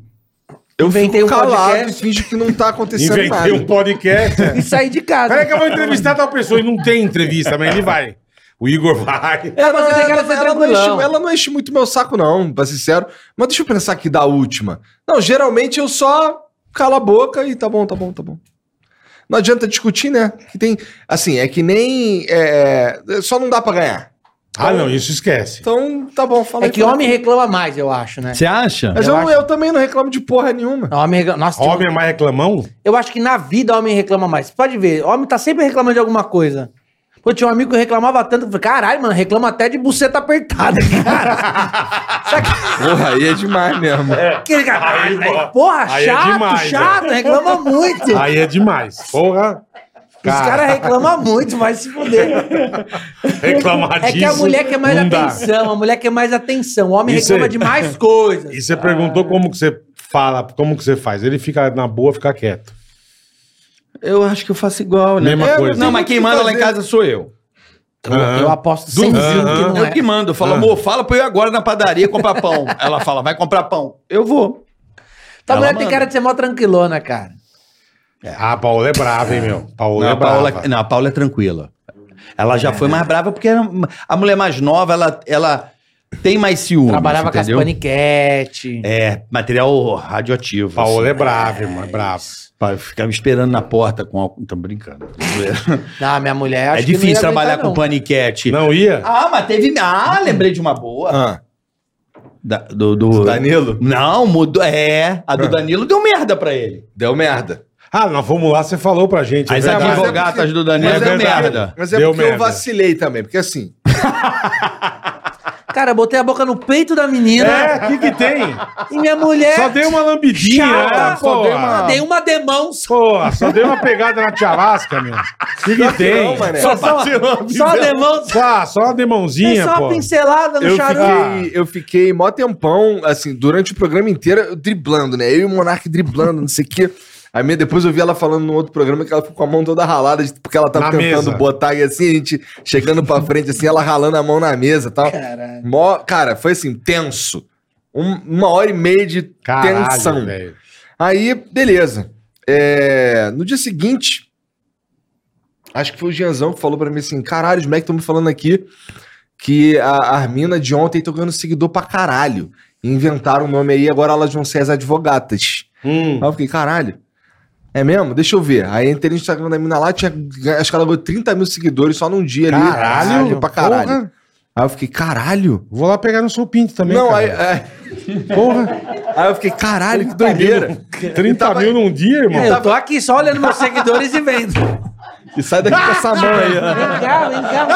D: Eu
E: Inventei
D: fico
E: um
D: calado
E: podcast.
D: e finge que não tá acontecendo
B: Inventei
D: nada.
B: um podcast.
E: E sair de casa.
B: Peraí que eu vou entrevistar tal pessoa e não tem entrevista, mas ele vai. O Igor vai.
E: É, mas
D: Ela,
E: você tem cara de
D: ela-
E: ser
D: ela não
E: tranquilão.
D: enche, ela não enche muito meu saco, não, pra ser sincero. Mas deixa eu pensar aqui da última. Não, geralmente eu só calo a boca e tá bom, tá bom, tá bom. Não adianta discutir, né? Que tem. Assim, é que nem. É, só não dá pra ganhar.
B: Ah, não, isso esquece.
D: Então, tá bom,
E: É
D: fala aí,
E: que
D: fala aí.
E: homem reclama mais, eu acho, né?
A: Você acha?
D: Mas
E: eu
D: eu,
E: acho-
D: eu também não reclamo de porra nenhuma.
E: Homem reclama... Nossa, um-
B: Homem é mais reclamão?
E: Eu acho que na vida homem reclama mais. Pode ver, homem tá sempre reclamando de alguma coisa. Pô, tinha um amigo que reclamava tanto, eu falei, caralho, mano, reclama até de buceta apertada, cara. Sabe
D: Porra, aí é demais mesmo.
E: aquele cara?
B: Aí,
E: "Ai,
B: pô,
E: porra,
B: aí é
E: chato,
B: demais,
E: chato, reclama muito.
B: Aí é demais. Porra.
E: Os caras reclamam muito, vai se fuder.
B: reclamar
E: É que a
B: disso
E: mulher quer mais
B: não dá.
E: atenção, a mulher quer mais atenção, o homem
B: Isso
E: reclama
B: aí.
E: de mais coisas.
B: E você perguntou como que você fala, como que você faz. Ele fica na boa, fica quieto.
A: Eu acho que eu faço igual, né?
B: Mesma
A: É,
B: coisa.
A: Não, mas quem manda lá em casa sou eu.
E: Eu, eu aposto
B: Duvido.
E: 100 mil que não
A: Eu
E: é.
A: que mando. Eu falo, amor, fala pra eu ir agora na padaria comprar pão. Ela fala, vai comprar pão. Eu vou.
E: Tua
A: Ela
E: Então,
B: Tá
E: mulher tem
A: manda.
E: cara de ser mó tranquilona, cara.
B: Ah, a Paola é brava, hein, meu? Paola
A: Não,
B: é
A: a
B: brava. É.
A: Paula, não, a Paula é tranquila. Ela já foi mais brava porque era uma- a mulher mais nova, ela, ela tem mais ciúmes.
E: Trabalhava
A: entendeu?
E: com as paniquete.
A: É, material radioativo.
B: Paola
A: assim.
B: é brava, irmão, é brava.
A: Pá, eu Ficava me esperando na porta com álcool. Tô brincando.
E: Não, Ah, minha mulher acho
A: é
E: que não ia
A: difícil trabalhar
E: aguentar,
A: com
E: não.
A: paniquete.
B: Não ia?
A: Ah, mas teve. Ah, lembrei de uma boa.
D: Ah,
A: Da- do, do-
D: Danilo,
A: Não, mudou. É, a do Danilo deu merda pra ele.
D: deu merda.
B: Ah, nós fomos lá, você falou pra gente. é
A: As
B: verdade.
D: advogado-
A: advogatas do Danilo
D: Mas
B: é
A: deu
B: verdade.
A: merda.
D: Mas é
B: Deu
D: porque
B: merda.
D: eu vacilei também, porque assim,
E: Cara, eu botei a boca no peito da menina
B: É, o que que tem?
E: e minha mulher.
B: Só dei uma lambidinha,
E: Chata,
B: né?
E: só
B: Pô,
E: dei uma- É. dei uma demão. Só,
B: Pô, só dei uma pegada na tiarasca, meu. O que que tem?
D: né?
E: só, só, uma demão.
B: Só, só uma demãozinha,
E: só uma
B: pô.
E: pincelada no
D: Eu
E: charuto.
B: Ah.
D: fiquei, eu fiquei mó tempão, assim, durante o programa inteiro, eu driblando, né? Eu e o Monark driblando, não sei o quê. A minha, depois eu vi ela falando no outro programa que ela ficou com a mão toda ralada, de- porque ela tava
B: Na
D: tentando
B: mesa.
D: botar e assim, a gente chegando pra frente, assim, ela ralando a mão na mesa e tal.
E: Caralho.
D: Mó, cara, foi assim, tenso. Um- uma hora e meia de
B: Caralho,
D: tensão.
B: velho.
D: Aí, beleza. É, no dia seguinte, acho que foi o Gianzão que falou pra mim assim: caralho, os Mac estão me falando aqui que a, as mina de ontem estão ganhando seguidor pra caralho. Inventaram o nome aí, agora elas vão ser as advogatas.
B: Hum.
D: Aí eu fiquei, caralho. É mesmo? Deixa eu ver. Aí entrei no Instagram da mina lá, tinha, acho que ela ganhou 30 mil seguidores só num dia ali.
B: Caralho,
D: pra caralho.
B: porra.
D: Aí eu fiquei, caralho.
B: Vou lá pegar no seu pinto também,
D: Não, aí,
B: cara.
D: aí,
B: Porra,
D: aí eu fiquei, caralho, que doideira.
B: 30 mil num dia, irmão.
E: Eu tô aqui só olhando meus seguidores e vendo.
D: E sai daqui com essa mão aí,
B: né?
E: Vem cá,
D: ó.
E: vem cá.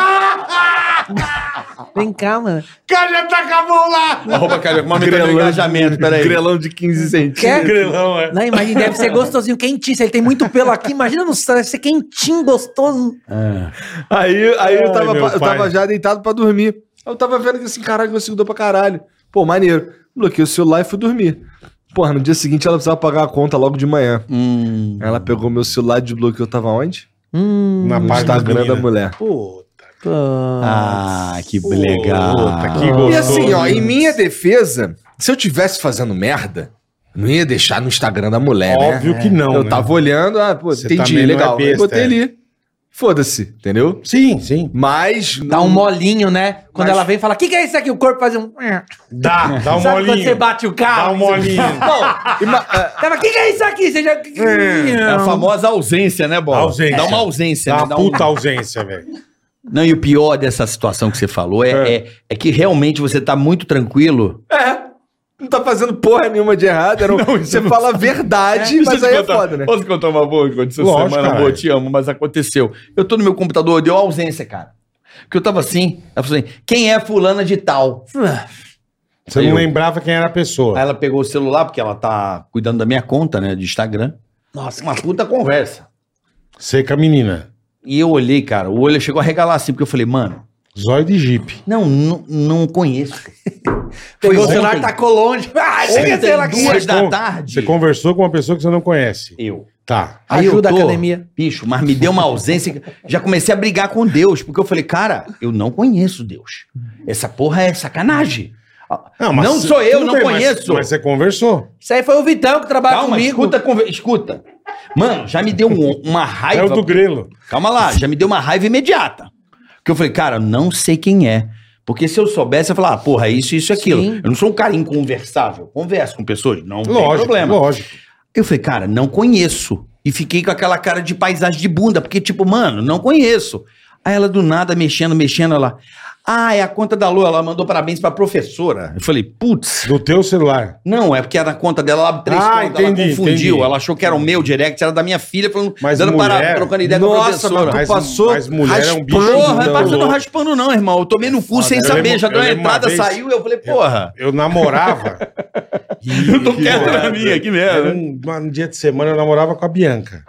E: mano. Vem cá, mano.
B: cara já tá com a mão lá.
A: Arroba Carioca, mas aumentando o engajamento, peraí.
D: Grelão de 15 centímetros.
E: Quer?
B: Grelão, é.
E: Não, imagina, deve ser gostosinho, quentinho. Se ele tem muito pelo aqui, imagina no céu, deve ser quentinho, gostoso.
D: Aí, aí eu,
B: Ai,
D: tava,
B: meu
D: eu
B: pai.
D: tava já deitado pra dormir. Eu tava vendo que assim, caralho, meu seguidor pra caralho. Pô, maneiro. Bloqueei o celular e fui dormir. Porra, no dia seguinte ela precisava pagar a conta logo de manhã.
A: Hum.
D: Ela pegou meu celular e desbloqueou. Tava onde?
E: Hum,
B: Na
D: No
B: parte
D: Instagram da
B: Tá menina.
D: mulher.
E: pô.
A: Ah, que legal.
B: Puta, que
D: E
B: gostoso.
D: assim, ó, em minha defesa, se eu tivesse fazendo merda, não ia deixar no Instagram da mulher, né?
B: Óbvio que não,
D: eu
B: É, né?
D: tava olhando, ah, pô,
B: Você
D: entendi,
B: também não é
D: legal. Aí
B: besta,
D: botei
B: é.
D: ali. Foda-se, entendeu?
B: Sim, sim.
D: Mas.
E: Dá um molinho, né? Quando
D: Mas-
E: ela vem e fala, o que, que é isso aqui? O corpo faz um...
B: Dá, dá um
E: Sabe quando você
B: molinho.
E: bate o
B: Dá
E: carro?
B: um molinho.
E: Tava, o que, que é isso aqui? Você já...
A: É a famosa ausência, né, Bola?
B: Ausência.
A: Dá uma ausência.
B: Dá
A: né?
B: uma
A: um-
B: puta ausência, velho.
A: Não, e o pior dessa situação que você falou é, é. é que realmente você tá muito tranquilo.
D: É. Não tá fazendo porra nenhuma de errado. Era um- você fala a verdade, mas aí
B: tá-
D: é foda, né?
A: Posso contar uma boa que aconteceu
B: Lógico,
A: semana
B: cara.
A: boa, te amo, mas aconteceu. Eu tô no meu computador, deu ausência, cara. Porque eu tava assim, ela falou assim, quem é fulana de tal?
B: É. Você
A: Aí
B: não
A: eu-
B: lembrava quem era a pessoa.
A: Aí ela pegou o celular, porque ela tá cuidando da minha conta, né, de Instagram. Nossa, uma puta conversa.
B: Seca a menina.
A: E eu olhei, cara, o olho chegou a regalar assim, porque eu falei, mano,
B: Zóio de jipe.
A: não, não, não conheço.
E: Pegou o
A: Foi
E: celular,
A: ontem.
E: tacou longe. Ah, chega, sei lá,
A: Ontem, duas
E: que...
A: da
B: con-
A: tarde.
B: Você conversou com uma pessoa que você não conhece.
A: Eu.
B: Tá.
A: Aí
E: Ajuda a
A: eu tô,
E: academia.
A: Bicho, mas me deu uma ausência. Já comecei a brigar com Deus, porque eu falei, cara, eu não conheço Deus. Essa porra é sacanagem. Ah, Não, sou eu,
B: tudo
A: não
B: bem, mas-
A: conheço.
B: Mas, você conversou.
E: Isso aí foi o Vitão que trabalha
A: Calma,
E: comigo.
A: escuta, a conver- escuta. Mano, já me deu um- uma
B: É
A: raiva.
B: o do Grelo.
A: Calma lá, já me deu uma raiva imediata. Porque eu falei, cara, não sei quem é. Porque se eu soubesse, eu ia falar, ah, porra, é isso, isso, e aquilo.
E: Sim.
A: Eu não sou um cara inconversável. Converso com pessoas, não tem
B: Lógico,
A: problema.
B: lógico.
A: Eu falei, cara, não conheço. E fiquei com aquela cara de paisagem de bunda, porque, tipo, mano, não conheço. Aí ela do nada mexendo, mexendo, ela. Ah, é a conta da Lua, ela mandou parabéns pra professora. Eu falei, putz,
B: Do teu celular.
A: não, é porque era a conta dela, ela três
B: Ah,
A: contas, ela
B: entendi,
A: confundiu.
B: entendi.
A: Ela achou que era o meu direct, era da minha filha, falando,
B: Mas
A: dando
B: mulher-
A: para, trocando ideia com a
D: Nossa,
A: professora.
D: mas tu passou
B: mas mulher é um bicho
A: Porra,
B: muito
A: não, passando
B: louco.
A: raspando, não, irmão. Eu tomei no cu sem
B: Eu
A: saber,
B: lembro-
A: já deu
B: eu
A: a
B: lembro uma
A: entrada,
B: vez-
A: saiu, eu falei, porra.
B: Eu namorava.
A: Eu, tô quieto
B: porra.
A: na minha, que
B: Era
A: merda.
B: um, um dia de semana eu namorava com a Bianca.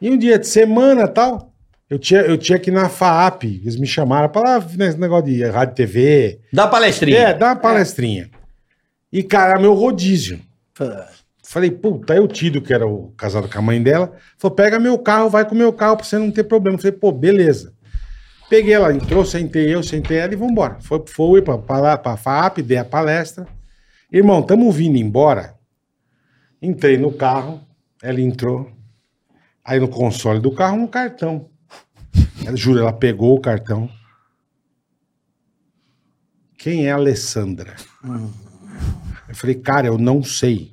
B: E um dia de semana tal, eu tinha, eu tinha que ir na FAAP. Eles me chamaram pra lá, nesse negócio de rádio e TV.
A: Dá palestrinha.
B: É, dar uma palestrinha. E, cara, era meu rodízio. Falei, puta, aí o Tido, que era o casado com a mãe dela, falou: pega meu carro, vai com meu carro pra você não ter problema. Falei, pô, beleza. Peguei ela, entrou, sentei eu, sentei ela e vambora. Foi, foi pra, pra, lá, pra FAP, dei a palestra. Irmão, tamo vindo embora. Entrei no carro, ela entrou. Aí no console do carro, um cartão. Ela, juro, ela pegou o cartão. Quem é a Alessandra? Eu falei, cara, eu não sei.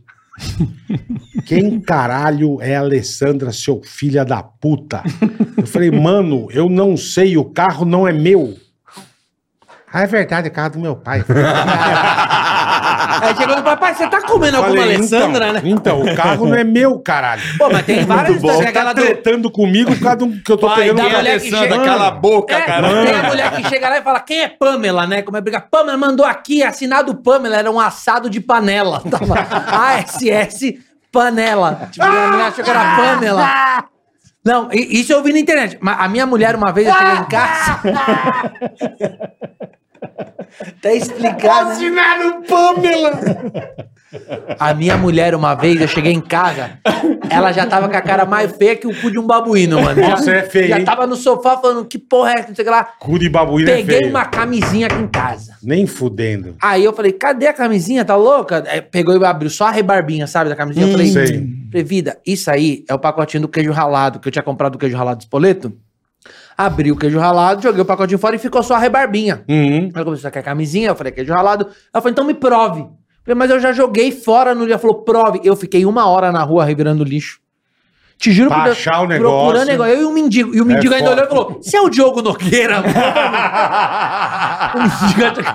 B: Quem caralho é a Alessandra, seu filho da puta? Eu falei, mano, eu não sei, o carro não é meu. Ah, é verdade, é carro do meu pai.
E: Aí chegou no papai, você tá comendo alguma
B: Falei,
E: Alessandra,
B: então,
E: né?
B: Então, o carro não é meu, caralho.
E: Pô, mas tem várias
B: Você
E: histórias.
B: tá
E: Aquela do...
B: tretando comigo por causa do que eu tô
E: Pai
B: pegando
E: da
B: no carro.
E: mulher que chega-
B: Mano,
A: boca,
E: É, tem a mulher que chega lá e fala, quem é Pamela, né? Como é brigar? Pamela mandou aqui, assinado Pamela, era um assado de panela. Tá Tava ASS Panela. Tipo, a mulher achou que era Pamela. Não, i- isso eu vi na internet. Mas a minha mulher, uma vez, eu cheguei em casa... Até explicado. né? A minha mulher, uma vez, eu cheguei em casa, ela já tava com a cara mais feia que o cu de um babuíno, mano.
B: Nossa,
E: já,
B: é feio,
E: Já
B: hein?
E: tava no sofá falando, que porra é essa, não sei o que lá.
B: Cu de babuína é
E: Peguei
B: feio.
E: uma camisinha aqui em casa.
B: Nem fudendo.
E: Aí eu falei, cadê a camisinha? Tá louca? Aí pegou e abriu só a rebarbinha, sabe, da camisinha. eu falei,
B: sei.
E: falei, vida, isso aí é o pacotinho do queijo ralado, que eu tinha comprado o queijo ralado do Espoleto. Abri o queijo ralado, joguei o pacotinho fora e ficou só a rebarbinha.
B: Uhum.
E: Ela começou a querer camisinha, eu falei, queijo ralado. Ela falou, então me prove. Eu falei, mas eu já joguei fora no lixo. Ela falou, prove. Eu fiquei uma hora na rua revirando lixo. Te juro
B: Pra
E: por Deus,
B: achar o negócio.
E: procurando negócio. Eu e o mendigo. E o mendigo ainda
B: foda.
E: olhou e falou, você é o Diogo Nogueira? mano?" o mendigo achou que era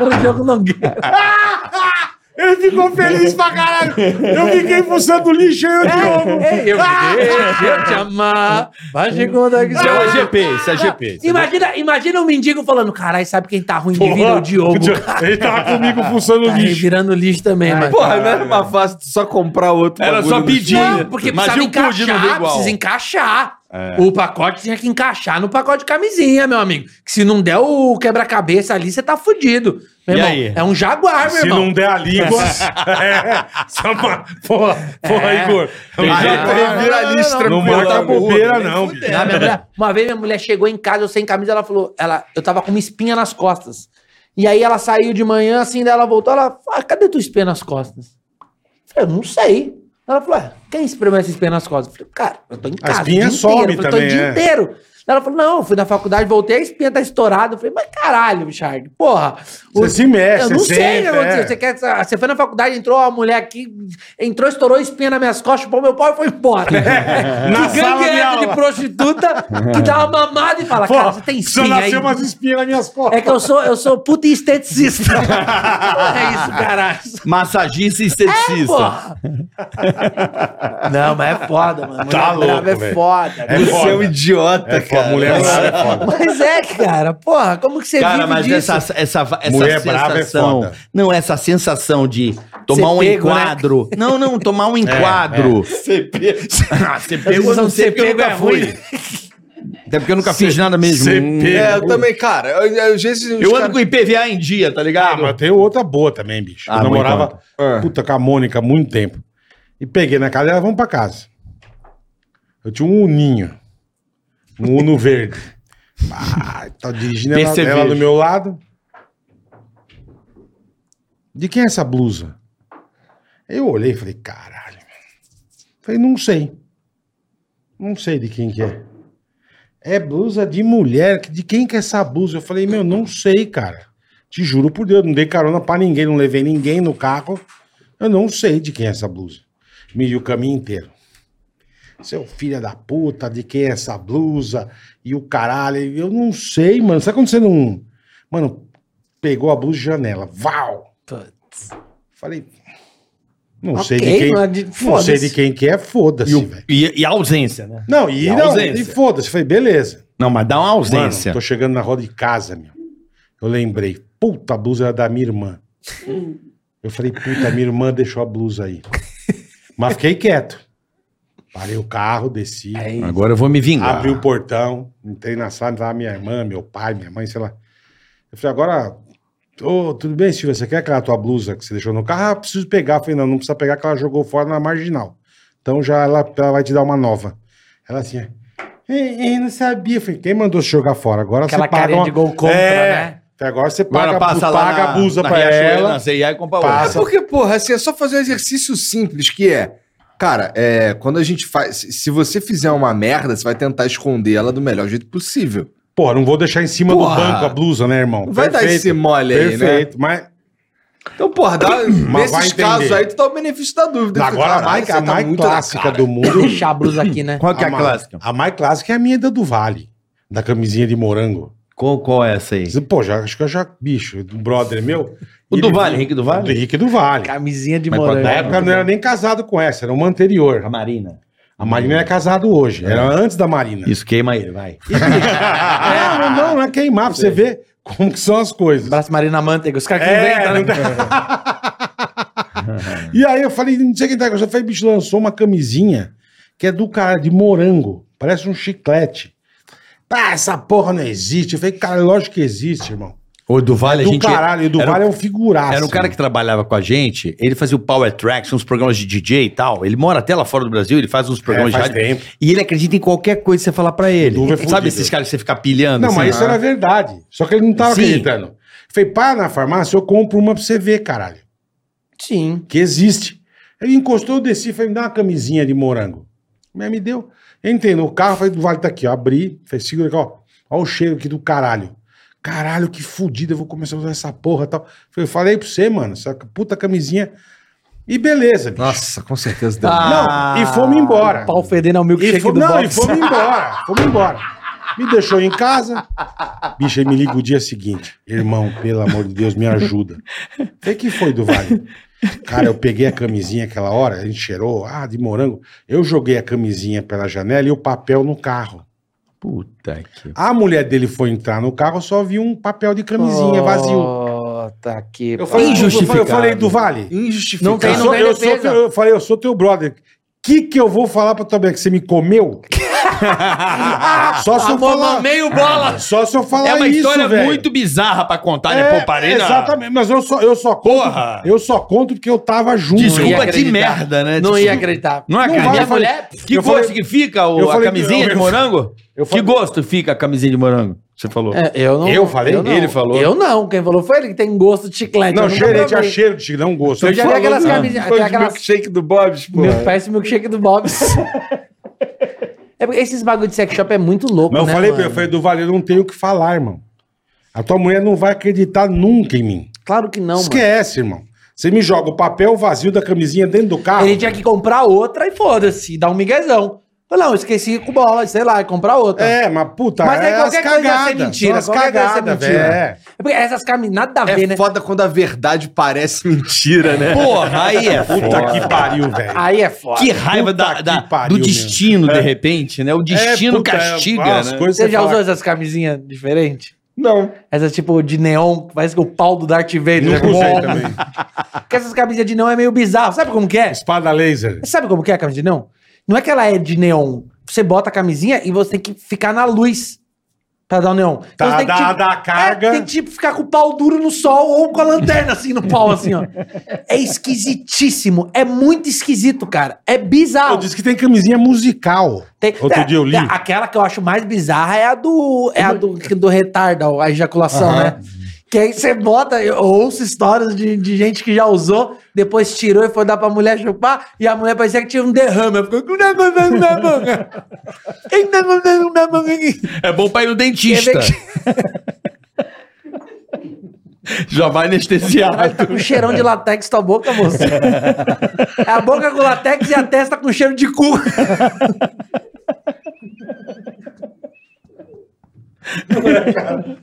E: o Diogo Nogueira.
B: Ele ficou feliz pra caralho. Eu fiquei fuçando lixo e eu de novo.
E: Ei, eu deixei te amar. Vai chegando aqui.
A: Isso é o GP, isso é GP.
E: Imagina, imagina o mendigo falando, caralho, sabe quem tá ruim de vida? É O Diogo.
B: Ele tava comigo fuçando
E: Tá
B: lixo.
E: revirando lixo também,
A: É
E: mano.
D: Porra, não era mais fácil só comprar outro
A: Era
D: bagulho
A: só
D: do-
A: pedir.
E: Não, porque
A: Mas
E: precisava
A: e o um pudim não veio
E: encaixar,
A: igual? É.
E: precisa encaixar. O pacote tinha que encaixar no pacote de camisinha, meu amigo. Que se não der o quebra-cabeça ali, você tá fudido. Meu
A: E
E: irmão,
A: aí?
E: é um jaguar, meu
B: Se
E: irmão.
B: não der a língua. é, só uma- porra, porra, Igor.
A: Tem
B: Ah,
A: jeito,
D: revira lixo,
B: Não
D: tranquilo,
B: mata
D: tá bom.
B: bobeira, não. bicho.
E: Não, minha mulher- uma vez minha mulher chegou em casa, eu sem camisa, ela falou, ela, eu tava com uma espinha nas costas. E aí ela saiu de manhã, assim, daí ela voltou, ela falou, cadê tua espinha nas costas? Eu falei, eu não sei. Ela falou, ué, quem espremeu essa espinha nas costas? Eu falei, cara, eu tô em casa. o
B: espinha
E: dia
B: some
E: inteiro, eu falei, tô
B: também,
E: o dia
B: é.
E: inteiro. Ela falou, não, eu fui na faculdade, voltei, a espinha tá estourada. Eu falei, mas caralho, Richard, porra.
B: Você
E: O-
B: se mexe,
E: Eu não
B: você
E: sei o que
B: senta,
E: aconteceu.
B: é.
E: Você, quer, você foi na faculdade, entrou uma mulher aqui, entrou, estourou a espinha nas minhas costas, pôs meu pau e foi embora.
B: Na
E: que
B: sala
E: gangue
B: de
E: é essa de,
B: aula.
E: prostituta que dá uma mamada e fala, cara, você tem
B: Só
E: espinha aí.
B: nasceu umas espinhas nas minhas
E: É
B: costas.
E: que eu sou, eu sou puta esteticista. é isso, caralho.
A: Massagista e
E: É,
A: esteticista.
E: porra. Não, mas é foda, mano. Mulher
B: Tá louco,
E: brava é
B: velho.
E: foda.
B: É
D: Você é um
B: foda.
D: idiota,
B: É foda.
D: cara.
B: Mulher brava é foda.
E: Mas é, cara, porra, como que você
A: Cara,
E: vive
A: mas
E: disso?
A: essa, essa, essa
B: Mulher brava é
A: sensação.
B: foda.
A: não, essa sensação de tomar um
E: pego, né?
A: enquadro. Não, não, tomar um enquadro. Ah, Você pegou, eu não é sei porque eu nunca fui. Até porque eu nunca fiz nada mesmo.
B: Você
A: Hum.
D: É,
B: pega.
D: eu também, cara. eu- eu- Às vezes. os
A: Eu ando
D: caras-
A: com IPVA em dia, tá
B: Ah,
A: ligado?
B: mas tem outra boa também, bicho.
A: Ah,
B: eu namorava
A: muito
D: Ah.
B: puta com a Mônica há muito tempo. E peguei na casa dela, vamos pra casa. Eu tinha um uninho. Um uno verde. Ah, tá dirigindo ela,
A: Percevejo.
B: ela do meu lado. De quem é essa blusa? Eu olhei e falei, caralho. velho. Falei, não sei. Não sei de quem que é. É blusa de mulher. De quem que é essa blusa? Eu falei, meu, não sei, cara. Te juro por Deus, não dei carona pra ninguém, não levei ninguém no carro. Eu não sei de quem é essa blusa. Medi o caminho inteiro. Seu filho da puta, de quem é essa blusa? E o caralho, eu não sei, mano. Sabe quando você não. Mano, pegou a blusa de janela. Val! Falei. Não
E: Ok,
B: sei de quem.
E: não é de-
B: Não sei
E: foda-se.
B: de quem que é,
A: E,
B: foda-se,
A: o-
B: velho.
A: e- e a ausência, né?
B: Não, e,
A: E a
B: não,
A: ausência.
B: e foda-se. Falei, beleza.
A: Não, mas dá uma
B: Mano,
A: ausência.
B: tô chegando na roda de casa, meu. Eu lembrei. Puta, a blusa era da minha irmã. Eu falei, puta, minha irmã deixou a blusa aí. Mas fiquei quieto. Parei o carro, desci,
A: Agora eu vou me vingar.
B: abri o portão, entrei na sala, tava minha irmã, meu pai, minha mãe, sei lá. Eu falei, agora, ô, tudo bem, Silvia, você quer aquela tua blusa que você deixou no carro? Ah, preciso pegar. Eu falei, não, não precisa pegar, que ela jogou fora na marginal. Então já ela, ela vai te dar uma nova. Ela assim, é, eu não sabia. Eu falei, quem mandou você jogar fora? Agora
E: Aquela
B: você paga É.
E: carinha de gol contra, né?
B: Falei, Agora você paga,
A: Agora passa lá
B: paga
A: na-
B: a blusa
A: na
B: pra
A: Riachuelo, né?
B: ela.
A: na CIA e compra outra.
B: Passa.
D: Porque, porra, assim, é só fazer um exercício simples que é. Cara, é, quando a gente faz. se- Se você fizer uma merda, você vai tentar esconder ela do melhor jeito possível.
B: Pô, não vou deixar em cima
D: Porra.
B: do banco a blusa, né, irmão?
D: Não vai dar esse mole aí, né?
B: Perfeito, mas...
D: Então, porra, dá,
B: vai
D: nesses
B: entender.
D: casos aí, tu dá o benefício da dúvida.
B: Agora a mais,
D: tá
B: a mais clássica do mundo.
E: Deixar a blusa aqui, né?
A: Qual que é a
B: mais-
A: clássica?
B: A mais clássica é a minha da do Vale, da camisinha de morango.
A: Qual, qual é essa aí?
B: Pô, já, acho que eu já. Bicho, um brother meu.
A: O
B: ele-
A: do Vale, Henrique do
B: Do
A: Vale?
B: Henrique do Vale.
E: Camisinha de
A: Mas quando
B: Na
A: é?
E: morango.
B: época eu não era nem casado com essa, era uma anterior.
A: Marina.
B: A Marina é casado hoje, era antes da Marina.
A: Isso, queima ele, vai.
B: É, não, não, não é queimar, pra você ver como que são as coisas.
E: Abraço Marina Manteiga. Os caras que
B: É,
E: inventam, né?
B: não dá. e aí eu falei, não sei quem tá. Eu falei, bicho, lançou uma camisinha que é do cara de morango. Parece um chiclete. Ah, essa porra não existe. Eu falei, cara, lógico que existe, irmão.
A: O do Vale, a
B: do
A: gente.
B: caralho, e do
A: era o-
B: Vale é um figuraço.
A: Era um cara que trabalhava com a gente, ele fazia o Power Tracks, uns programas de DJ e tal. Ele mora até lá fora do Brasil, ele faz uns programas
B: É, faz
A: de rádio.
B: tempo.
A: E ele acredita em qualquer coisa que você falar pra ele.
B: Duva é fudido.
A: Sabe esses caras que você fica pilhando?
B: Não, mas isso era verdade. Só que ele não tava
A: assim, né? Sim.
B: acreditando. Eu falei, pá, na farmácia eu compro uma pra você ver, caralho.
E: Sim.
B: que existe. Ele encostou, eu desci, falei, me dá uma camisinha de morango. A mulher me deu. Entrei no carro, falei, do vale tá aqui, ó. Abri, falei, segura aqui, ó. Olha o cheiro aqui do caralho. Caralho, que fudida, eu vou começar a usar essa porra e tal. Falei, eu falei pra você, mano, essa puta camisinha. E beleza, bicho.
D: Nossa, com certeza
B: Ah.
D: deu.
A: Ah,
B: e fomos embora.
E: O pau fedendo ao
B: E
E: milkshake
B: fo-
E: do
B: não, e
E: box.
B: fomos embora. Fomos embora. Me deixou em casa. Bicho, ele me liga o dia seguinte. Irmão, pelo amor de Deus, me ajuda. O que foi do Vale? Cara, eu peguei a camisinha aquela hora, a gente cheirou, ah, de morango. Eu joguei a camisinha pela janela e o papel no carro.
A: Puta que.
B: A mulher dele foi entrar no carro, eu só vi um papel de camisinha vazio.
E: Tá aqui.
B: Eu falei,
A: Injustificado.
B: Eu falei do Vale.
D: Injustificado.
E: Não tem,
B: eu, sou, eu, sou
E: defesa.
B: teu, eu falei, eu sou teu brother. Que que eu vou falar pra tua mulher que você me comeu?
E: Ah,
B: só se eu falar.
A: meio bola!
B: Só se eu falar
A: É uma
B: isso,
A: história
B: velho.
A: muito bizarra pra contar, né?
B: É,
A: Pô, parei na-
B: Exatamente, mas eu só, eu só conto.
A: Porra!
B: Eu só conto porque eu tava junto.
E: Não ia
A: Desculpa de
E: acreditar.
A: merda, né?
E: Não
A: Desculpa.
E: ia acreditar.
A: Não
B: Não vai,
A: acredita?
B: eu falei-
A: mulher? Que
B: eu
A: gosto
B: falei-
A: que fica o-
B: eu falei
A: a
B: que-
A: camisinha
B: eu-
A: de morango?
B: eu falei-
A: que gosto fica a camisinha de morango? Você falou.
E: É, eu não.
B: Eu falei?
E: não.
B: Ele falou.
E: Eu não. Quem falou foi ele que tem gosto de chiclete.
A: Então,
B: Não,
E: Eu nunca
B: cheiro, tinha
E: provei.
B: cheiro de não gosto.
E: Eu já vi Então, aquelas camisinhas.
D: Foi
E: tem
D: o
E: aquelas-
D: milkshake do Bob's, pô.
E: Meu,
B: é.
E: parece o milkshake do Bob's. é porque esses bagulho de sex shop é muito louco,
B: Mas eu
E: né,
B: falei pra
E: mano?
B: ele, eu falei, do Vale, eu não tenho o que falar, irmão. A tua mulher não vai acreditar nunca em mim.
E: Claro que não, mano.
B: Esquece, irmão. Você me joga o papel vazio da camisinha dentro do carro.
E: Ele tinha que comprar outra e foda-se, dar um miguezão. Falou, não, esqueci com bola, sei lá, e comprar outra. É.
B: É, mas puta,
E: Mas aí
B: é as
E: qualquer coisa ia ser
B: cagadas.
E: mentira,
B: são as
E: qualquer coisa ia ser
B: cagadas, velho.
E: mentira.
B: É.
E: porque essas camisas, nada a ver, né?
D: É foda quando a verdade parece mentira, né?
A: Porra, aí é
B: Puta
A: foda.
B: que pariu, velho.
E: Aí é foda.
A: Que raiva
B: Puta
A: da-
B: que
A: da-
B: pariu,
A: do
B: meu.
A: destino, de repente, né? O destino
B: É, puta, é,
A: castiga,
B: as
A: né?
B: coisas
E: Você
B: que
E: já
B: fala,
E: usou essas camisinhas diferentes?
D: Não.
E: Essas tipo de neon, que parece que o pau do Darth Vader.
B: Nunca
E: né?
B: usei
E: Bom.
B: também.
E: Porque essas camisinhas de neon é meio bizarro. Sabe como que é?
B: Espada laser.
E: Sabe como que é a camisa de neon? Não é que ela é de neon. Você bota a camisinha e você tem que ficar na luz pra dar o neon.
B: Tá,
E: Então você tem que,
B: dá- dá a carga.
E: É, tem que tipo, ficar com o pau duro no sol ou com a lanterna assim no pau, assim, ó. É esquisitíssimo. É muito esquisito, cara. É
B: Eu
E: bizarro.
B: disse que tem camisinha musical.
E: Tem- é,
B: Outro dia eu li.
E: Aquela que eu acho mais bizarra é a do. É a do, que- do retardo, a ejaculação,
B: Aham.
E: né? Que aí você bota, eu ouço histórias de, de gente que já usou, depois tirou e foi dar pra mulher chupar, e a mulher parecia que tinha um derrame. Ficou.
A: É bom pra ir no dentista. Já vai anestesiado.
E: Tá com cheirão de latex tua boca, moça. É a boca com latex e a testa com cheiro de cu.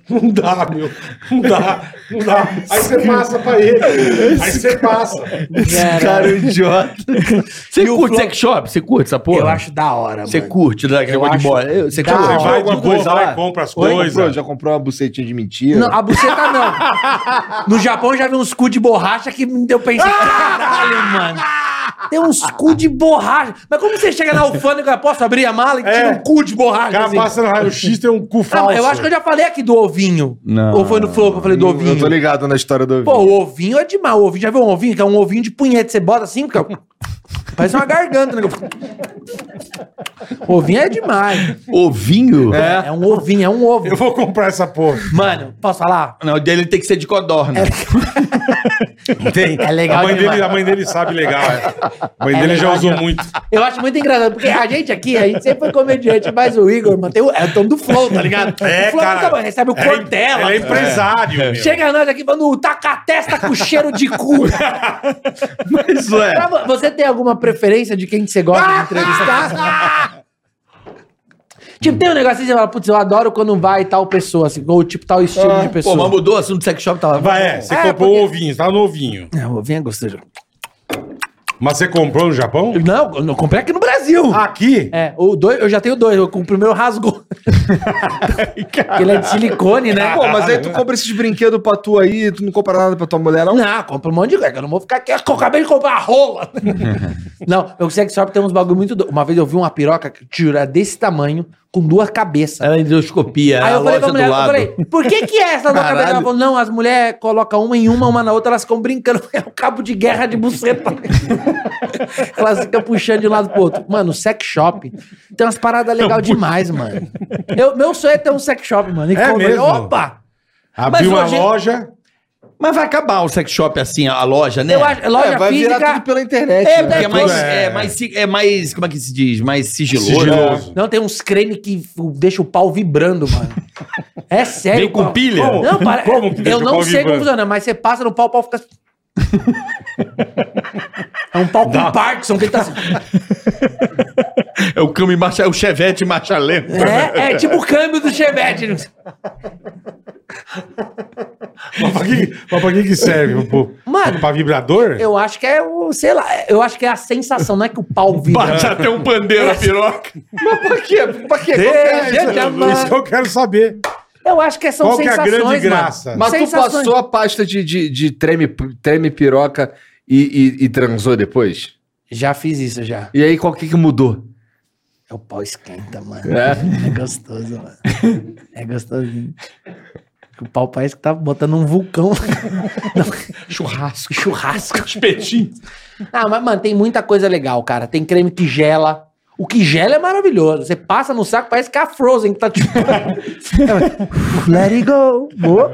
B: Não dá, meu. Não dá. Não dá. Aí você passa pra ele. Aí você passa.
D: É.
E: Cara,
A: Cara, idiota. Você curte sex shop? Você curte essa porra?
E: eu acho da hora,
A: Você
E: mano.
A: curte daquele
E: Eu
A: negócio de
E: acho
A: bola? Eu- Você
E: da
A: curte?
E: hora.
B: Vai de
A: Alguma
B: boa,
A: coisa
B: vai,
A: lá?
B: compra as
D: Já comprou,
B: coisas.
D: já comprou uma bucetinha de mentira?
E: Não, a buceta não. No Japão já vi uns cu de borracha que me deu pensar. Caralho, mano. Tem uns cu de borracha. Mas como você chega na alfândega, posso abrir a mala e tira
B: É.
E: um cu de
B: O
E: borracha?
B: cara
E: assim?
B: passa no raio-x, tem um cu
E: Ah,
B: falso.
E: eu acho que eu já falei aqui do ovinho.
A: Não.
E: Ou foi no flow que eu falei do ovinho?
D: Eu tô ligado na história do
E: Pô,
D: ovinho.
E: o ovinho é demais. O ovinho, já viu um ovinho? Que é um ovinho de punheta. Você bota assim, fica... Parece uma garganta, né? O ovinho é demais.
A: Ovinho?
E: É um ovinho, é um ovo.
B: Eu vou comprar essa porra.
E: Mano, posso falar?
A: Não, o dele tem que ser de codorna.
B: Tem.
E: É legal
B: a mãe,
E: demais.
B: dele, a mãe dele sabe legal. é. A mãe
E: É
B: dele já
E: legal
B: usou
E: demais.
B: muito.
E: Eu acho muito engraçado, porque a gente aqui, a gente sempre foi comediante, mas o Igor, mano, tem o, é o dono do Flow, tá ligado? o Flow nunca mais recebe o
B: É,
E: Cortella.
B: Ele é empresário. meu.
E: Chega nós aqui falando, taca a testa com cheiro de cu.
A: Mas, ué.
E: Pra vo- Você tem alguma preferência de quem que você gosta de entrevistar? Tipo, tem um negócio assim, você fala, putz, eu adoro quando vai tal pessoa, assim, ou tipo tal estilo
B: Ah.
E: de
A: Pô,
E: pessoa.
A: mas mudou o assunto do sex shop, tá lá.
B: Vai, é, você
E: É,
B: comprou
E: porque-
B: o ovinho, tá no ovinho.
E: É, o ovinho é gostoso.
B: Mas você comprou no Japão?
E: Não, eu não comprei aqui no
B: Ah,
E: Brasil.
B: Aqui?
E: É, o dois, eu já tenho dois, eu- o primeiro rasgou. Porque ele é de silicone, né?
D: Pô, mas aí tu compra esses brinquedos pra tu aí, tu não compra nada pra tua mulher, não?
E: Não, compra um monte de coisa. que Eu não vou ficar aqui. Eu acabei de comprar a rola. não, eu sei que só tem uns bagulho muito. doido. Uma vez eu vi uma piroca que tira desse tamanho, com duas cabeças.
A: Ela é endoscopia,
E: Aí
A: a
E: eu falei
A: loja
E: pra mulher,
A: do
E: eu
A: lado.
E: falei, por que que é essa duas
A: Caralho.
E: cabeças? Ela falou, não, as mulheres colocam uma em uma, uma na outra, elas ficam brincando. É um cabo de guerra de buceta. elas ficam puxando de um lado pro outro. Mano, sex shop tem umas paradas legais demais, mano. Eu, meu sonho é ter um sex shop, mano. E
B: É
E: compra-
B: mesmo?
E: Opa!
B: Abriu
A: Mas
B: uma
A: hoje-
B: loja.
A: Mas vai acabar o sex shop assim, a loja, né?
E: Eu acho, loja
D: É, vai
E: física...
D: virar tudo pela internet.
A: É,
D: né?
A: porque é mais,
B: É.
A: é, mais, si- é mais. Como é que se diz? Mais sigiloso.
B: Sigiloso.
E: Não, tem uns creme que f- deixa o pau vibrando, mano. É sério.
A: Vem com
E: pau.
A: pilha?
E: Não, para.
B: Como que deixa
E: eu
B: o
E: não
B: pau
E: sei como
B: vibrando?
E: funciona, mas você passa no pau, o pau fica. assim. é um pau com Parkinson que ele tá assim.
H: É o câmbio marcha, é o chevette marcha lenta.
E: É, é tipo o câmbio do Chevette.
B: É. Mas pra que, mas pra que que serve? Pô?
E: Mano,
B: pra vibrador?
E: Eu acho que é o, sei lá, eu acho que é a sensação, não é que o pau vibra.
H: Bate até um pandeiro a piroca.
D: Pra quê? Pra quê?
B: É, isso,
E: gente, amado.
B: isso que eu quero saber.
E: Eu acho que são
B: Qual que é a
E: sensações,
B: grande
E: mano.
B: graça?
D: Mas tu
E: Sensações.
D: passou a pasta de, de, de treme, treme piroca e, e- e transou depois?
E: Já fiz isso, já.
D: E aí, qual que, que mudou?
E: É O pau esquenta, mano.
D: É?
E: É gostoso, mano. É gostosinho. O pau parece que tá botando um vulcão. Não, churrasco. Churrasco.
H: Espetinho.
E: Ah, mas, mano, tem muita coisa legal, cara. Tem creme que gela. O que gela é maravilhoso. Você passa no saco, parece que é a Frozen que tá tipo. Let it go. Boa.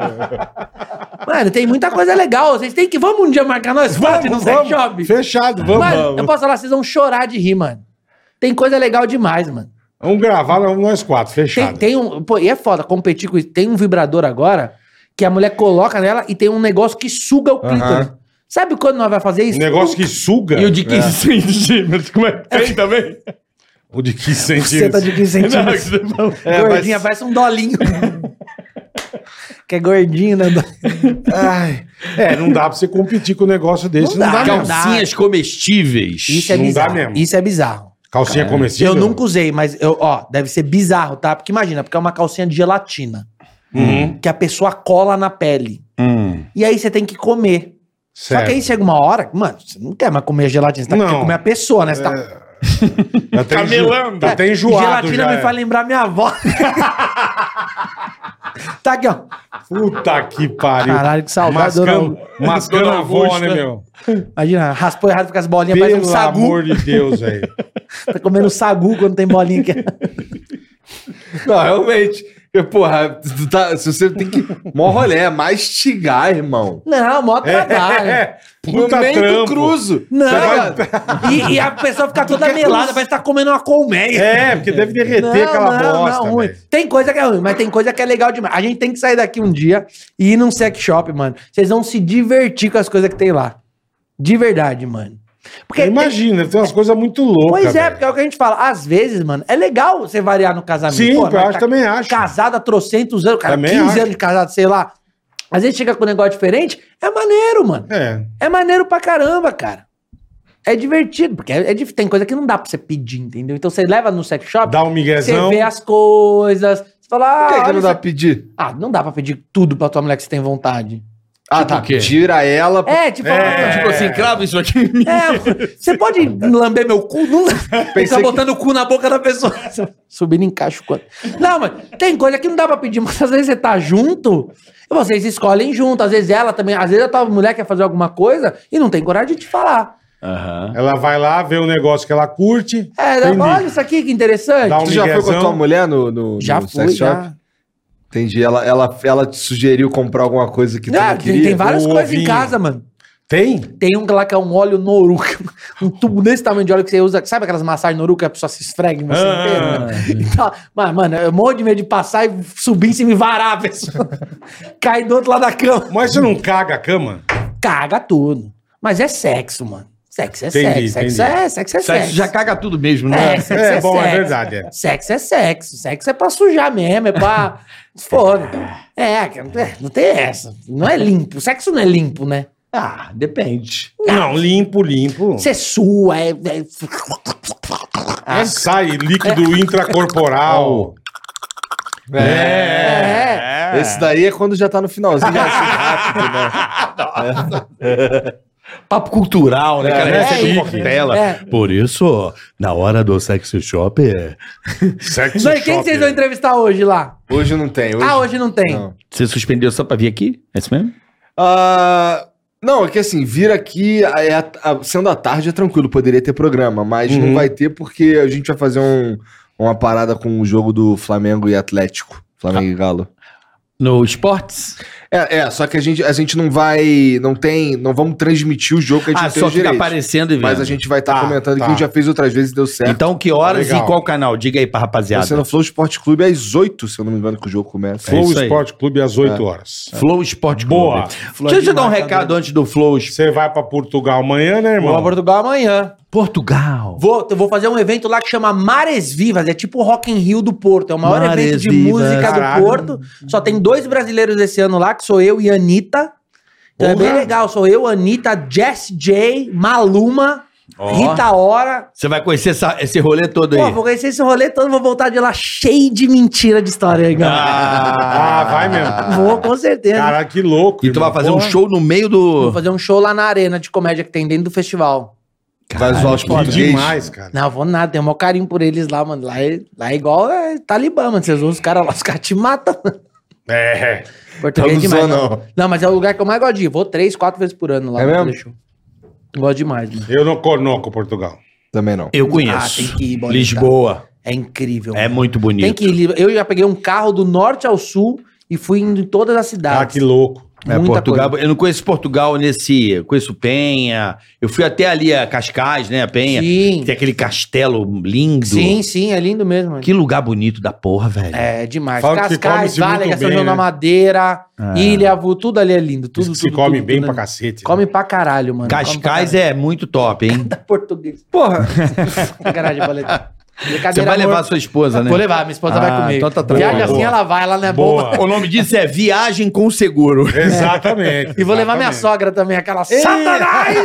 E: Mano, tem muita coisa legal. Vocês têm que. Vamos um dia marcar nós quatro no sex shop.
B: Fechado, vamos.
E: Mano, é
B: vamos.
E: eu posso falar, vocês vão chorar de rir, mano. Tem coisa legal demais, mano.
B: Vamos gravar nós- nós quatro,
E: Tem,
B: fechado.
E: tem um. Pô, e é foda, competir com isso. Tem um vibrador agora que a mulher coloca nela e tem um negócio que suga o clítoris. Sabe quando nós vai fazer isso?
B: Um negócio que suga. É.
A: E o de 15
H: 15 centímetros. Como é que tem também?
B: O de 15
E: Você tá
B: centímetros.
E: de 15
H: Não,
E: centímetros.
H: que você falou.
B: É,
E: Gordinha,
B: mas-
E: parece um dolinho. que é gordinho, né?
B: Ai, é, não dá pra você competir com um negócio desse. Não,
E: Não
B: dá,
E: dá,
B: mesmo.
A: Calcinhas comestíveis.
E: Isso é
B: Não dá
E: bizarro.
B: mesmo.
E: Isso é bizarro.
B: Calcinha comestível?
E: Eu nunca usei, mas eu, ó, deve ser bizarro, tá? Porque imagina, porque é uma calcinha de gelatina.
B: Hum.
E: Que a pessoa cola na pele. E aí você tem que comer. Só que aí chega uma hora, mano, você não quer mais comer a gelatina, você tá
B: Não. É.
E: quer comer a pessoa, né? Você tá
B: Já tá
H: Camelando.
B: enjo- Já tá enjoado.
E: É, Gelatina
B: já
E: me
B: é.
E: faz lembrar minha avó. tá aqui, ó.
B: Puta que pariu.
E: Caralho, que saudade,
B: Mascando,
E: dona-
B: mascando
H: dona
B: a avó,
H: Augusta.
B: né, meu?
E: Imagina, raspou errado, fica as bolinhas,
B: Pelo
E: parece um sagu.
B: amor de Deus, velho.
E: Tá comendo sagu quando tem bolinha aqui.
D: Não, realmente. Eu, porra, tu tá, se você tem que. Mó rolé, mastigar, irmão.
E: Não, mó trabalho.
B: É,
D: No
B: puta
D: meio do
B: trampo.
D: cruzo.
E: Não,
D: Você vai-
E: e, e a pessoa fica toda melada, parece que tá comendo uma colmeia.
B: É, porque deve derreter aquela bosta,
E: ruim.
B: velho.
E: Tem coisa que é ruim, mas tem coisa que é legal demais. A gente tem que sair daqui um dia e ir num sex shop, mano. Vocês vão se divertir com as coisas que tem lá. De verdade, mano. Porque
B: Eu
E: tem-
B: imagino, deve ter umas coisas muito loucas.
E: Pois é,
B: velho.
E: porque é o que a gente fala. Às vezes, mano, é legal você variar no casamento.
B: Sim, eu
E: mas tá
B: acho, também acho.
E: Casado há trocentos anos, cara,
B: Também
E: 15
B: acho.
E: anos de casado, sei lá. Às vezes chega com um negócio diferente, é maneiro, mano.
B: É.
E: É maneiro pra caramba, cara. É divertido, porque é, é dif- tem coisa que não dá pra você pedir, entendeu? Então você leva no sex shop,
B: Dá um
E: você
B: miguezão.
E: vê as coisas, você fala, ah,
D: Por que, que
E: olha
D: não
E: isso
D: dá pra pedir?
E: aqui." ah, não dá pra pedir tudo pra tua mulher que você tem vontade.
D: Ah,
A: Tipo
D: tá.
A: o quê?
D: Tira ela.
E: É, tipo,
B: É.
A: Tipo assim, crava isso aqui em mim.
E: É, você pode lamber meu cu? Não, fica
D: que-
E: botando o cu na boca da pessoa. Subindo em caixa o quanto. Não, mas tem coisa que não dá pra pedir, mas às vezes você tá junto e vocês escolhem junto. Às vezes ela também, às vezes a tua mulher quer fazer alguma coisa e não tem coragem de te falar.
B: Ela vai lá, vê um negócio que ela curte.
E: É, ela
B: Entendi.
E: fala, olha isso aqui que interessante.
B: Dá um
D: Tu já foi com a
B: miguezão.
D: tua mulher no, no,
E: Já
D: no
E: fui, já.
D: Entendi. Ela, ela, ela te sugeriu comprar alguma coisa que tu
E: Ah, tem,
D: não queria.
E: tem várias
B: o
E: coisas em
B: ovinho.
E: casa, mano.
B: Tem?
E: Tem um lá que é um óleo noru, um tubo desse tamanho de óleo que você usa. Sabe aquelas massagens noru que a pessoa se esfrega em você
B: Ah.
E: inteiro? Então, mas, mano, eu morro de medo de passar e subir em cima e varar a pessoa. Cai do outro lado da cama.
B: Mas você não caga a cama?
E: Caga tudo. Mas é sexo, mano. Sexo é
B: Entendi,
E: sexo, sexo
B: entendi.
E: é sexo, é
A: Sexo
E: sexo.
A: já caga tudo mesmo, né?
E: É, sexo
B: É,
E: é,
B: bom, é
E: sexo.
B: verdade, é.
E: Sexo é sexo. Sexo é pra sujar mesmo, é pra. Foda. É, que não tem- não tem essa. Não é limpo. Sexo não é limpo, né?
A: Ah, depende.
B: Não, limpo, limpo.
E: Você sua, é. é-
B: É, sai líquido intracorporal. É.
E: É.
D: Esse daí é quando já tá no finalzinho. já assim, rápido, né?
A: Papo cultural, né, cara?
B: é,
A: Recebe
B: é,
A: coquetela.
E: é.
A: Por isso, na hora do sex shop, é,
B: Sexo
E: Zoe, quem que
B: shop.
E: vocês vão entrevistar hoje lá?
D: Hoje não tem. Hoje...
E: Ah, né? hoje não tem.
D: Não.
A: você suspendeu só pra vir aqui? É isso mesmo?
D: Ah, não, é que assim, vir aqui, é a- a- sendo à tarde é tranquilo, poderia ter programa, mas
B: Uhum.
D: não vai ter porque a gente vai fazer um- uma parada com o jogo do Flamengo e Atlético. Flamengo e Galo.
A: No esportes?
D: É, é, só que a gente, a gente não vai. Não tem. Não vamos transmitir o jogo que a gente
A: Ah,
D: não tem
A: só
D: os
A: fica
D: direitos.
A: aparecendo e vendo.
D: Mas a gente vai estar
B: Tá,
D: comentando
B: tá.
D: que a gente já fez outras vezes e deu certo.
A: Então, que horas
B: Legal.
A: e qual canal? Diga aí pra rapaziada.
D: Vai ser no Flow Esporte Clube é às 8, se eu não me engano, que o jogo começa.
A: É
B: Flow
A: isso aí. É.
B: Esporte Clube às 8 horas.
A: Flow Esporte
B: Boa.
A: Clube. Deixa eu dar um recado antes do Flow Esporte.
B: Você vai pra Portugal amanhã, né,
E: Vou a
B: irmão?
E: Portugal amanhã.
A: Portugal.
E: Vou, eu vou fazer um evento lá que chama Mares Vivas, é tipo o Rock in Rio do Porto, é o maior
A: Mares
E: evento de
A: Vivas.
E: música
B: Caralho.
E: do Porto. Só tem dois brasileiros esse ano lá, que sou eu e Anitta. Então é bem
B: Porra.
E: legal, sou eu, Anitta, Jess J, Maluma,
A: Ó.
E: Rita Ora.
A: Você vai conhecer essa- esse rolê todo
E: Pô,
A: aí.
E: vou conhecer esse rolê todo, vou voltar de lá cheio de mentira de história, hein, galera.
B: Ah, vai mesmo.
E: Vou, com certeza.
B: Cara, que louco.
A: e tu vai
B: irmão.
A: fazer um
B: Porra.
A: show no meio
E: Vou
A: do.
E: fazer um show lá na arena de comédia que tem dentro do festival.
D: vai zoar os
B: Que
D: portugueses.
B: demais, cara.
E: Não, vou nada, tenho o maior carinho por eles lá, mano. Lá é, lá é igual é, Talibã, mano. Vocês vão os caras lá, os caras te matam.
B: É.
E: Português
D: Tá
E: é demais.
D: usando,
E: Não.
D: não.
E: Não, mas é o lugar que eu mais gosto de ir. Vou três, quatro vezes por ano lá.
D: É
E: no
D: mesmo?
E: Teleshow. Gosto demais, mano.
B: Eu não conoco Portugal.
D: Também não.
A: Eu
E: Ah,
A: conheço.
E: tem que ir, Bonita.
A: Lisboa.
E: É incrível.
A: É
E: mano.
A: muito bonito.
E: Tem que ir. Eu já peguei um carro do norte ao sul e fui indo em todas as
B: Ah,
E: cidades.
B: que louco.
A: É,
E: Muita
A: Portugal,
E: coisa.
A: eu não conheço Portugal nesse. Eu conheço Penha. Eu fui até ali a Cascais, né? A
B: é
A: Penha.
E: Sim.
A: Tem aquele castelo lindo.
E: Sim, sim, é lindo mesmo. mano.
A: Que lugar bonito da porra, velho.
E: É demais.
B: Falam que se
E: Cascais,
B: come-se
E: Vale,
B: muito
E: São
B: bem,
E: João da
B: né?
E: Madeira, Ilhavo, tudo ali é lindo.
B: Diz
E: Tudo,
B: que se
E: tudo,
B: come
E: tudo,
B: bem
E: tudo
B: pra
E: é lindo.
B: cacete. né?
E: Come pra caralho, mano.
A: Cascais é muito top, hein?
E: é português.
A: Porra.
E: Sacanagem, boleta.
A: Você vai levar sua esposa, né?
E: Vou levar, minha esposa vai
A: Ah,
E: comigo.
A: então tá tranquilo.
E: Viaja assim,
B: Boa.
E: ela vai, ela não é
B: Boa.
E: boa.
A: O nome disso é Viagem com Seguro.
B: Exatamente.
E: E vou levar minha
B: exatamente.
E: sogra também, aquela satanás!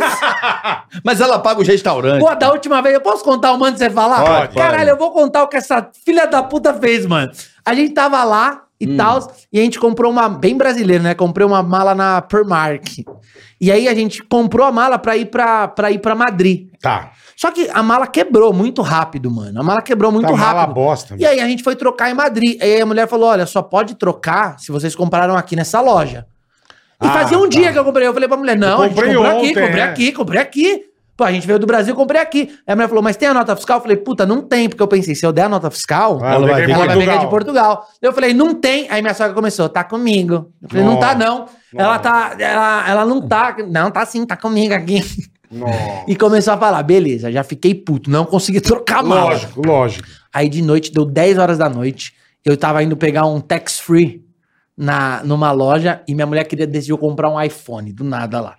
A: Mas ela paga os restaurantes.
E: Pô, da última vez, eu posso contar um mano você falar?
B: Pode,
E: Caralho,
B: pode.
E: eu vou contar o que essa filha da puta fez, mano. A gente tava lá e tal, e a gente comprou uma, bem brasileiro, né? Comprei uma mala na Permark. E aí a gente comprou a mala pra ir pra, pra, ir pra Madrid.
B: Tá.
E: Só que a mala quebrou muito rápido, mano. A mala quebrou muito
B: Tá mala
E: rápido.
B: bosta,
E: e aí a gente foi trocar em Madrid. Aí a mulher falou: olha, só pode trocar se vocês compraram aqui nessa loja. E
B: Ah,
E: fazia um
B: tá.
E: dia que eu comprei. Eu falei pra mulher: não, a gente
B: comprei
E: comprou
B: ontem,
E: aqui, comprei
B: é.
E: aqui, comprei aqui. Pô, a gente veio do Brasil, comprei aqui. Aí a mulher falou: mas tem a nota fiscal? Eu falei: puta, não tem, porque eu pensei: se eu der a nota fiscal,
B: Ah, ela vai
E: ela vai pegar de Portugal. Eu falei: não tem. Aí minha sogra começou: tá comigo. Eu falei: não
B: Nossa.
E: tá, não. Ela tá, ela, ela não tá, não tá sim, tá comigo aqui.
B: Nossa.
E: E começou a falar, beleza, já fiquei puto, não consegui trocar a mala.
B: Lógico, lógico.
E: Aí de noite, deu 10 horas da noite, eu tava indo pegar um tax-free na, numa loja e minha mulher queria, decidiu comprar um iPhone, do nada lá.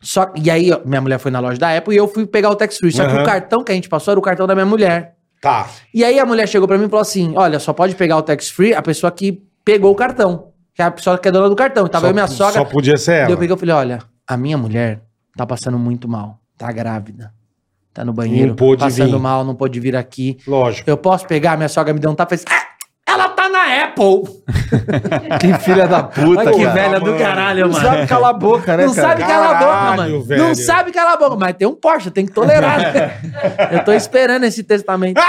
E: Só, que- e aí, ó, minha mulher foi na loja da Apple e eu fui pegar o tax-free. Só que
B: Aham.
E: o cartão que a gente passou era o cartão da minha mulher.
B: Tá.
E: E aí a mulher chegou pra mim e falou assim, olha, só pode pegar o tax-free a pessoa que pegou o cartão. Que é a pessoa que é dona do cartão. E tava eu e minha sogra...
B: Só podia ser
E: Daí Eu
B: ela.
E: peguei e falei, olha, a minha mulher tá passando muito mal, tá grávida, tá no banheiro,
B: Não pôde
E: passando
B: vir.
E: mal, não pôde vir aqui.
B: Lógico.
E: Eu posso pegar? Minha sogra me deu um tapa e fez, "Ah, ela tá na Apple! que filha da puta, Olha que
B: cara.
E: velha
B: Mano.
E: do caralho, mano. Não sabe calar
D: Cala a boca,
E: a
D: né,
E: boca, não
D: cara?
E: sabe calar a boca,
B: Caralho,
E: mano.
B: velho.
E: Não sabe calar a boca, mas tem um Porsche, tem que tolerar. né? Eu tô esperando esse testamento.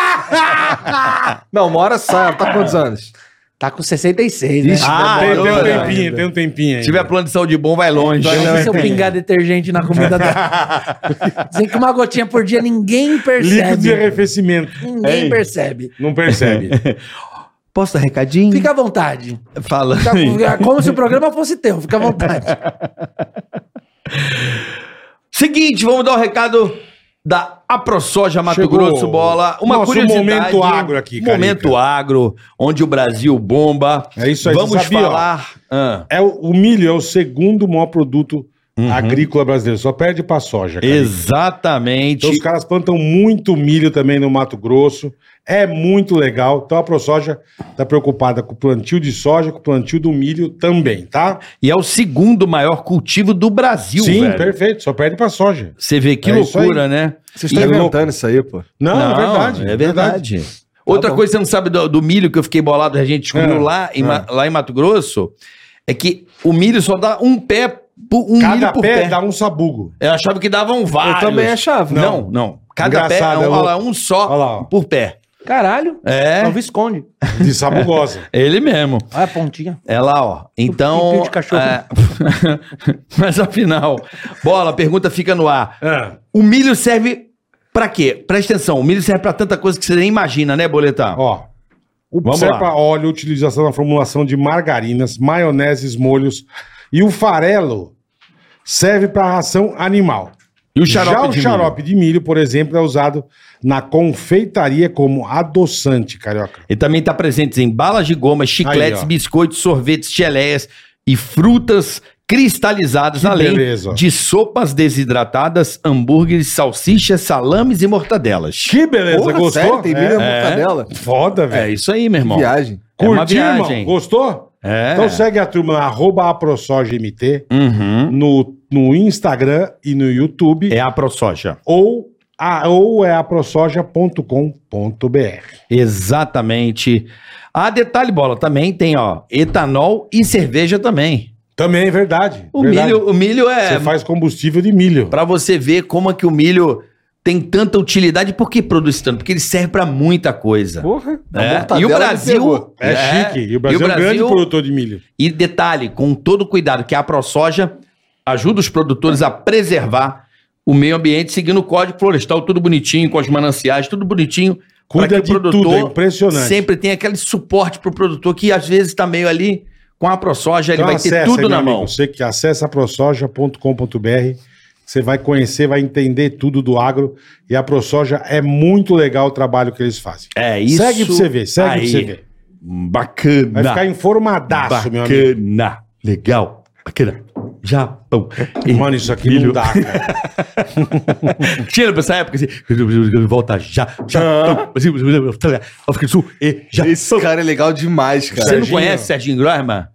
D: Não, uma hora sai. Ela tá com quantos anos?
E: Tá com 66, né?
A: Ah,
B: tem, tem um
A: garoto.
B: tempinho, tem um tempinho aí.
A: Se tiver plano de saúde bom, vai longe.
E: Imagina se eu pingar detergente na comida da... Dizem que uma gotinha por dia ninguém percebe.
B: Líquido de arrefecimento.
E: Ninguém
B: Ei,
E: percebe.
B: Não percebe.
A: Posso dar recadinho?
E: Fica à vontade.
A: Fala.
E: Fica- fica- como se o programa fosse teu. Fica à vontade.
A: Seguinte, vamos dar o recado da AproSoja Mato
B: Chegou
A: Grosso Bola. Uma
B: nosso
A: curiosidade.
B: momento agro aqui, Carica.
A: Momento agro, onde o Brasil bomba.
B: É isso aí,
A: Vamos
B: você sabia, ó?
A: falar. Ah,
B: É o, o milho é o segundo é maior produto
A: Uhum.
B: agrícola brasileira, só perde pra soja. cara.
A: Exatamente.
B: Então os caras plantam muito milho também no Mato Grosso. É muito legal. Então a ProSoja está preocupada com o plantio de soja, com o plantio do milho também, tá?
A: E é o segundo maior cultivo do Brasil,
B: Sim,
A: velho.
B: perfeito. Só perde pra soja.
A: Você vê que
B: É isso
A: loucura, né?
D: Vocês estão
B: E-
D: inventando isso aí, pô.
B: Não, é verdade. Tá
A: É verdade. Outra
D: bom.
A: coisa que você não sabe do, do milho que eu fiquei bolado, a gente descobriu
B: É,
A: lá, em, Ma- lá em Mato Grosso, é que o milho só dá um pé, por- um
B: Cada
A: milho por
B: pé,
A: pé.
B: dá um sabugo.
A: Eu achava que davam vários.
D: também achava.
A: Não, não. Cada pé,
B: Engraçado,
A: não,
B: é
A: olha
B: louco.
A: lá, um só
B: Olha lá, ó.
A: por pé.
E: Caralho.
A: É,
E: É o Visconde.
B: De sabugosa.
A: ele mesmo.
E: Olha a pontinha.
A: É lá, ó. Então.
E: pio de cachorro.
A: é, Mas afinal, bola, a pergunta fica no ar.
B: É.
A: O milho serve pra quê? Presta atenção, o milho serve pra tanta coisa que você nem imagina, né, Boletar?
B: Ó. O
A: Vamos
B: serve
A: lá.
B: pra óleo, utilização na formulação de margarinas, maioneses, molhos. E o farelo serve para ração animal.
A: E o
B: Já o
A: de milho?
B: xarope de milho, por exemplo, é usado na confeitaria como adoçante, carioca.
A: Ele também está presente em balas de goma, chicletes,
B: Aí, ó.
A: biscoitos, sorvetes, geleias e frutas cristalizadas, além
B: beleza.
A: de sopas desidratadas, hambúrgueres, salsichas, salames e mortadelas.
B: Que beleza,
D: Porra,
B: gostou?
D: sério? Tem milho
B: É.
D: na mortadela?
B: Foda,
A: É
B: velho.
A: isso aí, meu irmão.
D: Viagem.
A: É uma
B: Curtiu,
A: viagem.
B: irmão? Gostou?
A: É.
B: Então segue a turma lá, arroba AproSojaMT
A: Uhum.
B: no, no Instagram e no YouTube
A: É a ProSoja.
B: ou, a, ou é aprosoja.com.br.
A: Exatamente. Ah, detalhe, bola, também tem, ó, etanol e cerveja também.
B: Também é verdade.
A: O,
B: verdade.
A: milho, o milho é...
B: Você faz combustível de milho.
A: Pra você ver como é que o milho tem tanta utilidade. Por que produz tanto? Porque ele serve pra muita coisa.
D: Porra.
A: É,
D: A mortadela
A: E o
D: me
A: Brasil.
D: pegou.
B: É, chique. E o Brasil, é um grande produtor de milho.
A: E detalhe, com todo cuidado, que a ProSoja ajuda os produtores a preservar o meio ambiente, seguindo o código florestal, tudo bonitinho, com os mananciais, tudo bonitinho. pra
B: Cuida de tudo, é impressionante.
A: Sempre tem aquele suporte pro produtor que às vezes tá meio ali com a ProSoja, ele
B: Então
A: vai ter
B: acessa,
A: tudo
B: meu
A: na
B: amigo,
A: mão.
B: Você que acessa prosoja.com.br, você vai conhecer, vai entender tudo do agro. E a ProSoja é muito legal o trabalho que eles fazem.
A: É isso.
B: Segue pra você ver, segue pra você ver.
A: Bacana.
B: Vai ficar informadaço, meu amigo.
A: Bacana. Legal. Bacana. Japão.
B: É, Mano, isso aqui
A: Milho.
B: não dá, cara.
A: Tira pra essa época assim. Volta já. Japão. África do Sul e
D: Esse
A: Japão.
D: cara é legal demais, cara.
A: Você não
B: Serginho.
A: conhece Serginho Groisman?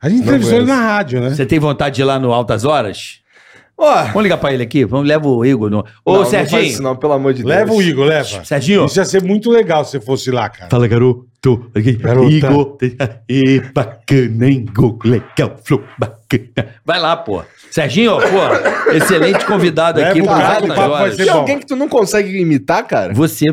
B: A gente entrevistou ele na rádio, né?
A: Você tem vontade de ir lá no Altas Horas?
D: Ó,
A: Vamos ligar pra ele aqui. Vamos levar o Igor. No... Ô,
D: não, não
A: Serginho.
D: faz isso não, pelo amor de Deus.
B: Leva o Igor, leva.
A: Serginho.
B: Isso ia ser muito legal se você fosse lá, cara.
A: Fala, garoto. Aqui,
B: Garota.
A: Igor. E bacana, hein, Igor? Legal, flow, bacana. Vai lá, pô. Serginho, pô, excelente convidado
B: Leva
A: aqui
B: o
A: pro
B: cara,
A: Altas
B: o papo vai
A: Horas.
B: ser
D: Tem
B: bom.
D: alguém que tu não consegue imitar, cara?
A: Você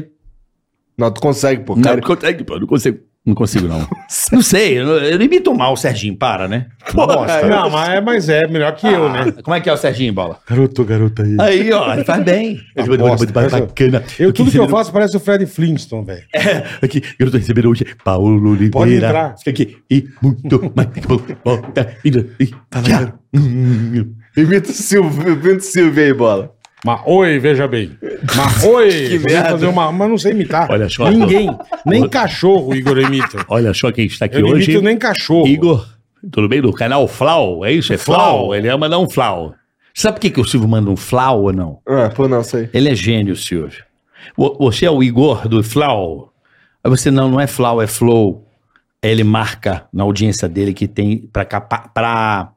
D: Não, tu consegue, pô.
A: Não,
D: Cara,
A: não consegue, pô, não consigo. Não consigo, não. não sei, eu, eu imito mal o Serginho, para, né?
B: Bosta. Não, mas é, mas é melhor que eu, né?
A: Como é que é o Serginho, bola?
B: Ah,
A: É
B: Garoto, garota aí.
A: Aí, ó, ele faz bem.
B: Ele
A: Bosta,
B: faz bem.
A: bacana.
B: Eu, É. tudo que eu faço parece o Fred Flintstone, velho.
A: Aqui, garoto receber hoje, Paulo Oliveira.
B: Pode entrar.
A: Fica aqui, e muito mais. Volta, e, e, já. Hum,
D: imita o Silvio, imita o Silvio aí, bola.
B: Mas oi, veja bem. Mas oi, que
D: merda.
B: Fazer uma, mas não sei imitar.
H: Olha só.
B: Ninguém, nem cachorro o Igor imita.
H: Olha só quem está aqui
B: Eu não
H: hoje.
B: imito nem cachorro.
H: Igor, tudo bem? Do canal Flau, é isso? É Flau?
B: Flau.
H: Ele ama dar um Flau.
A: Sabe por que, que o Silvio manda um flau ou não?
D: Ah, pô, não, sei.
A: Ele é gênio, Silvio. Vo- Você é o Igor do Flau? Aí você, não, não é Flau, é Flow. Aí Ele marca na audiência dele que tem pra, capa- pra,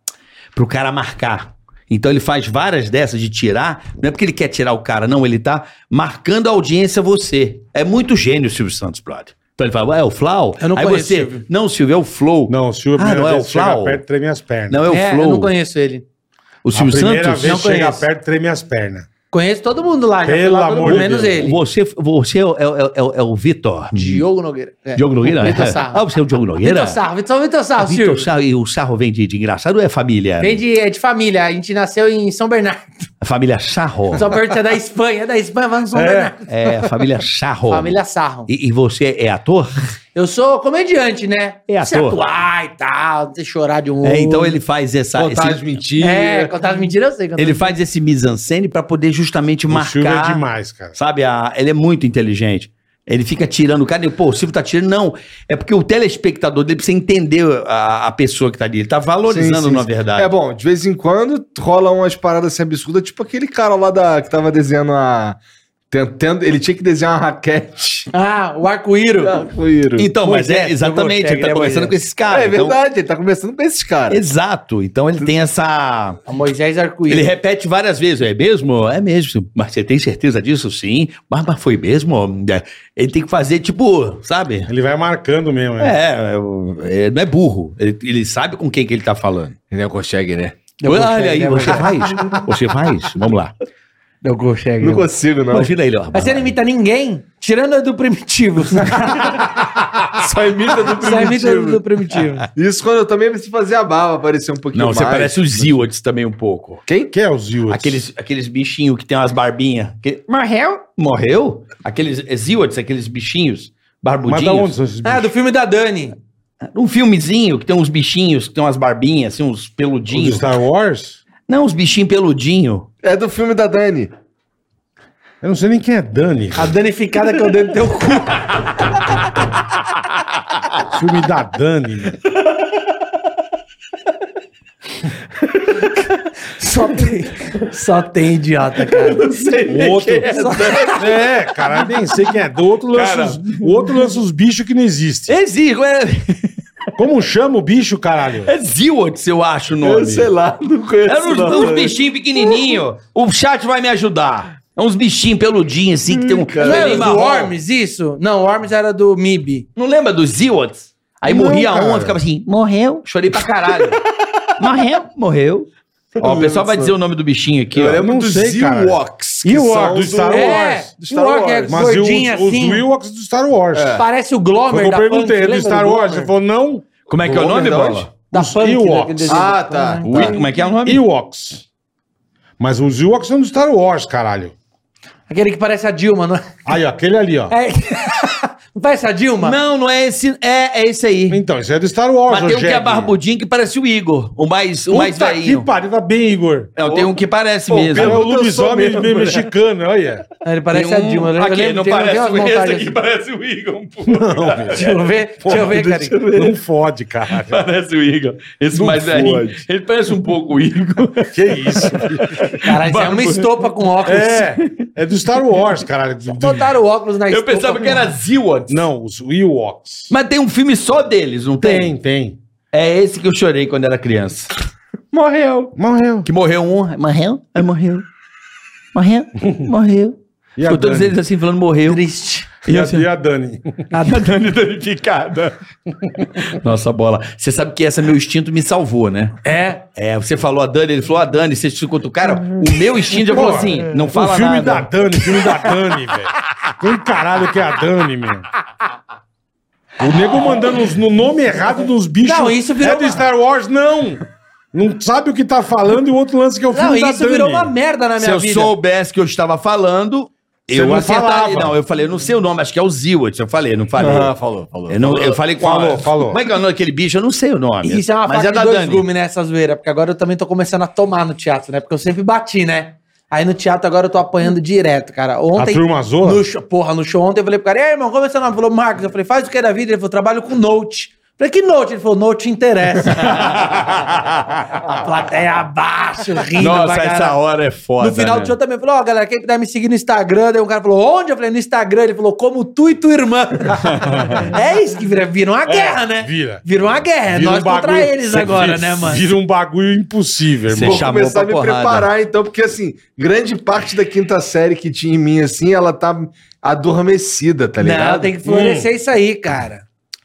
A: pro cara marcar. Então ele faz várias dessas de tirar, não é porque ele quer tirar o cara, não, ele tá marcando a audiência você. É muito gênio o Silvio Santos, brother. Então ele fala, "Ué, é o Flau?
E: Eu não
A: Aí
E: conheço,
A: você,
E: Silvio.
A: não, Silvio, é o Flow.
B: Não, o Silvio, a
A: Ah, não
B: primeira
A: é o
B: vez que chega
A: Flau?
B: perto, treme as pernas.
A: Não é o
E: É,
A: Flow.
E: eu não conheço ele.
A: O
B: a
A: Silvio
B: primeira
A: Santos?
B: vez
E: Não
B: que chega
E: conheço.
B: perto, treme as pernas.
E: Conheço todo mundo lá. já
B: Pelo
E: fui lá, todo
B: amor
E: mundo,
B: de
E: Menos
B: Deus.
E: ele.
A: Você, você é, o- é o- é o- é o Vitor.
B: Hum.
E: Diogo Nogueira. É.
A: Diogo Nogueira?
E: Vitor Sarro.
A: Ah, você é o Diogo Nogueira? Ah,
E: Vitor Sarro. Vitor, Vitor Sarro,
A: Vitor
E: Silvio.
A: Sarro, e o Sarro vem de, de engraçado ou é família?
E: Vem de, é de família. A gente nasceu em São Bernardo.
A: A Família Sarro.
E: São Bernardo é da Espanha. É da Espanha, vamos em São Bernardo.
A: É, a família Sarro.
E: Família Sarro.
A: E, e você é ator?
E: Eu sou comediante, né?
A: É
E: Se
A: ator.
E: atuar e tal, se chorar de um
A: É, então ele faz essa.
B: tá
D: Contar as
A: esse-
D: mentiras.
E: É, contar as mentiras eu sei. contar
A: ele
E: as
A: faz esse mise-en-scène pra poder justamente
B: O Silvio é
A: marcar.
B: demais, cara.
A: sabe? A, ele é muito inteligente. Ele fica tirando o cara, e, pô, o Silvio tá tirando. Não, é porque o telespectador dele precisa entender a, a pessoa que tá ali. Ele tá valorizando,
D: Sim, sim,
A: na
D: sim.
A: verdade.
D: É bom, de vez em quando rola umas paradas assim absurdas, tipo aquele cara lá da, que tava desenhando a. Tentando, ele tinha que desenhar uma raquete.
E: Ah, o arco-íro.
A: Então, mas
E: Pois
A: é,
E: é, eu
A: exatamente,
E: gostei,
A: ele tá
E: é
A: conversando
E: bonito.
A: com esses
D: Ah,
A: caras.
D: é
A: então-
D: verdade, ele tá começando com esses caras.
A: exato. Então ele tem essa.
E: O Moisés arco-íro.
A: Ele repete várias vezes, é mesmo? É mesmo. Mas você tem certeza disso? Sim. Mas, mas foi mesmo? É. Ele tem que fazer, tipo, sabe?
B: Ele vai marcando mesmo. né?
A: É, é, o- é, não é burro. Ele, ele sabe com quem que ele tá falando.
D: Ele não consegue, né?
E: Deu
A: Olha
E: gol, chega,
A: aí,
E: né,
A: você
E: Moisés?
A: faz? Você faz? Vamos lá.
E: Deu gol, chega.
D: Não né? consigo, não.
A: Imagina ele, ó.
E: Mas você não imita ninguém, tirando a do primitivo.
D: Só imita do
E: Você imita a do
D: primitivo.
E: primitivo.
D: Isso quando eu também preciso fazer a barba aparecer um pouquinho
A: Não,
D: mais.
A: você parece o Zilwards também um pouco.
B: Quem que é o Zil?
A: Aqueles, aqueles bichinhos que tem umas barbinhas. Que-
E: Morreu?
A: Morreu? Aqueles é Zilwards, aqueles bichinhos barbudinhos.
B: Mas da onde são esses
E: Ah,
B: bichos?
E: do filme da Dani.
A: Um filmezinho que tem uns bichinhos, que tem umas barbinhas, assim, uns
B: Os de
A: peludinhos.
B: Star Wars?
A: Não, uns bichinhos peludinhos.
D: É do filme da Dani.
B: Eu não sei nem quem é Dani.
E: A danificada que eu dei no teu cu.
B: Filme da Dani. né?
E: Só tem, só tem idiota, cara. Um
B: O outro. É, cara, eu nem sei quem é. Do outro lança, os, o outro lança os bichos que não existem.
A: Existe, é,
B: Como chama o bicho, caralho?
A: é Zilwards, eu acho o nome.
D: Eu sei lá, não conheço.
A: Era uns,
D: não,
A: uns
D: né?
A: bichinhos pequenininhos. O chat vai me ajudar. É uns bichinhos peludinhos, assim, que tem um
E: Não
A: cabelinho
E: era do
D: é
A: marrom.
E: Ormes, isso? Não, o Ormes era do MIB.
A: Não lembra dos Zilwards? Aí
B: Não,
A: morria
B: cara.
A: um, eu ficava assim, morreu. Chorei pra caralho. morreu. Morreu. Ó, o pessoal vai dizer o nome do bichinho aqui,
D: tá Eu
A: ó.
D: lembro
B: não
D: dos
B: sei, cara.
D: Ewoks. que
B: Ewok,
D: são
B: do
D: os
B: Star Wars.
E: É,
D: do Star
E: Ewok é-
D: Wars.
B: Mas e os,
E: gordinho
B: os
E: assim.
B: Ewoks do Star Wars.
E: Parece o
B: Foi o
E: Glomer
B: que eu
E: da
B: perguntei, é
E: Punk,
B: do
E: lembra
B: Star Wars. Você
E: Glomer?
B: falou, não,
A: Como é que é o nome,
D: Glomer da
A: Bola?
D: onde?
E: Da
B: Os
E: Punk, né,
B: Ewoks.
E: daquele desenho
D: Ah,
E: do
D: tá.
E: Glomer.
A: Ui, Como é que é o nome?
B: Ewoks. Mas os Ewoks são do Star Wars, caralho.
E: Aquele que parece a Dilma, não é?
B: Aí, ó, aquele ali, ó.
E: É. Não parece a Dilma?
A: Não, não é esse. É, é esse aí.
B: Então, isso é do Star Wars,
A: Mas tem um que é
B: Rogério.
A: barbudinho que parece o Igor. O mais, o mais
B: Puta que
A: velhinho.
B: pariu, tá bem, Igor.
A: Não, tem um que parece
D: Pô,
B: É o
A: mesmo.
D: pelo- Eu sou
B: lobisomem
D: mesmo,
B: meio
D: né?
B: mexicano, olha.
E: É, Ele parece
A: Tem um-
E: a Dilma. Eu
A: Aqui,
E: lembro-
A: não
E: tem- tem
A: parece
E: umas
A: o esse
E: montagens
A: aqui,
E: assim.
A: parece o Igor um pouco.
B: Não, velho.
E: Deixa eu ver, deixa eu ver, cara.
B: Não fode, cara.
A: Parece o Igor. Esse
B: Não
A: mais é velhinho.
B: fode.
A: Ele parece um pouco o Igor.
B: Que isso?
E: Caralho, isso é uma estopa com óculos.
B: É, é do Star Wars, cara. Do- do-
E: Botaram o óculos na
A: Eu
E: estopa
A: pensava
E: com-
A: que era Zilwards.
B: Não, os Ewoks.
A: Mas tem um filme só deles, não tem?
B: tem.
A: É esse que eu chorei quando era criança. Morreu.
B: Morreu.
A: Que morreu um. Morreu? Aí morreu. Morreu? Morreu.
B: E a
A: Ficou todos
B: Dani?
A: eles assim falando morreu.
E: Triste.
B: E assim? a, e a Dani?
A: A Dani danificada. Nossa bola. Você sabe que essa meu instinto me salvou, né?
E: É.
A: É, você falou a Dani, ele falou a Dani, você ficou com o cara. O meu instinto já falou
B: Pô, é.
A: assim: não fala
B: o filme da
A: nada.
B: Dani, filme da Dani, velho. Quem caralho que é a Dani, meu? O nego mandando os- no nome errado dos bichos.
E: Não, isso virou
B: É do
E: uma-
B: Star Wars, não! Não sabe o que tá falando e o outro lance que é o filme
E: Não,
B: da
E: isso
B: Dani.
E: virou uma merda na
A: Se
E: minha
A: eu
E: vida.
A: soubesse que eu estava falando,
B: Você
A: eu
B: não
A: acertaria.
B: falava.
A: Não, eu falei, eu não sei o nome, acho que é o Zilwart. Eu falei, não falei.
D: falou, falou.
A: Eu, não, eu falei com
B: Falou,
A: a...
B: falou.
A: Como é que é o nome daquele bicho? Eu não sei o nome.
E: Isso é uma
A: Mas
E: faca
A: é da
E: de dois
A: Dani.
E: gumes, né, essa zoeira? Porque agora eu também tô começando a tomar no teatro, né? Porque eu sempre bati, né? Aí no teatro agora eu tô apanhando direto, cara. Ontem.
B: A turma zoa?
E: no show- Porra, no show ontem eu falei pro cara, e aí, irmão, como é seu nome? Ele falou, Marcos. Eu falei, faz o que é da vida? Ele falou, trabalho com Note. Eu Falei, que note? Ele falou, note interessa.
A: Ah.
E: a plateia abaixo, rindo. pra
A: Nossa, essa
E: caralho.
A: hora é foda.
E: No final
A: né?
E: do show também falou, ó, galera, quem puder me seguir no Instagram, daí um cara falou, onde? Eu falei, no Instagram, ele falou, como tu e tua irmã. é isso que vira, vira uma guerra, né?
B: vira.
E: Vira uma guerra, é
B: Vira um
E: nós contra eles
B: cê
E: agora,
B: vira-
E: né, mano?
B: Vira um bagulho impossível,
A: Cê
B: irmão.
D: Vou
A: Chamou
D: começar a
A: pra
D: me
A: porrada.
D: preparar, então, porque assim, grande parte da quinta série que tinha em mim, assim, ela tá adormecida, tá ligado?
E: Não, tem que florescer
B: Hum.
E: isso aí, cara.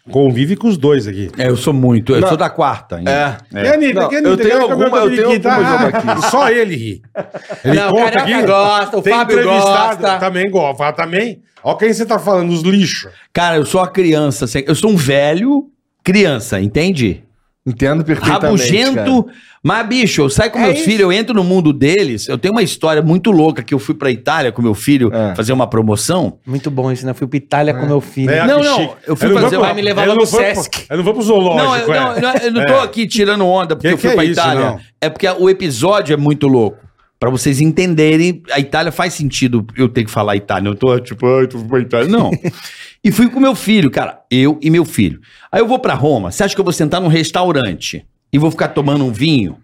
B: Convive com os dois aqui.
A: É, eu sou muito. Eu
D: Não.
A: sou da quarta. ainda.
D: É.
B: É. E a Anitta,
D: Não,
B: que a Anitta,
D: eu tenho
B: que ela
D: alguma-
B: comeu
D: eu
B: com a
D: tenho
B: Periquita.
D: algumas
B: Ah, Só ele ri. Ele
E: Não, o
B: conta
E: Carioca
B: aqui.
E: gosta, o
B: tem
E: Fábio
B: entrevistado,
E: gosta.
B: Também gosta. Também. Ó quem você tá falando, os lixos.
A: Cara, eu sou a criança. assim, Eu sou um velho criança, entende?
D: Entendo perfeitamente.
A: Rabugento. Mas, bicho, eu saio com
E: É
A: meus
E: isso.
A: filhos, eu entro no mundo deles. Eu tenho uma história muito louca que eu fui pra Itália com meu filho
D: É.
A: fazer uma promoção.
E: Muito bom isso, né? Fui pra Itália com meu filho.
B: É,
A: Não,
B: que
A: não,
B: chique.
A: eu fui
B: Ele não
A: fazer-
B: pro-
E: vai me levar
B: ele
E: lá
B: não
E: no
B: foi pro-
E: Sesc.
B: Eu não vou pro
A: Não, eu,
B: zoológico,
A: não,
B: é.
A: eu não tô aqui tirando onda porque
B: Que
A: eu fui
B: que é
A: pra
B: isso,
A: Itália.
B: não?
A: É porque o episódio é muito louco. Pra vocês entenderem, a Itália faz sentido eu ter que falar Itália. Eu tô tipo, ai, tô pra Itália. Não. e fui com meu filho, cara. Eu e meu filho. Aí eu vou pra Roma. Você acha que eu vou sentar num restaurante e vou ficar tomando um vinho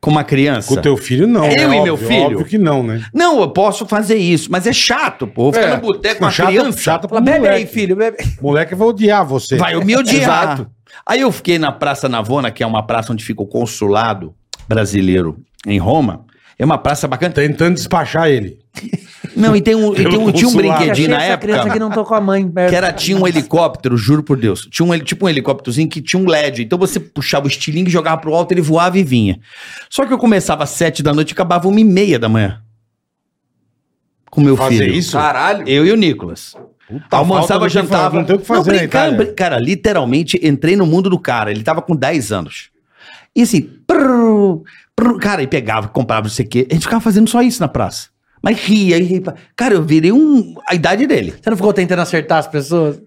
A: com uma criança?
B: Com o teu filho, não.
A: Eu
B: né?
A: e
B: Óbvio,
A: meu filho?
B: Óbvio que não, né?
A: Não, eu posso fazer isso, mas é chato, pô. Vou Ficar
B: É.
A: no boteco com uma
B: Chato-
A: criança.
B: chato pro
E: Fala, bebe aí,
B: moleque.
E: filho, bebe.
B: O moleque vai odiar você.
A: Vai eu me odiar.
B: Exato.
A: Aí eu fiquei na Praça Navona, que é uma praça onde fica o consulado brasileiro em Roma. É uma praça bacana.
B: Tá Tentando despachar ele.
A: Não, e tem um, e
B: Pelo
A: tem um, tinha um
B: consulado.
A: brinquedinho na
E: essa
A: época.
E: criança que não tô com a mãe.
A: Que era, tinha um helicóptero, juro por Deus. Tinha um, heli- tipo um helicópterozinho que tinha um LED. Então você puxava o estilingue, jogava pro alto, ele voava e vinha. Só que eu começava às sete da noite e acabava uma e meia da manhã. Com meu
B: Fazer
A: filho.
B: isso?
A: Caralho. Eu e o Nicolas.
B: Tá, falta
A: Almoçava,
B: do que
A: jantava.
B: fazer, não tem o que fazer na Itália.
A: brin- Cara, literalmente entrei no mundo do cara. Ele tava com 10 anos. E assim, prrr, prrr, cara, e pegava, comprava não sei o quê. A gente ficava fazendo só isso na praça. Mas ria, e ria. Cara, eu virei um. a idade dele.
E: Você não ficou tentando acertar as pessoas?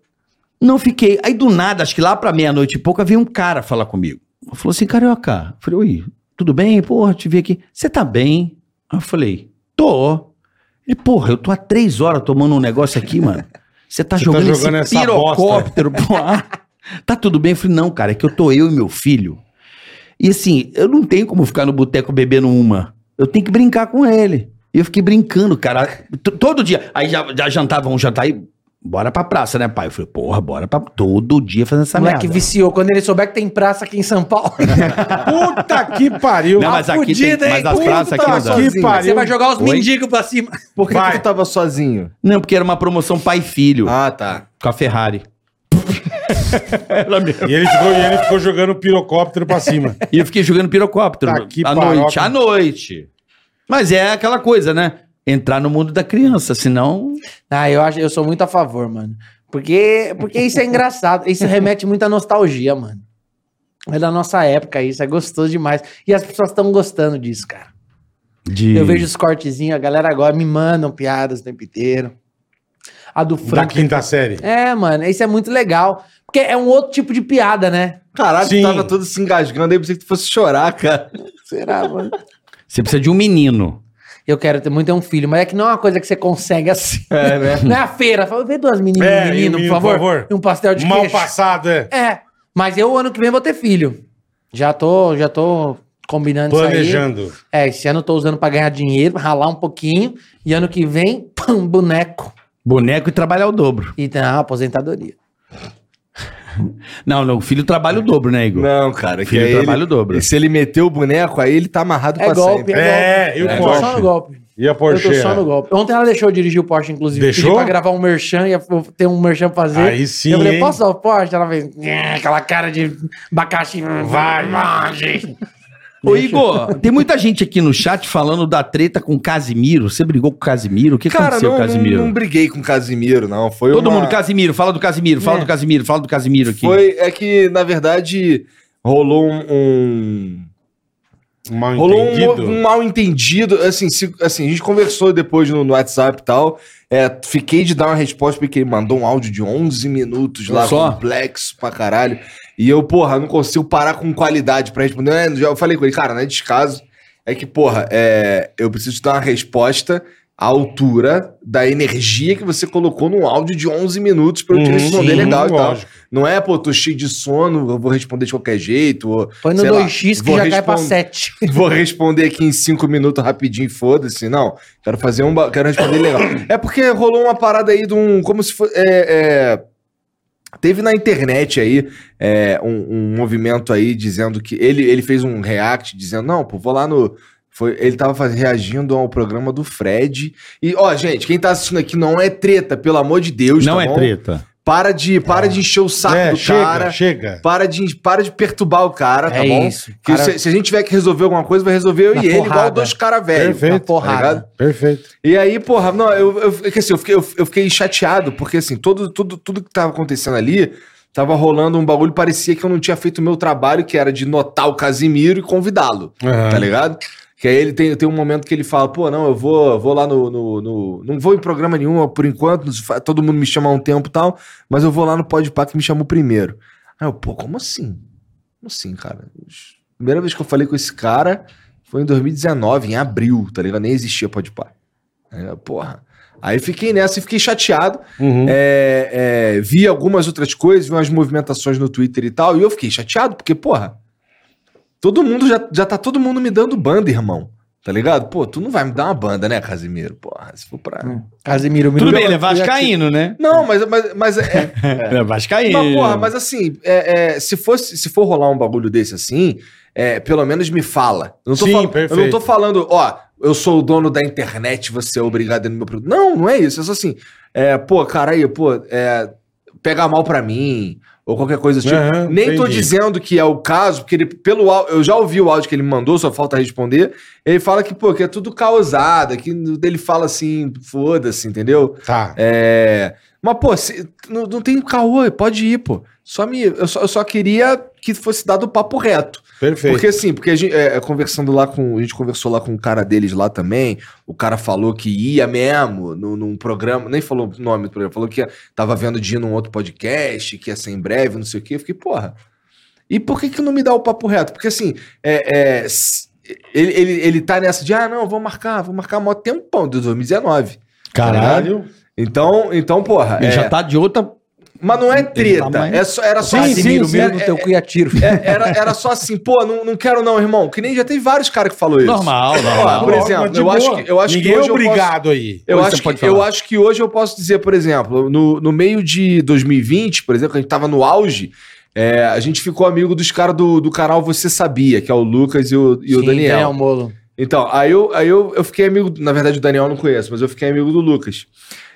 A: Não fiquei. Aí do nada, acho que lá pra meia-noite e pouca, veio um cara falar comigo. Falou assim, carioca. Eu falei, oi, tudo bem? Porra, te vi aqui. Você tá bem? Aí eu falei, tô. Ele, porra, eu tô há três horas tomando um negócio aqui, mano. Você tá
B: Você tá
A: jogando,
B: jogando
A: esse
B: essa
A: pirocóptero pro ar. Tá tudo bem? Eu falei, não, cara, é que eu tô eu e meu filho. E assim, eu não tenho como ficar no boteco bebendo uma. Eu tenho que brincar com ele. E eu fiquei brincando, cara. t- Todo dia. Aí já, já jantava um jantar e bora pra praça, né, pai? Eu falei, porra, bora pra. Todo dia fazendo essa
E: O moleque
A: Tá merda.
E: viciou. Quando ele souber que tem praça aqui em São Paulo,
B: tá, né? Puta que pariu.
A: Não, mas aqui tem,
E: Fudido, hein?
A: mas as
E: Puta
A: praças aqui não
B: Puta
A: dá.
B: que pariu.
E: você vai jogar os
A: Oi?
E: mendigos pra cima.
D: Por que, que
B: Vai.
D: tu tava sozinho?
A: Não, porque era uma promoção pai-filho
D: Ah, tá.
A: com a Ferrari.
B: E ele ficou, e ele ficou jogando pirocóptero pra cima.
A: E eu fiquei jogando pirocóptero
B: Tá, que
A: à
B: paroca.
A: noite, à noite. Mas é aquela coisa, né? Entrar no mundo da criança, senão.
E: Ah, eu, acho, eu sou muito a favor, mano. Porque, porque isso é engraçado. Isso remete muito à nostalgia, mano. É da nossa época isso. É gostoso demais. E as pessoas estão gostando disso, cara.
A: De...
E: Eu vejo os cortezinhos, a galera agora me mandam piadas o tempo inteiro. A do
B: Da
E: Frank.
B: quinta série.
E: É, mano, isso é muito legal. Porque é um outro tipo de piada, né?
D: Caralho,
B: Sim.
D: tu tava todo se engasgando aí, pensei que tu fosse chorar, cara.
E: Será, mano?
A: Você precisa de um menino.
E: Eu quero ter muito ter um filho, mas é que não é uma coisa que você consegue assim. É, né? Não é a feira. Fala, vê duas meninas,
B: É,
E: um
B: e um
E: menino, por
B: menino, por
E: favor.
B: favor.
E: E um pastel de
B: Mal
E: queijo.
B: passado, é.
E: É, mas eu ano que vem vou ter filho. Já tô, já tô combinando
B: Planejando.
E: isso aí. É, esse ano eu tô usando pra ganhar dinheiro, ralar um pouquinho. E ano que vem, pam, boneco.
A: Boneco e trabalhar o dobro.
E: E tem a aposentadoria.
A: Não, não, o filho trabalha o dobro, né, Igor?
D: Não, cara.
A: Filho,
D: é
A: trabalha o
D: ele,
A: dobro.
D: E se ele meteu o boneco, aí ele tá amarrado
E: É
D: pra
E: golpe,
D: sempre.
E: é,
B: É,
E: golpe.
B: e o
E: eu tô só
B: Porsche?
E: no golpe.
B: E a Porsche? é.
E: Eu tô só no golpe. Ontem ela deixou eu dirigir o Porsche, inclusive.
B: Deixou?
E: Pedi pra gravar um merchan, ia ter um merchan pra fazer.
B: Aí sim,
E: Eu falei,
B: hein?
E: posso dar o Porsche? Ela fez "Nhê", aquela cara de abacaxi. Vai, longe.
A: Ô, Igor, tem muita gente aqui no chat falando da treta com o Casimiro. Você brigou com o Casimiro? O que
D: Cara,
A: aconteceu,
D: não, não,
A: Casimiro?
D: não briguei com o Casimiro, não. Foi
A: Todo
D: uma-
A: mundo, Casimiro, fala do Casimiro, fala do Casimiro, fala do Casimiro aqui.
D: Foi, é que, na verdade, rolou um- um...
B: Mal
D: Rolou um,
B: entendido.
D: um mal entendido. Assim, se- assim, a gente conversou depois no, no WhatsApp e tal. É, fiquei de dar uma resposta porque ele mandou um áudio de 11 minutos lá,
A: Só?
D: complexo pra caralho. E eu, porra, não consigo parar com qualidade pra responder. É, já- Eu falei com ele, cara, não é descaso. É que, porra, é, eu preciso te dar uma resposta à altura da energia que você colocou num áudio de 11 minutos pra eu te
B: Uhum,
D: responder
B: sim,
D: legal e tal.
B: lógico.
D: Não é, pô, tô cheio de sono, eu vou responder de qualquer jeito. Ou,
E: Põe no
D: sei lá,
E: 2x que
D: vou
E: já cai pra
D: responder-
E: 7.
D: Vou responder aqui em cinco minutos rapidinho, foda-se. Não, quero fazer um. ba- Quero responder legal. É porque rolou uma parada aí de um. Como se fosse. É, é, teve na internet aí é, um, um movimento aí dizendo que. Ele, ele fez um react dizendo: não, pô, vou lá no. Foi, ele tava faz- reagindo ao programa do Fred. E, ó, gente, quem tá assistindo aqui não é treta, pelo amor de Deus.
A: não
D: tá
A: é
D: bom?
A: treta.
D: Para de, para de encher o saco
B: É,
D: do
B: chega,
D: cara.
B: chega.
D: Para de, para de perturbar o cara, tá
E: É
D: bom?
E: isso,
D: Que
E: cara-
D: se, se a gente tiver que resolver alguma coisa, vai resolver eu
E: Na
D: e ele, igual
E: porrada. Tá
D: dois caras velhos.
B: Perfeito.
E: Na porrada.
D: ligado?
B: Perfeito.
D: E aí, porra, não, eu, eu, é que assim, eu, fiquei, eu, eu fiquei chateado, porque assim, todo, tudo, tudo que tava acontecendo ali, tava rolando um bagulho, parecia que eu não tinha feito o meu trabalho, que era de notar o Casimiro e convidá-lo
B: Aham.
D: tá ligado? Que aí ele tem, tem um momento que ele fala, pô, não, eu vou, vou lá no, no, no- Não vou em programa nenhum por enquanto, fa- todo mundo me chama há um tempo e tal, mas eu vou lá no Podpah que me chamou primeiro. Aí eu, pô, como assim? Como assim, cara? Primeira vez que eu falei com esse cara, Foi em 2019, em abril, tá ligado? Nem existia pode par. Porra. Aí fiquei nessa e fiquei chateado.
B: Uhum.
D: É, é, vi algumas outras coisas, vi umas movimentações no Twitter e tal, e eu fiquei chateado, porque, porra, todo mundo já, já tá todo mundo me dando banda, irmão. Tá ligado? Pô, tu não vai me dar uma banda, né, Casimiro? Porra, se for pra.
E: Hum. É. Casimiro,
A: Tudo
E: Miro-
A: bem, ele é vascaíno, né?
D: Não, mas, mas, mas é. é-
A: Ele é vascaíno.
D: Mas, porra, mas assim, é, é, se, fosse, se for rolar um bagulho desse assim, é, pelo menos me fala. Eu não, tô
B: Sim,
D: fal- eu não
B: perfeito.
D: tô falando, ó, eu sou o dono da internet, você é obrigado a ir no meu produto. Não, não é isso. É só assim, é, pô, cara aí, pô, é, pega mal pra mim, ou qualquer coisa do tipo.
B: Aham,
D: Nem tô
B: entendi.
D: dizendo que é o caso, porque ele, pelo áudio, eu já ouvi o áudio que ele mandou, só falta responder. Ele fala que, pô, que é tudo causado, que ele fala assim, foda-se, entendeu?
B: Tá.
D: É. Mas, pô, se- não, não tem caô, pode ir, pô. Só me, eu, só, eu só queria que fosse dado o papo reto.
B: Perfeito.
D: Porque assim, porque a gente, é, é, conversando lá com. A gente conversou lá com o cara deles lá também. O cara falou que ia mesmo no, num programa. Nem falou o nome do programa, falou que ia- tava vendo de ir num outro podcast, que ia ser em breve, não sei o quê. Eu fiquei, porra. E por que que não me dá o papo reto? Porque assim, é, é, s- ele, ele, ele tá nessa de, ah, não, vou marcar, vou marcar mó tempão, de 2019.
B: Caralho.
D: Então, então porra.
A: Ele
D: é-
A: já tá de outra.
D: mas não é treta.
A: tamanho.
D: é só, era só
B: Sim,
D: assim.
E: Casimiro,
B: sim,
E: Miro
B: sim,
E: do teu cu e atiro.
D: é- era, era só assim, pô, não, não quero não, irmão. Que nem já tem vários caras que falou isso.
A: Normal,
B: Tá,
D: Ó,
A: normal.
D: por exemplo, eu acho que- eu acho que
B: Ninguém
D: hoje
B: é
D: eu posso-
B: obrigado aí.
D: Eu
E: Hoje
D: acho,
E: você pode
D: que, eu
E: falar.
D: acho que hoje eu posso dizer, por exemplo, no, no meio de 2020, por exemplo, que a gente tava no auge, é, a gente ficou amigo dos caras do, do canal Você Sabia, que é o Lucas e o, e o
E: Sim,
D: Daniel.
E: Molo.
D: Então, aí eu, aí eu, eu fiquei amigo. Na verdade, o Daniel eu não conheço, mas eu fiquei amigo do Lucas.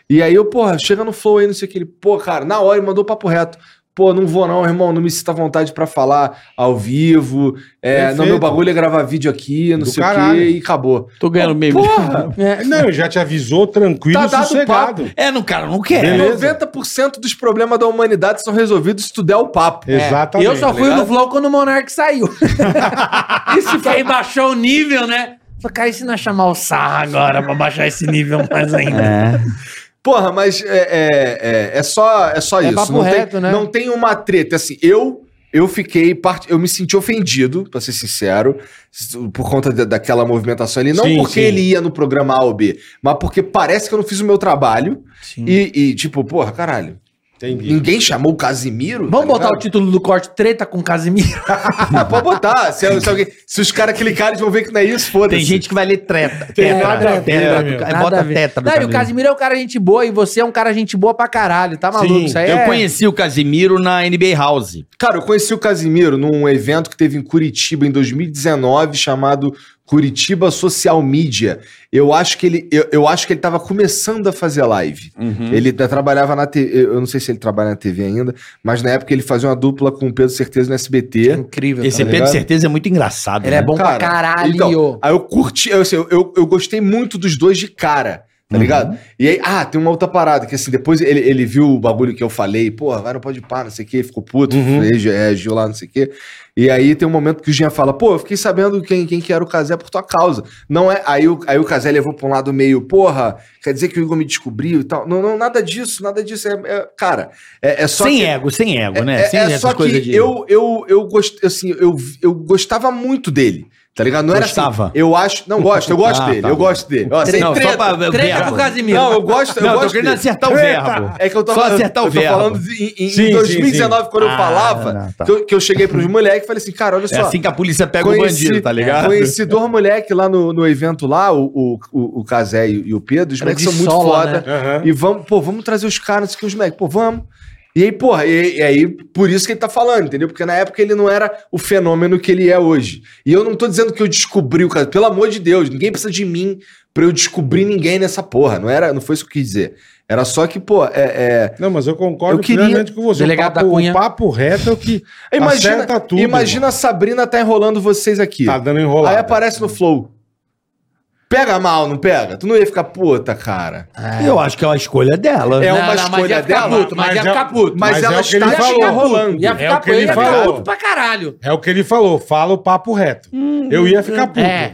D: E aí eu, porra, chega no flow aí, não sei o que. Ele, pô, cara, na hora ele mandou papo reto. Pô, não vou não, irmão, não me sinta à vontade pra falar ao vivo. É, não,
B: Perfeito.
D: meu bagulho é gravar vídeo aqui, não
B: Do
D: sei
B: caralho.
D: o que, e acabou.
A: Tô Tá ganhando meio.
D: Porra!
E: É.
B: Não, já te avisou tranquilo,
D: Tá
B: e
D: dado o
B: sossegado.
A: É, não, cara, não quer.
B: Beleza.
D: 90% dos problemas da humanidade são resolvidos se tu der o papo.
B: Exatamente.
E: eu
D: Tá
E: só fui no Flow quando o Monark saiu. Isso que aí baixou o nível, né? Falei, cara, e se nós chamar o Sarra agora pra baixar esse nível mais
A: É,
E: ainda?
D: Porra, mas é, é, é, é só, é só
E: É
D: isso.
E: papo
D: não, tem-
E: reto, né?
D: não tem uma treta. Assim, eu eu fiquei. Part... Eu me senti ofendido, pra ser sincero, s- por conta da- daquela movimentação ali. Não
B: Sim,
D: porque
B: sim.
D: ele ia no programa A ou B, mas porque parece que eu não fiz o meu trabalho. E, e, tipo, porra, caralho.
B: Entendi.
D: Ninguém chamou o Casimiro?
E: Vamos botar o
D: título.
E: título do corte Treta com Casimiro?
D: pode botar. Se, se alguém- se os caras clicarem, eles vão ver que não é isso, foda-se.
A: Tem gente que vai ler treta.
B: Tem
A: Tetra,
B: nada a ver,
A: tetra,
B: meu.
A: aí bota
E: a ver.
A: tetra. no
E: Não, e o
A: caminho.
E: Casimiro é um cara gente boa e você é um cara gente boa pra caralho, tá maluco?
B: Sim,
E: Isso aí
A: Eu
E: é...
A: conheci o Casimiro na NBA House.
D: Cara, eu conheci o Casimiro num evento que teve em Curitiba em 2019 chamado Curitiba Social Media. Eu acho que ele, eu, eu acho que ele tava começando a fazer live. Ele ainda trabalhava na TV, eu não sei se ele trabalha na TV ainda, mas na época ele fazia uma dupla com o Pedro Certeza no SBT.
E: Incrível.
A: Esse
E: tá
A: EP de
D: ligado?
A: certeza é muito engraçado.
E: Ele é
A: né?
E: bom pra caralho.
D: então, aí eu curti, eu, assim, eu, eu, eu gostei muito dos dois de cara.
E: Uhum.
D: Tá ligado? E aí, ah, tem uma outra parada, que assim, depois ele, ele viu o bagulho que eu falei, porra, vai, não pode pá, não sei o quê, ficou puto,
E: Uhum.
D: reagiu, reagiu lá, não sei o quê. E aí tem um momento que o Jean fala, pô, eu fiquei sabendo quem, quem que era o Casé por tua causa. Não é. Aí o, aí o Casé levou pra um lado meio, porra, quer dizer que o Igor me descobriu e tal. Não, não, nada disso, nada disso. É, é- cara, é, é só.
A: Sem
D: que-
A: ego, sem ego, né?
D: é,
A: sem
D: é
A: essas
D: só que
A: coisas de-
D: eu, eu, eu, gost, assim, eu, eu gostava muito dele, tá ligado? Não era
A: Gostava?
D: assim, eu acho, não gosto, eu gosto
A: Ah,
D: dele,
A: tá.
D: eu gosto dele. Ó, sem
A: Não,
D: treta.
A: só pra ver o
E: Treta com
A: verbo.
E: Casimiro.
D: Não, eu gosto, eu
A: Não, eu tô
D: gosto
A: querendo
D: dele.
A: acertar o
B: Treta.
A: verbo.
D: É que eu tô,
A: Só
D: eu-
A: acertar o
D: eu tô
A: verbo.
D: falando de- em, em
B: Sim, sim,
D: 2019, quando eu
A: Ah,
D: falava,
A: não, tá.
D: que, eu, que eu cheguei pros moleques e falei assim, cara, olha
A: É
D: só. é,
A: assim que a polícia pega o bandido, tá ligado?
D: Conheci dois moleques lá no, no evento lá, o, o, o, o Casé e, e o Pedro, os
E: Era
D: moleques
E: de
D: são muito
E: sola,
D: foda.
E: né?
B: Aham.
D: É. E vamos, pô, vamos trazer os caras, não sei o que os moleques, pô, vamos. E aí, porra, e, e aí, por isso que ele tá falando, entendeu? Porque na época ele não era o fenômeno que ele é hoje. E eu não tô dizendo que eu descobri o caso. Pelo amor de Deus, ninguém precisa de mim pra eu descobrir ninguém nessa porra. Não era, não foi isso que eu quis dizer. Era só que, pô, é.
B: Não, mas eu concordo
D: Eu queria-
B: plenamente com você.
E: Delegado
B: o, papo,
E: da Cunha.
B: o papo reto é o que
D: é... Imagina,
B: acerta tudo.
D: imagina a Sabrina tá enrolando vocês aqui.
B: irmão. Tá dando
D: aí
B: enrolado.
D: aparece no Flow. Pega mal, não pega? Tu não ia ficar puta, cara.
A: Eu acho que é uma escolha dela.
D: É
E: Não,
D: uma
E: não, mas
D: escolha
E: ia ficar
D: dela.
E: puto, mas ia
B: é-
E: ficar puto.
D: mas ela
B: é o que ele
E: Tá
D: está
B: falou.
D: enrolando.
E: Ia
B: É
E: ficar
B: o que ele
E: ia ficar
B: falou.
E: puto pra caralho.
B: É o que ele falou. Fala o papo reto. eu ia ficar puto.
E: É.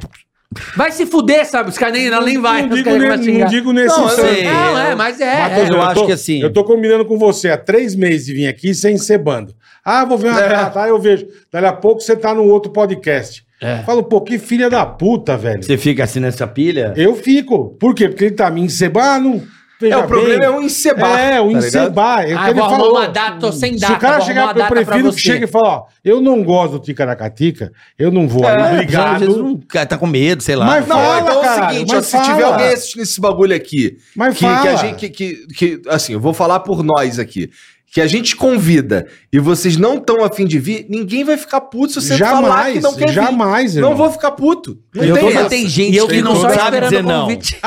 E: Vai se fuder, sabe? Os caras nem, não, nem vai.
B: Não
E: os
B: digo,
E: caras
B: ne-
E: começam a
B: não
E: xingar.
B: digo nesse
A: Não, eu
B: instante.
A: sei.
E: Não, é, mas é.
B: Mas, por
E: é.
B: exemplo,
A: eu acho
B: tô-
A: que assim-
B: Eu tô combinando com você há três meses de vir aqui sem ser bando. Ah, vou ver uma
D: É.
B: carta, ah, eu vejo. Dali a pouco você tá no outro podcast.
E: É.
B: Falo, pô, que filha da puta, velho.
A: Você fica assim nessa pilha?
B: Eu fico. Por quê? Porque ele tá me encebando.
D: É, o problema é um encebar.
B: É, o
D: tá ligado?
B: encebar. É o que
E: Ah, eu
B: ele
E: vou arrumar
B: falou.
E: uma data, tô sem data.
B: Se o cara
E: vou
B: chegar,
E: arrumar uma
B: eu
E: data pra
B: prefiro que
E: você.
B: chegue e fale, ó, eu não gosto do Ticaracatica, eu não
D: É,
B: vou.
E: É.
B: aí,
A: Às vezes
B: obrigado.
A: não- cara tá com medo, sei lá.
B: Mas
D: Não,
B: Fala,
D: então é o
B: cara,
D: seguinte, ó,
B: mas
D: se tiver
B: fala.
D: alguém assistindo esse bagulho aqui,
B: Mas
D: que, que a
B: fala.
D: gente, que, que- que, assim, eu vou falar por nós aqui, que a gente convida e vocês não estão afim de vir, ninguém vai ficar puto se você falar "Ah, que
B: Jamais,
D: não quer
B: jamais,
D: vir.
B: irmão.
D: Não vou ficar puto. Não
A: Eu
D: tem
A: tô-
D: essa.
A: tem
E: E
A: gente
E: eu que não só
A: sabe
E: esperando
A: dizer
E: o
A: não.
E: convite.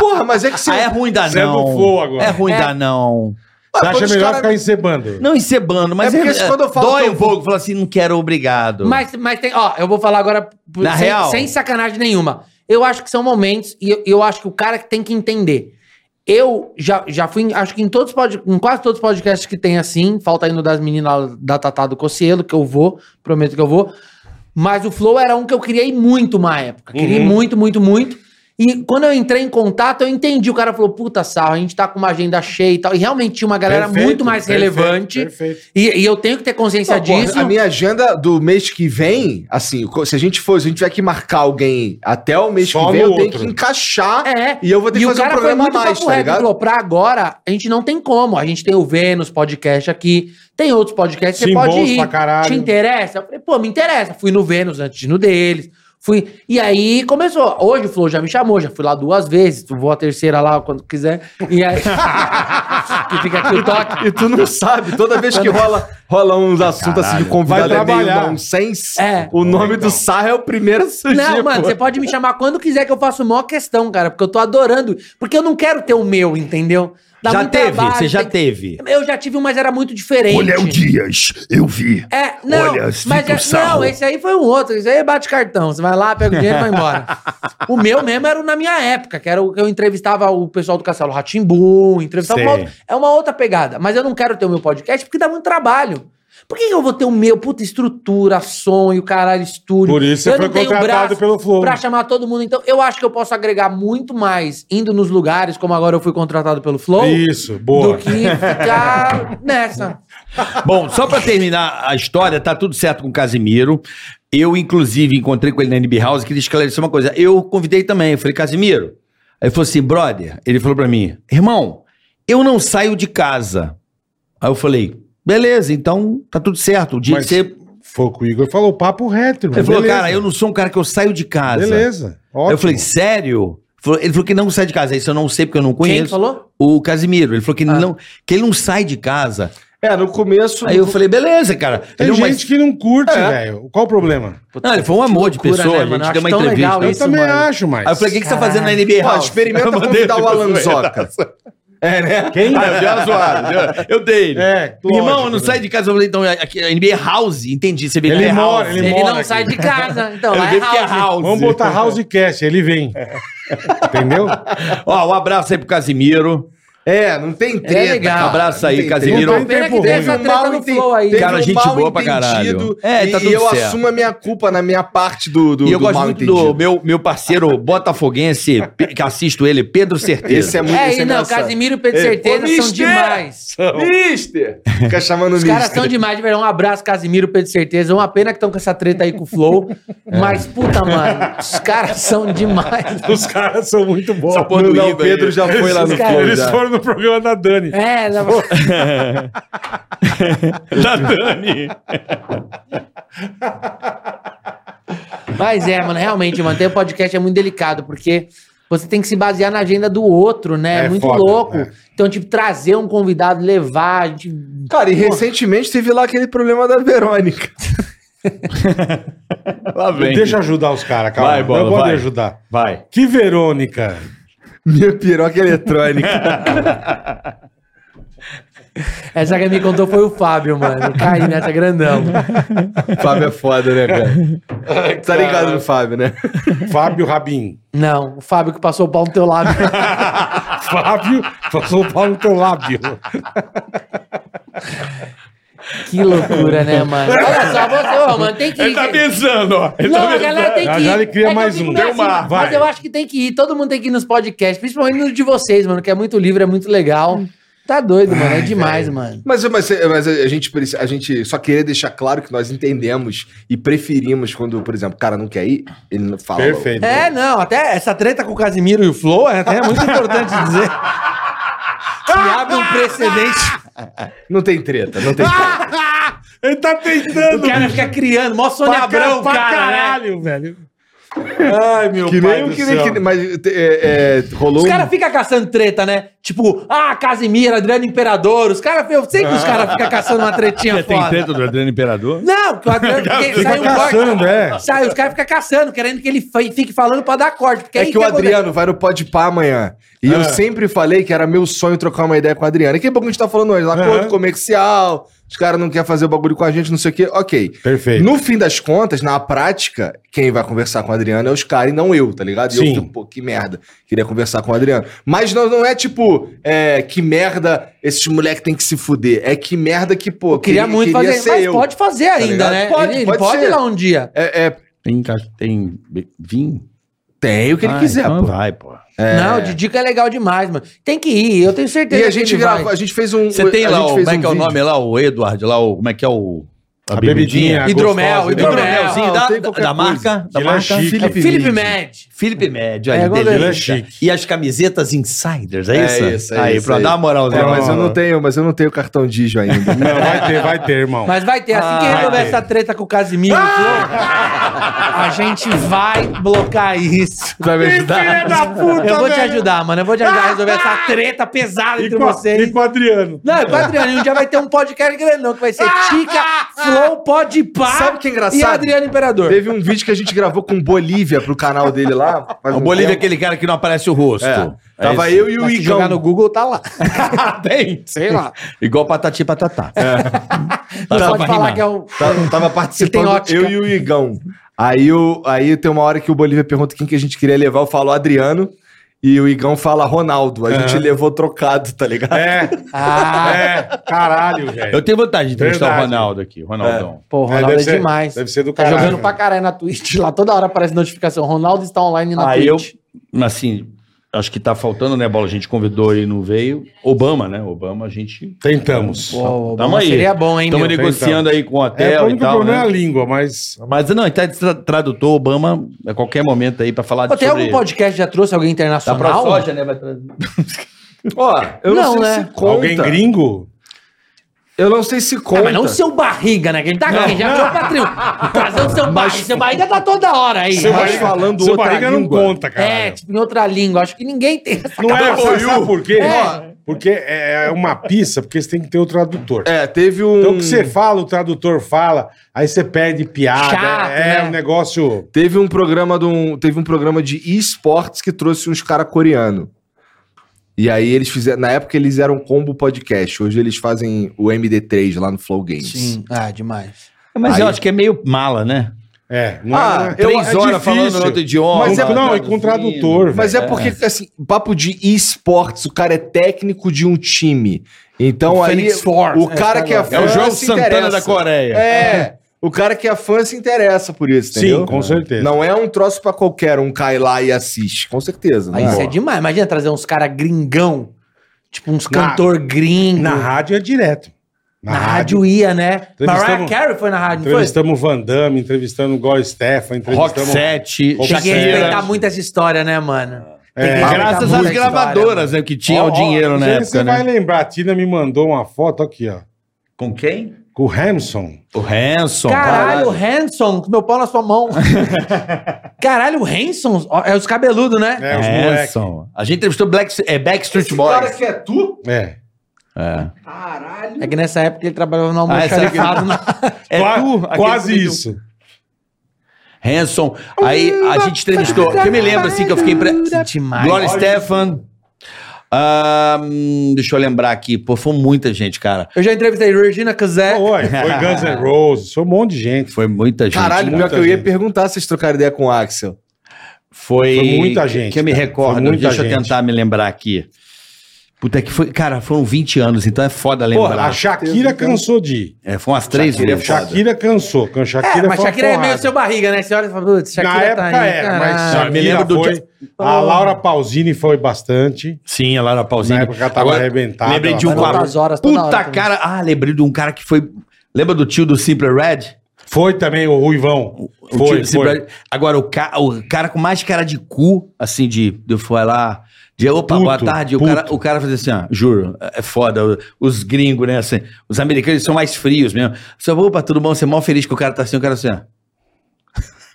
D: Porra, mas é que você...
A: Ah, é ruim dar
B: Você é do
A: não.
B: flow agora.
A: É ruim dar não.
D: Ah,
B: Você
D: quando
B: acha
D: os
B: melhor
D: cara-
B: ficar encebando?
A: Não encebando, mas
D: É porque quando eu falo que
A: dói
D: eu
A: um
D: vou-
A: pouco. Fala assim, não quero, obrigado.
E: Mas, mas tem, ó, eu vou falar agora por-
A: Na
E: sem,
A: real?
E: sem sacanagem nenhuma. Eu acho que são momentos e eu, eu acho que o cara que tem que entender. Eu já, já fui, em- acho que em todos os pod- em quase todos os podcasts que tem assim, falta ainda das meninas lá da Tatá do Cocielo, que eu vou, prometo que eu vou. Mas o Flow era um que eu queria ir muito uma época. Queria ir muito, muito, muito. E quando eu entrei em contato, eu entendi. O cara falou: puta, Sarro, a gente tá com uma agenda cheia e tal. E realmente tinha uma galera é
B: Perfeito,
E: muito mais
B: perfeito,
E: relevante.
B: perfeito.
E: E, e eu tenho que ter consciência
D: Não, porra,
E: disso.
D: a minha agenda do mês que vem, assim, co- se a gente for, se a gente tiver que marcar alguém até o mês
B: Só
D: que vem,
B: no
D: eu tenho
B: outro.
D: que encaixar
E: É.
D: e eu vou ter que
E: o
D: fazer um
E: cara foi
D: programa a
E: muito
D: mais,
E: papo
D: tá
E: reto,
D: ligado?
E: falou, pra agora, a gente não tem como. A gente tem o Vênus podcast aqui, tem outros podcasts, você
B: Sim,
E: pode
B: bons
E: ir.
B: pra caralho.
E: Te interessa? Eu falei, pô, me interessa. Fui no Vênus antes de ir no deles. Fui. E aí começou. Hoje o Flow já me chamou, já fui lá duas vezes. Tu vou a terceira lá quando quiser. E aí. que fica aqui o toque.
D: E tu não sabe, toda vez que rola, rola uns assuntos assim de convidado
B: Vai
D: é meio
B: trabalhar.
D: nonsense,
E: É.
D: o nome do Sarra é o primeiro a surgir.
E: Não, mano,
D: pô.
E: você pode me chamar quando quiser que eu faço a maior questão, cara, porque eu tô adorando. Porque eu não quero ter o meu, entendeu? Dá
A: já
E: muito
A: teve,
E: trabalho,
A: você já
E: tem que-
A: teve.
E: Eu já tive um, mas era muito diferente.
F: Olha o Dias, eu vi.
E: É, não,
F: Olha,
E: mas
F: fica o
E: é-
F: sarro.
E: não, esse aí foi um outro. Esse aí bate cartão. Você vai lá, pega o dinheiro e vai embora. o meu mesmo era o na minha época, que era o que eu entrevistava o pessoal do Castelo Ratimbu, entrevistava
B: Sei.
E: uma outra, É uma outra pegada. Mas eu não quero ter o meu podcast porque dá muito trabalho. Por que que eu vou ter o meu? Puta, estrutura, sonho, caralho, estúdio.
B: Por isso você
E: eu
B: foi
E: não tenho
B: contratado
E: braço
B: pelo Flow.
E: Pra chamar todo mundo. Então, eu acho que eu posso agregar muito mais indo nos lugares, como agora eu fui contratado pelo Flow,
B: Isso,
E: do
B: boa.
E: que ficar nessa.
A: Bom, só pra terminar a história, tá tudo certo com o Casimiro. Eu, inclusive, encontrei com ele na NB House e queria esclarecer uma coisa. Eu convidei também, eu falei, Casimiro. Aí ele falou assim, brother, ele falou pra mim, irmão, eu não saio de casa. Aí eu falei, beleza, então tá tudo certo. O dia
B: Mas
A: que você.
B: Foi o que o Igor falou, papo reto, irmão.
A: Ele falou,
B: Beleza.
A: cara, eu não sou um cara que eu saio de casa.
B: Beleza,
A: Aí
B: ótimo.
A: Eu falei, sério? Falou- Ele falou que não sai de casa. Isso eu não sei porque eu não
E: Quem
A: conheço.
E: que falou?
A: O Casimiro. Ele falou que,
E: Ah.
A: não, que ele não sai de casa.
D: É, no começo...
A: Aí eu falei, beleza, cara.
B: Tem
A: Ele,
B: gente
A: não, mas-
B: que não curte,
D: É.
B: velho. Qual o problema?
A: não, ele foi um amor de
E: loucura,
A: pessoa.
E: né,
A: a
E: mano?
A: gente
E: Eu
A: deu uma
E: acho tão
A: entrevista.
E: legal
B: Eu
E: isso,
B: também
E: mano.
B: acho, mas...
A: Aí eu falei, o que, que você tá fazendo na NBA
D: Ó,
A: House?
D: experimenta
A: Eu mandei
D: convidar o
A: pra
D: Alan
A: zoeira.
D: Zoca. É, né?
B: Quem?
A: Ah, eu dei uma zoada. Eu eu dei ele.
B: É,
A: Meu Irmão, eu não
B: lógico,
A: sai de casa. Eu falei, então, aqui, é NBA House. Entendi, você veio
B: Ele
A: é
B: mora,
A: House.
B: ele
E: Ele,
B: mora
E: não
B: aqui.
E: sai de casa. Então,
A: Eu
E: lá é
A: dei porque é
E: house.
A: House.
B: né? Vamos botar Housecast, ele vem. Entendeu?
A: Ó, um abraço aí pro Casimiro.
D: É, não tem treta.
E: legal.
D: cara.
A: Abraço
D: Ah, Não
A: aí,
D: tem
A: Casimiro.
B: Não
D: treta.
B: tem
E: Pena
B: tempo
E: que
B: ruim.
E: tem essa
D: Teve um
E: treta
D: mal
E: no
D: entendi-
E: flow aí.
D: teve
A: Cara,
D: um
A: gente
D: mal
A: boa pra caralho.
D: entendido
A: É, tá
D: e
A: tudo
D: eu
A: certo.
D: assumo a minha culpa na minha parte do, do,
A: e eu
D: do
A: gosto
D: mal
A: muito do
D: entendido.
A: meu, meu parceiro botafoguense, pe- que assisto ele, Pedro Certeza.
D: Esse é muito
E: É,
D: esse
E: e não,
D: engraçado.
E: Casimiro e Pedro
D: Ei, é.
E: Certeza
D: ô,
E: são
D: mister!
E: demais.
D: Mister! Fica chamando
E: Os
D: mister.
E: caras são demais, de verdade. Um abraço, Casimiro, Pedro Certeza. Uma pena que estão com essa treta aí com o Flow. Mas, puta, mano, os caras são demais.
B: Os caras são muito bons.
A: Essa porra do
D: Não, o
A: Igor
D: Pedro
A: aí.
D: já foi lá no
E: Esses caras-
D: Flow.
B: Eles
D: já.
B: foram no programa da Dani.
E: É, não,
H: Da Dani.
E: mas é, mano, realmente, manter o podcast é muito delicado, porque você tem que se basear na agenda do outro, né? É,
B: É
E: muito
B: foda,
E: louco.
B: é.
E: Então, tipo, trazer um convidado, levar, a gente
D: Cara, e recentemente teve lá aquele problema da Verônica.
H: Lá vem.
B: Deixa eu ajudar os caras, calma.
H: Vai,
B: Eu
H: Bola,
B: vou
H: vai.
B: ajudar.
H: Vai.
B: Que Verônica.
D: Minha piroca eletrônica.
E: Essa que me contou foi o Fábio, mano. Eu Caí nessa grandão.
D: Fábio é foda, né, cara? tá ligado no Fábio, né?
B: Fábio Rabin.
E: Não, o Fábio que passou o pau no teu lábio.
B: Fábio passou o pau no teu lábio.
E: Que loucura, né, mano? Olha só, você, ô, mano, tem que
H: Ele
E: ir.
H: tá pensando, ó. Ele
E: Não,
H: tá
E: a galera tem
B: Já
E: que ir.
B: já ele cria
E: É que eu
B: mais
E: fico
B: um.
E: meio
B: Deu uma,
E: assim, Mas
B: vai.
E: eu acho que tem que ir. Todo mundo tem que ir nos podcasts, principalmente nos de vocês, mano, que é muito livre, é muito legal. Tá doido, mano. É demais, mano.
D: Mas, mas, mas a, gente, preci- a gente só queria deixar claro que nós entendemos e preferimos quando, por exemplo, o cara não quer ir, ele não fala.
B: Perfeito.
E: É, não, até essa treta com o Casimiro e o Flo é até muito importante dizer. Que abre um precedente.
D: Não tem treta, não tem treta.
B: Ele tá tentando.
E: O cara fica criando, mó
B: pra,
E: Sônia Tá Abrão,
B: pra
E: cara, né?
B: caralho, velho. Ai, meu
D: Que
B: pai
D: nem,
B: do
D: que
B: céu.
D: nem, que nem- mas é, é, rolou
E: Os
D: um-
E: caras ficam caçando treta, né? Tipo, ah, Casimiro, Adriano Imperador. Os caras, eu sei que os caras ficam caçando uma tretinha
H: Tem
E: foda.
H: treta do Adriano Imperador?
E: Não, que o Adriano porque
B: Fica
E: sai um
B: caçando,
E: corte.
B: é.
E: Sai, os caras ficam caçando, querendo que ele fa- fique falando pra dar corte. porque
D: É
E: aí
D: que o
E: acontece?
D: Adriano vai no Pode Pá amanhã. E
B: Ah.
D: eu sempre falei que era meu sonho trocar uma ideia com o Adriano. E que pouco a gente tá falando hoje, lá
B: É.
D: acordo comercial, os caras não querem fazer o bagulho com a gente, não sei o quê. Ok.
B: Perfeito.
D: No fim das contas, na prática, quem vai conversar com o Adriano é os caras e não eu, tá ligado? E
B: Sim.
D: eu fico, pô, que merda, queria conversar com o Adriano. Mas não, não é tipo, é, que merda esses moleques têm que se fuder. É que merda que, pô,
E: Eu queria muito fazer,
D: ser
E: mas
D: eu. tá
E: pode fazer ainda,
D: ligado?
E: né?
D: Pode,
E: ele ele pode,
D: pode ser.
E: ir lá um dia.
D: É, é,
A: Tem, ca- tem be- vinho?
D: tem o que ele
A: Ah,
D: quiser,
A: então
D: pô.
A: Vai, pô.
E: Não, o Didico é legal demais, mano. Tem que ir, eu tenho certeza.
D: E a
E: que
D: gente
E: ele
D: gravou,
E: vai.
D: a gente fez um.
A: Você tem
D: a
A: lá,
D: gente
A: o, como
D: fez
A: é
D: um
A: que é o
D: vídeo.
A: nome lá, o Eduardo, lá, o, como é que é o...
B: A bebidinha.
E: Hidromel,
B: gostosa, né?
E: hidromel.
A: hidromelzinho
D: Não,
A: da,
D: tem
A: da,
D: qualquer
A: da
D: coisa.
A: marca, da
B: Ele é
A: marca
B: chique.
A: Felipe,
E: Felipe
A: Med.
E: Med.
A: Felipe Med, olha,
E: É,
A: que
E: goleiro.
A: delícia.
B: Ele é
A: E as camisetas insiders, é,
D: É
A: isso?
D: isso, é
A: aí,
D: isso,
A: pra
D: é
A: dar
D: isso.
A: uma né? moralzinha.
D: É, mas eu
B: Ah.
D: não tenho, mas eu não tenho cartão Digio ainda.
B: Não, vai ter, vai ter, irmão.
E: Mas vai ter, assim que
B: ah, vai
E: resolver
B: ter. Ah!
E: essa treta com o Casimiro, a gente vai blocar isso.
D: Pra me ajudar.
E: eu vou te ajudar, mano. Eu vou te ajudar a resolver essa treta pesada
B: Ah! E
E: entre
B: com, a-
E: vocês.
B: e com o Adriano.
E: Não, é com a Adriano. E Um dia vai ter um podcast grandão que vai ser
B: Ah!
E: Tica, Flow, Pode Pá.
D: Sabe o que é engraçado?
E: E Adriano Imperador.
D: Teve um vídeo que a gente gravou com o Bolívia pro canal dele lá. faz
A: O
D: um
A: Bolívia é
D: tempo.
A: aquele cara que não aparece o rosto.
D: É. Tava eu e o
E: Mas se jogar no
D: Igão.
E: Google, tá lá.
A: Ah, Tem,
E: Sei lá.
A: Igual patati e patatá.
D: É.
A: Tá,
E: Não
A: Só
E: pode
A: pra
E: falar
A: rimar.
E: que é o...
A: Tá
D: Tava, tava
E: Ele tem
D: participando
E: ótica.
D: eu e o Igão. Aí, eu, aí tem uma hora que o Bolívia pergunta quem que a gente queria levar. Eu falo Adriano e o Igão fala Ronaldo. A gente levou trocado, tá ligado?
B: É,
E: Ah,
B: é, caralho, velho.
A: Eu tenho vontade de entrevistar o
B: Verdade.
A: Ronaldo aqui, o Ronaldão.
E: pô,
B: É,
E: Ronaldo é,
B: deve ser-
E: demais.
B: Deve ser do
E: Tá
B: caralho.
E: jogando pra caralho na Twitch. Lá toda hora aparece notificação. Ronaldo está online na
A: Aí eu,
E: Twitch.
D: É.
A: assim, acho que tá faltando, né, Bola? A gente convidou e não veio. Obama, né? Obama, a gente.
B: Tentamos.
E: Pô,
A: Tamo aí.
E: Seria bom, hein,
A: Estamos
E: meu?
A: negociando aí com o
B: É, o
A: hotel e
B: único
A: tal.
B: problema é a
A: Né?
B: língua, mas.
A: Mas não, tá de tra- tradutor Obama a qualquer momento aí pra falar
E: Pô,
A: de
E: Tem algum podcast que já trouxe alguém
A: Da
E: internacional?
A: ProSoja, Tá né? Vai trazer.
D: Ó, eu não,
E: Não,
D: sei
E: né?
D: se conta.
B: Alguém gringo?
D: Eu não sei se
E: Ah,
D: conta.
E: mas não o seu barriga, né? Que ele tá aqui, já trouxe pra tribo. Trazer o seu barriga. Seu barriga tá toda hora aí.
B: Seu
E: Acho-
D: Mas
B: barriga,
D: falando
B: seu
D: outra
B: barriga não
D: língua.
B: conta, cara.
E: É, tipo, em outra língua. Acho que ninguém tem essa
B: Não é,
E: capacidade.
B: sabe sabe por quê?
E: É.
B: Porque é uma pista, porque você tem que ter o tradutor.
D: É, teve um.
B: Então o que você fala, o tradutor fala, aí você perde piada.
E: Chato,
B: é
E: né?
B: um negócio.
D: Teve um programa de um, teve um programa de esportes que trouxe uns cara coreano. E aí eles fizeram, na época eles eram combo podcast, hoje eles fazem o MD3 lá no Flow Games.
E: Sim, ah, demais.
A: Mas eu
D: Aí-
A: acho que é meio mala, né?
B: É, não é.
D: Ah,
B: não é-
D: eu-
A: Três
D: é
A: horas
D: difícil.
A: falando em outro idioma.
B: Mas é-
A: tá
B: não, e com
A: traduzindo.
B: tradutor,
D: Mas é porque assim, papo de esportes, o cara é técnico de um time. Então
E: O
D: aí
E: Phoenix Force,
D: o
E: é,
D: cara
E: tá
D: que é
E: agora.
D: fã
A: É o João
D: se
A: Santana
D: interessa.
A: da Coreia.
D: É. O cara que é fã se interessa por isso,
B: Sim,
D: entendeu?
B: com certeza.
D: Não é um troço pra qualquer um cai lá e assiste, com certeza.
E: Aí
D: não
E: isso é demais. Imagina trazer uns cara gringão. Tipo, uns
B: Na-
E: cantor gringo.
B: Na rádio é direto.
E: Na rádio ia, né? Mariah
B: Entrevistamos-
E: Carey foi na rádio, não foi?
B: Entrevistamos o Van Damme, entrevistamos o Gol Stefan,
A: Rock
B: entrevistamos.
A: 7,
B: Rock
E: Cheguei a
B: Shakira.
E: respeitar muito essa história, né, mano? Tem que
B: É,
E: respeitar
A: Graças
E: muito
A: às
E: essa história,
A: gravadoras, né? Que tinham
B: Ó,
A: o
B: ó,
A: dinheiro na
B: você-
A: época,
B: Você
A: né?
B: vai lembrar, a Tina me mandou uma foto aqui, ó.
A: Com quem?
B: Com o Hamson.
A: O Hanson.
E: Caralho, o Hanson, com meu pau na sua mão. Caralho, o Hanson ó, é os cabeludos, né?
B: É, os moleques.
A: Hanson. A gente entrevistou Black, é, Backstreet Boys.
D: que é tu?
B: É.
A: É.
E: É. que nessa época ele trabalhava no né?
A: Ah, essa
E: almoxarifado. na-
A: É
B: Qua-
A: tu, aquele
B: quase
A: que pediu.
B: isso.
A: Hanson. Aí a gente entrevistou. Que eu me lembro assim que eu fiquei. Pre...
E: Demais.
A: Gloria Stefan. Ah, hum, deixa eu lembrar aqui. Pô, foi muita gente, cara.
E: Eu já entrevistei Regina
A: É.
E: Casé.
B: Oi, foi Guns N' Roses, foi um monte de gente.
A: Foi muita gente.
D: Caralho,
A: né?
D: pior que eu
B: gente.
D: ia perguntar se vocês trocaram ideia com o Axel.
A: Foi,
B: Foi muita gente,
A: Que eu me
B: cara.
A: recordo.
B: Foi muita
A: Deixa eu
B: gente.
A: tentar me lembrar aqui. Puta é que foi. Cara, foram 20 anos, então é foda lembrar.
B: Porra, a Shakira cansou de ir.
A: É, foram as três
D: Shakira é
A: vezes.
D: foda.
B: Shakira cansou. can-
E: É,
B: Shakira
E: mas
B: foi uma
E: Shakira é meio
B: porrada.
E: seu barriga, né? Você olha e fala, putz, Shakira
B: Na época
E: tá aí.
B: era, mas
E: caralho. Oh.
A: me
B: Shakira
A: lembro do
B: foi...
A: Jack-
B: A Laura Pausini foi bastante.
A: Sim, a Laura Pausini.
B: Na época ela tava arrebentada,
A: Lembrei de
B: ela
A: um
B: tava-
A: cara.
E: Altas horas toda
A: Puta
E: hora também.
A: cara. Ah, lembrei de um cara que foi. Lembra do tio do Simple Red?
B: Foi também o Ruivão.
A: O tio
B: Foi,
A: do Simple
B: foi.
A: Red. Agora, o, ca... o cara com mais cara de cu, assim, de. de foi lá. De, opa, boa
B: Puto,
A: tarde.
B: puto.
A: O cara, o cara fazia assim, ó, juro, é foda. Os gringos, né? Assim, os americanos eles são mais frios mesmo. Só, opa, tudo bom? Você é mó feliz que o cara tá assim, o cara assim, ó.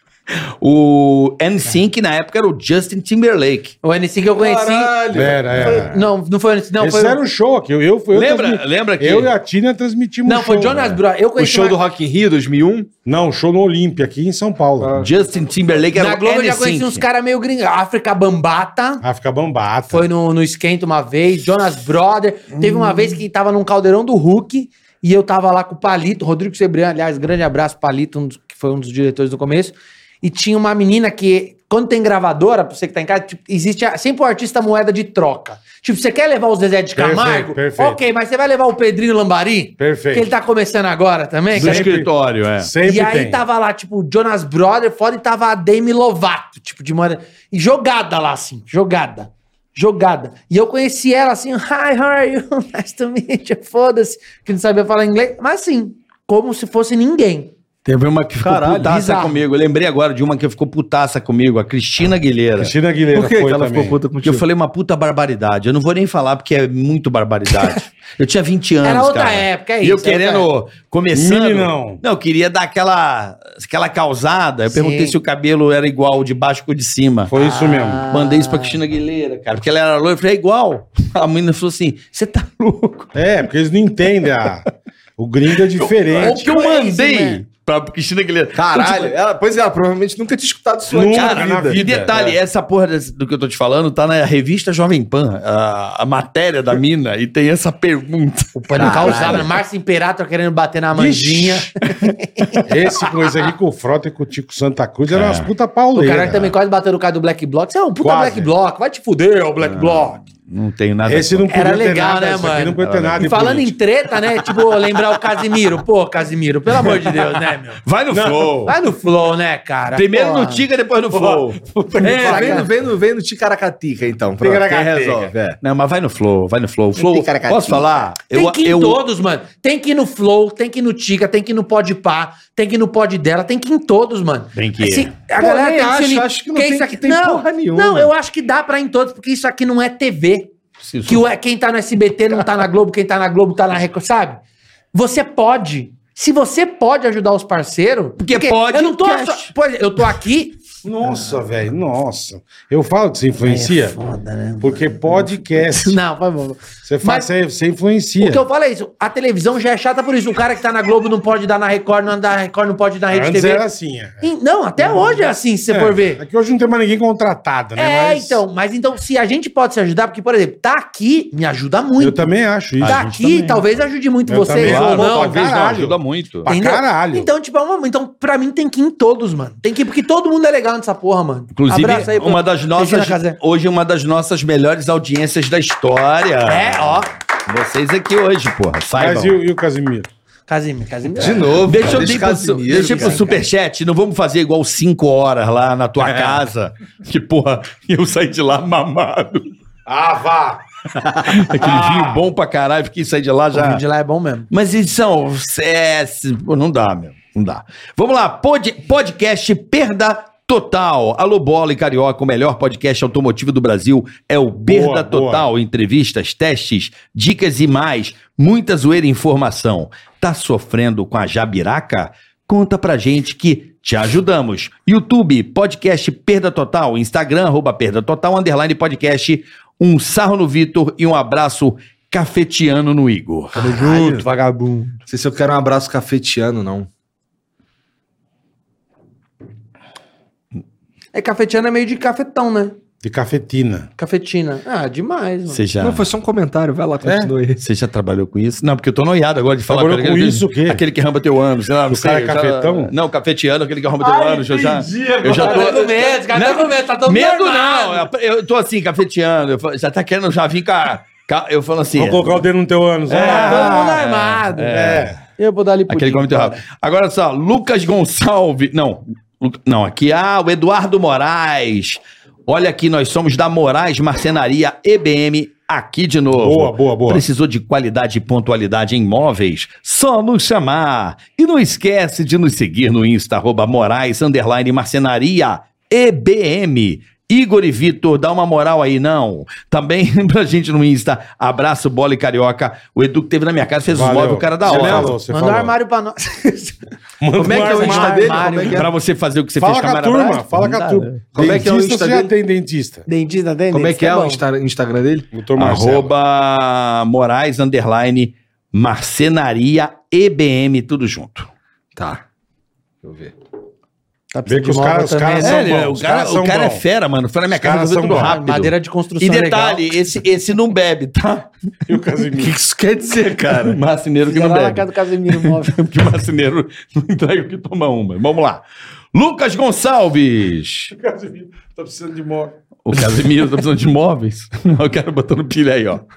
A: O NSYNC na época era o Justin Timberlake.
E: O NC que eu conheci.
D: Caralho.
B: Era, era.
E: Não, não foi o NC, não.
B: Esse
E: foi...
B: era um show aqui. Eu, eu, eu
A: Lembra-
B: transmi-
A: lembra que-
B: Eu e a Tina transmitimos
E: Não,
B: um
E: foi
B: show,
E: Jonas
B: velho.
E: Bros. Eu
D: O
E: conheci
D: show
E: na-
D: do Rock in Rio 2001?
B: Não, show no Olímpia, aqui em São Paulo.
E: Ah.
A: Justin Timberlake era
E: Na
A: o
E: Globo eu já
A: N5.
E: conheci uns caras meio gringos. África Bambata.
B: Ah, fica bambata.
E: Foi no, no Esquenta uma vez. Jonas Brother. Teve uma vez que tava num caldeirão do Hulk. E eu tava lá com o Palito, Rodrigo Sebriano, aliás, grande abraço, Palito, um dos- que foi um dos diretores do começo. E tinha uma menina que, quando tem gravadora, pra você que tá em casa, tipo, existe a- sempre o artista moeda de troca. Tipo, você quer levar o Zezé de
B: Perfeito,
E: Camargo?
B: perfeito.
E: Ok, mas você vai levar o Pedrinho Lambari?
B: Perfeito.
E: Que ele tá começando agora também?
B: Do
E: que é
B: escritório,
A: é.
B: Sempre
E: e aí
B: tem.
E: tava lá, tipo, o Jonas Brother, fora e tava a Demi Lovato, tipo, de maneira. E jogada lá, assim, jogada. Jogada. E eu conheci ela assim, hi, how are you? Nice to meet you, foda-se. Que não sabia falar inglês, mas assim, como se fosse ninguém.
A: Teve uma que ficou
E: Caralho,
A: putaça
E: bizarro.
A: comigo. Eu lembrei agora de uma que ficou putaça comigo, a Cristina Aguilera.
B: Cristina Aguilera
D: Por que, que
B: foi
D: ela
B: também.
D: ficou puta
A: Porque eu
D: contigo?
A: falei uma puta barbaridade. Eu não vou nem falar porque é muito barbaridade. Eu tinha 20 anos,
E: Era outra
A: cara.
E: época, é
A: E eu
E: isso, era
A: querendo, começando...
B: Meninão.
A: Não, eu queria dar aquela, aquela causada. Eu
E: Sim.
A: perguntei se o cabelo era igual de baixo ou de cima.
B: Foi isso mesmo.
E: Ah.
A: Mandei isso pra Cristina Aguilera, cara. Porque ela era loira. Eu falei, é igual. A menina falou assim, você tá louco?
B: É, porque eles não entendem. a- O gringo é
A: O
B: diferente.
A: que eu mandei
E: né?
A: pra Cristina Aguilera.
D: Caralho. Ela, pois é, ela provavelmente nunca tinha escutado isso
B: Nunca
D: antes.
A: Cara,
B: na
A: e
B: vida.
A: detalhe, essa porra desse- do que eu tô te falando tá na revista Jovem Pan, a, a matéria da mina, e tem essa pergunta.
E: O pânico causava. Márcio Imperator querendo bater na
B: Ixi.
E: manjinha.
B: Esse com esse aqui, com o Frota e com o Tico Santa Cruz, era umas puta
E: É. O
B: pauleira.
E: cara também quase bateu no cara do Black Block. Você é um puta
B: Quase.
E: Black Block, vai te fuder, ô
A: Ah,
E: Black Block.
A: Não tenho nada.
B: Esse não podia
E: Era
B: ter
E: legal,
B: nada,
E: né,
B: esse aqui
E: mano?
B: não podia ter nada.
E: E
B: de
E: falando em
B: político.
E: treta, né? Tipo, lembrar o Casimiro. Pô, Casimiro, pelo amor de Deus, né, meu?
A: Vai no flow.
E: Vai no flow, né, cara?
A: Primeiro
E: Porra.
A: no Tiga, depois no flow.
D: É, vem no, vem no, vem no Ticaracatica, então. Pronto, quem
B: Ticaracatica.
D: resolve, é.
A: Não, mas vai no flow, vai no flow. Flow,
D: Tem caracatinha.
A: posso falar?
E: Tem que ir em todos, mano. Tem que ir no Flow, tem que ir no Tica, tem que ir no Pode Pá, tem que ir no Pode Dela, tem que ir em todos, mano.
A: Tem que é. ir.
E: Assim, a
D: Pô,
E: galera
D: nem
E: tem que se
D: acho,
E: unir.
D: acho que não
E: Porque
D: tem-
E: isso aqui-
D: tem
E: não,
D: porra nenhuma.
E: Não, eu acho que dá pra ir em todos, porque isso aqui não é TV.
A: Sim,
E: que o, quem tá no SBT não tá na Globo, quem tá na Globo tá na Record, sabe? Você pode. Se você pode ajudar os parceiros.
A: Porque pode,
E: Eu não tô.
A: cash.
E: só- por exemplo, eu tô aqui.
B: Nossa, velho, nossa. Eu falo que você influencia,
E: É Foda, né?
B: porque podcast,
E: Não, vai, vai, vai.
B: você faz,
E: Mas-
B: você, você influencia.
E: O que eu falo é isso. A televisão já é chata por isso. O cara que tá na Globo não pode dar na Record, não dá na Record, não pode dar na Rede
B: Antes
E: TV.
B: era assim, é.
E: E- Não, até hoje é assim, se você
B: É,
E: for ver.
B: É que hoje não tem mais ninguém contratado, né?
E: É,
B: Mas
E: então. Mas então, se a gente pode se ajudar, porque, por exemplo, tá aqui me ajuda
B: Eu
E: muito.
B: também acho isso.
E: Tá aqui talvez ajude muito
B: Eu
E: vocês
B: também
E: ou
B: acho,
E: não.
B: talvez não,
E: caralho.
B: ajuda
A: muito.
B: Pra
E: Entendeu?
B: caralho.
E: Então, tipo, é uma, então, pra mim tem que ir em todos, mano. Tem que ir, porque todo mundo é legal nessa porra, mano.
A: Inclusive,
E: Abraço aí pro-
A: uma das
E: Cristina
A: nossas.
E: Casé.
A: Hoje, uma das nossas melhores audiências da história.
E: É, ó.
A: Vocês aqui hoje, porra. Saibam.
B: Mas e, o- e o Casimiro?
E: Casimiro,
B: É.
E: Casimiro.
D: De novo.
A: Deixa eu
D: cara,
A: ir pro,
D: Casimiro,
A: deixa eu ir pro
D: cara. É.
A: superchat. Não vamos fazer igual 5 horas lá na tua casa. Que porra, eu saí de lá mamado.
B: Ah, vá!
A: Aquele vinho bom pra caralho, fiquei sair de lá
E: O
A: já.
E: vídeo de lá é bom mesmo.
A: Mas edição, é, se- pô, não dá, meu. Não dá. Vamos lá, pod- podcast Perda Total. Alô, Bola e Carioca, o melhor podcast automotivo do Brasil é o Perda
B: Boa,
A: Total. Entrevistas, testes, dicas e mais. Muita zoeira e informação. Tá sofrendo com a jabiraca? Conta pra gente que te ajudamos. YouTube, podcast Perda Total, Instagram, arroba Perda Total, underline podcast. Um sarro no Vitor e um abraço cafetiano no Igor.
D: Ah.
E: Tamo junto, vagabundo.
D: Não sei se eu quero um abraço cafetiano, não.
E: É, cafetiano é meio de cafetão, né?
B: De cafetina.
E: Cafetina. Ah, demais, mano.
A: Você já,
D: Não, foi só um comentário. Vai lá, continue.
A: você já trabalhou com isso? Não, porque eu tô noiado agora de falar.
B: Trabalhou
A: aquele
B: com
A: que-
B: isso o quê?
A: Aquele que arromba teu ano, sei lá, não
B: O
A: sei.
B: cara
A: eu
B: é cafetão? Ah,
A: Já, não, cafetiano, aquele que arromba teu ano. Eu já, eu já
E: Tá
A: tô...
E: com medo, esse cara tá
A: Não,
E: com medo, tá todo
A: Medo
E: armado.
A: não, eu eu tô assim, cafetiano. eu fa- Já tá querendo, já vim com a... Ca- Eu falo assim.
B: Vou colocar o dedo no teu ânus.
A: É,
E: Tá Todo
B: Ah,
E: mundo armado.
B: é.
E: Eu vou dar ali pro
A: Aquele
E: Dico.
A: come teu rabo. Agora só, Lucas Gonçalves. Não, Lu- não, aqui. Ah, o Eduardo Moraes. Olha aqui, nós somos da Moraes Marcenaria EBM, aqui de novo.
B: Boa, boa, boa.
A: Precisou de qualidade e pontualidade em móveis? Só nos chamar. E não esquece de nos seguir no Insta, arroba Moraes, underline, marcenaria, EBM. Igor e Vitor, dá uma moral aí, não. Também pra gente no Insta, abraço, bola e carioca. O Edu que teve na minha casa fez os
B: Valeu.
A: móveis, o cara da
B: Você
A: hora.
B: falou, você
E: Manda
B: falou.
E: um armário pra nós.
B: Manda
D: Como é que é o
B: um
D: Insta
B: armário.
D: dele?
E: armário.
D: Como é que é?
A: Pra você fazer o que você
B: Fala
A: fez
B: com a
A: Mara
B: turma,
A: Braz?
B: fala
A: Não
B: com a
A: dá,
B: turma.
A: né?
D: Como é que é o
B: Dentista,
D: Insta
B: você já
D: dele?
B: tem dentista.
E: Dentista, dentista.
D: Como é que é
E: bom.
D: o Insta- Instagram dele?
B: Doutor Marcelo.
A: Arroba Moraes Underline Marcenaria EBM, tudo junto.
D: Tá. Deixa eu ver.
E: Tá
B: Vê que
E: precisando
B: os
E: de móvel
B: caras- os
E: também,
B: caras
E: né?
B: É, são
A: ele-
B: bons, os caras são bons.
A: é fera, mano. Foi na minha
B: Os caras
A: resolveu
B: são bons.
E: Madeira de construção
A: E detalhe,
E: legal.
A: esse, esse não bebe, tá?
B: E o Casimiro.
A: isso quer dizer, cara? Marceneiro que
E: Fica
A: não
E: lá na
A: bebe.
E: casa do Casemiro Móvel.
A: Porque o marceneiro não entrega o que toma uma. Vamos lá. Lucas Gonçalves.
B: O Casimiro tá precisando de moto.
A: O Casimiro tá precisando de móveis. O cara botando pilha aí, ó.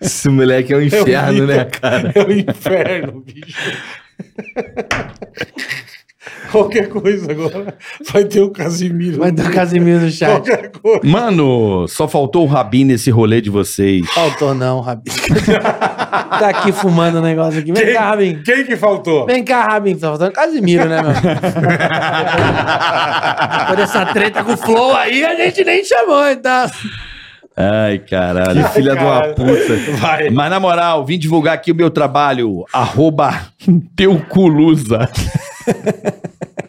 D: Esse moleque é um inferno, né, cara?
B: É o inferno, bicho. Qualquer coisa agora vai ter o Casimiro.
E: Mas do Casemiro no chat.
B: Qualquer coisa.
A: Mano, só faltou o Rabi nesse rolê de vocês.
E: Faltou não, Rabin. tá aqui fumando o negócio aqui. Vem cá, Rabin.
B: Quem que faltou?
E: Vem cá, Rabin. Tá faltando Casimiro, né, meu? Por essa treta com o Flow aí, a gente nem chamou, então.
A: Ai, caralho.
B: Ai,
D: Filha de uma
B: cara.
D: puta.
B: Vai.
A: Mas na moral, vim divulgar aqui o meu trabalho, arroba teuculusa.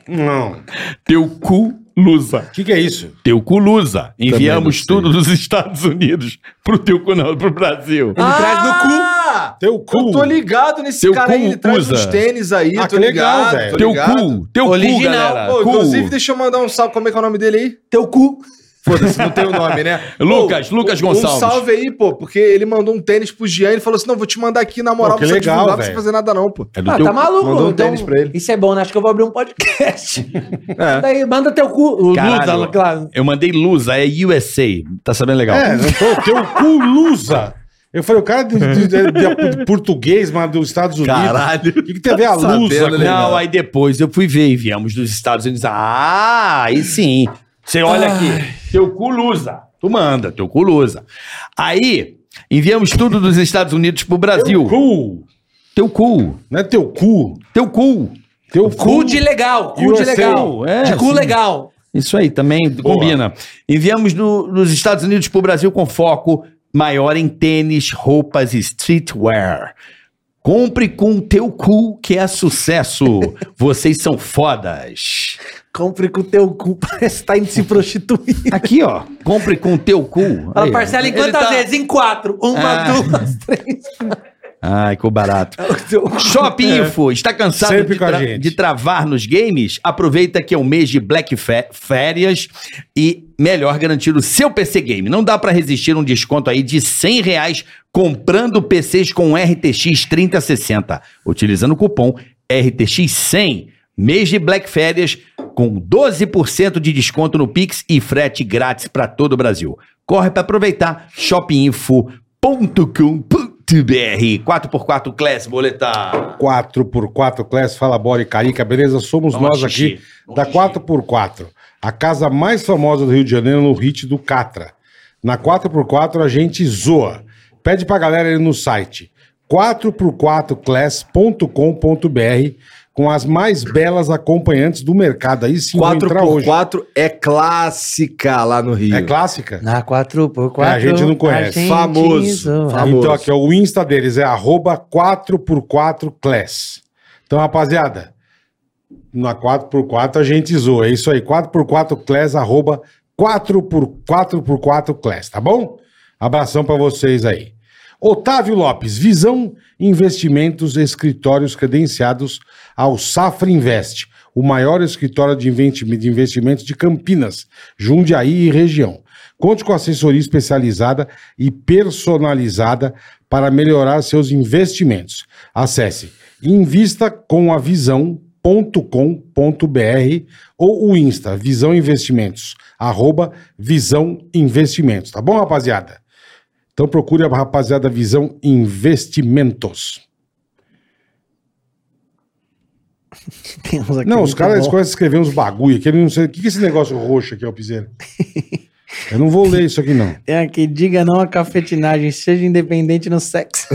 B: Não.
A: Teuculusa.
B: O que, que é isso?
A: Teuculusa.
D: não
A: Enviamos
D: sei.
A: tudo dos Estados Unidos pro teu cu, não, pro Brasil.
E: Ele traz no cu.
B: Teu cu.
D: Ah, Eu tô ligado nesse
A: Teu
D: cara aí,
A: cu
D: ele traz
A: usa.
D: uns tênis aí,
B: Ah,
D: tô
B: que legal,
D: ligado.
B: velho.
D: tô
A: Teu
D: Tá ligado.
A: cu, teu cu,
E: Original.
A: galera.
D: Pô,
A: cu.
D: inclusive, deixa eu mandar um salve. Como é que é o nome dele aí?
E: Teu cu.
D: Foda-se, não tem o nome, né?
A: Lucas,
D: Pô,
A: Lucas
D: um-
A: Gonçalves.
D: Um salve aí, pô, porque ele mandou um tênis pro Jean e falou assim: não, vou te mandar aqui na moral
B: Pô, que
D: pra
B: legal,
D: divulgar, pra você
B: velho.
D: fazer nada, não, pô.
A: É do
E: Ah,
A: teu
E: tá
A: cu.
E: maluco?
D: Mandou um
E: Então,
D: tênis pra ele.
E: Isso é bom, né? Acho que eu vou abrir um podcast. Daí, manda teu cu. O
A: Caralho.
E: Lusa, claro.
A: Eu mandei lusa, é USA. Tá sabendo legal?
B: É, eu tô, teu cu lusa. Eu falei, o cara de, de- de- de português, mas dos Estados Unidos.
A: Caralho.
B: O que, que tem a ver a
D: Tá sabendo,
B: lusa?
D: né?
B: com-
A: Não, aí depois eu fui ver e viemos dos Estados Unidos. Ah, aí sim. Você olha aqui, teu cu lusa. Tu manda, teu cu lusa. Aí, enviamos tudo dos Estados Unidos pro Brasil.
B: Cu.
A: Teu cu.
B: Não é teu cu.
A: Teu cu.
B: Teu
E: Cu de legal. Cu de
B: USA.
E: legal.
A: É,
E: de cu
A: sim.
E: legal.
A: Isso aí também combina. Enviamos do- dos Estados Unidos pro Brasil com foco maior em tênis, roupas e streetwear. Compre com teu cu que é sucesso. Vocês são fodas.
E: Compre com teu cu. Parece que tá indo se prostituir.
A: Aqui, ó. Compre com teu cu.
E: Fala,
A: Aí, ó.
E: parcela em
A: Ele
E: quantas
A: tá-
E: vezes? Em quatro. Uma,
A: Ah.
E: duas, três.
A: Ai, que barato. É. Shopping Info, está cansado
B: Sempre
A: de,
B: com a
A: tra-
B: gente.
A: de travar nos games? Aproveita que é o mês de Black Fe- Férias e melhor garantir o seu PC Game. Não dá para resistir um desconto aí de R$ 100 reais comprando PCs com RTX 3060, utilizando o cupom RTX100. Mês de Black Férias com 12% de desconto no Pix e frete grátis para todo o Brasil. Corre para aproveitar shopinfo.com.br 4x4 Class Boletar.
B: 4x4, Class, Fala Bola e Carica, beleza? Somos
A: Vamos
B: nós
A: lá, xixi.
B: aqui da 4x4, a casa mais famosa do Rio de Janeiro no hit do Catra. Na 4x4 a gente zoa. Pede pra galera ir no site 4x4class.com.br com as mais belas acompanhantes do mercado. Aí sim, vou entrar hoje.
D: 4x4 é clássica lá no Rio.
B: É clássica?
E: Na
B: É,
E: 4x4.
B: a gente não conhece.
D: Famoso. Famoso.
B: Então aqui, ó, o Insta deles é arroba 4x4class. Então, rapaziada, na 4x4 a gente zoa. É isso aí, 4x4class, arroba 4x4class, tá bom? Abração pra vocês aí. Otávio Lopes, Visão Investimentos Escritórios credenciados ao Safra Invest, o maior escritório de inventi- de investimentos de Campinas, Jundiaí e região. Conte com assessoria especializada e personalizada para melhorar seus investimentos. Acesse invistacomavisão.com.br ou o Insta Visão Investimentos, arroba Visão Investimentos, tá bom, rapaziada? Então procure a rapaziada Visão Investimentos.
G: Tem uns aqui é
B: Não,
G: muito
B: os é caras
G: bom.
B: começam a escrever uns bagulho aqui. Ele não sei. O que, que é esse negócio roxo aqui, ó, Piseiro? Eu não vou ler isso aqui, não.
G: Tem aqui, É diga não à cafetinagem, seja independente no sexo.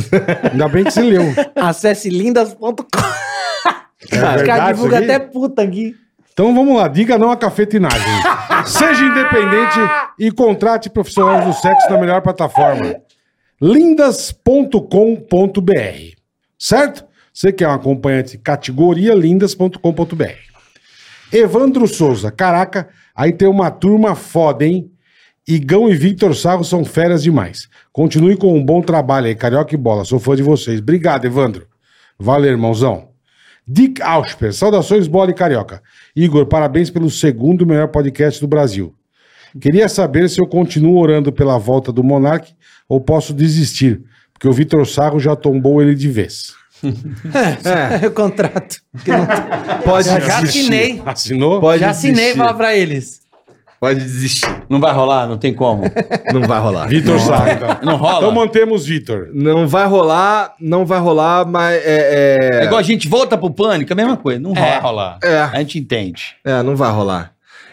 B: Ainda bem que você leu.
G: Acesse lindas.com. Os
B: verdade
G: caras divulgam
B: isso aqui?
G: até puta aqui.
B: Então vamos lá, diga não à cafetinagem. Seja independente e contrate profissionais do sexo na melhor plataforma. lindas.com.br. Certo? Você quer um acompanhante categoria lindas.com.br. Evandro Souza, caraca, aí tem uma turma foda, hein? Igão e Victor Sarro são feras demais. Continue com um bom trabalho aí, Carioca e Bola. Sou fã de vocês. Obrigado, Evandro. Valeu, irmãozão. Dick Ausper, saudações, bola e carioca. Igor, parabéns pelo segundo melhor podcast do Brasil. Queria saber se eu continuo orando pela volta do Monark ou posso desistir, porque o Vitor Sarro já tombou ele de vez.
G: Eu contrato.
D: Pode
G: Já assinei.
B: Assinou?
D: Pode
G: Já assinei e
D: desistir.
G: falar pra eles.
D: Pode desistir.
A: Não vai rolar, não tem como.
D: Não vai rolar.
B: Vitor Sarro. então.
A: Não rola?
B: Então mantemos Vitor.
D: Não vai rolar, não vai rolar, mas é.
A: É
D: é-
A: igual a gente volta pro pânico, é a mesma coisa. Não vai rolar.
D: É.
A: A gente entende.
D: É, não vai rolar.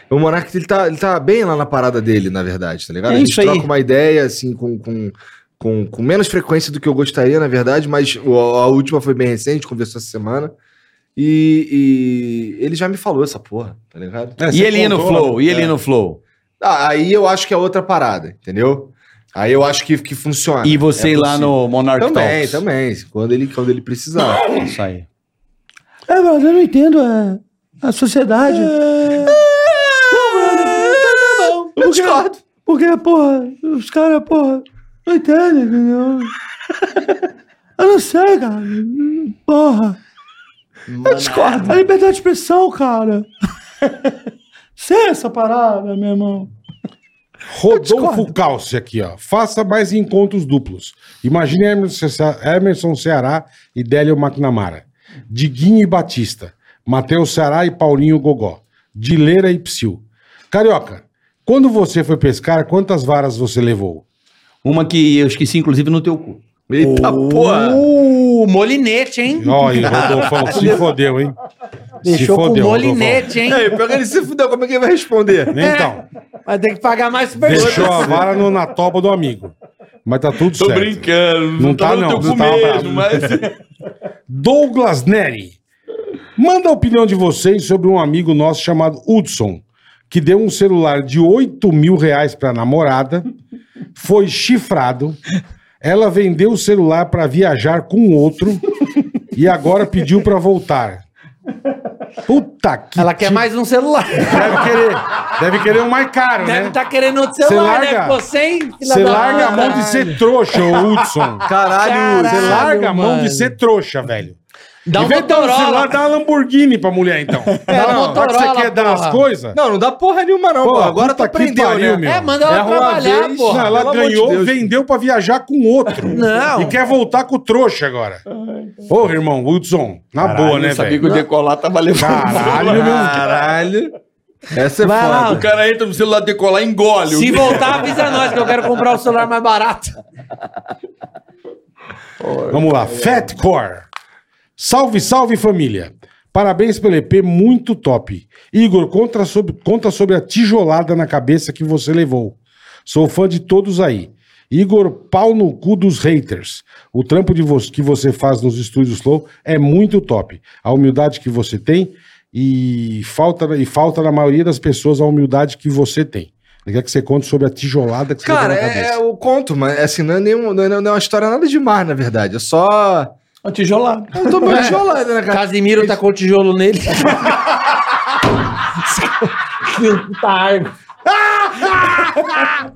D: O Monark, ele tá, ele tá bem lá na parada dele, na verdade, tá ligado?
A: É
D: a gente
A: isso aí.
D: troca uma ideia, assim, com, com, com, com menos frequência do que eu gostaria, na verdade, mas o- a última foi bem recente, conversou essa semana. E, e ele já me falou essa porra, tá ligado?
B: É,
A: E
B: você
A: ele ia no
B: contou,
A: flow,
B: né?
A: e ele ia no flow.
D: Ah, aí eu acho que é outra parada, entendeu? Aí eu acho que, que funciona.
A: E você
D: É
A: ir lá
D: possível.
A: no Monarch
D: Também,
A: Talks.
D: também. Quando ele, quando ele precisar.
A: Isso aí. É, mas eu não entendo a, a sociedade. Não, mano, tá, tá bom. É. Eu discordo. Porque, porra, os caras, porra, não entendem, entendeu? Eu não sei, cara. Porra. Eu discordo. A liberdade de expressão, cara. Sem essa parada, meu irmão.
B: Rodolfo Calce aqui, ó. Faça mais encontros duplos. Imagine Emerson, Ce- Emerson Ceará e Délio McNamara. Diguinho e Batista. Matheus Ceará e Paulinho Gogó. Dileira e Psil. Carioca, quando você foi pescar, quantas varas você levou?
A: Uma que eu esqueci, inclusive, no teu cu.
D: Eita
B: Ah.
D: porra!
E: Uh, molinete, hein?
B: Olha, Rodolfão, se fodeu, hein?
G: Deixou com um
B: fodeu,
E: molinete, hein?
D: Aí, pior que ele se fudeu, como é que ele vai responder?
B: Rodolfão. Então,
G: Vai ter que pagar mais super
B: deixou a vara no- na toba do amigo. Mas tá tudo certo.
H: brincando.
B: Não tá, não. Não tá bravo. Douglas Neri. Manda a opinião de vocês sobre um amigo nosso chamado Hudson, que deu um celular de 8 mil reais pra namorada, foi chifrado, ela vendeu o celular pra viajar com outro e agora pediu pra voltar. Puta que...
E: Ela quer mais um celular.
B: Deve querer, deve querer um mais caro,
E: Deve tá
B: né?
E: estar querendo outro celular,
B: Cê larga-
E: né? Ficou sem. filha
B: Você
E: da
B: larga a
E: puta.
B: mão de ser trouxa, ô Hudson.
D: Caralho,
B: Você
D: sei lá.
B: larga a mão
G: mano.
B: de ser trouxa, velho.
E: Dá
B: Em
E: um
B: vez de dar um
E: Motorola.
B: celular, dá uma Lamborghini pra mulher, então.
E: Dá um
B: Já que você
E: Motorola,
B: quer dar as
E: porra.
B: coisas?
D: Não, não dá porra nenhuma, não.
B: Pô,
D: pô. Agora
B: puta
D: tá
B: que
D: prendeu,
B: pariu,
D: né?
B: meu.
E: É, manda ela
D: Erra uma
E: trabalhar,
D: vez,
E: porra.
B: Não, ela
D: pelo amor de
B: ganhou,
D: Deus.
B: vendeu pra viajar com outro.
E: Não.
B: E quer voltar com o trouxa agora. Porra, irmão, Hudson, na boa, né, velho?
A: que o decolar tava
B: Caralho, meu.
D: Caralho. Essa é
G: Vai lá,
D: foda.
A: O cara entra no celular decolar e engole.
E: Se voltar, avisa nós que eu quero comprar o celular mais barato.
B: Vamos lá, Fatcore. Salve, salve família. Parabéns pelo EP, muito top. Igor, conta sobre, conta sobre a tijolada na cabeça que você levou. Sou fã de todos aí. Igor, pau no cu dos haters. O trampo de vo que você faz nos estúdios Slow é muito top. A humildade que você tem e falta, e falta na maioria das pessoas a humildade que você tem. Eu quero que você conte sobre a tijolada que você
D: Cara,
B: levou na
D: é,
B: cabeça.
D: é o conto, mas assim, não é, nenhum, não, é, não é uma história nada demais, na verdade. É só.
A: Um tijolado.
D: Eu tô meio tijolada, né, cara?
E: É. Casimiro tá com o tijolo nele. Puta arma.
B: Ah!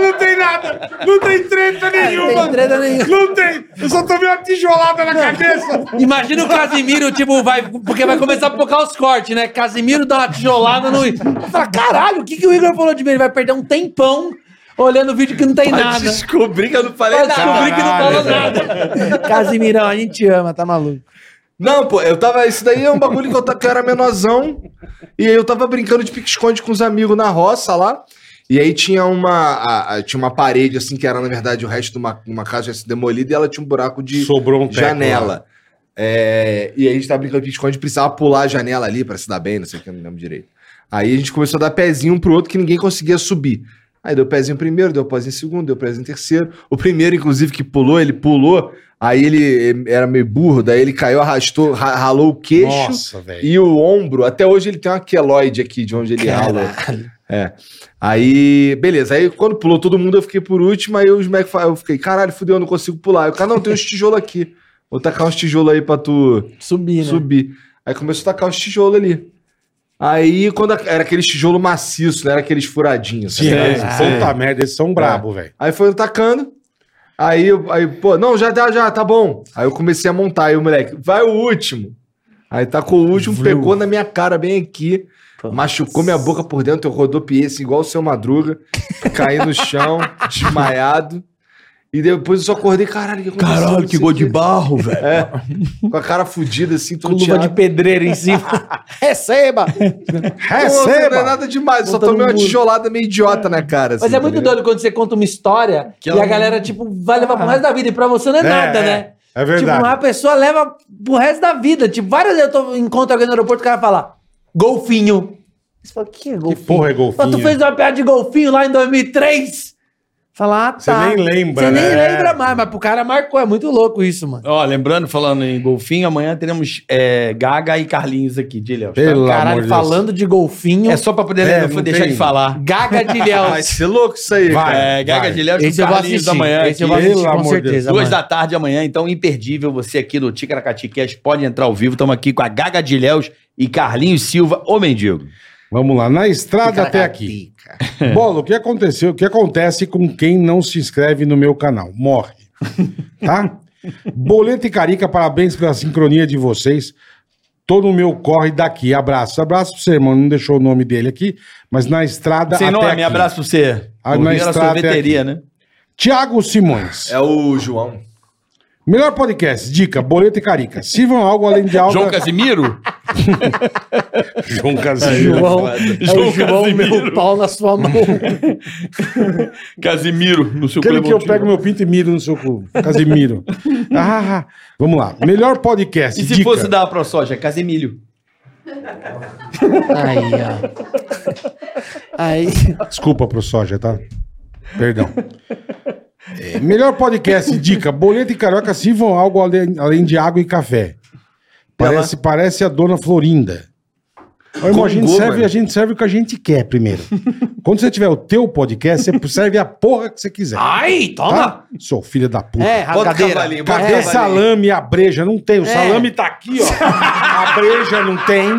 B: Não tem nada! Não tem treta nenhuma!
E: Não tem treta nenhuma.
B: Não tem! Eu só tomei uma tijolada na cabeça!
E: Imagina o Casimiro, tipo, vai. Porque vai começar a focar os cortes, né? Casimiro dá uma tijolada no. Igor. Fala, caralho, o que, que o Igor falou de mim? Ele vai perder um tempão olhando o vídeo que não tem nada.
D: Descobri que eu não falei
E: Vai
D: nada.
E: descobrir que não falou nada.
G: Casimirão, a gente ama, tá maluco?
D: Não, pô, eu tava. Isso daí é um bagulho que eu, ta- que eu era menorzão. E aí eu tava brincando de pique-esconde com os amigos na roça lá. E aí tinha uma, a- a- tinha uma parede, assim, que era, na verdade, o resto de uma, uma casa já se demolida e ela tinha um buraco de
B: Sobrou um teco lá.
D: janela. É, e aí a gente tava brincando de esconde, precisava pular a janela ali pra se dar bem, não sei o que, eu não lembro direito. Aí a gente começou a dar pezinho um pro outro que ninguém conseguia subir. Aí deu pezinho primeiro, deu pezinho segundo, deu pezinho terceiro. O primeiro, inclusive, que pulou, ele pulou, aí ele eh, era meio burro, daí ele caiu, arrastou, ra- ralou o queixo
B: Nossa, velho.
D: e o ombro. Até hoje ele tem uma queloide aqui de onde ele rala. É. Aí, beleza. Aí quando pulou todo mundo, eu fiquei por último. Aí os Mac eu fiquei, caralho, fudeu, eu não consigo pular. Aí o cara, não, tem uns tijolos aqui. Vou tacar uns tijolos aí pra tu
E: Subir, né?
D: subir. Aí começou a tacar uns tijolos ali. Aí, quando a- era aquele tijolo maciço, não era aqueles furadinhos. assim,
B: Sim,
D: sabe?
B: puta merda, eles são brabo, velho.
D: Aí foi atacando. Aí, eu- aí, pô, não, já dá, já, tá bom. Aí eu comecei a montar. Aí o moleque, vai o último. Aí tacou o último, pegou na minha cara bem aqui. Machucou minha boca por dentro. Eu rodopiei assim, igual o seu Madruga. caí no chão, desmaiado. E depois eu só acordei, caralho, o que aconteceu? Não
A: Caralho, que
D: sei
A: gol
D: o quê. É,
A: de barro, velho.
D: Com a cara fudida assim,
E: Com luva de
D: tonteado.
E: pedreiro em cima. Receba!
D: Não, Não é nada demais, só
E: Botando
D: tomei uma
E: muro.
D: tijolada meio idiota na cara.
E: Mas
D: assim,
E: é
D: tá
E: muito
D: ligado?
E: doido quando você conta uma história
A: Que
E: e
A: ela
E: a
A: não-
E: galera, tipo, vai levar pro resto da vida. E pra você não é,
B: um Ah. É,
E: nada,
B: é.
E: né?
B: É verdade.
E: Tipo, uma pessoa leva pro resto da vida. Tipo, várias vezes eu tô, encontro alguém no aeroporto e o cara fala, golfinho. Você fala, que golfinho?
B: Que porra é golfinho?
E: Mas tu fez uma piada de golfinho lá em 2003? Fala, ah, tá.
B: Você nem lembra,
E: Você nem
B: né?
E: lembra mais, mas pro cara marcou. É muito louco isso, mano.
A: Ó, lembrando, falando em golfinho, amanhã teremos é, Gaga e Carlinhos aqui, de Léo.
B: Pelo amor
E: Caralho,
B: de Deus.
E: falando de golfinho,
A: É só pra poder
B: É,
A: não
B: não
A: deixar
B: tem-
A: de falar.
E: gaga de
D: Vai
E: Ilhéus.
D: ser louco isso aí.
B: Vai.
A: é, Gaga
B: vai.
A: de Léo
E: Esse eu vou assistir.
A: amanhã.
E: Esse
A: aqui.
E: eu vou assistir,
B: Pelo
E: com
B: amor de Deus.
E: certeza.
A: Duas da
E: mano.
A: tarde amanhã, então imperdível você aqui no Ticaracati Cast. Pode entrar ao vivo. Estamos aqui com a Gaga de Léus e Carlinhos Silva, o mendigo.
B: Vamos lá, na estrada
E: é
B: até aqui. Bola, o que aconteceu? O que acontece com quem não se inscreve no meu canal? Morre. Tá? Boleto e Carica, parabéns pela sincronia de vocês. Tô no meu corre daqui. Abraço. Abraço pra você, irmão. Não deixou o nome dele aqui, mas na estrada
A: Sem
B: Tá, até
A: nome,
B: aqui.
A: abraço pra você.
B: Ah,
A: O
B: na
A: Rio era
B: estrada até
A: sorveteria, né?
B: Tiago Simões.
D: É o João.
B: Melhor podcast, dica, boleto e carica. Sirvam algo além de algo.
A: João Casimiro?
B: João Casimiro.
E: João, é
A: João
E: o João,
A: Casimiro.
E: meu pau na sua mão.
A: Casimiro, no seu
B: Aquele que eu
A: Clementino.
B: pego meu pinto e miro no seu cu. Casimiro. Ah, vamos lá. Melhor podcast.
A: E se
B: dica.
A: fosse da ProSoja? Casimiro.
E: Aí, ó. Aí.
B: Desculpa pro soja, tá? Perdão. É, melhor podcast, dica. Boleto e carioca sirvam algo além, além de água e café. Parece, parece a dona Florinda. Ô, irmão, a, gente
D: Congô,
B: serve,
D: velho.
B: a gente serve o que a gente quer primeiro. Quando você tiver o teu podcast, você serve a porra que você quiser.
E: Ai,
B: Tá? Sou filha da puta.
E: É,
D: Bota o
E: rasgadeira.
D: cavalinho, bota o
B: Cadê
D: cavalinho.
B: salame e a breja? Não tem. O salame tá aqui, ó. A breja não tem.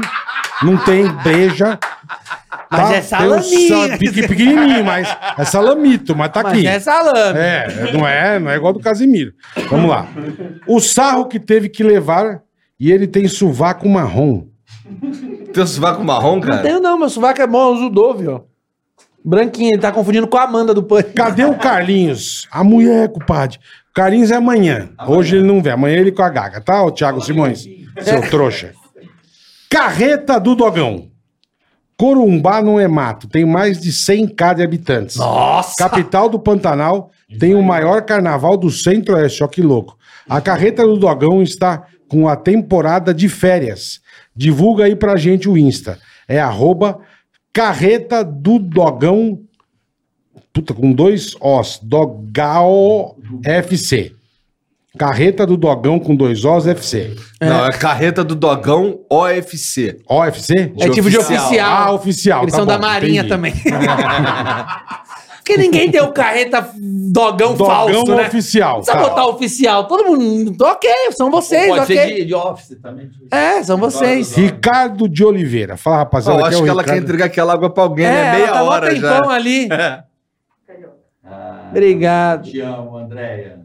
B: Não tem breja. Tá?
E: Mas é salaminho.
B: Tem um sa- pequ- pequenininho, mas é salamito, mas tá
E: Mas
B: aqui.
E: é salame.
B: É, não é, não é igual do Casimiro. Vamos lá. O sarro que teve que levar e ele tem sovaco marrom.
D: Teu sovaco marrom,
E: Não
D: cara?
E: tenho não, meu sovaco é bom, eu uso o Dove, ó. Branquinho, ele tá confundindo com a Amanda do Pânico.
B: Cadê o Carlinhos? A mulher, compadre. O Carlinhos é amanhã. Hoje ele não vem. Amanhã ele com a gaga, tá, ô Thiago Simões? Seu trouxa. Carreta do Dogão. Corumbá não é mato. Tem mais de 100k de habitantes.
E: Nossa!
B: Capital do Pantanal tem o maior carnaval do Centro-Oeste. Ó, que louco. A carreta do Dogão está com a temporada de férias. Divulga aí pra gente o Insta. É arroba carreta do Dogão. Puta, com dois Os. Dogao FC. Carreta do Dogão com dois Os FC.
D: Não, é carreta do Dogão OFC.
B: OFC?
E: É tipo de
D: Oficial.
E: oficial.
B: Ah, oficial,
E: Eles
B: tá
E: são da
B: bom,
E: Marinha
B: entendi.
E: também. Porque ninguém tem o carreta dogão,
B: Dogão
E: falso, né?
B: oficial.
E: Não precisa
B: tá.
E: botar oficial. Todo mundo. Ok, são vocês,
A: Pode
E: ok.
A: ser de, de office também.
E: É, são vocês.
B: Ricardo de Oliveira. Fala,
D: Ó,
B: rapaziada.
D: eu
B: aqui é
D: acho
B: o
D: que ela quer
B: Ricardo.
D: entregar aquela água pra alguém, né? Meia
E: ela tá mó
D: hora já.
E: tempão ali. Obrigado.
A: Ah, Te amo, Andréia.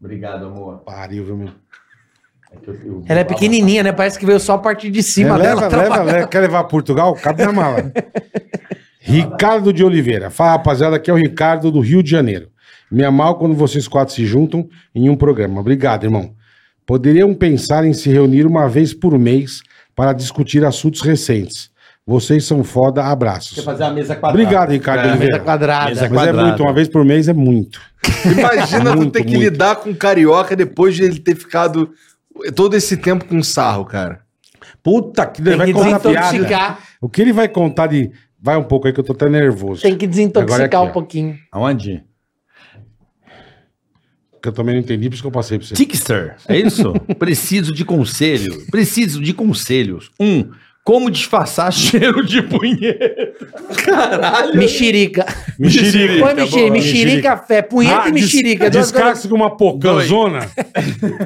A: Obrigado, amor.
B: Pariu, viu, meu?
E: Ela é pequenininha, né? Parece que veio só a parte de
B: É,
E: cima
B: leva,
E: dela.
B: leva, leva. Quer levar Portugal? Cabe na mala. Ricardo de Oliveira. Fala, rapaziada, aqui é o Ricardo do Rio de Janeiro. Me amal quando vocês quatro se juntam em um programa. Obrigado, irmão. Poderiam pensar em se reunir uma vez por mês para discutir assuntos recentes. Vocês são foda, abraços.
A: fazer uma mesa quadrada.
B: Obrigado, Ricardo Oliveira.
E: tá quadrada.
A: Mesa
B: Mas é
A: quadrada.
B: muito, uma vez por mês é muito.
D: Imagina tu
B: Muito,
D: ter que
B: muito.
D: lidar com um carioca depois de ele ter ficado todo esse tempo com um sarro, cara.
B: Puta que ele
E: Tem
B: vai
E: que
B: contar piada.
E: desintoxicar.
B: O que ele vai contar de. Vai um pouco aí que eu tô até nervoso.
E: Tem que desintoxicar
B: Agora é aqui,
E: um
B: ó.
E: pouquinho.
A: Aonde?
B: Que eu também não entendi, por isso que eu passei pra você.
A: Tickster, é isso? Preciso de conselho. Preciso de conselhos. Um, como disfarçar cheiro de punheta?
E: Mexerica. Põe mexerica. Mexerica, fé. Punheta
B: Tá Ah,
E: e
B: des-
E: mexerica. Duas coisas-
B: Descasca uma porcãozona,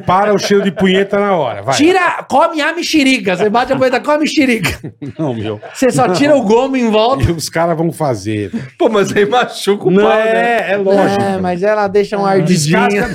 B: para o cheiro de punheta na hora. Vai.
E: Tira, come a mexerica. Você bate a punheta, come a mexerica.
B: Não, meu.
E: Você só tira o gomo em volta.
B: E os caras vão fazer.
D: Pô, mas aí machuca o
B: Não,
D: pau, né?
B: é, é lógico.
E: É, mas ela deixa um ardidinho.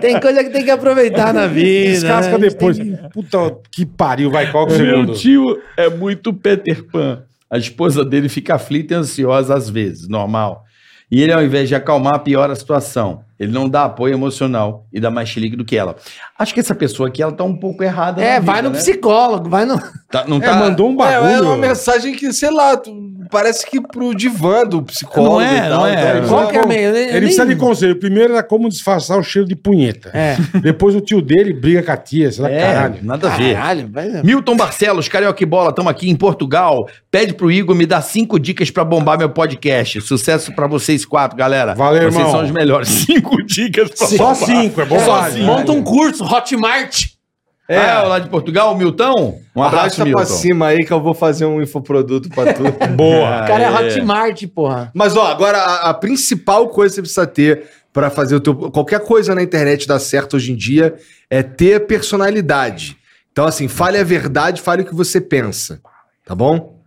E: Tem coisa que tem que aproveitar na vida.
B: Descasca
E: né?
B: depois. Puta que pariu, vai. Qual que você
A: Meu
B: mandou?
A: tio é muito Peter Pan. A esposa dele fica aflita e ansiosa às vezes, normal. E ele, ao invés de acalmar, piora a situação. Ele não dá apoio emocional e dá mais chilique do que ela. Acho que essa pessoa aqui, ela tá um pouco errada.
E: É,
A: na vida,
E: vai no
A: né?
E: psicólogo, vai no.
A: Tá- não
B: É,
A: tá...
B: mandou um
D: É,
B: bagulho.
D: é uma mensagem que, sei lá, tu- parece que pro divã do psicólogo
A: Não é,
D: e tal.
A: não é.
D: então-
E: Qual que é meio?
B: Ele precisa de conselho. Primeiro era como disfarçar o cheiro de punheta.
E: É.
B: Depois o tio dele briga com a tia, será que
A: É,
B: caralho?
A: nada a ver.
E: Caralho, vai.
A: Milton Barcelos, Carioca e Bola, estamos aqui em Portugal. Pede pro Igor me dar cinco dicas pra bombar meu podcast. Sucesso pra vocês quatro, galera.
B: Valeu,
A: vocês
B: irmão.
A: são os melhores. Cinco dicas pra
B: Só cinco, é bom
E: Só
B: vale.
E: monta um curso, Hotmart.
A: É, lá de Portugal, Milton. Um abraço,
D: Arrasta pra
A: Milton.
D: cima aí que eu vou fazer um infoproduto pra tu.
B: Boa.
E: O cara é Hotmart, porra.
D: Mas ó, agora a, a principal coisa que você precisa ter pra fazer o teu qualquer coisa na internet dar certo hoje em dia é ter personalidade. Então assim, fale a verdade, fale o que você pensa, tá bom?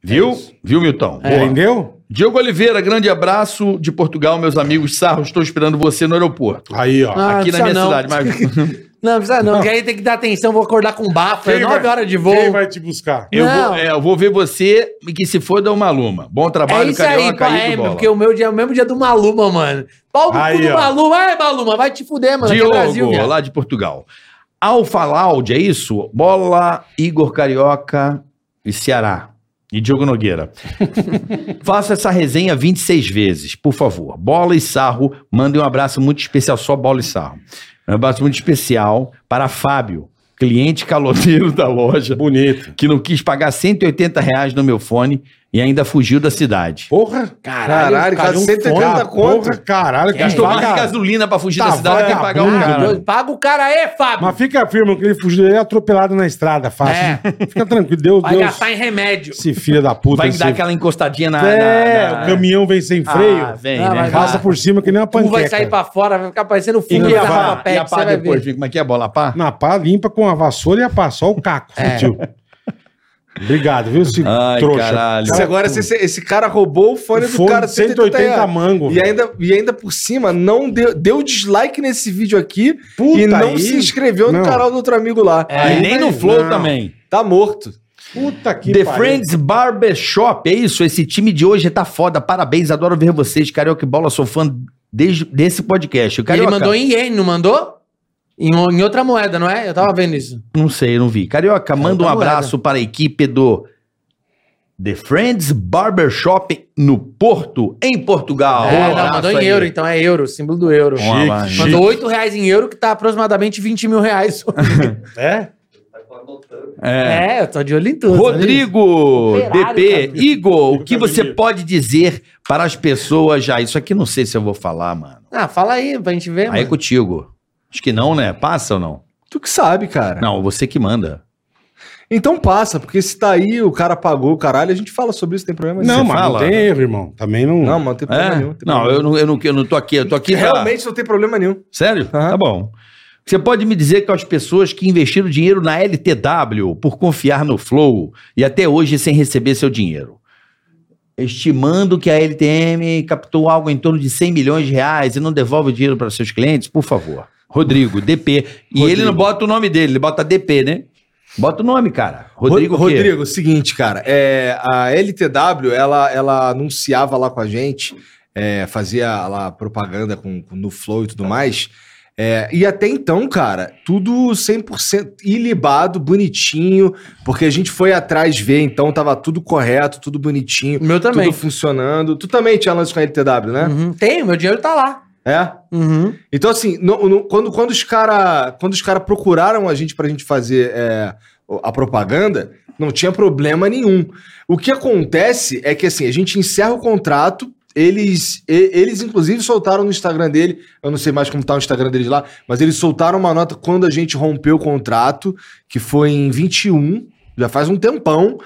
A: Viu? Viu, Milton?
B: É. Entendeu?
A: Diogo Oliveira, grande abraço de Portugal, meus amigos. Sarro, estou esperando você no aeroporto.
B: Aí, ó.
E: Ah,
A: aqui na
E: precisa
A: minha
E: não.
A: cidade. Mas...
E: Não, precisa não, porque aí tem que dar atenção, vou acordar com bafo, é
B: Quem
E: 9
B: vai-
E: horas de voo.
B: Quem vai te buscar?
A: eu,
E: Não.
A: vou, é, eu vou ver você e que se for dá uma luma. Bom
E: É
A: trabalho,
E: isso aí,
A: Carioca
E: pá,
A: aí,
E: é,
A: bola.
E: porque o meu dia é o mesmo dia do Maluma, mano. Pau no cu
B: Aí,
E: do
B: ó.
E: Maluma, vai, Maluma, vai te fuder, mano. Aqui é
A: Diogo,
E: Brasil, viado.
A: lá de Portugal. Alfa Laude, é isso? Bola, Igor Carioca e Ceará. E Diogo Nogueira. Faça essa resenha 26 vezes, por favor. Bola e Sarro, mandem um abraço muito especial, só Bola e Sarro. Um abraço muito especial para Fábio, cliente caloteiro da loja,
B: Bonito.
A: que não quis pagar 180 reais no meu fone e ainda fugiu da cidade.
B: Porra.
D: Caralho,
B: cara,
D: quase
B: um
D: 180
B: fone.
D: conta.
B: Porra,
E: É.
B: caralho. que
A: Gastou mais
B: vaga-
A: gasolina para fugir
B: Tá
A: da cidade que pagar o
B: vagabundo,
A: cara.
B: meu
E: Deus, Paga o cara aí, Fábio.
B: Mas fica firme que ele fugiu, ele é atropelado na estrada, fácil. Fica tranquilo, Deus,
E: Vai
B: Deus.
E: gastar em remédio.
B: Esse filho da puta.
A: Vai
B: esse-
A: dar aquela encostadinha na.
B: É,
A: na- na-
B: o caminhão vem sem freio.
A: Ah, vem,
E: Ah,
A: né?
E: vai
B: Passa
E: Ah.
B: por cima que nem uma
E: Tu
B: panqueca.
E: vai sair pra fora, vai ficar parecendo o
A: E,
E: fundo
B: que
E: da
B: pá?
E: Rafa
A: a
E: Pet,
A: pá
E: você vai
A: depois,
E: ver.
A: fica- como é que é a bola? A pá?
B: Na pá, limpa com a vassoura e a pá, só o caco. tio. Obrigado, viu, esse
A: Ai,
B: trouxa.
A: caralho.
D: Esse agora esse, esse- esse cara roubou o fone do
B: Fone
D: cara
B: 180
D: reais.
B: mango.
D: E ainda, e ainda por cima, não deu, deu dislike nesse vídeo aqui
B: Puta
D: e não
B: aí.
D: se inscreveu
B: Não.
D: no canal do outro amigo lá.
A: É,
E: É.
A: e nem no Flow
B: não.
A: também.
D: Tá morto.
B: Puta que
A: The
B: pariu.
A: Friends Barbershop, é isso? Esse time de hoje tá foda. Parabéns, adoro ver vocês. Carioca e Bola, sou fã desde, desse podcast. O
E: Ele
A: Carioca,
E: mandou em iene, não mandou? Em, em outra moeda, não é? Eu tava vendo isso.
A: Não sei, não vi. Carioca, manda um
E: tá moeda.
A: abraço para a equipe do The Friends Barbershop no Porto, em Portugal. Um
E: é, não,
A: abraço
E: mandou em
A: aí.
E: euro, então é euro, símbolo do euro.
A: Um abraço.
B: Chique.
E: Mandou 8 reais em euro, que tá aproximadamente 20 mil reais.
B: É?
A: É.
E: É, eu tô de olho em tudo.
A: Rodrigo
E: Operário,
A: DP,
E: cara.
A: Igor, o
B: Eu
A: que
B: também
A: você
B: li.
A: pode dizer para as pessoas já? Isso aqui não sei se eu vou falar, mano.
E: Ah, fala aí pra gente ver.
A: Aí é
E: mano.
A: contigo. Acho que não, né? Passa ou não?
D: Tu que sabe, cara.
A: Não, você que manda.
D: Então passa, porque se tá aí, o cara pagou o caralho, a gente fala sobre isso, tem problema
B: Não,
D: nenhum.
B: mas
A: fala.
B: não tem erro, irmão. Também não...
D: Não, mano, não tem problema
A: É?
D: nenhum. tem
A: Não,
D: problema
A: eu não, eu, não, eu não tô aqui, eu tô aqui
D: nenhum.
A: pra-
D: Realmente não tem problema nenhum.
A: Sério?
D: Aham.
A: Tá bom. Você pode me dizer que as pessoas que investiram dinheiro na LTW por confiar no Flow e até hoje sem receber seu dinheiro. Estimando que a LTM captou algo em torno de 100 milhões de reais e não devolve o dinheiro para seus clientes, por favor. Rodrigo, DP. E ele não bota o nome dele, ele bota DP, né? Bota o nome, cara. Rodrigo,
D: Ro-
A: o quê?
D: Rodrigo, seguinte, cara, é, a LTW, ela, ela anunciava lá com a gente, é, fazia lá propaganda com, com- no Flow e tudo mais, É, e até então, cara, tudo 100% ilibado, bonitinho, porque a gente foi atrás ver, então tava tudo correto, tudo bonitinho,
E: O meu também.
D: tudo funcionando. Tu também tinha lance com a LTW, né?
E: Uhum. Tem, meu dinheiro tá lá.
A: Hum.
D: É?
E: Uhum.
D: Então, assim, no- no- quando, quando os caras quando os cara procuraram a gente pra gente fazer é, o- a propaganda, não tinha problema nenhum. O que acontece é que, assim, a gente encerra o contrato, eles, e- eles inclusive soltaram no Instagram dele, eu não sei mais como tá o Instagram deles lá, mas eles soltaram uma nota quando a gente rompeu o contrato, que foi em 21, já faz um tempão,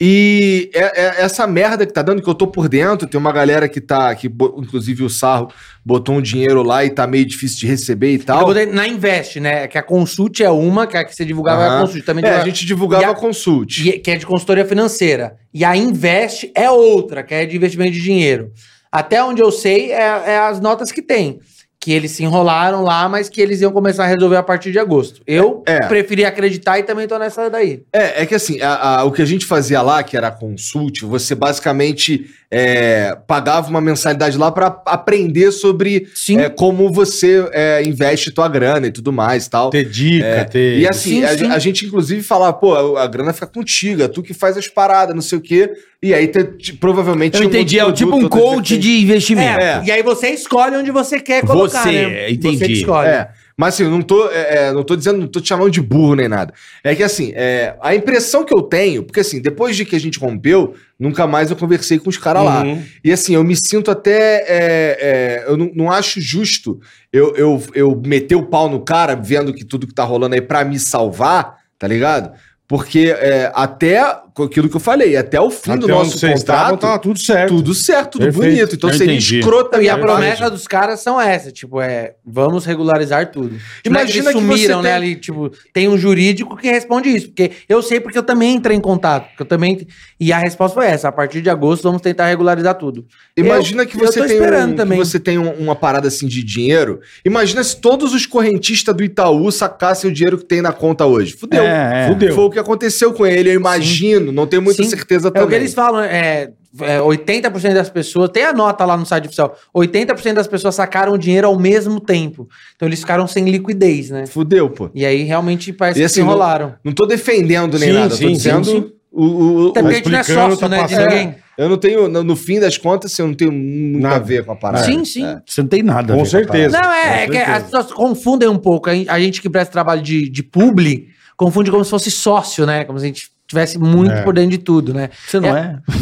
D: e é- é essa merda que tá dando, que eu tô por dentro, tem uma galera que tá, que bo- inclusive o Sarro botou um dinheiro lá e tá meio difícil de receber e
E: Eu
D: tal.
E: botei na Invest, né? Que a Consult é uma, que a que você divulgava é a
D: Aham.
E: Consult. Também
D: É, a
E: divulga-
D: gente divulgava
E: E a-
D: a consult.
E: e- que é de consultoria financeira. E a Invest é outra, que é de investimento de dinheiro. Até onde eu sei, é, é as notas que tem. Que eles se enrolaram lá, mas que eles iam começar a resolver a partir de agosto. Eu
D: É.
E: preferi acreditar e também tô nessa daí.
D: É, é que assim, a- a- o que a gente fazia lá, que era a consult, você basicamente é, pagava uma mensalidade lá pra aprender sobre
E: Sim.
D: é, como você é, investe tua grana e tudo mais e tal.
B: Ter dica, ter.
D: E assim,
E: Sim,
D: a,
E: sim.
D: a gente inclusive falava, pô, a, a grana fica contigo, é tu que faz as paradas, não sei o quê. E aí te- te- provavelmente.
A: Eu
D: tinha
A: entendi, é
D: outro
A: tipo um
D: produto, outra
A: coach de investimento.
E: É, E aí você escolhe onde você quer colocar,
A: Você,
E: né?
A: entendi.
E: Você que escolhe.
D: É, mas assim, eu não tô, é, é, não tô dizendo, não tô te chamando de burro nem nada. É que assim, é, a impressão que eu tenho, porque assim, depois de que a gente rompeu, nunca mais eu conversei com os caras lá.
B: Uhum.
D: E assim, eu me sinto até. é, é, eu não, não acho justo eu, eu, eu meter o pau no cara, vendo que tudo que tá rolando aí pra me salvar, tá ligado? Porque é, até aquilo que eu falei, até o fim do
B: Até onde
D: nosso
B: vocês estavam,
D: contrato,
B: tava tudo certo.
D: tudo certo, tudo
B: Perfeito.
D: bonito. Então
H: Eu
D: seria
H: entendi.
E: E
D: escrota
E: a
D: minha parte.
E: promessa dos caras são essa, tipo, é, vamos regularizar tudo.
D: Imagina
E: Imagina que
D: que
E: eles
D: você
E: sumiram, né,
D: tem-
E: ali, tipo, tem um jurídico que responde isso, porque eu sei porque eu também entrei em contato, porque eu também e a resposta foi essa, a partir de agosto vamos tentar regularizar tudo.
D: É Imagina que você
E: eu tô
D: tem,
E: esperando
D: um,
E: também.
D: Que você tem um- uma parada assim de dinheiro. Imagina se todos os correntistas do Itaú sacassem o dinheiro que tem na conta hoje. Fudeu.
A: É, é.
D: Fudeu. Foi o que aconteceu com ele, eu imagino. Não tenho muita
E: Sim.
D: certeza
E: É o que
D: também.
E: eles falam, é, é, 80% das pessoas, tem a nota lá no site oficial, 80% das pessoas sacaram o dinheiro ao mesmo tempo. Então eles ficaram sem liquidez, né?
D: Fudeu, pô.
E: E aí realmente parece
D: E
E: que
D: assim,
E: se enrolaram.
D: Não tô defendendo nem
B: Sim,
D: nada.
B: sim,
D: tô
B: sim,
D: dizendo.
B: sim.
D: O, o- o-
E: Até porque a gente não é
B: explicando, tá
E: sócio, né, de
B: passando.
E: ninguém.
D: eu não tenho, no, no fim das contas, assim, eu não tenho muito
B: Nada.
D: a ver com a parada.
E: Sim, sim.
A: Você não tem nada. a
B: Com
A: ver a parada.
B: certeza.
E: Não, é, é
B: Com
E: que
B: certeza.
E: as pessoas confundem um pouco. A gen- a gente que presta trabalho de, de publi confunde como se fosse sócio, né? Como se a gente tivesse muito
B: É.
E: por dentro de tudo, né?
A: Você não é?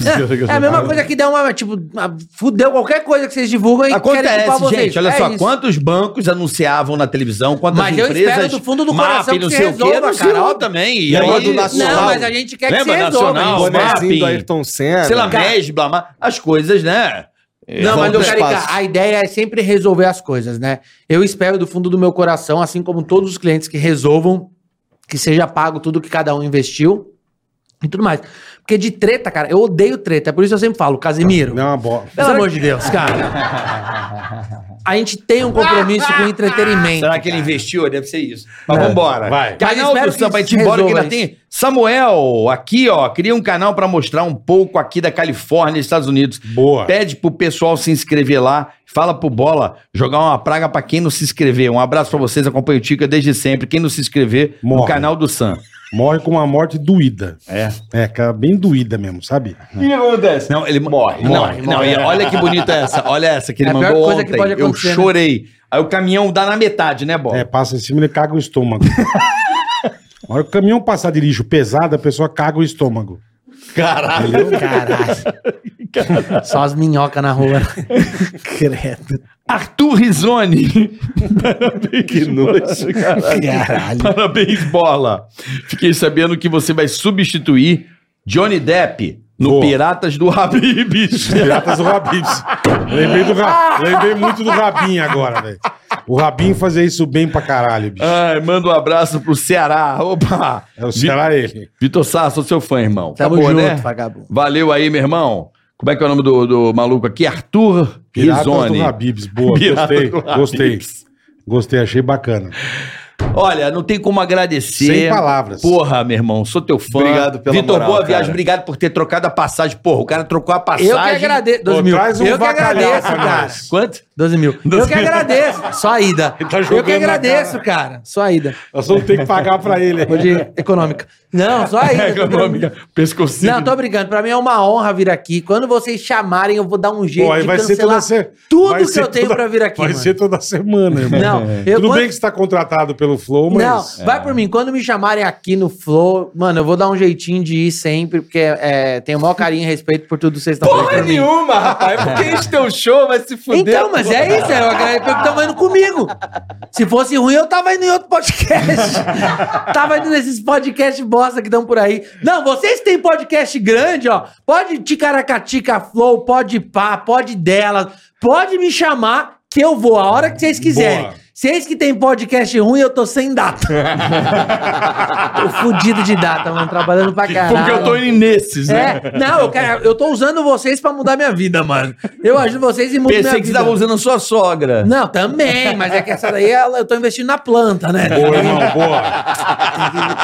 E: É, é a mesma coisa que dá uma, tipo, uma- fudeu qualquer coisa que vocês divulgam e querem
A: Acontece,
E: culpar vocês.
A: gente. Olha
E: É
A: só,
E: isso.
A: quantos bancos anunciavam na televisão, quantas
E: Mas eu
A: empresas...
E: espero do fundo do coração
A: MAP,
E: que
A: não
E: se
A: sei o quê,
E: resolva, cara.
A: nacional também. E
D: Lembra
A: aí,
D: do
E: É Não,
D: Nacional?
E: mas a gente quer que
A: Lembra
E: se resolva.
A: Nacional, né?
E: a
D: O
E: gente
A: Boné?
E: espera.
D: bonezinho
A: Mapping.
D: do Ayrton Senna.
A: sei lá,
E: Cara.
A: Mesbla, mas as coisas, né?
E: Não, mas,
D: Volta
E: meu
D: ao
E: Carica,
D: espaço.
E: a ideia é sempre resolver as coisas, né? Eu espero do fundo do meu coração, assim como todos os clientes que resolvam, que seja pago tudo que cada um investiu e tudo mais. Porque de treta, cara, eu odeio treta. É por isso que eu sempre falo, Casimiro.
B: Não, bo...
E: Pelo amor de Deus, cara. A gente tem um compromisso com o entretenimento.
A: Será que ele investiu? Deve ser isso. Mas vambora.
B: Vai.
A: Canal
E: Mas espero
A: do
E: que
A: Samba, a gente
E: resolva
A: embora que ainda
E: isso.
A: tem. Samuel, aqui, ó, cria um canal pra mostrar um pouco aqui da Califórnia, Estados Unidos.
B: Boa.
A: Pede pro pessoal se inscrever lá. Fala pro Bola jogar uma praga pra quem não se inscrever. Um abraço pra vocês, acompanho o Tica desde sempre. Quem não se inscrever no
B: Morre.
A: canal do Sam.
B: Morre com uma morte doída.
A: É.
B: É, cara, bem doída mesmo, sabe?
D: O que acontece?
A: Não, ele morre. Não,
E: Morre,
A: não,
E: morre.
A: e olha que bonita essa. Olha essa que ele
E: É a pior
A: mandou
E: coisa
A: ontem.
E: que pode
A: Eu
E: acontecer, né?
A: chorei. Aí o caminhão dá na metade, né, Bola?
B: É, passa em cima e ele caga o estômago. Na hora que o caminhão passar de lixo pesado, a pessoa caga o estômago.
E: Caralho. Só as minhocas na rua. Credo.
A: Arthur Rizoni. Parabéns, que nojo, Parabéns, bola. Fiquei sabendo que você vai substituir Johnny Depp no
B: Boa.
A: Piratas do Habibis.
B: Piratas do Rabibs. Lembrei, do Ra- Lembrei muito do Rabinho agora, velho. O Rabinho fazia isso bem pra caralho, bicho.
A: Ai, manda um abraço pro Ceará. Opa!
B: É o será ele.
A: Vitor Sá, sou seu fã, irmão.
E: Tamo
A: Acabou,
E: junto,
A: né?
E: vagabundo.
A: Valeu aí, meu irmão. Como é que é o nome do, do maluco aqui? Arthur
B: Piratas
A: Rizoni.
B: do Rabibs. Boa,
A: Piratas
B: gostei,
A: do
B: gostei.
A: Habib's.
B: Gostei, achei bacana.
A: Olha, não tem como agradecer.
B: Sem palavras.
A: Porra, meu irmão, sou teu fã.
D: Obrigado pela
A: Vitor,
D: moral,
A: boa
D: cara.
A: viagem. Obrigado por ter trocado a passagem. Porra, o cara trocou a passagem.
E: Eu que agradeço. 12
B: Pô,
E: mil.
B: traz um
E: eu que
B: bacalhau
E: agradeço,
B: pra
E: cara.
B: nós.
A: Quanto?
E: 12 mil. eu que agradeço. Só a ida.
B: Ele tá
E: eu
B: jogando
E: que
B: na
E: agradeço, cara. Só a ida.
B: Nós vamos ter que pagar pra ele.
E: Vou de econômica. Não, só a ida.
H: Econômica. Pescocinho.
E: Não, tô brincando. Pra mim é uma honra vir aqui. Quando vocês chamarem, eu vou dar um jeito
B: Pô, aí
E: de
B: vai ser toda
E: cancelar
B: se...
E: tudo
B: vai
E: que
B: ser
E: eu tenho
B: toda-
E: pra vir aqui,
B: Vai
E: mano.
B: ser toda semana, irmão.
E: Não, eu-
B: Tudo
E: quando-
B: bem que você tá contratado pelo Flow, mas...
E: Não, vai por mim. Quando me chamarem aqui no Flow, mano, eu vou dar um jeitinho de ir sempre, porque é, tenho o maior carinho e respeito por tudo que vocês estão
D: Porra nenhuma,
A: é
D: rapaz. Porque este teu show vai se fuder.
E: Então, mas é isso, é o agradecimento que tava indo comigo. Se fosse ruim, eu tava indo em outro podcast. tava indo nesses podcasts bosta que dão por aí. Não, vocês têm podcast grande, ó. Pode Ticaracatica Flow, pode Pá, pode Dela. Pode me chamar que eu vou a hora que vocês quiserem.
B: Boa.
E: Vocês que têm podcast ruim, eu tô sem data. tô fudido de data, mano. Trabalhando pra caralho.
A: Porque eu tô indo nesses, né?
E: É, não, eu, quero, eu tô usando vocês pra mudar minha vida, mano. Eu ajudo vocês e mudo minha
A: Pensei que você
E: vida.
A: tava usando a sua sogra.
E: Não, também, mas é que essa daí ela- eu tô investindo na planta, né?
B: Boa, irmão, boa.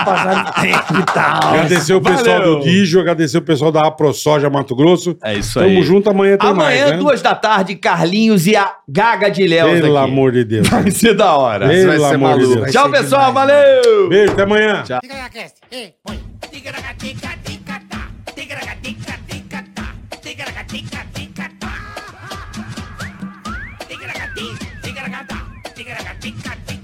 E: Passando tempo e tal.
B: Agradecer o pessoal
A: Valeu.
B: do Dijo, agradecer o pessoal da AproSoja Mato Grosso.
A: É isso
B: Tamo
A: aí.
B: junto, amanhã tem mais,
E: é
A: Amanhã,
B: né?
A: duas da tarde, Carlinhos e a Gaga de Léo.
B: Pelo
A: aqui.
B: amor de Deus.
A: Vai ser da hora.
B: Pelo
D: vai ser né?
B: amor de
D: maluco.
B: Deus.
A: Tchau, pessoal. Valeu!
B: Beijo, até amanhã.
C: Tigaracast, hey, boy. Tigaragatica-tica-tá. Tigaragatica-tica-tá. Tigaragatica-tica-tá. Tigaragati, tigaragata. Tigaragatica-tica-tá.